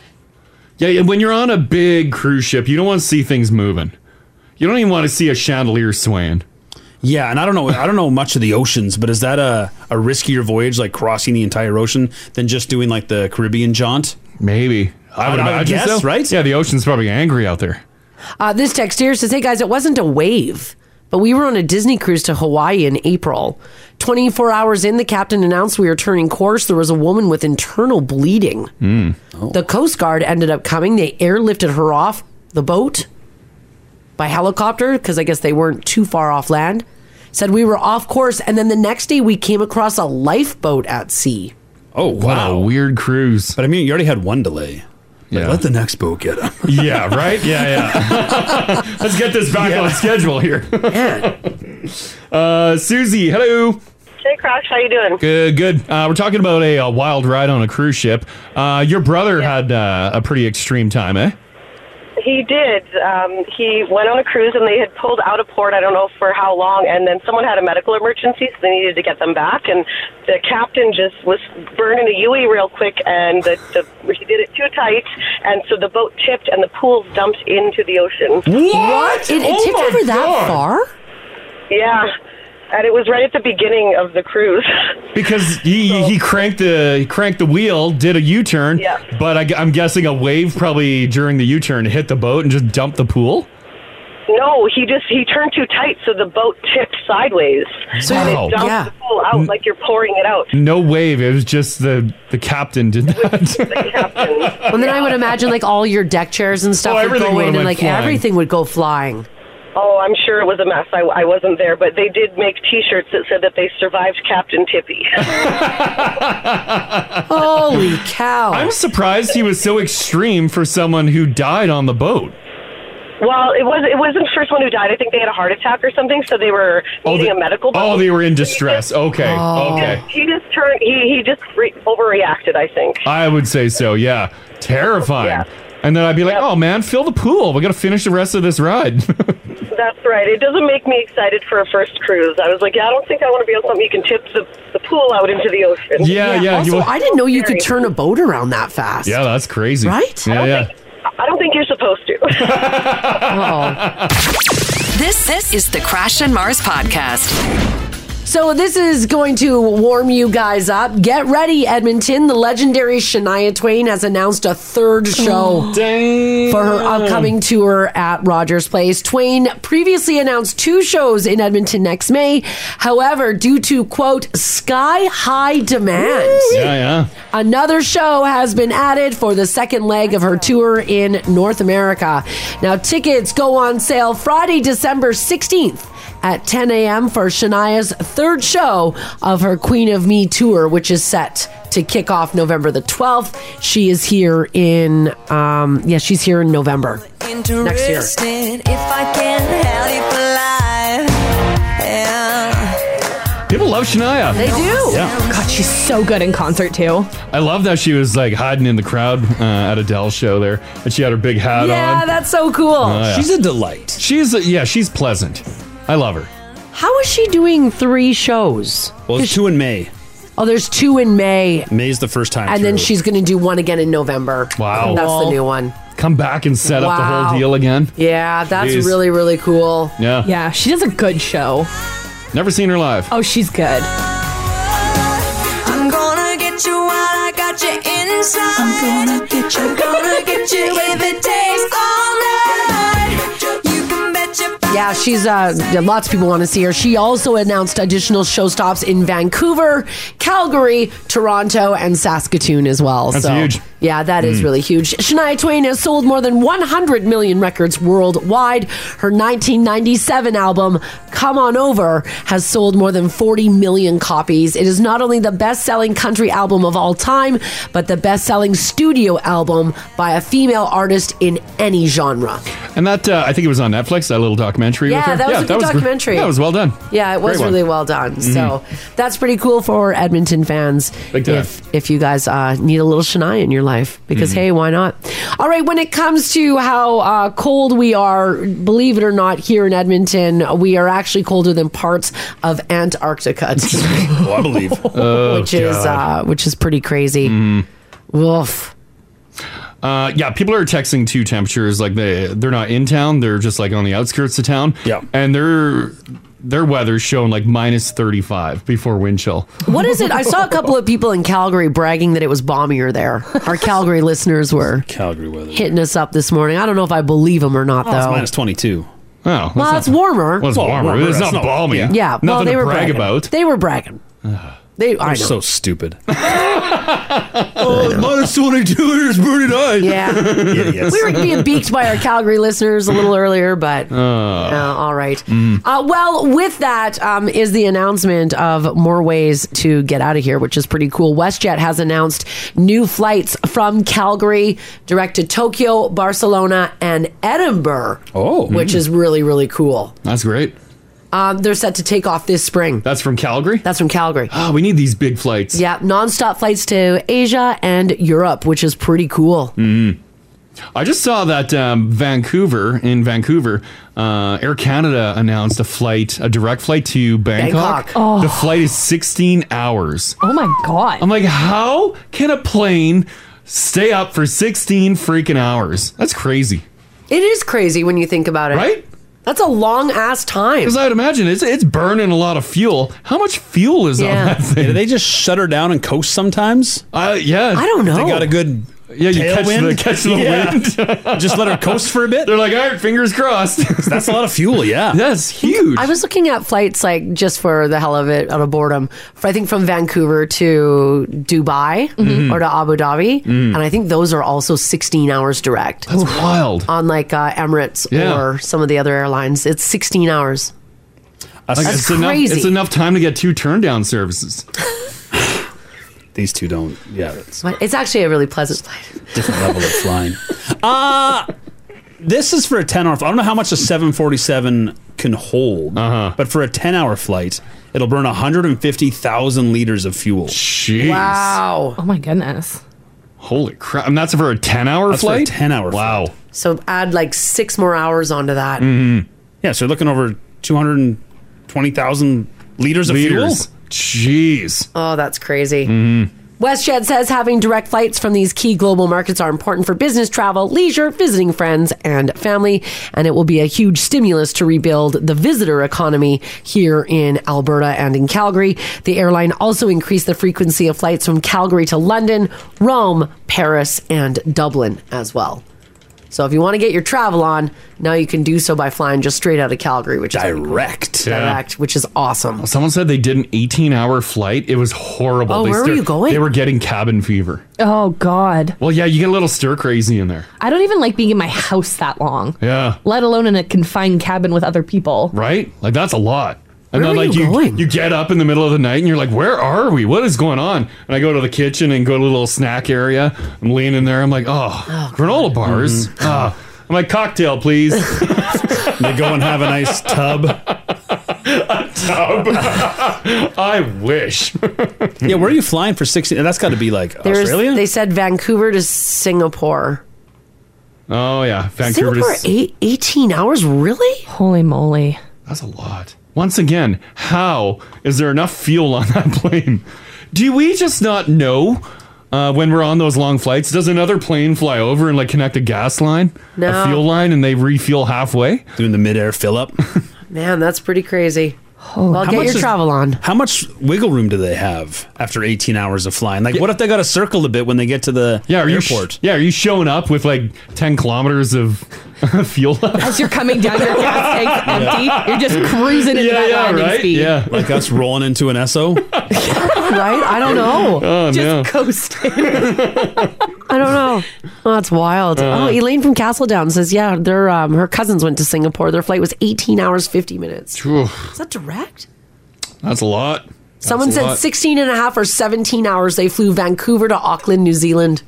Speaker 2: Yeah, yeah, when you're on a big cruise ship, you don't want to see things moving. You don't even want to see a chandelier swaying.
Speaker 4: Yeah, and I don't know. I don't know much of the oceans, but is that a, a riskier voyage, like crossing the entire ocean, than just doing like the Caribbean jaunt?
Speaker 2: Maybe I would imagine
Speaker 4: guess,
Speaker 2: so.
Speaker 4: right?
Speaker 2: Yeah, the ocean's probably angry out there.
Speaker 3: Uh, this text here says, Hey guys, it wasn't a wave, but we were on a Disney cruise to Hawaii in April. 24 hours in, the captain announced we were turning course. There was a woman with internal bleeding.
Speaker 7: Mm.
Speaker 3: The Coast Guard ended up coming. They airlifted her off the boat by helicopter because I guess they weren't too far off land. Said we were off course. And then the next day we came across a lifeboat at sea.
Speaker 4: Oh, wow.
Speaker 2: a weird cruise.
Speaker 4: But I mean, you already had one delay. Like, let the next boat get him.
Speaker 2: yeah, right? Yeah, yeah. Let's get this back on schedule here. uh, Susie, hello.
Speaker 19: Hey, Crash, how you doing?
Speaker 2: Good, good. Uh, we're talking about a, uh wild ride on a cruise ship. Uh, your brother had uh, a pretty extreme time, eh?
Speaker 19: He did. Um, he went on a cruise and they had pulled out of port, I don't know for how long, and then someone had a medical emergency, so they needed to get them back. And the captain just was burning a UE real quick, and the, the, he did it too tight, and so the boat tipped and the pools dumped into the ocean.
Speaker 3: What? It, it tipped over that far?
Speaker 19: Yeah. And it was right at the beginning of the cruise.
Speaker 2: Because he, he cranked the he cranked the wheel, did a U turn,
Speaker 19: Yeah.
Speaker 2: but I, am guessing a wave probably during the U turn hit the boat and just dumped the pool.
Speaker 19: No, he just he turned too tight, so the boat tipped sideways,
Speaker 2: So-
Speaker 19: and
Speaker 2: Wow.
Speaker 19: it dumped
Speaker 2: Yeah.
Speaker 19: the pool out like you're pouring it out.
Speaker 2: No wave. It was just the the captain did that.
Speaker 3: Well, then I would imagine like all your deck chairs and stuff would
Speaker 2: Oh, everything
Speaker 3: go
Speaker 2: would've
Speaker 3: in, and
Speaker 2: went
Speaker 3: like
Speaker 2: flying.
Speaker 3: everything would go flying.
Speaker 19: Oh, I'm sure it was a mess. I, I wasn't there, but they did make T-shirts that said that they survived Captain Tippy.
Speaker 3: Holy cow!
Speaker 2: I'm surprised he was so extreme for someone who died on the boat.
Speaker 19: well, it was it wasn't the first one who died. I think they had a heart attack or something, so they were needing a medical.
Speaker 2: Oh, they were in distress. Okay,
Speaker 19: Oh.
Speaker 3: Oh.
Speaker 2: okay.
Speaker 19: He just turned. He he just re- overreacted. I think.
Speaker 2: I would say so. Yeah, terrifying. And then I'd be like, "Oh man, fill the pool. We gotta finish the rest of this ride."
Speaker 19: That's right. It doesn't make me excited for a first cruise. I was like, yeah, I don't think I want to be on something you can tip the, the pool out into the ocean.
Speaker 3: Also, I didn't know you could turn a boat around that fast.
Speaker 2: yeah, that's crazy.
Speaker 3: Right?
Speaker 2: Yeah, yeah.
Speaker 19: I don't think you're supposed to.
Speaker 1: This this is the Crash and Mars podcast.
Speaker 3: So this is going to warm you guys up. Get ready, Edmonton. The legendary Shania Twain has announced a third show for her upcoming tour at Rogers Place. Twain previously announced two shows in Edmonton next May. However, due to quote sky high demand,
Speaker 2: yeah.
Speaker 3: Another show has been added for the second leg of her tour in North America. Now, tickets go on sale Friday, December 16th at 10 a.m. for Shania's third show of her Queen of Me tour, which is set to kick off November the 12th. She is here in, um, yeah, she's here in November.
Speaker 13: Next year. If I can help life. Yeah.
Speaker 2: People love Shania.
Speaker 13: They do.
Speaker 2: Yeah.
Speaker 5: God, she's so good in concert too.
Speaker 2: I love that she was like hiding in the crowd uh, at Adele's show there, and she had her big hat on.
Speaker 3: that's so cool.
Speaker 2: Oh, yeah. delight. She's a, yeah, she's pleasant. I love her.
Speaker 3: How is she doing three shows?
Speaker 4: Well, there's two in May.
Speaker 3: Oh, there's two in May.
Speaker 4: May's the first time.
Speaker 3: And then
Speaker 4: through.
Speaker 3: she's going to do one again in November.
Speaker 2: Wow.
Speaker 3: And that's the new one.
Speaker 2: Come back and set up the
Speaker 3: Wow.
Speaker 2: whole deal again.
Speaker 3: Yeah, that's
Speaker 2: Jeez.
Speaker 3: really, really cool.
Speaker 2: Yeah.
Speaker 5: Yeah, she does a good show.
Speaker 2: Never seen her live.
Speaker 5: Oh, she's good.
Speaker 13: I'm gonna get you while I got you inside. I'm gonna get you. gonna get you if it takes all night. You can bet your
Speaker 3: Yeah, she's uh yeah, lots of people want to see her. She also announced additional show stops in Vancouver, Calgary, Toronto, and Saskatoon as well.
Speaker 7: That's
Speaker 3: so
Speaker 7: huge.
Speaker 3: yeah, that is
Speaker 7: Mm.
Speaker 3: really huge. Shania Twain has sold more than 100 million records worldwide. Her 1997 album Come On Over has sold more than 40 million copies. It is not only the best-selling country album of all time, but the best-selling studio album by a female artist in any genre.
Speaker 2: And that uh, I think it was on Netflix. That little documentary. with
Speaker 3: Yeah,
Speaker 2: her.
Speaker 3: that was a good
Speaker 2: gr-
Speaker 3: documentary.
Speaker 2: Yeah, it was well done.
Speaker 3: Yeah, it was
Speaker 2: Great one.
Speaker 3: really well done. So
Speaker 2: Mhm.
Speaker 3: that's pretty cool for Edmonton fans.
Speaker 2: Big time.
Speaker 3: If if you guys uh, need a little Shania in your life, because
Speaker 2: Mhm.
Speaker 3: hey, why not? All right. When it comes to how uh, cold we are, believe it or not, here in Edmonton, we are actually colder than parts of Antarctica, today,
Speaker 4: Oh, I believe.
Speaker 2: Oh,
Speaker 3: which is uh, which is pretty crazy.
Speaker 2: Mm-hmm.
Speaker 3: Woof.
Speaker 2: Uh, yeah, people are texting two temperatures. Like they they're not in town. They're just like on the outskirts of town. Yeah, and their their weather's showing like minus thirty five before wind chill.
Speaker 3: What is it? I saw a couple of people in Calgary bragging that it was balmier there. Our Calgary listeners were
Speaker 4: Calgary weather.
Speaker 3: hitting us up this morning. I don't know if I believe them or not,
Speaker 4: It's
Speaker 3: though.
Speaker 4: minus 22.
Speaker 2: Oh,
Speaker 3: well, it's warmer.
Speaker 2: Well, it's warmer. It's not balmy.
Speaker 3: Yeah.
Speaker 2: Yeah.
Speaker 3: well,
Speaker 2: Nothing
Speaker 3: they
Speaker 2: to
Speaker 3: were
Speaker 2: brag
Speaker 3: bragging.
Speaker 2: about.
Speaker 3: They were bragging. They. I know.
Speaker 4: I'm so stupid. oh, minus 22 is pretty nice.
Speaker 3: yeah.
Speaker 4: Idiots.
Speaker 3: We were being beaked by our Calgary listeners a little earlier, but.
Speaker 2: Uh,
Speaker 3: Uh, all right.
Speaker 2: Mm.
Speaker 5: Oh,
Speaker 3: Uh, well, with that um, is the announcement of more ways to get out of here, which is pretty cool. WestJet has announced new flights from Calgary direct to Tokyo, Barcelona, and Edinburgh.
Speaker 2: Oh.
Speaker 3: which
Speaker 2: Mm.
Speaker 3: is really really cool.
Speaker 2: That's great.
Speaker 3: Um, they're set to take off this spring.
Speaker 2: That's from Calgary.
Speaker 3: That's from Calgary.
Speaker 2: Oh, we need these big flights.
Speaker 3: Yeah, nonstop flights to Asia and Europe, which is pretty cool.
Speaker 2: Mm. I just saw that um, Vancouver in Vancouver, uh, Air Canada announced a flight, a direct flight to Bangkok.
Speaker 5: Bangkok. Oh.
Speaker 2: The flight is 16 hours.
Speaker 5: Oh my god.
Speaker 2: I'm like, how can a plane stay up for 16 freaking hours? That's crazy.
Speaker 3: It is crazy when you think about it,
Speaker 2: Right?
Speaker 3: That's a long ass time.
Speaker 2: Because I'd imagine it's it's burning a lot of fuel. How much fuel is
Speaker 3: Yeah.
Speaker 2: on that thing?
Speaker 4: Do they just shut her down and coast sometimes?
Speaker 2: Uh, yeah.
Speaker 3: I don't know.
Speaker 4: They got a good
Speaker 2: Yeah, you catch the
Speaker 4: Tailwind?
Speaker 2: catch the
Speaker 4: Yeah.
Speaker 2: wind.
Speaker 4: Just let her coast for a bit.
Speaker 2: They're like, all right, fingers crossed.
Speaker 4: That's a lot of fuel. Yeah,
Speaker 2: that's huge.
Speaker 3: I was looking at flights like just for the hell of it out of boredom. f- I think from Vancouver to Dubai
Speaker 2: Mhm.
Speaker 3: or to Abu Dhabi,
Speaker 2: Mm.
Speaker 3: and I think those are also 16 hours direct. That's
Speaker 2: wild.
Speaker 3: On like uh, Emirates
Speaker 2: Yeah.
Speaker 3: or some of the other airlines, it's 16 hours.
Speaker 2: Like,
Speaker 3: That's
Speaker 2: it's
Speaker 3: crazy.
Speaker 2: Enough, it's enough time to get two turn down services.
Speaker 4: These two don't. Yeah, it's
Speaker 3: But it's actually a really pleasant flight.
Speaker 4: different level of flying.
Speaker 2: Ah!
Speaker 4: Uh this is for a 10 hour flight. I don't know how much a 747 can hold, uh-huh. but for a 10 hour flight, it'll burn 150,000 liters of fuel.
Speaker 2: Jeez.
Speaker 3: Wow.
Speaker 5: Oh my goodness.
Speaker 2: Holy crap! And that's for a ten-hour
Speaker 4: That's for a
Speaker 2: flight.
Speaker 4: 10-hour
Speaker 2: Wow.
Speaker 3: So add like six more hours onto that.
Speaker 2: Hmm.
Speaker 4: Mm-hmm. Yeah, so you're looking over 220,000 liters of
Speaker 2: Liters.
Speaker 4: fuel.
Speaker 2: Jeez. Mm-hmm.
Speaker 3: Oh, that's crazy. WestJet says having direct flights from these key global markets are important for business travel, leisure, visiting friends, and family, and it will be a huge stimulus to rebuild the visitor economy here in Alberta and in Calgary. The airline also increased the frequency of flights from Calgary to London, Rome, Paris, and Dublin as well. So if you want to get your travel on, now you can do so by flying just straight out of Calgary, which is direct,
Speaker 2: Yeah.
Speaker 3: direct, which is awesome.
Speaker 2: Someone said they did an 18 hour flight. It was horrible.
Speaker 3: Oh,
Speaker 2: They
Speaker 3: where were you going?
Speaker 2: They were getting cabin fever.
Speaker 5: Oh God.
Speaker 2: Well, yeah, you get a little stir crazy in there.
Speaker 5: I don't even like being in my house that long,
Speaker 2: Yeah.
Speaker 5: let alone in a confined cabin with other people.
Speaker 2: Right? Like, that's a lot. And
Speaker 5: Where
Speaker 2: then,
Speaker 5: were
Speaker 2: like,
Speaker 5: you
Speaker 2: you, you get up in the middle of the night and you're like, where are we? What is going on? And I go to the kitchen and go to a little snack area. I'm leaning there. I'm like, oh,
Speaker 5: Mm-hmm.
Speaker 2: granola bars. Ah. I'm like, cocktail, please.
Speaker 4: they go and have a nice tub.
Speaker 2: tub. I wish.
Speaker 4: yeah, where are you flying for 16? That's got to be like
Speaker 3: There's-
Speaker 4: Australia?
Speaker 3: They said Vancouver to Singapore.
Speaker 2: Oh, yeah. Vancouver
Speaker 3: Singapore,
Speaker 2: to.
Speaker 3: eight, 18 hours? Really?
Speaker 5: Holy moly.
Speaker 2: That's a lot. Once again, how is there enough fuel on that plane? Do we just not know uh, when we're on those long flights? Does another plane fly over and like connect a gas line,
Speaker 3: No.
Speaker 2: a fuel line, and they refuel halfway?
Speaker 4: Doing the midair fill up.
Speaker 3: Man, that's pretty crazy. well,
Speaker 4: How
Speaker 3: get
Speaker 4: much
Speaker 3: your
Speaker 4: is-
Speaker 3: travel on.
Speaker 4: How much wiggle room do they have after 18 hours of flying? Like, what if they got to circle a bit when they get to the
Speaker 2: Yeah, are you sh-
Speaker 4: airport?
Speaker 2: yeah, are you showing up with like ten kilometers of fuel left?
Speaker 5: As you're coming down your gas tank's empty, you're just cruising into that landing speed.
Speaker 2: Yeah,
Speaker 4: like us rolling into an SO.
Speaker 3: right? I don't know.
Speaker 4: Oh,
Speaker 5: just
Speaker 4: no.
Speaker 5: coasting.
Speaker 3: I don't know. Oh, that's wild.
Speaker 2: Uh-huh.
Speaker 3: oh, Elaine from Castledown says, yeah, their um, her cousins went to Singapore. Their flight was 18 hours, 50 minutes.
Speaker 2: Phew,
Speaker 3: Is that direct?
Speaker 2: that's a lot. That's
Speaker 3: Someone
Speaker 2: a
Speaker 3: said
Speaker 2: lot.
Speaker 3: 16 and a half or 17 hours. They flew Vancouver to Auckland, New Zealand.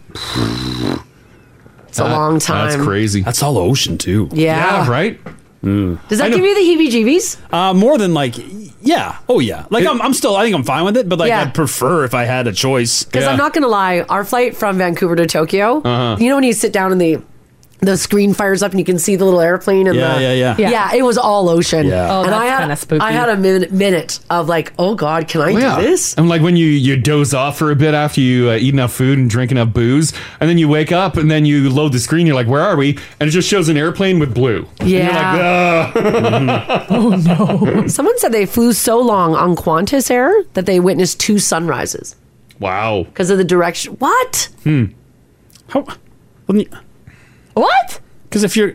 Speaker 3: It's a
Speaker 4: That-
Speaker 3: long time.
Speaker 4: That's crazy. That's all ocean too. Mm.
Speaker 3: Yeah. Yeah,
Speaker 2: right.
Speaker 3: Does that give you the heebie-jeebies?
Speaker 4: Uh, more than like, yeah, oh yeah. Like I'm, I'm still, I think I'm fine with it, but like
Speaker 3: Yeah.
Speaker 4: I'd prefer if I had a choice.
Speaker 3: Because I'm not gonna lie, our flight from Vancouver to Tokyo,
Speaker 4: Uh-huh.
Speaker 3: you know when you sit down and the the screen fires up and you can see the little airplane and
Speaker 4: Yeah,
Speaker 3: the,
Speaker 4: yeah, yeah.
Speaker 3: yeah it was all ocean
Speaker 2: Yeah. Oh,
Speaker 3: and
Speaker 2: that's
Speaker 3: I had
Speaker 2: kinda spooky.
Speaker 3: I had a min- minute of like oh god can I
Speaker 2: Oh,
Speaker 3: do
Speaker 2: yeah.
Speaker 3: this
Speaker 2: And like when you you doze off for a bit after you uh, eat enough food and drink enough booze, and then you wake up and then you load the screen. You're like, "Where are we?" And it just shows an airplane with blue. And you're like, "Ugh."
Speaker 3: someone said they flew so long on Qantas Air that they witnessed two sunrises
Speaker 2: wow.
Speaker 3: because of the direction what
Speaker 2: Hmm.
Speaker 5: What?
Speaker 4: Because if you're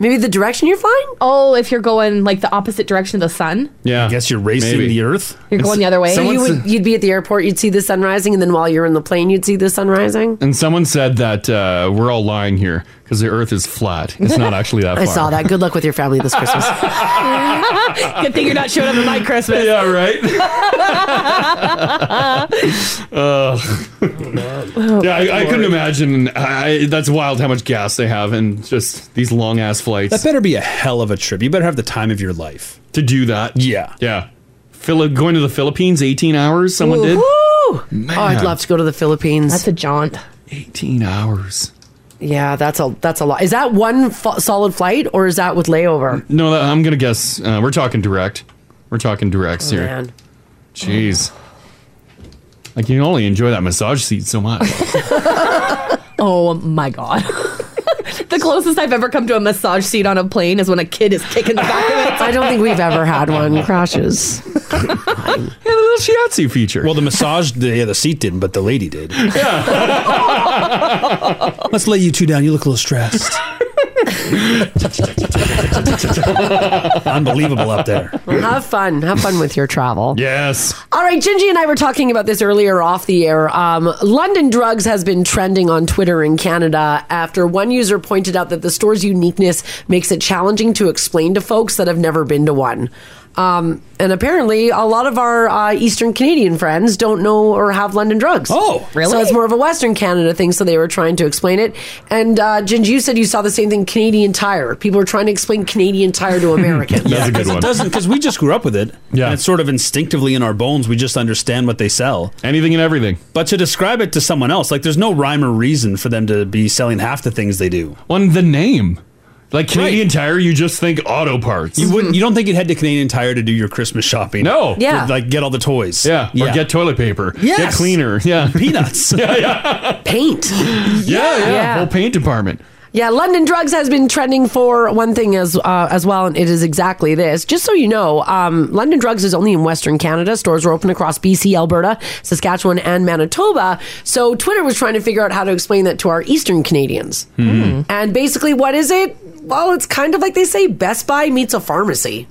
Speaker 3: maybe the direction you're flying.
Speaker 5: Oh, if you're going like the opposite direction of the sun,
Speaker 2: Yeah, I
Speaker 4: guess you're racing
Speaker 2: Maybe.
Speaker 4: the earth.
Speaker 5: you're going the other way.
Speaker 3: so you would you'd be at the airport you'd see the sun rising and then while you're in the plane you'd see the sun rising
Speaker 2: And someone said that uh, we're all lying here because the Earth is flat. It's not actually that.
Speaker 3: I
Speaker 2: far.
Speaker 3: saw that good luck with your family this Christmas
Speaker 5: Good thing you're not showing up at my Christmas.
Speaker 2: Yeah, right. Uh,
Speaker 3: Oh,
Speaker 2: yeah, I, I couldn't imagine. I, that's wild how much gas they have and just these long ass flights.
Speaker 4: That better be a hell of a trip. You better have the time of your life
Speaker 2: to do that.
Speaker 4: Yeah,
Speaker 2: yeah. Phili- going to the Philippines, eighteen hours. Someone did.
Speaker 3: Woo!
Speaker 2: Man.
Speaker 3: Oh, I'd love to go to the Philippines. That's
Speaker 5: a jaunt.
Speaker 2: Eighteen hours.
Speaker 3: Yeah, that's a that's a lot. Is that one f- solid flight or is that with layover?
Speaker 2: No, that, I'm gonna guess. Uh, we're talking direct. We're talking directs here.
Speaker 3: Oh, man.
Speaker 2: Jeez. Like you can only enjoy that massage seat so much.
Speaker 5: Oh my god. the closest I've ever come to a massage seat on a plane is when a kid is kicking the back of it.
Speaker 3: I don't think we've ever had one crashes.
Speaker 2: a little shiatsu feature.
Speaker 4: Well, the massage, the, yeah, the seat didn't, but the lady did. Let's lay you two down. You look a little stressed. Unbelievable up there.
Speaker 3: Well, have fun. Have fun with your travel.
Speaker 2: Yes.
Speaker 3: All right, Gingy and I were talking about this earlier off the air. Um, London drugs has been trending on Twitter in Canada after one user pointed out that the store's uniqueness makes it challenging to explain to folks that have never been to one. Um, and apparently, a lot of our uh, Eastern Canadian friends don't know or have London drugs. Oh, really? So it's more of a Western Canada thing. So they were trying to explain it. And uh, Gingy, you said you saw the same thing. Canadian Tire. People are trying to explain Canadian Tire to Americans.
Speaker 4: yeah, because it doesn't because we just grew up with it. Yeah, and it's sort of instinctively in our bones. We just understand what they sell,
Speaker 2: anything and everything.
Speaker 4: But to describe it to someone else, like there's no rhyme or reason for them to be selling half the things they do.
Speaker 2: On the name, like Canadian Tire, you just think auto parts.
Speaker 4: You wouldn't. You don't think you'd head to Canadian Tire to do your Christmas shopping?
Speaker 2: No. Yeah.
Speaker 4: To, like get all the toys. Yeah.
Speaker 2: Or get toilet paper. Get
Speaker 4: Yes.
Speaker 2: cleaner. Yeah.
Speaker 4: Peanuts.
Speaker 2: yeah, yeah.
Speaker 3: Paint.
Speaker 2: Yeah, yeah.
Speaker 3: Yeah.
Speaker 2: Whole paint department.
Speaker 3: Yeah, London drugs has been trending for one thing as uh, as well, and it is exactly this. Just so you know, um, London drugs is only in Western Canada. Stores are open across BC, Alberta, Saskatchewan, and Manitoba. So Twitter was trying to figure out how to explain that to our Eastern Canadians.
Speaker 7: Hmm.
Speaker 3: And basically, what is it? Well, it's kind of like they say, Best Buy meets a pharmacy.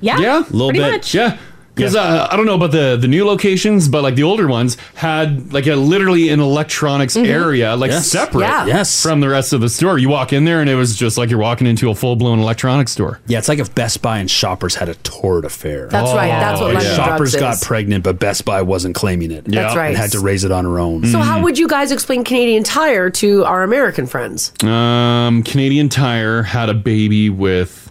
Speaker 2: Yeah. A little bit. Yeah. Because uh, I don't know about the, the new locations, but like the older ones had like a literally an electronics
Speaker 3: Mhm.
Speaker 2: area, like
Speaker 3: Yes.
Speaker 2: separate
Speaker 3: Yeah. Yes.
Speaker 2: from the rest of the store. You walk in there and it was just like you're walking into a full blown electronics store.
Speaker 4: Yeah, it's like if Best Buy and Shoppers had a torrid affair.
Speaker 3: That's right. That's
Speaker 2: Oh,
Speaker 3: what
Speaker 4: Like
Speaker 3: London
Speaker 4: Shoppers
Speaker 3: Drugs is.
Speaker 4: got pregnant, but Best Buy wasn't claiming it.
Speaker 3: That's right.
Speaker 4: And had to raise it on her own. Mm.
Speaker 3: So how would you guys explain Canadian Tire to our American friends?
Speaker 2: Um, Canadian Tire had a baby with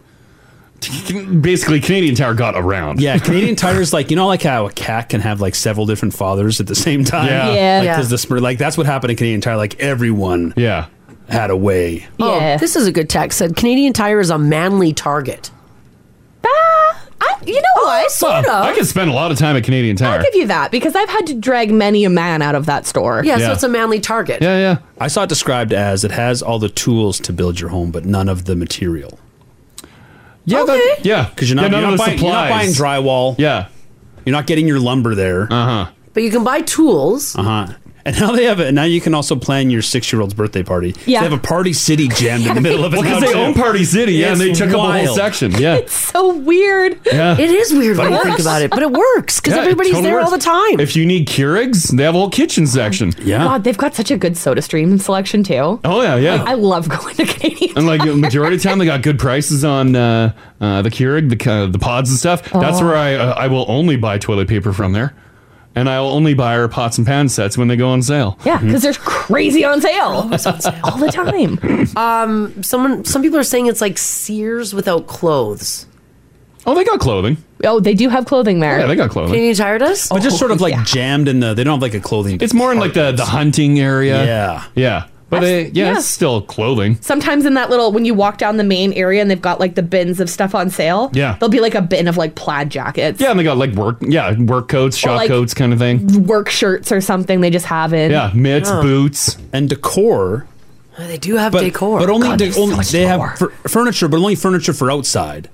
Speaker 2: basically Canadian Tire got around.
Speaker 4: Yeah, Canadian Tire's like you know, like how a cat can have like several different fathers at the same time.
Speaker 2: Yeah. Yeah.
Speaker 4: Like,
Speaker 2: Yeah.
Speaker 4: 'cause the sp- like that's what happened in Canadian Tire. Like everyone,
Speaker 2: yeah,
Speaker 4: had a way.
Speaker 3: Oh, this is a good text. Said Canadian Tire is a manly target.
Speaker 5: Ah. You know what?
Speaker 2: Well, I could spend a lot of time at Canadian Tire.
Speaker 5: I'll give you that because I've had to drag many a man out of that store.
Speaker 3: Yeah, so it's a manly target.
Speaker 2: Yeah, yeah.
Speaker 4: I saw it described as it has all the tools to build your home, but none of the material.
Speaker 2: Yeah, that, yeah.
Speaker 4: Because you're not,
Speaker 2: Yeah, none
Speaker 4: you're,
Speaker 2: of
Speaker 4: not
Speaker 2: the
Speaker 4: buying, you're not buying
Speaker 2: supplies.
Speaker 4: drywall.
Speaker 2: Yeah.
Speaker 4: You're not getting your lumber there.
Speaker 2: Uh huh.
Speaker 3: But you can buy tools.
Speaker 4: Uh huh. And now they have it. Now you can also plan your six year old's birthday party.
Speaker 3: Yeah.
Speaker 4: They have a party city jammed in the middle of it.
Speaker 2: Well, 'cause
Speaker 4: now,
Speaker 2: they
Speaker 4: too.
Speaker 2: own Party City, yeah, and they
Speaker 4: It's
Speaker 2: took up a whole
Speaker 4: wild.
Speaker 2: section, yeah.
Speaker 5: so weird.
Speaker 2: Yeah.
Speaker 3: It is weird
Speaker 2: But
Speaker 3: when
Speaker 2: it
Speaker 3: you think
Speaker 2: works.
Speaker 3: about it, but it works because
Speaker 2: Yeah, it
Speaker 3: everybody's
Speaker 2: totally
Speaker 3: there all the
Speaker 2: works.
Speaker 3: time.
Speaker 2: If you need Keurigs, they have a whole kitchen section. Yeah.
Speaker 5: God, they've got such a good soda stream selection too.
Speaker 2: Oh, yeah, yeah.
Speaker 5: Like, I love going to Canadian.
Speaker 2: And like the majority of the time, they got good prices on uh, uh, the Keurig, the uh, the pods and stuff. That's
Speaker 5: Oh.
Speaker 2: where I uh, I will only buy toilet paper from there, and I will only buy our pots and pan sets when they go on sale.
Speaker 5: Yeah, because they're crazy on sale. all the time.
Speaker 3: Um, someone, some people are saying it's like Sears without clothes.
Speaker 2: Oh, they got clothing.
Speaker 5: Oh, they do have clothing Oh, there.
Speaker 2: Yeah, they got clothing.
Speaker 3: Canadian Tire does.
Speaker 4: But just sort of like jammed in the. They don't have like a clothing.
Speaker 2: It's more in like the the hunting area.
Speaker 4: Yeah.
Speaker 2: yeah. But
Speaker 5: That's-
Speaker 2: they, yeah,
Speaker 5: yeah.
Speaker 2: it's still clothing.
Speaker 5: Sometimes in that little when you walk down the main area and they've got like the bins of stuff on sale.
Speaker 2: Yeah.
Speaker 5: there'll be like a bin of like plaid jackets,
Speaker 2: Yeah, and they got like work, yeah, work coats,
Speaker 5: Or,
Speaker 2: shop
Speaker 5: like-
Speaker 2: coats, kind of thing.
Speaker 5: work shirts or something. They just have in.
Speaker 2: Yeah, mitts,
Speaker 3: Oh.
Speaker 2: boots,
Speaker 4: and decor.
Speaker 3: They do have
Speaker 4: but,
Speaker 3: decor,
Speaker 4: But only,
Speaker 3: God,
Speaker 4: de-
Speaker 3: there's so
Speaker 4: only
Speaker 3: much
Speaker 4: they have fur- furniture, but only furniture for outside.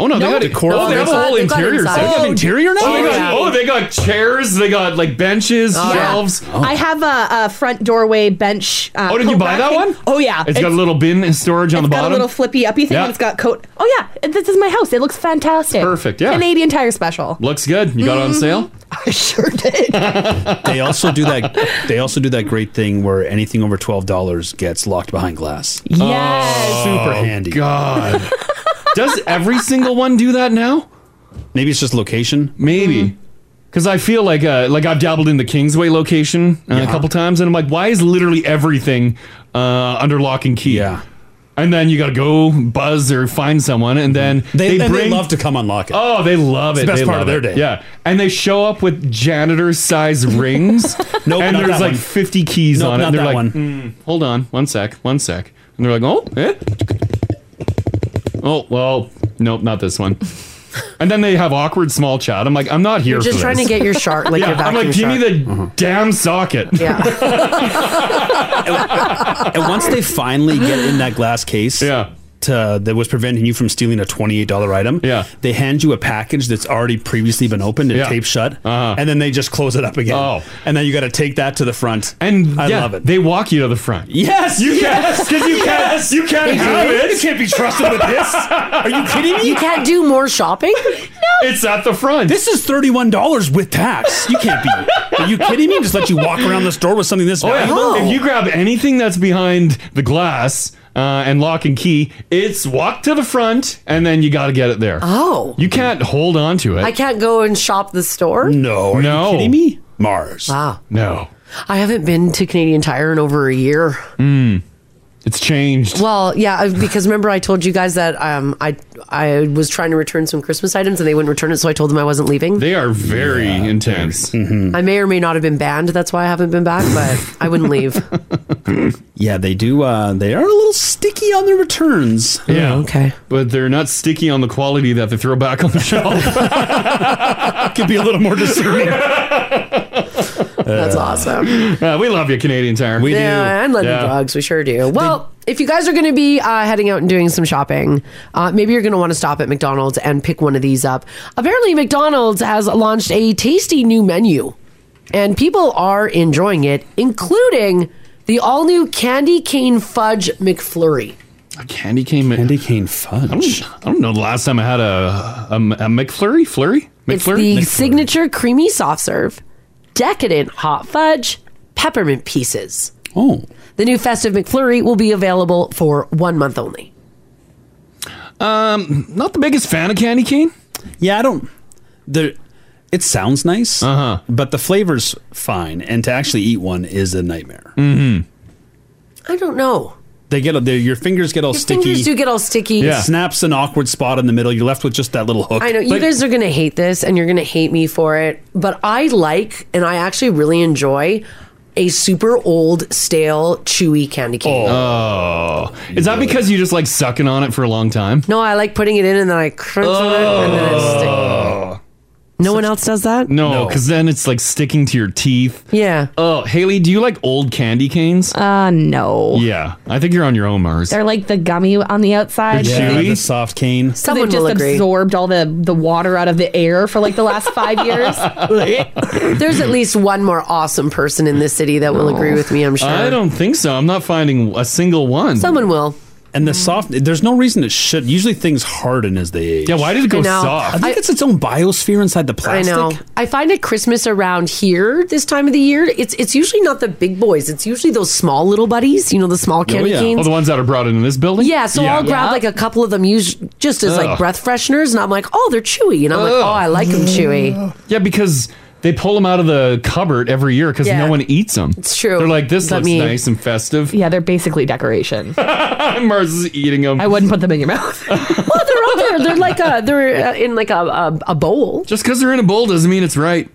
Speaker 2: Oh no, they got decor. Oh, they have a whole interior.
Speaker 4: They have interior now.
Speaker 2: Oh, they got, oh, they got chairs. They got like benches,
Speaker 3: Oh.
Speaker 5: Yeah.
Speaker 2: shelves.
Speaker 5: I have a, a front doorway bench. Uh,
Speaker 2: Oh, did you
Speaker 5: coat
Speaker 2: buy that
Speaker 5: rack
Speaker 2: one?
Speaker 5: thing. Oh yeah,
Speaker 2: it's got a little bin storage on the
Speaker 5: got a
Speaker 2: bottom.
Speaker 5: little flippy uppy thing.
Speaker 2: Yeah.
Speaker 5: And it's got coat. Oh yeah, this is my house. It looks fantastic.
Speaker 2: Perfect, yeah.
Speaker 5: Canadian Tire special.
Speaker 2: Looks good. You got it on sale.
Speaker 5: I sure did.
Speaker 4: they also do that. They also do that great thing where anything over twelve dollars gets locked behind glass.
Speaker 5: Yes.
Speaker 4: super handy.
Speaker 2: Oh, God, does every single one do that now?
Speaker 4: Maybe it's just location.
Speaker 5: Mm-hmm.
Speaker 2: Maybe. Because I feel like uh, like I've dabbled in the Kingsway location uh, a couple times, and I'm like, why is literally everything uh, under lock and key? Yeah. And then you got to go buzz or find someone, and then
Speaker 4: They, and they love to come unlock it.
Speaker 2: Oh, they love
Speaker 4: It's
Speaker 2: it.
Speaker 4: the best
Speaker 2: They
Speaker 4: part of
Speaker 2: love
Speaker 4: their
Speaker 2: it.
Speaker 4: day.
Speaker 2: Yeah, and they show up with janitor size rings.
Speaker 4: Nope,
Speaker 2: and
Speaker 4: not
Speaker 2: there's
Speaker 4: that
Speaker 2: like
Speaker 4: one.
Speaker 2: 50 keys
Speaker 4: Nope,
Speaker 2: on it.
Speaker 4: not
Speaker 2: And they're
Speaker 4: that
Speaker 2: like,
Speaker 4: one.
Speaker 2: "Mm, hold on, one sec, one sec. And they're like, oh, eh? oh, well, nope, not this one. And then they have awkward small chat. I'm like, I'm not here.
Speaker 3: You're just
Speaker 2: for
Speaker 3: trying
Speaker 2: this.
Speaker 3: to get your shark, like
Speaker 2: yeah,
Speaker 3: your
Speaker 2: I'm like, give
Speaker 3: vacuum
Speaker 2: me the damn socket.
Speaker 3: Yeah.
Speaker 4: and once they finally get in that glass case,
Speaker 2: yeah,
Speaker 4: uh, that was preventing you from stealing a twenty eight dollar item. Yeah, they hand you a package that's already previously been opened and
Speaker 2: Yeah. Uh-huh.
Speaker 4: taped shut, and then they just close it up again. Oh, and then you got to take that to the front. And I
Speaker 2: yeah,
Speaker 4: love it. They
Speaker 2: walk you to the front.
Speaker 4: Yes,
Speaker 2: You
Speaker 4: yes,
Speaker 2: can't- 'cause you can't-
Speaker 4: yes. you can't have it. You can't be trusted with this. Are you kidding me?
Speaker 3: You can't do more shopping?
Speaker 4: no. It's at the front. This is $31 with tax. You can't be. Are you kidding me? Just let you walk around the store with something this
Speaker 2: Oh, yeah.
Speaker 4: valuable?
Speaker 2: If you grab anything that's behind the glass uh, and lock and key, it's walk to the front, and then you got to get it there.
Speaker 3: Oh.
Speaker 2: you can't hold on to it.
Speaker 3: I can't go and shop the
Speaker 2: Mm.
Speaker 3: store?
Speaker 4: No. Are
Speaker 2: no.
Speaker 4: you kidding me? Mars.
Speaker 3: Wow.
Speaker 2: No.
Speaker 3: I haven't been to Canadian Tire in over a year.
Speaker 2: Mm. It's changed.
Speaker 3: Well, yeah, I- because remember I told you guys that um, I I was trying to return some Christmas items and they wouldn't return it, so I told them I wasn't leaving.
Speaker 2: They are very intense.
Speaker 4: Mm-hmm.
Speaker 3: I may or may not have been banned. That's why I haven't been back, but I wouldn't leave.
Speaker 4: Yeah, they do. Uh, they are a little sticky on their returns.
Speaker 2: Yeah.
Speaker 3: Oh, okay.
Speaker 2: But they're not sticky on the quality that they throw back on the shelf.
Speaker 4: Could be a little more discerning.
Speaker 3: That's awesome.
Speaker 2: Uh, we love you, Canadian Tire. We
Speaker 3: yeah, and London Drugs, we sure do. Well, if you guys are going to be uh, heading out and doing some shopping, uh, maybe you're going to want to stop at McDonald's and pick one of these up. Apparently, McDonald's has launched a tasty new menu, and people are enjoying it, including the all new Candy Cane Fudge McFlurry.
Speaker 2: Candy cane, candy cane fudge. I don't, I don't know the last time I had a a, a McFlurry, flurry,
Speaker 3: It's
Speaker 2: McFlurry.
Speaker 3: the signature creamy soft serve, decadent hot fudge, peppermint pieces.
Speaker 4: Oh.
Speaker 3: The new festive McFlurry will be available for one month only.
Speaker 2: Um, not the biggest fan of candy cane.
Speaker 4: Yeah, I don't. The it sounds nice, uh-huh. but the flavor's fine, and to actually eat one is a nightmare. Mm-hmm.
Speaker 3: I don't know.
Speaker 4: They get they, your fingers get all sticky.
Speaker 3: Fingers do get all sticky.
Speaker 4: It snaps an awkward spot in the middle. You're left with just that little hook.
Speaker 3: I know you
Speaker 4: But-
Speaker 3: guys are gonna hate this and you're gonna hate me for it, but I like and I actually really enjoy a super old, stale, chewy candy cane.
Speaker 2: Oh, is that because you just like sucking on it for a long time?
Speaker 3: No, I like putting it in and then I crunch on it and then it's
Speaker 2: Oh.
Speaker 3: No one else does that?
Speaker 2: No, because then it's like sticking to your teeth.
Speaker 3: Yeah.
Speaker 2: Oh, Haley, do you like old candy canes?
Speaker 5: Uh, no.
Speaker 2: Yeah, I think you're on your own, Mars.
Speaker 5: They're like the gummy on the outside.
Speaker 2: Chewy?
Speaker 5: They-
Speaker 4: soft cane.
Speaker 5: So they've just absorbed all the, the water out of the air for like the last five years.
Speaker 3: There's at least one more awesome person in this city that will agree with me, I'm sure.
Speaker 2: Oh. I don't think so. I'm not finding a single one.
Speaker 3: Someone will.
Speaker 4: And the soft, there's no reason it should. Usually things harden as they age. Yeah, why
Speaker 2: did
Speaker 3: it go I know. soft?
Speaker 4: I think it's its own biosphere inside the plastic.
Speaker 3: I know. I find at Christmas around here, this time of the year, it's it's usually not the big boys. It's usually those small little buddies. You know, the small candy canes.
Speaker 2: Oh, the ones that are brought into this building.
Speaker 3: Yeah, so I'll grab like a couple of them, us- just as
Speaker 2: Ugh.
Speaker 3: like breath fresheners, and I'm like, oh, they're chewy, and I'm like,
Speaker 2: Ugh.
Speaker 3: oh, I like them chewy.
Speaker 2: Yeah, because they pull them out of the cupboard every year because
Speaker 3: Yeah.
Speaker 2: no one eats them.
Speaker 3: It's true.
Speaker 2: They're like this
Speaker 3: But
Speaker 2: looks
Speaker 3: me-
Speaker 2: nice and festive.
Speaker 5: yeah, they're basically decoration.
Speaker 2: Mars is eating them.
Speaker 5: I wouldn't put them in your mouth.
Speaker 3: well, they're all there. They're like a they're uh, in like a a, a bowl.
Speaker 2: Just because they're in a bowl doesn't mean it's right.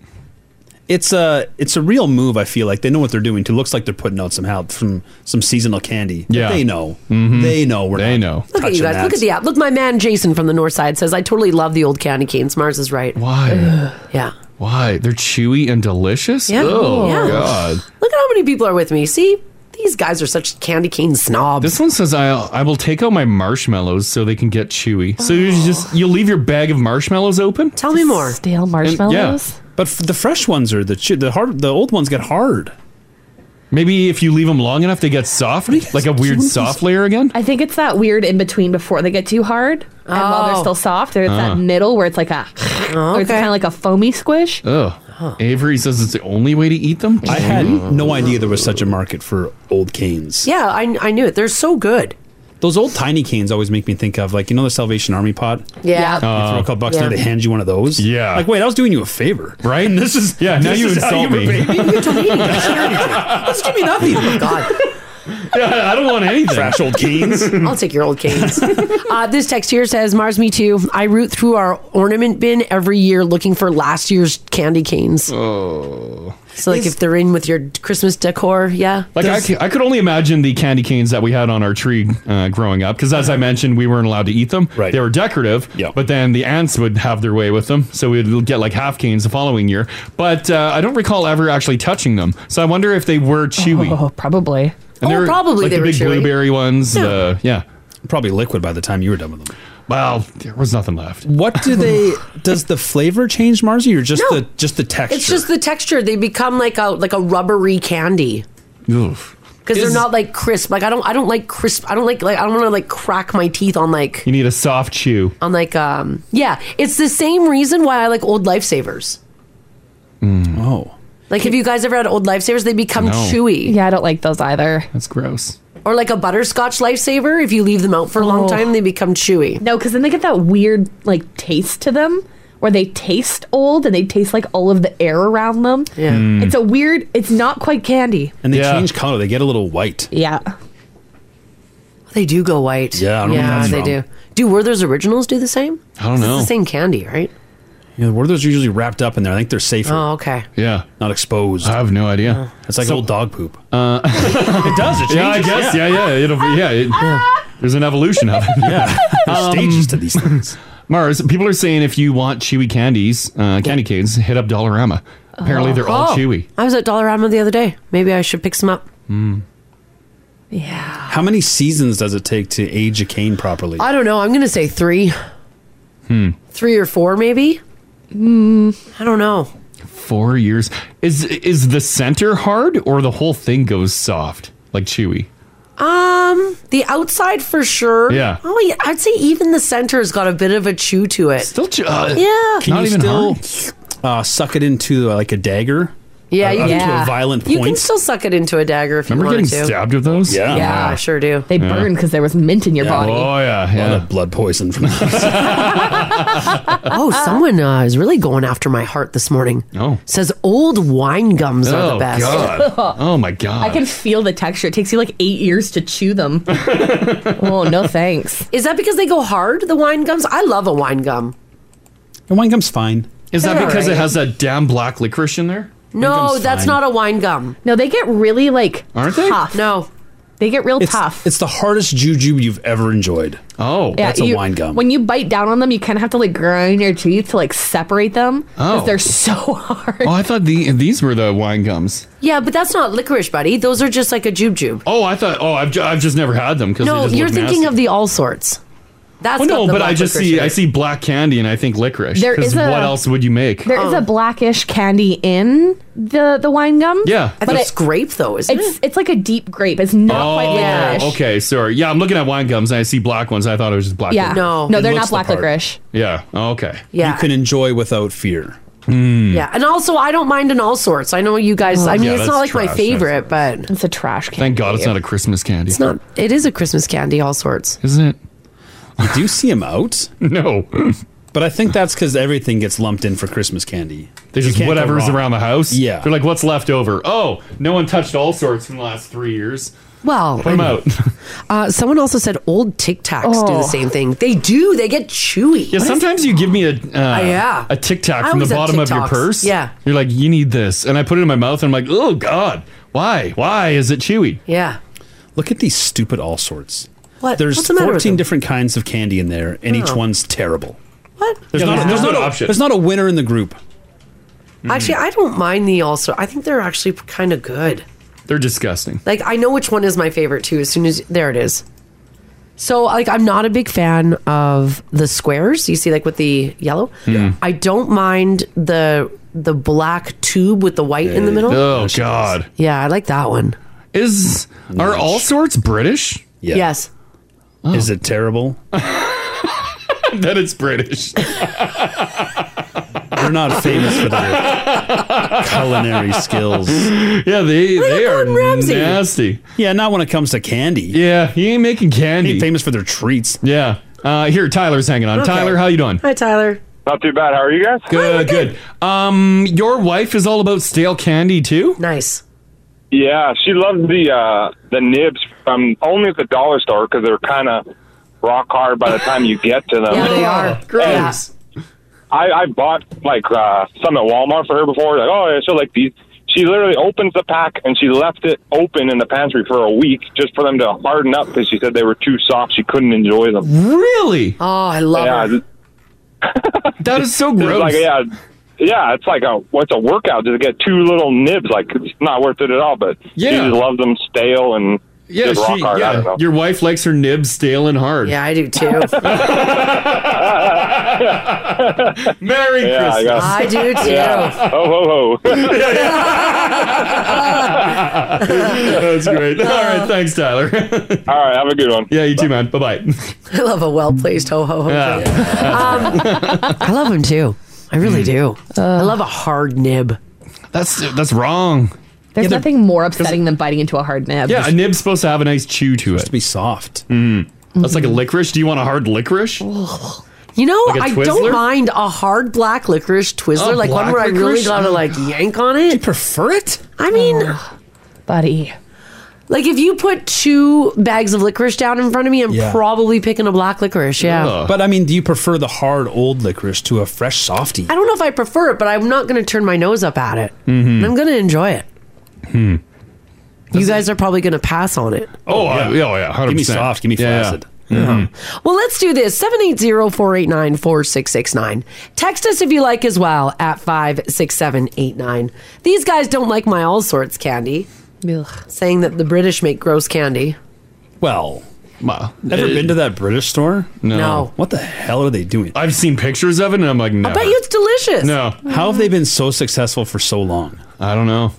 Speaker 4: It's a it's a real move. I feel like they know what they're doing. Too looks like they're putting out some help from some seasonal candy.
Speaker 2: Yeah. Mm-hmm.
Speaker 4: they know. They know. We're they
Speaker 2: know.
Speaker 3: Look at you guys. Look at the app. Look, my man Jason from the North Side says I totally love the old candy canes. Mars is right.
Speaker 2: Why?
Speaker 3: yeah.
Speaker 2: Why? They're chewy and delicious.
Speaker 3: Yeah.
Speaker 2: Oh
Speaker 3: Yeah.
Speaker 2: God.
Speaker 3: Look at how many people are with me. See, these guys are such candy cane snobs.
Speaker 2: This one says I I will take out my marshmallows so they can get chewy. So you just you leave your bag of marshmallows open.
Speaker 3: Oh. Tell me more.
Speaker 5: Stale marshmallows.
Speaker 4: But f- the fresh ones are the che- the hard the old ones get hard.
Speaker 2: Maybe if you leave them long enough, they get soft, like a weird soft layer again.
Speaker 5: I think it's that weird in between before they get too hard and while they're
Speaker 2: Oh.
Speaker 5: still soft. There's
Speaker 2: Ah.
Speaker 5: that middle where it's like a, or it's kind of like a foamy squish.
Speaker 2: Oh, Avery says it's the only way to eat them.
Speaker 4: I had no idea there was such a market for old canes.
Speaker 3: Yeah, I, I knew it. They're so good.
Speaker 4: Those old tiny canes always make me think of like you know the Salvation Army pot.
Speaker 3: Yeah.
Speaker 4: you throw a couple bucks in there,
Speaker 3: Yeah.
Speaker 4: they hand you one of those. Yeah, like wait, I was doing you a favor,
Speaker 2: right?
Speaker 4: And this is
Speaker 2: Yeah, now
Speaker 4: this
Speaker 2: you
Speaker 4: is how
Speaker 2: insult
Speaker 4: were
Speaker 2: me.
Speaker 4: baiting
Speaker 3: You're deleting the
Speaker 4: Let's give me nothing.
Speaker 2: Yeah, I don't want anything.
Speaker 4: Trash old canes.
Speaker 3: I'll take your old canes. uh, this text here says, Mars, me too. I root through our ornament bin every year looking for last year's candy canes.
Speaker 2: Oh.
Speaker 3: So, like, if they're in with your Christmas decor, yeah.
Speaker 2: Like I, c- I could only imagine the candy canes that we had on our tree uh, growing up, because as I mentioned, we weren't allowed to eat them. Right. They were decorative. Yeah. But then the ants would have their way with them, so we'd get like half canes the following year. But uh, I don't recall ever actually touching them, so I wonder if they were chewy.
Speaker 5: Oh, probably.
Speaker 2: And they were,
Speaker 5: probably
Speaker 2: like
Speaker 5: they
Speaker 2: the
Speaker 5: were
Speaker 2: big
Speaker 5: chewy.
Speaker 2: blueberry ones. Yeah. The, yeah.
Speaker 4: probably liquid by the time you were done with them.
Speaker 2: Well, there was nothing left.
Speaker 4: What do they? does the flavor change, Marzi, or just
Speaker 3: No.
Speaker 4: the just the texture?
Speaker 3: It's just the texture. They become like a like a rubbery candy
Speaker 2: Oof.
Speaker 3: because they're
Speaker 2: Is-
Speaker 3: not like crisp. Like I don't I don't like crisp. I don't like like I don't want to like crack my teeth on like
Speaker 2: You need a soft chew.
Speaker 3: on like um yeah. It's the same reason why I like old lifesavers.
Speaker 4: Oh,
Speaker 3: Like have you guys ever had old lifesavers? They become
Speaker 2: No.
Speaker 3: chewy.
Speaker 5: Yeah, I don't like those either.
Speaker 2: That's gross.
Speaker 3: Or like a butterscotch lifesaver, if you leave them out for a long
Speaker 5: Oh.
Speaker 3: time, they become chewy.
Speaker 5: No, because then they get that weird like taste to them, where they taste old and they taste like all of the air around them.
Speaker 4: Yeah.
Speaker 2: Hmm.
Speaker 4: Mm.
Speaker 5: it's a weird. It's not quite candy.
Speaker 4: and they change color. They get a little white.
Speaker 5: Yeah,
Speaker 3: They do go white.
Speaker 4: Yeah, I don't know where
Speaker 3: yeah,
Speaker 4: that's
Speaker 3: they
Speaker 4: from.
Speaker 3: do. Do Werther's originals do the same?
Speaker 4: I don't
Speaker 3: It's
Speaker 4: know.
Speaker 3: the same candy, right?
Speaker 4: Yeah, the Werther's are usually wrapped up in there. I think they're safer.
Speaker 3: Oh, okay.
Speaker 2: Yeah,
Speaker 4: not exposed. I
Speaker 2: have no idea.
Speaker 4: It's like
Speaker 2: So-
Speaker 4: old dog poop.
Speaker 2: Uh,
Speaker 4: it does. It
Speaker 2: yeah, I
Speaker 4: changes,
Speaker 2: guess.
Speaker 4: yeah.
Speaker 2: Yeah, yeah. It'll be, yeah, it-
Speaker 5: Ah.
Speaker 2: There's an evolution of it. Um,
Speaker 4: Yeah. There's stages to these things.
Speaker 2: Mars, people are saying if you want chewy candies, uh, candy canes, hit up Dollarama. Apparently, they're all
Speaker 3: Oh.
Speaker 2: chewy.
Speaker 3: I was at Dollarama the other day. Maybe I should pick some up.
Speaker 4: How many seasons does it take to age a cane properly?
Speaker 3: I don't know. I'm going to say three.
Speaker 2: Hmm.
Speaker 3: Three or four, maybe? Mm, I don't know.
Speaker 2: Four years. Is is the center hard or the whole thing goes soft, like chewy?
Speaker 3: Um, the outside for sure.
Speaker 2: Yeah.
Speaker 3: Oh, yeah. I'd say even the center's got a bit of a chew to it.
Speaker 2: Still, chew.
Speaker 3: yeah.
Speaker 4: uh, Can you still uh, suck it into uh, like a dagger?
Speaker 3: Yeah,
Speaker 4: Uh,
Speaker 3: you
Speaker 4: up
Speaker 3: can.
Speaker 4: to a violent point.
Speaker 3: You can still suck it into a dagger if you wanted to.
Speaker 2: with those?
Speaker 4: Yeah,
Speaker 3: Yeah, I sure do.
Speaker 5: they burn because there was mint in your body.
Speaker 2: yeah, Oh, yeah.
Speaker 4: A lot of blood poison from that.
Speaker 3: oh, someone uh, is really going after my heart this morning.
Speaker 2: Oh.
Speaker 3: Says old wine gums are the best.
Speaker 2: Oh my god.
Speaker 5: I can feel the texture. It takes you like eight years to chew them. oh no, thanks.
Speaker 3: Is that because they go hard, the wine gums? I love a wine gum.
Speaker 4: The wine gum's fine.
Speaker 2: Is that
Speaker 3: They're
Speaker 2: because it
Speaker 3: alright.
Speaker 2: has that damn black licorice in there?
Speaker 3: No, that's
Speaker 2: fine.
Speaker 3: not a wine gum.
Speaker 5: No, they get really like
Speaker 2: Aren't they?
Speaker 5: tough.
Speaker 3: No,
Speaker 5: they get real
Speaker 4: it's,
Speaker 5: tough.
Speaker 4: It's the hardest juju you've ever enjoyed.
Speaker 2: Oh,
Speaker 5: Yeah,
Speaker 4: that's a
Speaker 5: you-
Speaker 4: wine gum.
Speaker 5: When you bite down on them, you kind of have to like grind your teeth to like separate them because
Speaker 2: Oh.
Speaker 5: they're so hard.
Speaker 2: Oh, I thought the these were the wine gums.
Speaker 3: Yeah, Uh, but that's not licorice, buddy. Those are just like a jube jube.
Speaker 2: Oh, I thought. Oh, I've, ju- I've just never had them because
Speaker 3: No, you're thinking of the all sorts. That's
Speaker 2: well,
Speaker 3: not
Speaker 2: no,
Speaker 3: the
Speaker 2: but I
Speaker 3: black
Speaker 2: just
Speaker 3: licorice
Speaker 2: see uh,
Speaker 3: in
Speaker 2: I
Speaker 3: it.
Speaker 2: see black candy and I think licorice.
Speaker 5: There
Speaker 2: 'cause
Speaker 5: is a-
Speaker 2: what else would you make? Oh.
Speaker 5: There is a blackish candy in the the wine gum.
Speaker 2: Yeah. I think it's
Speaker 3: grape though, isn't
Speaker 5: it's, it? It's like a deep grape. It's not quite licorice.
Speaker 2: Oh, okay, sorry. Yeah, I'm looking at wine gums and I see black ones. I thought it was just black.
Speaker 5: Yeah.
Speaker 2: licorice.
Speaker 5: No. No, It they're looks not the black part. licorice.
Speaker 2: Yeah. Oh, okay. Hmm.
Speaker 3: Yeah. You can
Speaker 4: enjoy without fear.
Speaker 3: Yeah, and also I don't mind an all sorts. I know you guys. I
Speaker 2: Oh.
Speaker 3: mean,
Speaker 2: Yeah,
Speaker 3: it's
Speaker 2: that's
Speaker 3: not like my
Speaker 2: trash,
Speaker 3: favorite, but it's
Speaker 5: a trash candy.
Speaker 2: Thank God it's not a Christmas candy.
Speaker 3: It's not. It is a Christmas candy, all sorts.
Speaker 2: Isn't it?
Speaker 4: You do see them out.
Speaker 2: no.
Speaker 4: But I think that's because everything gets lumped in for Christmas candy.
Speaker 2: They just whatever's around the house.
Speaker 4: Yeah.
Speaker 2: They're like, what's left over? Oh, no one touched all sorts in the last three years.
Speaker 3: Well,
Speaker 2: Put them out.
Speaker 3: Uh, someone also said old Tic Tacs do
Speaker 2: Oh.
Speaker 3: the same thing. They do. They get chewy.
Speaker 2: Yeah, sometimes you give me a uh,
Speaker 3: yeah.
Speaker 2: a Tic
Speaker 3: I
Speaker 2: Tac from the
Speaker 3: always have
Speaker 2: bottom of your
Speaker 3: Tic Tacs.
Speaker 2: purse.
Speaker 3: Yeah.
Speaker 2: you're like, you need this, and I put it in my mouth, and I'm like, oh god, why? Why is it chewy?
Speaker 3: Yeah.
Speaker 4: Look at these stupid all sorts.
Speaker 3: What?
Speaker 4: There's
Speaker 3: What's the matter with
Speaker 4: 14
Speaker 3: them?
Speaker 4: different kinds of candy in there, and each
Speaker 3: Oh.
Speaker 4: one's terrible. What? There's,
Speaker 2: Yeah,
Speaker 4: not,
Speaker 2: there's
Speaker 4: there's,
Speaker 2: no
Speaker 4: not a,
Speaker 2: option.
Speaker 4: there's not a winner in the group.
Speaker 3: Actually, I don't mind the all sort. I think they're actually kind of good.
Speaker 2: They're disgusting.
Speaker 3: Like I know which one is my favorite too. As soon as there it is. So like I'm not a big fan of the squares. You see, like with the yellow.
Speaker 2: Yeah.
Speaker 3: I don't mind the the black tube with the white in the middle.
Speaker 2: Oh god.
Speaker 3: Yeah, I like that one.
Speaker 2: Is are all sorts British?
Speaker 3: Yes.
Speaker 4: Is it terrible?
Speaker 2: that it's British.
Speaker 4: They're not famous for their culinary skills.
Speaker 2: Yeah, they they are
Speaker 4: Ramsay.
Speaker 2: nasty.
Speaker 4: Yeah, not when it comes to candy.
Speaker 2: Yeah, he ain't making candy. Ain't
Speaker 4: famous for their treats.
Speaker 2: Yeah. Uh, here, Tyler's hanging on.
Speaker 4: Okay.
Speaker 2: Tyler, how you doing?
Speaker 3: Hi, Tyler.
Speaker 20: Not too bad. How are you guys?
Speaker 2: Good, good. Um, your wife is all about stale candy too.
Speaker 3: Nice.
Speaker 20: Yeah, she loves the uh, the nibs from only at the dollar store because they're kind of rock hard by the time you get to them.
Speaker 3: Yeah, they
Speaker 2: Oh.
Speaker 3: are.
Speaker 20: Gross. I, I bought like uh, some at Walmart for her before. Like, oh, yeah, she'll like these. She literally opens the pack and she left it open in the pantry for a week just for them to harden up because she said they were too soft. She couldn't enjoy them.
Speaker 2: Really?
Speaker 3: Oh, I love
Speaker 20: yeah,
Speaker 3: it.
Speaker 2: that is so
Speaker 20: gross. Like, yeah, yeah, it's like a what's a workout to get two little nibs. Like it's not worth it at all. But
Speaker 2: Yeah.
Speaker 20: you just love them stale and
Speaker 2: Yeah,
Speaker 20: Just rock
Speaker 2: she,
Speaker 20: hard, I don't
Speaker 2: yeah.
Speaker 20: know.
Speaker 2: Your wife likes her nibs stale and hard. Yeah,
Speaker 3: I do too.
Speaker 2: Merry
Speaker 20: Yeah, I
Speaker 2: Christmas.
Speaker 20: got-
Speaker 3: I do too.
Speaker 20: Yeah. Ho ho ho.
Speaker 2: That's great. All right, thanks, Tyler. All
Speaker 20: right, have a good one.
Speaker 2: Yeah, you too, man. Bye bye.
Speaker 3: I love a well placed ho ho ho. Um, I love him too. I really do. I love a hard nib.
Speaker 2: That's that's wrong.
Speaker 5: There's nothing more upsetting than biting into a hard nib.
Speaker 2: Yeah, a nib's supposed to have a nice chew to it. Supposed to
Speaker 4: be soft.
Speaker 2: Mm. That's like a licorice. Do you want a hard licorice?
Speaker 3: You know,
Speaker 2: Like a
Speaker 3: I don't
Speaker 2: Twizzler?
Speaker 3: mind a hard black licorice Twizzler,
Speaker 2: Oh,
Speaker 3: like one
Speaker 2: black
Speaker 3: where I really
Speaker 2: licorice?
Speaker 3: gotta like yank on it. Do you
Speaker 4: prefer it?
Speaker 3: I mean,
Speaker 5: buddy.
Speaker 3: Like if you put two bags of licorice down in front of me, I'm
Speaker 4: Yeah.
Speaker 3: probably picking a black licorice. Yeah.
Speaker 4: But I mean, do you prefer the hard old licorice to a fresh softie?
Speaker 3: I don't know if I prefer it, but I'm not going to turn my nose up at it.
Speaker 2: Mm-hmm.
Speaker 4: Mm-hmm.
Speaker 3: And I'm going to enjoy it.
Speaker 2: Hmm.
Speaker 3: You guys are probably going to pass on it.
Speaker 2: Oh, I- yeah, oh yeah, Mm-hmm. hundred
Speaker 4: Give me soft, give me Uh-huh.
Speaker 2: flaccid.
Speaker 3: Well, let's do this 780 489 4669. Text us if you like as well at 56789. These guys don't like my all sorts candy, saying that the British make gross candy.
Speaker 4: Well, ever
Speaker 2: eh,
Speaker 4: been to that British store?
Speaker 2: No. No.
Speaker 4: What the hell are they doing?
Speaker 2: I've seen pictures of it, and I'm like, no.
Speaker 3: I bet you it's delicious.
Speaker 4: How have they been so successful for so long?
Speaker 2: I don't know.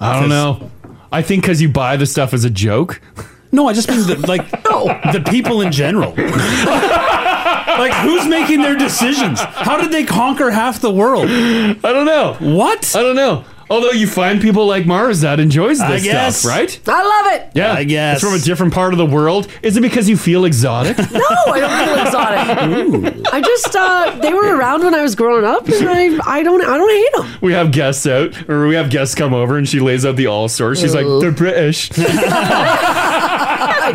Speaker 2: I don't know. I think because you buy the stuff as a joke.
Speaker 4: No, I just mean the, like the people in general. like who's making their decisions? How did they conquer half the world?
Speaker 2: I don't know.
Speaker 4: What?
Speaker 2: I don't know. Although you find people like Mars that enjoys
Speaker 4: I
Speaker 2: this
Speaker 4: guess.
Speaker 2: stuff, right?
Speaker 3: I love it.
Speaker 2: Yeah, I
Speaker 4: guess.
Speaker 2: it's from a different part of the world. Is it because you feel exotic?
Speaker 3: No, Oh, I don't feel exotic. I just uh, they were around when I was growing up, and I I don't I don't hate them.
Speaker 2: we have guests out, or we have guests come over, and she lays out the all stars. She's like,
Speaker 3: Oh.
Speaker 2: they're British.
Speaker 3: I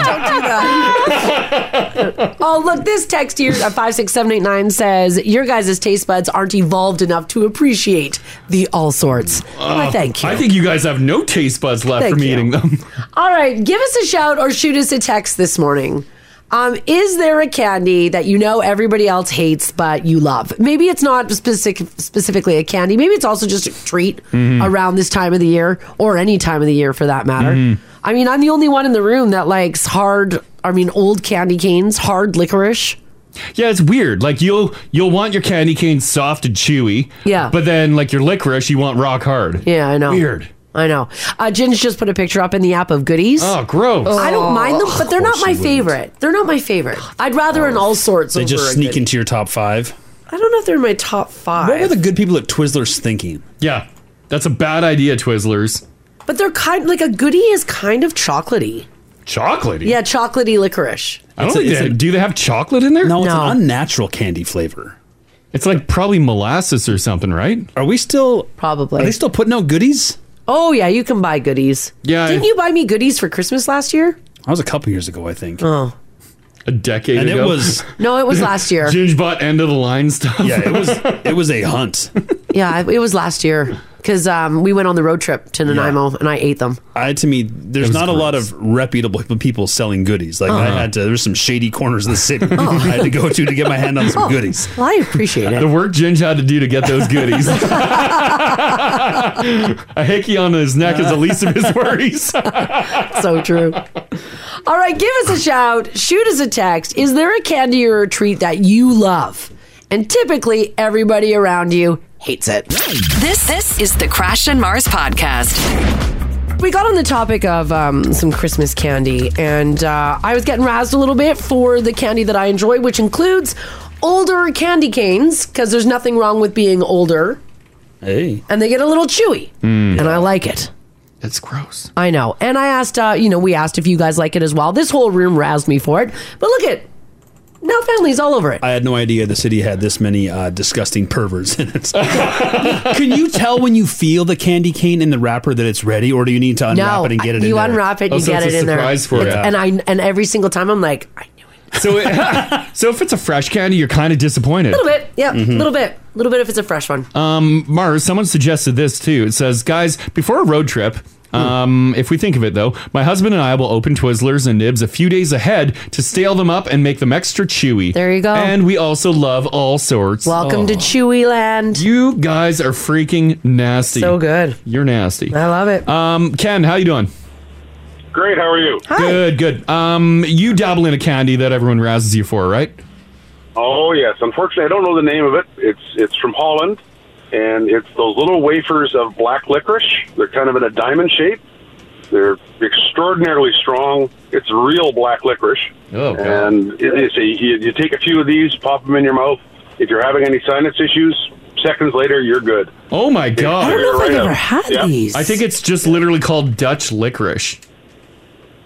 Speaker 3: don't do that. oh, look, this text here uh, at 56789 says, Your guys' taste buds aren't evolved enough to appreciate the all sorts. Why,
Speaker 2: Oh,
Speaker 3: thank you.
Speaker 2: I think you guys have no taste buds left
Speaker 3: Thank
Speaker 2: from
Speaker 3: you.
Speaker 2: eating them.
Speaker 3: All right, give us a shout or shoot us a text this morning. Um, is there a candy that you know everybody else hates but you love? Maybe it's not specific, specifically a candy. Maybe it's also just a treat
Speaker 2: Mm-hmm.
Speaker 7: Mhm.
Speaker 3: around this time of the year or any time of the year for that matter.
Speaker 2: Mm-hmm.
Speaker 7: Mhm.
Speaker 2: Hmm.
Speaker 3: I mean, I'm the only one in the room that likes hard, I mean, old candy canes, hard licorice.
Speaker 2: Yeah, it's weird. Like you'll you'll want your candy cane soft and chewy.
Speaker 3: Yeah.
Speaker 2: But then like your licorice, you want rock hard.
Speaker 3: Yeah, I know.
Speaker 2: Weird.
Speaker 3: I know. Uh, Jin's just put a picture up in the app of goodies.
Speaker 2: Oh, gross.
Speaker 3: I don't mind them,
Speaker 4: Oh.
Speaker 3: but they're
Speaker 4: Of
Speaker 3: not
Speaker 4: course
Speaker 3: my
Speaker 4: you wouldn't.
Speaker 3: favorite. They're not my favorite. I'd rather an all sorts.
Speaker 4: They
Speaker 3: over
Speaker 4: just
Speaker 3: a
Speaker 4: sneak
Speaker 3: Goodie.
Speaker 4: into your top five.
Speaker 3: I don't know if they're in my top five.
Speaker 4: What were the good people at Twizzlers thinking?
Speaker 2: Yeah, that's a bad idea, Twizzlers.
Speaker 3: But they're kind like a goodie is kind of chocolatey.
Speaker 2: Chocolatey.
Speaker 3: Yeah, chocolatey licorice.
Speaker 2: I don't think they do they have chocolate in there?
Speaker 4: No, it's
Speaker 3: No.
Speaker 4: an unnatural candy flavor.
Speaker 2: It's like probably molasses or something, right?
Speaker 4: Are we still
Speaker 3: probably?
Speaker 4: Are they still putting out goodies?
Speaker 3: Oh yeah, you can buy goodies.
Speaker 4: Yeah, I-
Speaker 3: Didn't you buy me goodies for Christmas last year?
Speaker 4: That was a couple years ago, I think.
Speaker 3: Oh,
Speaker 2: a decade
Speaker 4: and
Speaker 2: ago.
Speaker 4: it was
Speaker 3: No, it was last year.
Speaker 2: Ginge bought end of the line stuff.
Speaker 4: yeah, it was it was a hunt.
Speaker 3: yeah, it was last year because um, we went on the road trip to Nanaimo and I ate them.
Speaker 4: I to me, there's
Speaker 3: was
Speaker 4: not a lot of reputable people selling goodies. Like I
Speaker 3: Uh-huh.
Speaker 4: had to. There's some shady corners of the city I had to go to to get my hand on some
Speaker 3: Oh,
Speaker 4: goodies.
Speaker 3: Well, I appreciate it.
Speaker 2: The work Ginge had to do to get those goodies. a hickey on his neck is the least of his worries.
Speaker 3: so true. All right, give us a shout. Shoot us a text. Is there a candy or a treat that you love? And typically, everybody around you hates it.
Speaker 1: This this is the Crash and Mars podcast.
Speaker 3: We got on the topic of um, some Christmas candy, and uh, I was getting razzed a little bit for the candy that I enjoy, which includes older candy canes, because there's nothing wrong with being older,
Speaker 4: Hey,
Speaker 3: and they get a little chewy, and I like it.
Speaker 2: That's gross.
Speaker 3: I know. And I asked, uh, you know, we asked if you guys like it as well. This whole room razzed me for it, but look at now, family's all over it.
Speaker 4: I had no idea the city had this many uh, disgusting perverts in it. Can you tell when you feel the candy cane in the wrapper that it's ready, or do you need to unwrap
Speaker 3: no,
Speaker 4: it and get it?
Speaker 3: you
Speaker 4: in there? Oh,
Speaker 3: unwrap it, you get it in there. Oh, It's- And I and every single time I'm like a
Speaker 2: So, it, so if it's a fresh candy, you're kind of disappointed.
Speaker 3: little bit, yeah, a
Speaker 2: Mhm.
Speaker 3: little bit, a little bit if it's a fresh one.
Speaker 2: Um, Mars, someone suggested this too. It says, guys, before a road trip,
Speaker 3: Hmm.
Speaker 2: um, if we think of it though, my husband and I will open Twizzlers and nibs a few days ahead to stale them up and make them extra chewy. There you
Speaker 3: go.
Speaker 2: And we also love all sorts.
Speaker 3: Welcome to
Speaker 2: Oh.
Speaker 3: Chewy Land.
Speaker 2: You guys are freaking nasty. So
Speaker 3: good.
Speaker 2: You're nasty. I
Speaker 3: love it.
Speaker 2: Um, Ken, how you doing?
Speaker 20: Great. How are you?
Speaker 2: Good, good. Um, you dabble in a candy that everyone rouses you for, right?
Speaker 21: Oh yes, unfortunately, I don't know the name of it. It's it's from Holland, and it's those little wafers of black licorice. They're kind of in a diamond shape. They're extraordinarily strong. It's real black licorice,
Speaker 2: Oh,
Speaker 21: and it, it's a, you, you take a few of these, pop them in your mouth. If you're having any sinus issues, seconds later you're good.
Speaker 2: Oh my god!
Speaker 21: I don't know if I've Right ever up. had Yeah. these.
Speaker 2: I think it's just literally called Dutch licorice.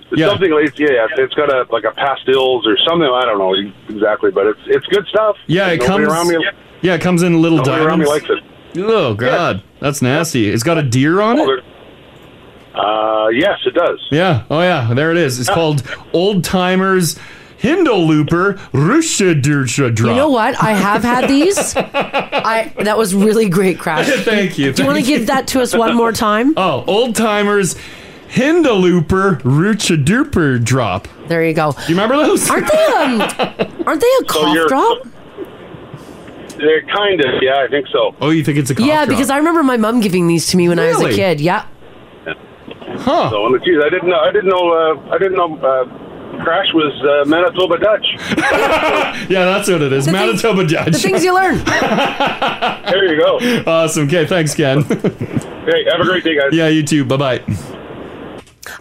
Speaker 21: It's something like yeah, yeah, it's got a like a pastils or something. I don't know exactly, but it's it's good stuff.
Speaker 2: Yeah, it
Speaker 21: Nobody
Speaker 2: comes.
Speaker 21: around me.
Speaker 2: yeah, it comes in little
Speaker 21: Nobody around
Speaker 2: diamonds.
Speaker 21: me likes it.
Speaker 2: Oh god, that's nasty. It's got a deer on it.
Speaker 21: Uh, yes, it does.
Speaker 2: Yeah. Oh yeah. There it is. It's called Old Timers Hindle Looper Rusha Dursha Drop.
Speaker 3: You know what? I have had these. I that was really great, Crash.
Speaker 2: Thank you.
Speaker 3: Do you want to
Speaker 2: thank you.
Speaker 3: give that to us one more time?
Speaker 2: Oh, old timers, Hindalooper, Rucha Duper drop.
Speaker 3: There you go. Do
Speaker 2: you remember those?
Speaker 3: Aren't they? Um, aren't they a cough
Speaker 21: you're-
Speaker 3: drop?
Speaker 21: They're kind of, yeah, I think so.
Speaker 2: Oh, you think it's a
Speaker 3: Yeah, because I remember my mum giving these to me when I was
Speaker 21: Really?
Speaker 3: a kid. Yeah.
Speaker 2: Huh.
Speaker 21: So, and geez, I didn't know. I didn't know. Uh, I didn't know. Uh, Crash was uh, Manitoba Dutch.
Speaker 2: Yeah, that's what it is. Manitoba Judge.
Speaker 21: the things
Speaker 3: you learn.
Speaker 21: there you go.
Speaker 2: Awesome. Okay, thanks, Ken.
Speaker 21: Hey, have a great day, guys.
Speaker 2: yeah, you too. Bye bye.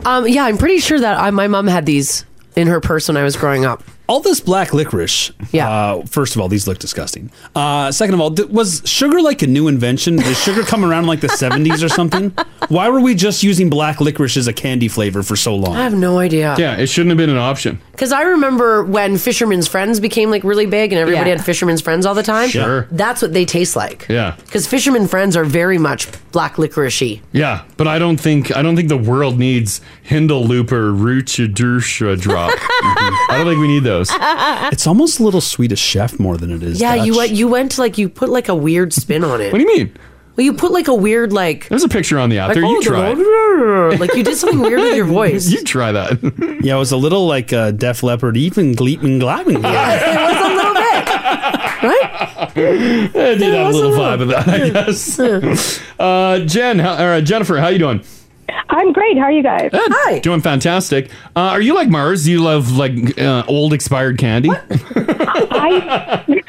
Speaker 3: Um, yeah, I'm pretty sure that I, my mom had these in her purse when I was growing up.
Speaker 2: Oh.
Speaker 4: All this black licorice. Yeah. Uh, first of all, these look disgusting. Uh, second of all, th- was sugar like a new invention? Did sugar come around in like the seventies or something? Why were we just using black licorice as a candy flavor for so long?
Speaker 3: I have no idea.
Speaker 2: it shouldn't have been an option.
Speaker 3: Because I remember when Fisherman's Friends became like really big and everybody
Speaker 2: Yeah.
Speaker 3: had Fisherman's Friends all the time.
Speaker 2: Sure.
Speaker 3: That's what they taste like.
Speaker 2: Yeah.
Speaker 3: Because Fisherman Friends are very much black licoricey.
Speaker 2: Yeah, but I don't think I don't think the world needs Hindalooper, Rucha Dursha drop. Mm-hmm. I don't think we need those.
Speaker 4: It's almost a little Swedish chef more than it is.
Speaker 3: yeah, you
Speaker 4: Dutch.
Speaker 3: went you went like you put like a weird spin on it.
Speaker 4: What
Speaker 2: do you mean?
Speaker 3: Well, you put like a weird like
Speaker 2: There's a picture on the app
Speaker 3: Like,
Speaker 2: there.
Speaker 3: oh,
Speaker 2: You
Speaker 3: the
Speaker 2: try. it.
Speaker 3: road- like you did something weird with your voice.
Speaker 2: You try that.
Speaker 4: yeah, it was a little like uh, Def Leppard, even Gleeping Glapping.
Speaker 2: I did have a little vibe of Eh, that, I guess. Uh, Jen, how, or uh, Jennifer, how you doing?
Speaker 22: I'm great. How are you guys?
Speaker 2: Hi. Doing fantastic. Uh, are you like Mars? Do you love like uh, old expired candy?
Speaker 22: I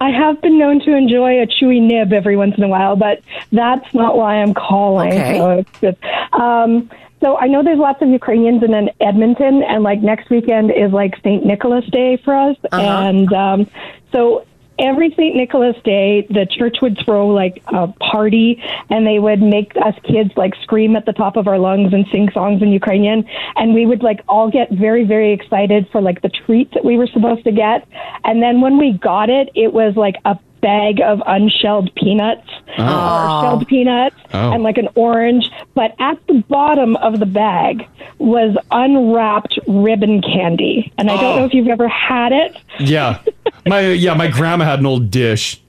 Speaker 22: I have been known to enjoy a chewy nib every once in a while, but that's not why I'm calling.
Speaker 23: Okay.
Speaker 22: So, it's just- um, so I know there's lots of Ukrainians in an- Edmonton, and like next weekend is like St. Nicholas Day for us, and um, so. Every St. Nicholas Day, the church would throw like a party and they would make us kids like scream at the top of our lungs and sing songs in Ukrainian. And we would like all get very, very excited for like the treat that we were supposed to get. And then when we got it, it was like a bag of unshelled peanuts
Speaker 7: Oh.
Speaker 22: or shelled peanuts
Speaker 7: Oh.
Speaker 22: and like an orange. But at the bottom of the bag was unwrapped ribbon candy. And I
Speaker 7: Oh.
Speaker 22: don't know if you've ever had it.
Speaker 2: yeah, my yeah, my grandma had an old dish.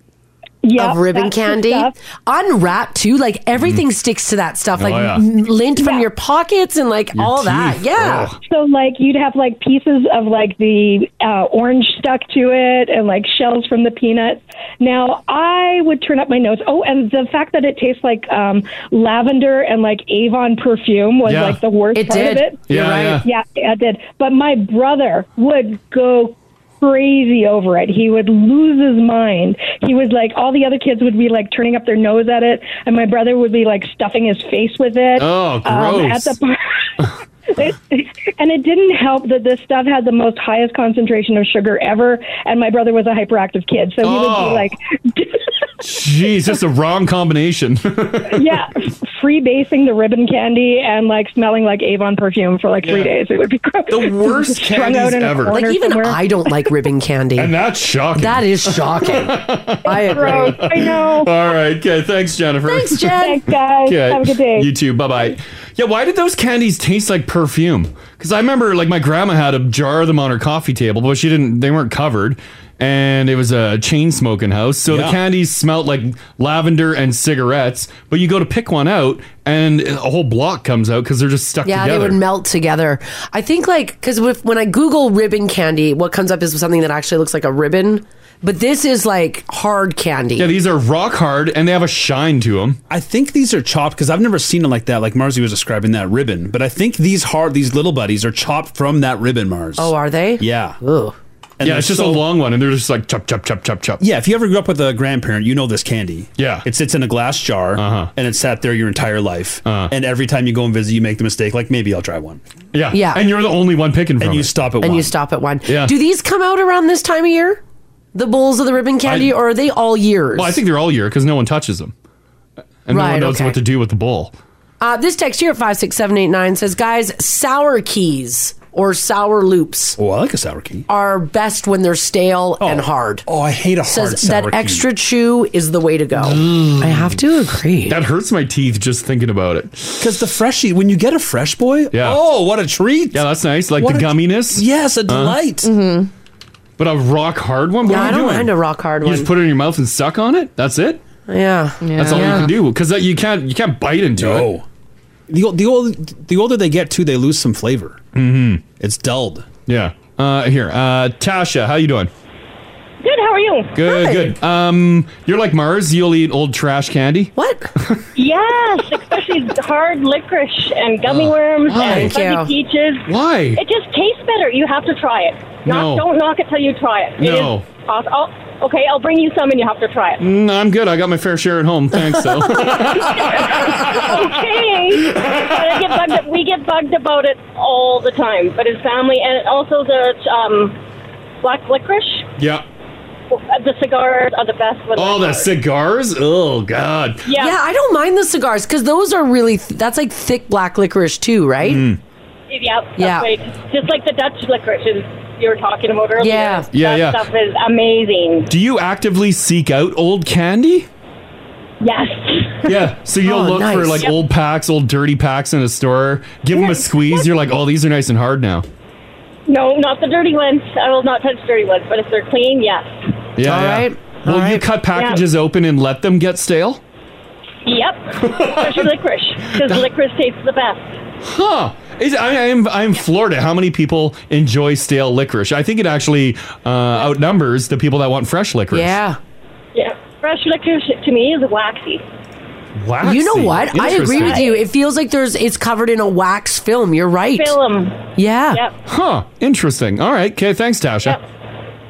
Speaker 22: Yeah,
Speaker 3: of ribbon
Speaker 22: that's the
Speaker 3: candy,
Speaker 22: stuff.
Speaker 3: unwrapped too. Like everything sticks to that stuff,
Speaker 2: Oh,
Speaker 3: like
Speaker 2: yeah.
Speaker 3: m- lint from your pockets and like all that. Yeah,
Speaker 22: So like you'd have like pieces of like the uh, orange stuck to it and like shells from the peanuts. Now I would turn up my nose. Oh, and the fact that it tastes like um, lavender and like Avon perfume was
Speaker 7: Yeah.
Speaker 22: like the worst
Speaker 7: It
Speaker 22: part
Speaker 7: did.
Speaker 22: of it.
Speaker 7: You're Yeah, right.
Speaker 22: yeah, yeah, it did. But my brother would go crazy over it. He would lose his mind. He was like, all the other kids would be like turning up their nose at it, and my brother would be like stuffing his face with it.
Speaker 7: Oh,
Speaker 22: um, at
Speaker 7: gross.
Speaker 22: the bar. It- and it didn't help that this stuff had the most highest concentration of sugar ever, and my brother was a hyperactive kid, so he would
Speaker 2: Oh.
Speaker 22: be like,
Speaker 2: Jeez, just the wrong combination.
Speaker 22: yeah, free basing the ribbon candy and like smelling like Avon perfume for like three days. It would be gross. the
Speaker 2: worst candies ever.
Speaker 3: Like even I don't like ribbon candy, and
Speaker 2: that's shocking.
Speaker 3: That is shocking. I agree.
Speaker 22: I know.
Speaker 2: All right. Okay. Thanks, Jennifer.
Speaker 22: Thanks, Jen. Thanks, guys.
Speaker 2: 'Kay.
Speaker 22: Have a good day.
Speaker 2: You too. Bye bye. Yeah. Why did those candies taste like perfume? Because I remember, like, my grandma had a jar of them on her coffee table, but she didn't. They weren't covered, and it was a chain smoking house, so the
Speaker 4: Yeah.
Speaker 2: candies smelt like lavender and cigarettes. But you go to pick one out, and a whole block comes out because they're just stuck
Speaker 3: Yeah,
Speaker 2: together.
Speaker 3: they would melt together. I think like because when I Google ribbon candy, what comes up is something that actually looks like a ribbon But this is like hard candy.
Speaker 2: Yeah, these are rock hard and they have a shine to them.
Speaker 4: I think these are chopped because I've never seen them like that, like Marzi was describing that ribbon. But I think these hard, these little buddies are chopped from that ribbon, Mars.
Speaker 3: Oh, are they?
Speaker 4: Yeah.
Speaker 3: Ugh.
Speaker 2: yeah, it's just a long one, and they're just like chop, chop, chop, chop, chop.
Speaker 4: Yeah, if you ever grew up with a grandparent, you know this candy.
Speaker 2: Yeah. Uh-huh.
Speaker 4: It sits in a glass jar and it sat there your entire life. And every time you go and visit, you make the mistake, like maybe I'll try one.
Speaker 2: Yeah.
Speaker 3: Yeah.
Speaker 2: And you're the only one picking from
Speaker 4: And you
Speaker 2: it.
Speaker 4: stop at
Speaker 3: and
Speaker 4: one.
Speaker 3: you stop at one.
Speaker 2: Yeah.
Speaker 3: Do these come out around this time of year? The bowls of the ribbon candy, or are they all years?
Speaker 2: Well, I think they're all year because no one touches them, and no
Speaker 3: Right,
Speaker 2: one knows
Speaker 3: okay.
Speaker 2: what to do with the bowl.
Speaker 3: Uh, this text here at 56789 says, guys, sour keys or sour loops.
Speaker 4: Oh, I like a sour key.
Speaker 3: Are best when they're stale and hard.
Speaker 4: Oh, I hate a
Speaker 3: says
Speaker 2: hard sour
Speaker 3: that
Speaker 2: key.
Speaker 3: extra chew is the way to go. I have to agree.
Speaker 2: That hurts my teeth just thinking about it.
Speaker 4: Because the freshie, when you get a fresh boy,
Speaker 2: Yeah.
Speaker 4: oh, what a treat.
Speaker 2: Yeah, that's nice. Like
Speaker 4: What
Speaker 2: the
Speaker 4: a-
Speaker 2: gumminess.
Speaker 4: yes, a
Speaker 2: Huh?
Speaker 4: delight.
Speaker 5: Mm-hmm.
Speaker 2: But a rock hard one. What
Speaker 3: Yeah,
Speaker 2: are you
Speaker 3: I don't
Speaker 2: doing?
Speaker 3: mind a rock hard
Speaker 2: You
Speaker 3: one.
Speaker 2: just put it in your mouth and suck on it. That's it.
Speaker 3: yeah.
Speaker 2: That's all you can do because you can't you can't bite into it.
Speaker 4: The, ol- the, old, the older they get, too, they lose some flavor. Mm-hmm. It's dulled.
Speaker 2: Yeah. Uh, here, uh, Tasha, how you doing?
Speaker 6: Good. How are you?
Speaker 2: Good, good. Um, you're like Mars. You'll eat old trash candy.
Speaker 3: What?
Speaker 6: Yes, especially hard licorice and gummy worms
Speaker 2: Why?
Speaker 6: and fuzzy
Speaker 2: Thank you.
Speaker 6: peaches.
Speaker 2: Oh, Why?
Speaker 6: It just tastes better. You have to try it.
Speaker 2: No.
Speaker 6: Not, Don't knock it till you try it. It is
Speaker 2: No.
Speaker 6: awesome. I'll- okay, I'll bring you some and you have to try it.
Speaker 2: Mm, I'm good. I got my fair share at home. Thanks, though.
Speaker 6: okay. But I get bugged, we get bugged about it all the time. But his family and also the um, black licorice,
Speaker 2: yeah.
Speaker 6: the cigars are the best. With
Speaker 2: All the cigars. Oh God.
Speaker 3: Yeah. I don't mind the cigars because those are really, th- that's like thick black licorice too, right?
Speaker 4: Mm.
Speaker 6: Yep. that's
Speaker 3: Yeah.
Speaker 6: right. Just like the Dutch licorice is you were talking about earlier.
Speaker 2: Yeah. Yeah,
Speaker 6: That
Speaker 2: yeah.
Speaker 6: stuff is amazing.
Speaker 2: Do you actively seek out old candy?
Speaker 6: Yes.
Speaker 2: Yeah. So you'll
Speaker 6: Oh,
Speaker 2: look for
Speaker 6: nice.
Speaker 2: like
Speaker 6: Yep.
Speaker 2: old packs, old dirty packs in a store. Give them a squeeze. You're like, oh, these are nice and hard now.
Speaker 6: No, not the dirty ones. I will not touch dirty ones, but if they're clean, yes.
Speaker 2: Yeah.
Speaker 6: All
Speaker 2: yeah.
Speaker 6: right.
Speaker 2: Will
Speaker 6: All
Speaker 2: you
Speaker 6: right.
Speaker 2: cut packages open and let them get stale?
Speaker 6: Yep. Especially licorice, because licorice tastes the best.
Speaker 2: Huh. Is, I, I'm I'm Florida. How many people enjoy stale licorice? I think it actually uh, outnumbers the people that want fresh licorice.
Speaker 3: Yeah.
Speaker 6: Yeah. Fresh licorice to me is waxy.
Speaker 3: You know what? I agree with you. It feels like there's it's covered in a wax film. You're right.
Speaker 6: Film.
Speaker 3: Yeah.
Speaker 6: Yep.
Speaker 2: Huh. Interesting. All right. Okay. Thanks, Tasha.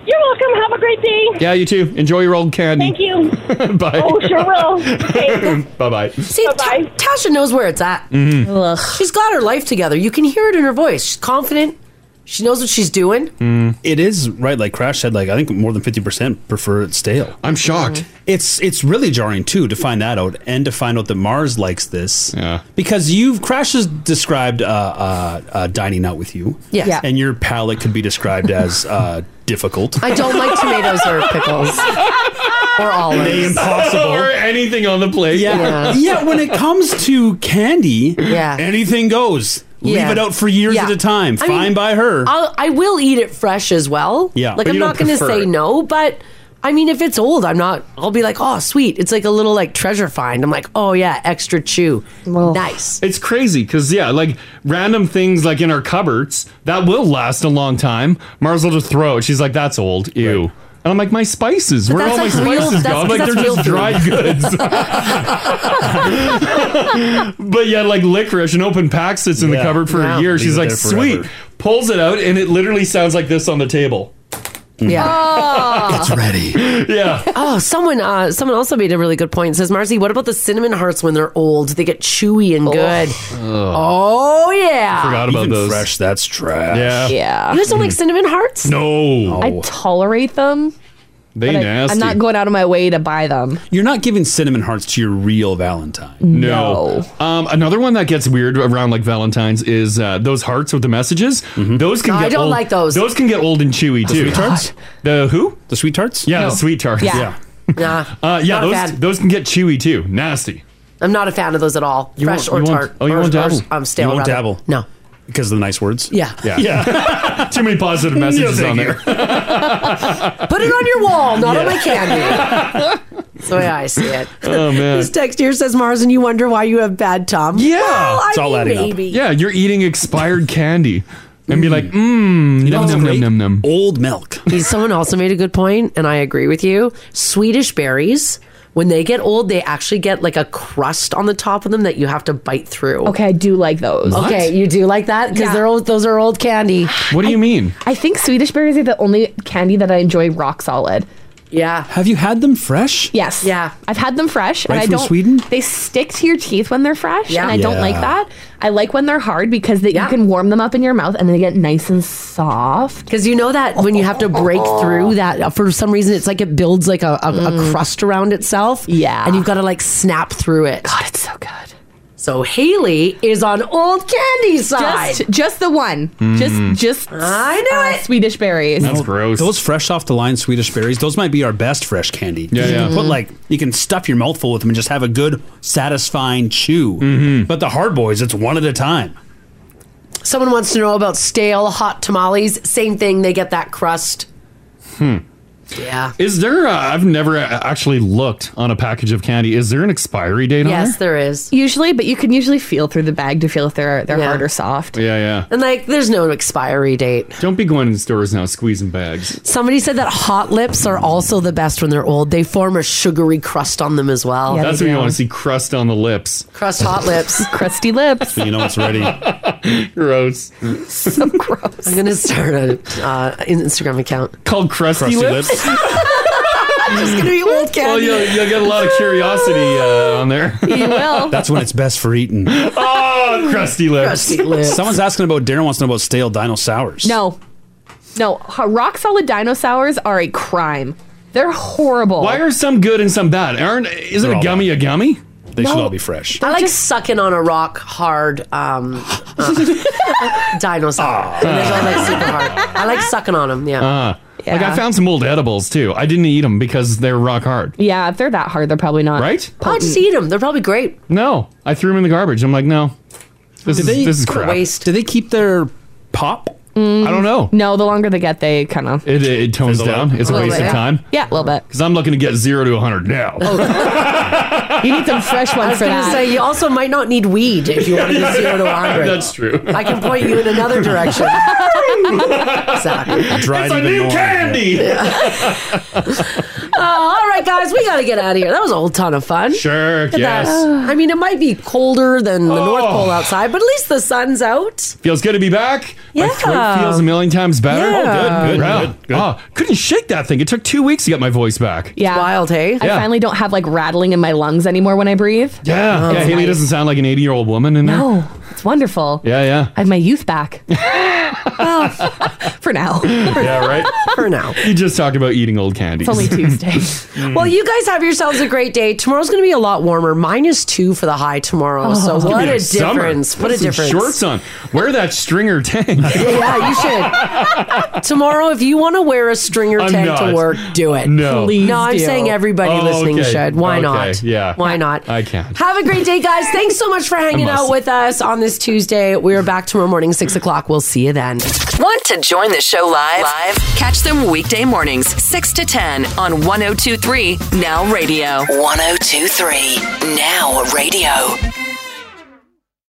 Speaker 6: You're welcome. Have a great day.
Speaker 2: Yeah. You too. Enjoy your old candy.
Speaker 6: Thank you.
Speaker 2: Bye.
Speaker 6: Oh, sure will.
Speaker 2: bye bye.
Speaker 3: See, Ta- Tasha knows where it's at.
Speaker 2: Mhm.
Speaker 3: She's got her life together. You can hear it in her voice. She's confident. She knows what she's doing.
Speaker 2: Mm.
Speaker 4: It is right, like Crash said. Like I think more than fifty percent prefer it stale. Mm-hmm.
Speaker 2: I'm shocked.
Speaker 4: It's it's really jarring too to find that out and to find out that Mars likes this. Yeah, because you've Crash has described uh, uh, uh, dining out with you.
Speaker 3: Yes. Yeah.
Speaker 4: and your palate could be described as uh, difficult.
Speaker 3: I don't like tomatoes or pickles or olives.
Speaker 4: Nay, impossible.
Speaker 2: or anything on the plate.
Speaker 4: Yeah. yeah. When it comes to candy,
Speaker 3: Yeah.
Speaker 4: anything goes.
Speaker 3: Yeah.
Speaker 4: Leave it out for years
Speaker 3: Yeah.
Speaker 4: at a time.
Speaker 3: I
Speaker 4: Fine
Speaker 3: mean,
Speaker 4: by her.
Speaker 3: I'll, I will eat it fresh as well.
Speaker 4: Yeah.
Speaker 3: Like
Speaker 4: But
Speaker 3: I'm
Speaker 4: you
Speaker 3: not
Speaker 4: don't
Speaker 3: going to
Speaker 4: prefer
Speaker 3: say
Speaker 4: it.
Speaker 3: no, but I mean, if it's old, I'm not. I'll be like, oh, sweet. It's like a little like treasure find. I'm like, oh yeah, extra chew. nice.
Speaker 2: It's crazy because yeah, like random things like in our cupboards that will last a long time. Mars will just throw it. She's like, "That's old, ew." And I'm like, "My spices,
Speaker 7: But
Speaker 2: where are all
Speaker 7: that's
Speaker 2: my
Speaker 7: like real-
Speaker 2: spices
Speaker 7: that's-
Speaker 2: gone? Like
Speaker 7: that's
Speaker 2: they're
Speaker 7: real
Speaker 2: just
Speaker 7: food.
Speaker 2: dried goods." but yeah, like licorice, an open pack sits in the
Speaker 4: Yeah.
Speaker 2: cupboard for
Speaker 4: Yeah.
Speaker 2: a year.
Speaker 4: Leave
Speaker 2: She's
Speaker 4: it
Speaker 2: like,
Speaker 4: there forever.
Speaker 2: "Sweet," pulls it out, and it literally sounds like this on the table.
Speaker 3: Yeah. Oh.
Speaker 2: It's ready. Yeah.
Speaker 3: Oh, someone uh, someone also made a really good point. Says Marcy, what about the cinnamon hearts when they're old? They get chewy and good. Oh yeah.
Speaker 2: Forgot about
Speaker 4: Even
Speaker 2: those.
Speaker 4: fresh, that's trash.
Speaker 2: Yeah. Mm. Mm-hmm.
Speaker 5: Yeah.
Speaker 3: You guys don't like cinnamon hearts?
Speaker 2: No.
Speaker 5: I tolerate them.
Speaker 2: They
Speaker 5: but I-
Speaker 4: nasty.
Speaker 5: I'm not going out of my way to buy them.
Speaker 4: You're not giving cinnamon hearts to your real Valentine.
Speaker 2: No. Um, another one that gets weird around like Valentine's is uh, those hearts with the messages. Those can
Speaker 3: No, I
Speaker 2: get
Speaker 3: don't
Speaker 2: old.
Speaker 3: like those.
Speaker 2: Those can get old and chewy
Speaker 4: Mm-hmm. The
Speaker 2: too.
Speaker 4: sweet tarts?
Speaker 2: The who?
Speaker 4: The sweet tarts?
Speaker 2: Yeah,
Speaker 3: No.
Speaker 2: the sweet tarts.
Speaker 3: Yeah. Nah.
Speaker 2: Uh, yeah,
Speaker 3: Not a fan.
Speaker 2: those those can get chewy too. Nasty.
Speaker 3: I'm not a fan of those at all.
Speaker 2: You
Speaker 3: fresh or
Speaker 2: won't- you won't-
Speaker 3: tart.
Speaker 2: oh, you
Speaker 3: or,
Speaker 2: won't
Speaker 3: or-
Speaker 2: dabble.
Speaker 3: um, stale
Speaker 4: You won't
Speaker 3: rather.
Speaker 4: dabble.
Speaker 3: No.
Speaker 4: Because of the nice words?
Speaker 3: Yeah.
Speaker 4: Yeah.
Speaker 2: Yeah. Too many positive messages on there.
Speaker 3: Put it on your wall, not on my candy. That's the way I see it.
Speaker 2: Oh, man.
Speaker 3: this text here says Mars, and you wonder why you have bad Tom. Yeah, well, I mean, maybe.
Speaker 2: Yeah, you're eating expired candy. and be like, mmm,
Speaker 3: know
Speaker 2: num
Speaker 3: what's
Speaker 2: num num
Speaker 3: great?
Speaker 2: num num.
Speaker 4: Old milk.
Speaker 3: Someone also made a good point, and I agree with you. Swedish berries, when they get old, they actually get like a crust on the top of them that you have to bite through.
Speaker 5: Okay, I do like those.
Speaker 3: Okay, you do like that because
Speaker 5: Yeah.
Speaker 3: they're old. Those are old candy.
Speaker 2: What do you mean?
Speaker 5: I think Swedish berries are the only candy that I enjoy rock solid.
Speaker 3: Yeah.
Speaker 4: Have you had them fresh?
Speaker 5: Yes. Yeah. I've had them fresh, and I
Speaker 4: Right from
Speaker 5: don't.
Speaker 4: Sweden?
Speaker 5: They stick to your teeth when they're fresh,
Speaker 4: Yeah.
Speaker 5: and I don't like
Speaker 4: Yeah.
Speaker 5: that. I like when they're hard because that you can warm them up in your mouth, and they get nice and soft.
Speaker 3: Because you know that when you have to break through that, uh, for some reason, it's like it builds like a, a,
Speaker 5: Mm.
Speaker 3: a crust around itself. Yeah. And you've got to like snap through it. God,
Speaker 5: it's so good.
Speaker 3: So Haley is on old candy side.
Speaker 5: Just, just the one.
Speaker 4: Mm.
Speaker 5: Just, just. I know it. Swedish berries.
Speaker 4: gross. Those fresh off the line Swedish berries, those might be our best fresh candy.
Speaker 5: Yeah,
Speaker 4: you can
Speaker 5: yeah.
Speaker 4: put
Speaker 5: Mhm.
Speaker 4: like you can stuff your mouth full with them and just have a good, satisfying chew.
Speaker 2: Mm-hmm.
Speaker 4: But the hard boys, it's one at a time.
Speaker 3: Someone wants to know about stale hot tamales. Same thing. They get that crust.
Speaker 2: Hmm.
Speaker 3: Yeah.
Speaker 2: Is there? A, I've never a- actually looked on a package of candy. Is there an expiry date
Speaker 3: Yes, there is.
Speaker 5: Usually, but you can usually feel through the bag to feel if they're they're hard or soft.
Speaker 2: on there? Yeah, yeah.
Speaker 3: And like, there's no expiry date.
Speaker 2: Don't be going in stores now squeezing bags.
Speaker 3: Somebody said that hot lips are also the best when they're old. They form a sugary crust on them as well.
Speaker 2: That's what you want to see crust on the lips.
Speaker 3: Crust hot lips.
Speaker 5: Crusty lips.
Speaker 2: So you know it's ready. Gross.
Speaker 5: So gross.
Speaker 3: I'm going to start an uh, Instagram account
Speaker 2: called Crusty, Lips.
Speaker 3: Just gonna be old candy.
Speaker 2: Well, you'll, you'll get a lot of curiosity uh, on there.
Speaker 3: You will.
Speaker 4: That's when it's best for eating.
Speaker 2: oh, crusty lips.
Speaker 3: Crusty lips.
Speaker 4: Someone's asking about Darren wants to know about stale dino sours.
Speaker 5: No, no. ho- Rock solid dinosaurs are a crime. They're horrible.
Speaker 2: Why are some good and some bad? Aren't isn't a gummy a gummy?
Speaker 4: They
Speaker 3: should No. all be
Speaker 4: fresh.
Speaker 3: I like sucking on a rock hard um, uh, dinosaur.
Speaker 2: Ah.
Speaker 3: And they're all, like, super hard. I like sucking on them. Yeah.
Speaker 2: Uh, Like
Speaker 5: Yeah.
Speaker 2: I found some old edibles too. I didn't eat them because they're rock hard.
Speaker 5: Yeah, if they're that hard, they're probably not.
Speaker 2: Right?
Speaker 3: I'll just eat them. They're probably great.
Speaker 2: No, I threw them in the garbage. I'm like, no, this
Speaker 4: Did
Speaker 2: is
Speaker 4: they-
Speaker 2: this is
Speaker 4: What a
Speaker 2: crap.
Speaker 4: waste. Do they keep their pop?
Speaker 2: I don't know.
Speaker 5: Mm, No, the longer they get, they kind of.
Speaker 2: It, it tones down. It's a
Speaker 5: little
Speaker 2: waste
Speaker 5: bit,
Speaker 2: of
Speaker 5: yeah.
Speaker 2: time.
Speaker 5: Yeah, a little bit.
Speaker 2: Because I'm looking to get zero to 100 now.
Speaker 5: You need some fresh
Speaker 3: I
Speaker 5: ones
Speaker 3: was
Speaker 5: for
Speaker 3: gonna
Speaker 5: that.
Speaker 3: say you also might not need weed if you want to
Speaker 2: Yeah,
Speaker 3: get zero to
Speaker 2: yeah,
Speaker 3: 100.
Speaker 2: That's true.
Speaker 3: I can point you in another direction. exactly.
Speaker 4: Dried
Speaker 2: It's a
Speaker 4: even
Speaker 2: new
Speaker 4: more.
Speaker 2: candy.
Speaker 3: Oh, all right, guys, we got to get out of here. That was a whole ton of fun.
Speaker 2: Sure,
Speaker 3: Look at
Speaker 2: yes.
Speaker 3: I mean, it might be colder than the North
Speaker 2: Oh.
Speaker 3: Pole outside, but at least the sun's out.
Speaker 2: Feels good to be back. My throat
Speaker 3: Yeah.
Speaker 2: feels a million times better.
Speaker 3: Yeah.
Speaker 2: Oh, good, good,
Speaker 3: Yeah.
Speaker 2: good, good. Ah, couldn't shake that thing. It took two weeks to get my voice back.
Speaker 5: yeah.
Speaker 3: wild, hey?
Speaker 5: I
Speaker 2: Yeah.
Speaker 5: finally don't have like rattling in my lungs anymore when I breathe.
Speaker 3: Oh,
Speaker 2: Yeah, yeah.
Speaker 5: It's
Speaker 2: Haley
Speaker 5: nice.
Speaker 2: doesn't sound like an 80 year old woman in there.
Speaker 5: No, it's wonderful.
Speaker 2: Yeah, yeah.
Speaker 5: I have my youth back. well, for now.
Speaker 2: yeah, right?
Speaker 3: For now.
Speaker 2: You just talked about eating old candies.
Speaker 5: It's only Tuesday.
Speaker 2: Hmm.
Speaker 3: Well, you guys have yourselves a great day. Tomorrow's going to be a lot warmer. Minus two for the high tomorrow. Oh, so
Speaker 5: Oh.
Speaker 2: It's gonna
Speaker 3: what
Speaker 2: be
Speaker 3: a
Speaker 2: like summer.
Speaker 3: difference. What
Speaker 2: Put
Speaker 3: a
Speaker 2: some
Speaker 3: difference.
Speaker 2: Shorts on. Wear that stringer tank.
Speaker 3: yeah, you should. Tomorrow, if you want to wear a stringer
Speaker 2: I'm
Speaker 3: tank
Speaker 2: not.
Speaker 3: to work, do it.
Speaker 2: No. Please
Speaker 3: no, I'm
Speaker 2: do.
Speaker 3: saying everybody
Speaker 2: Oh,
Speaker 3: listening
Speaker 2: okay.
Speaker 3: should. Why
Speaker 2: Okay,
Speaker 3: not?
Speaker 2: yeah.
Speaker 3: Why not?
Speaker 2: I can't.
Speaker 3: Have a great day, guys. Thanks so much for hanging out
Speaker 2: must.
Speaker 3: with us on this Tuesday. We're back tomorrow morning, six o'clock. We'll see you then.
Speaker 1: Want to join the show live? Live? Catch them weekday mornings, 6 to 10 on 1023 Now Radio. 1023 Now Radio.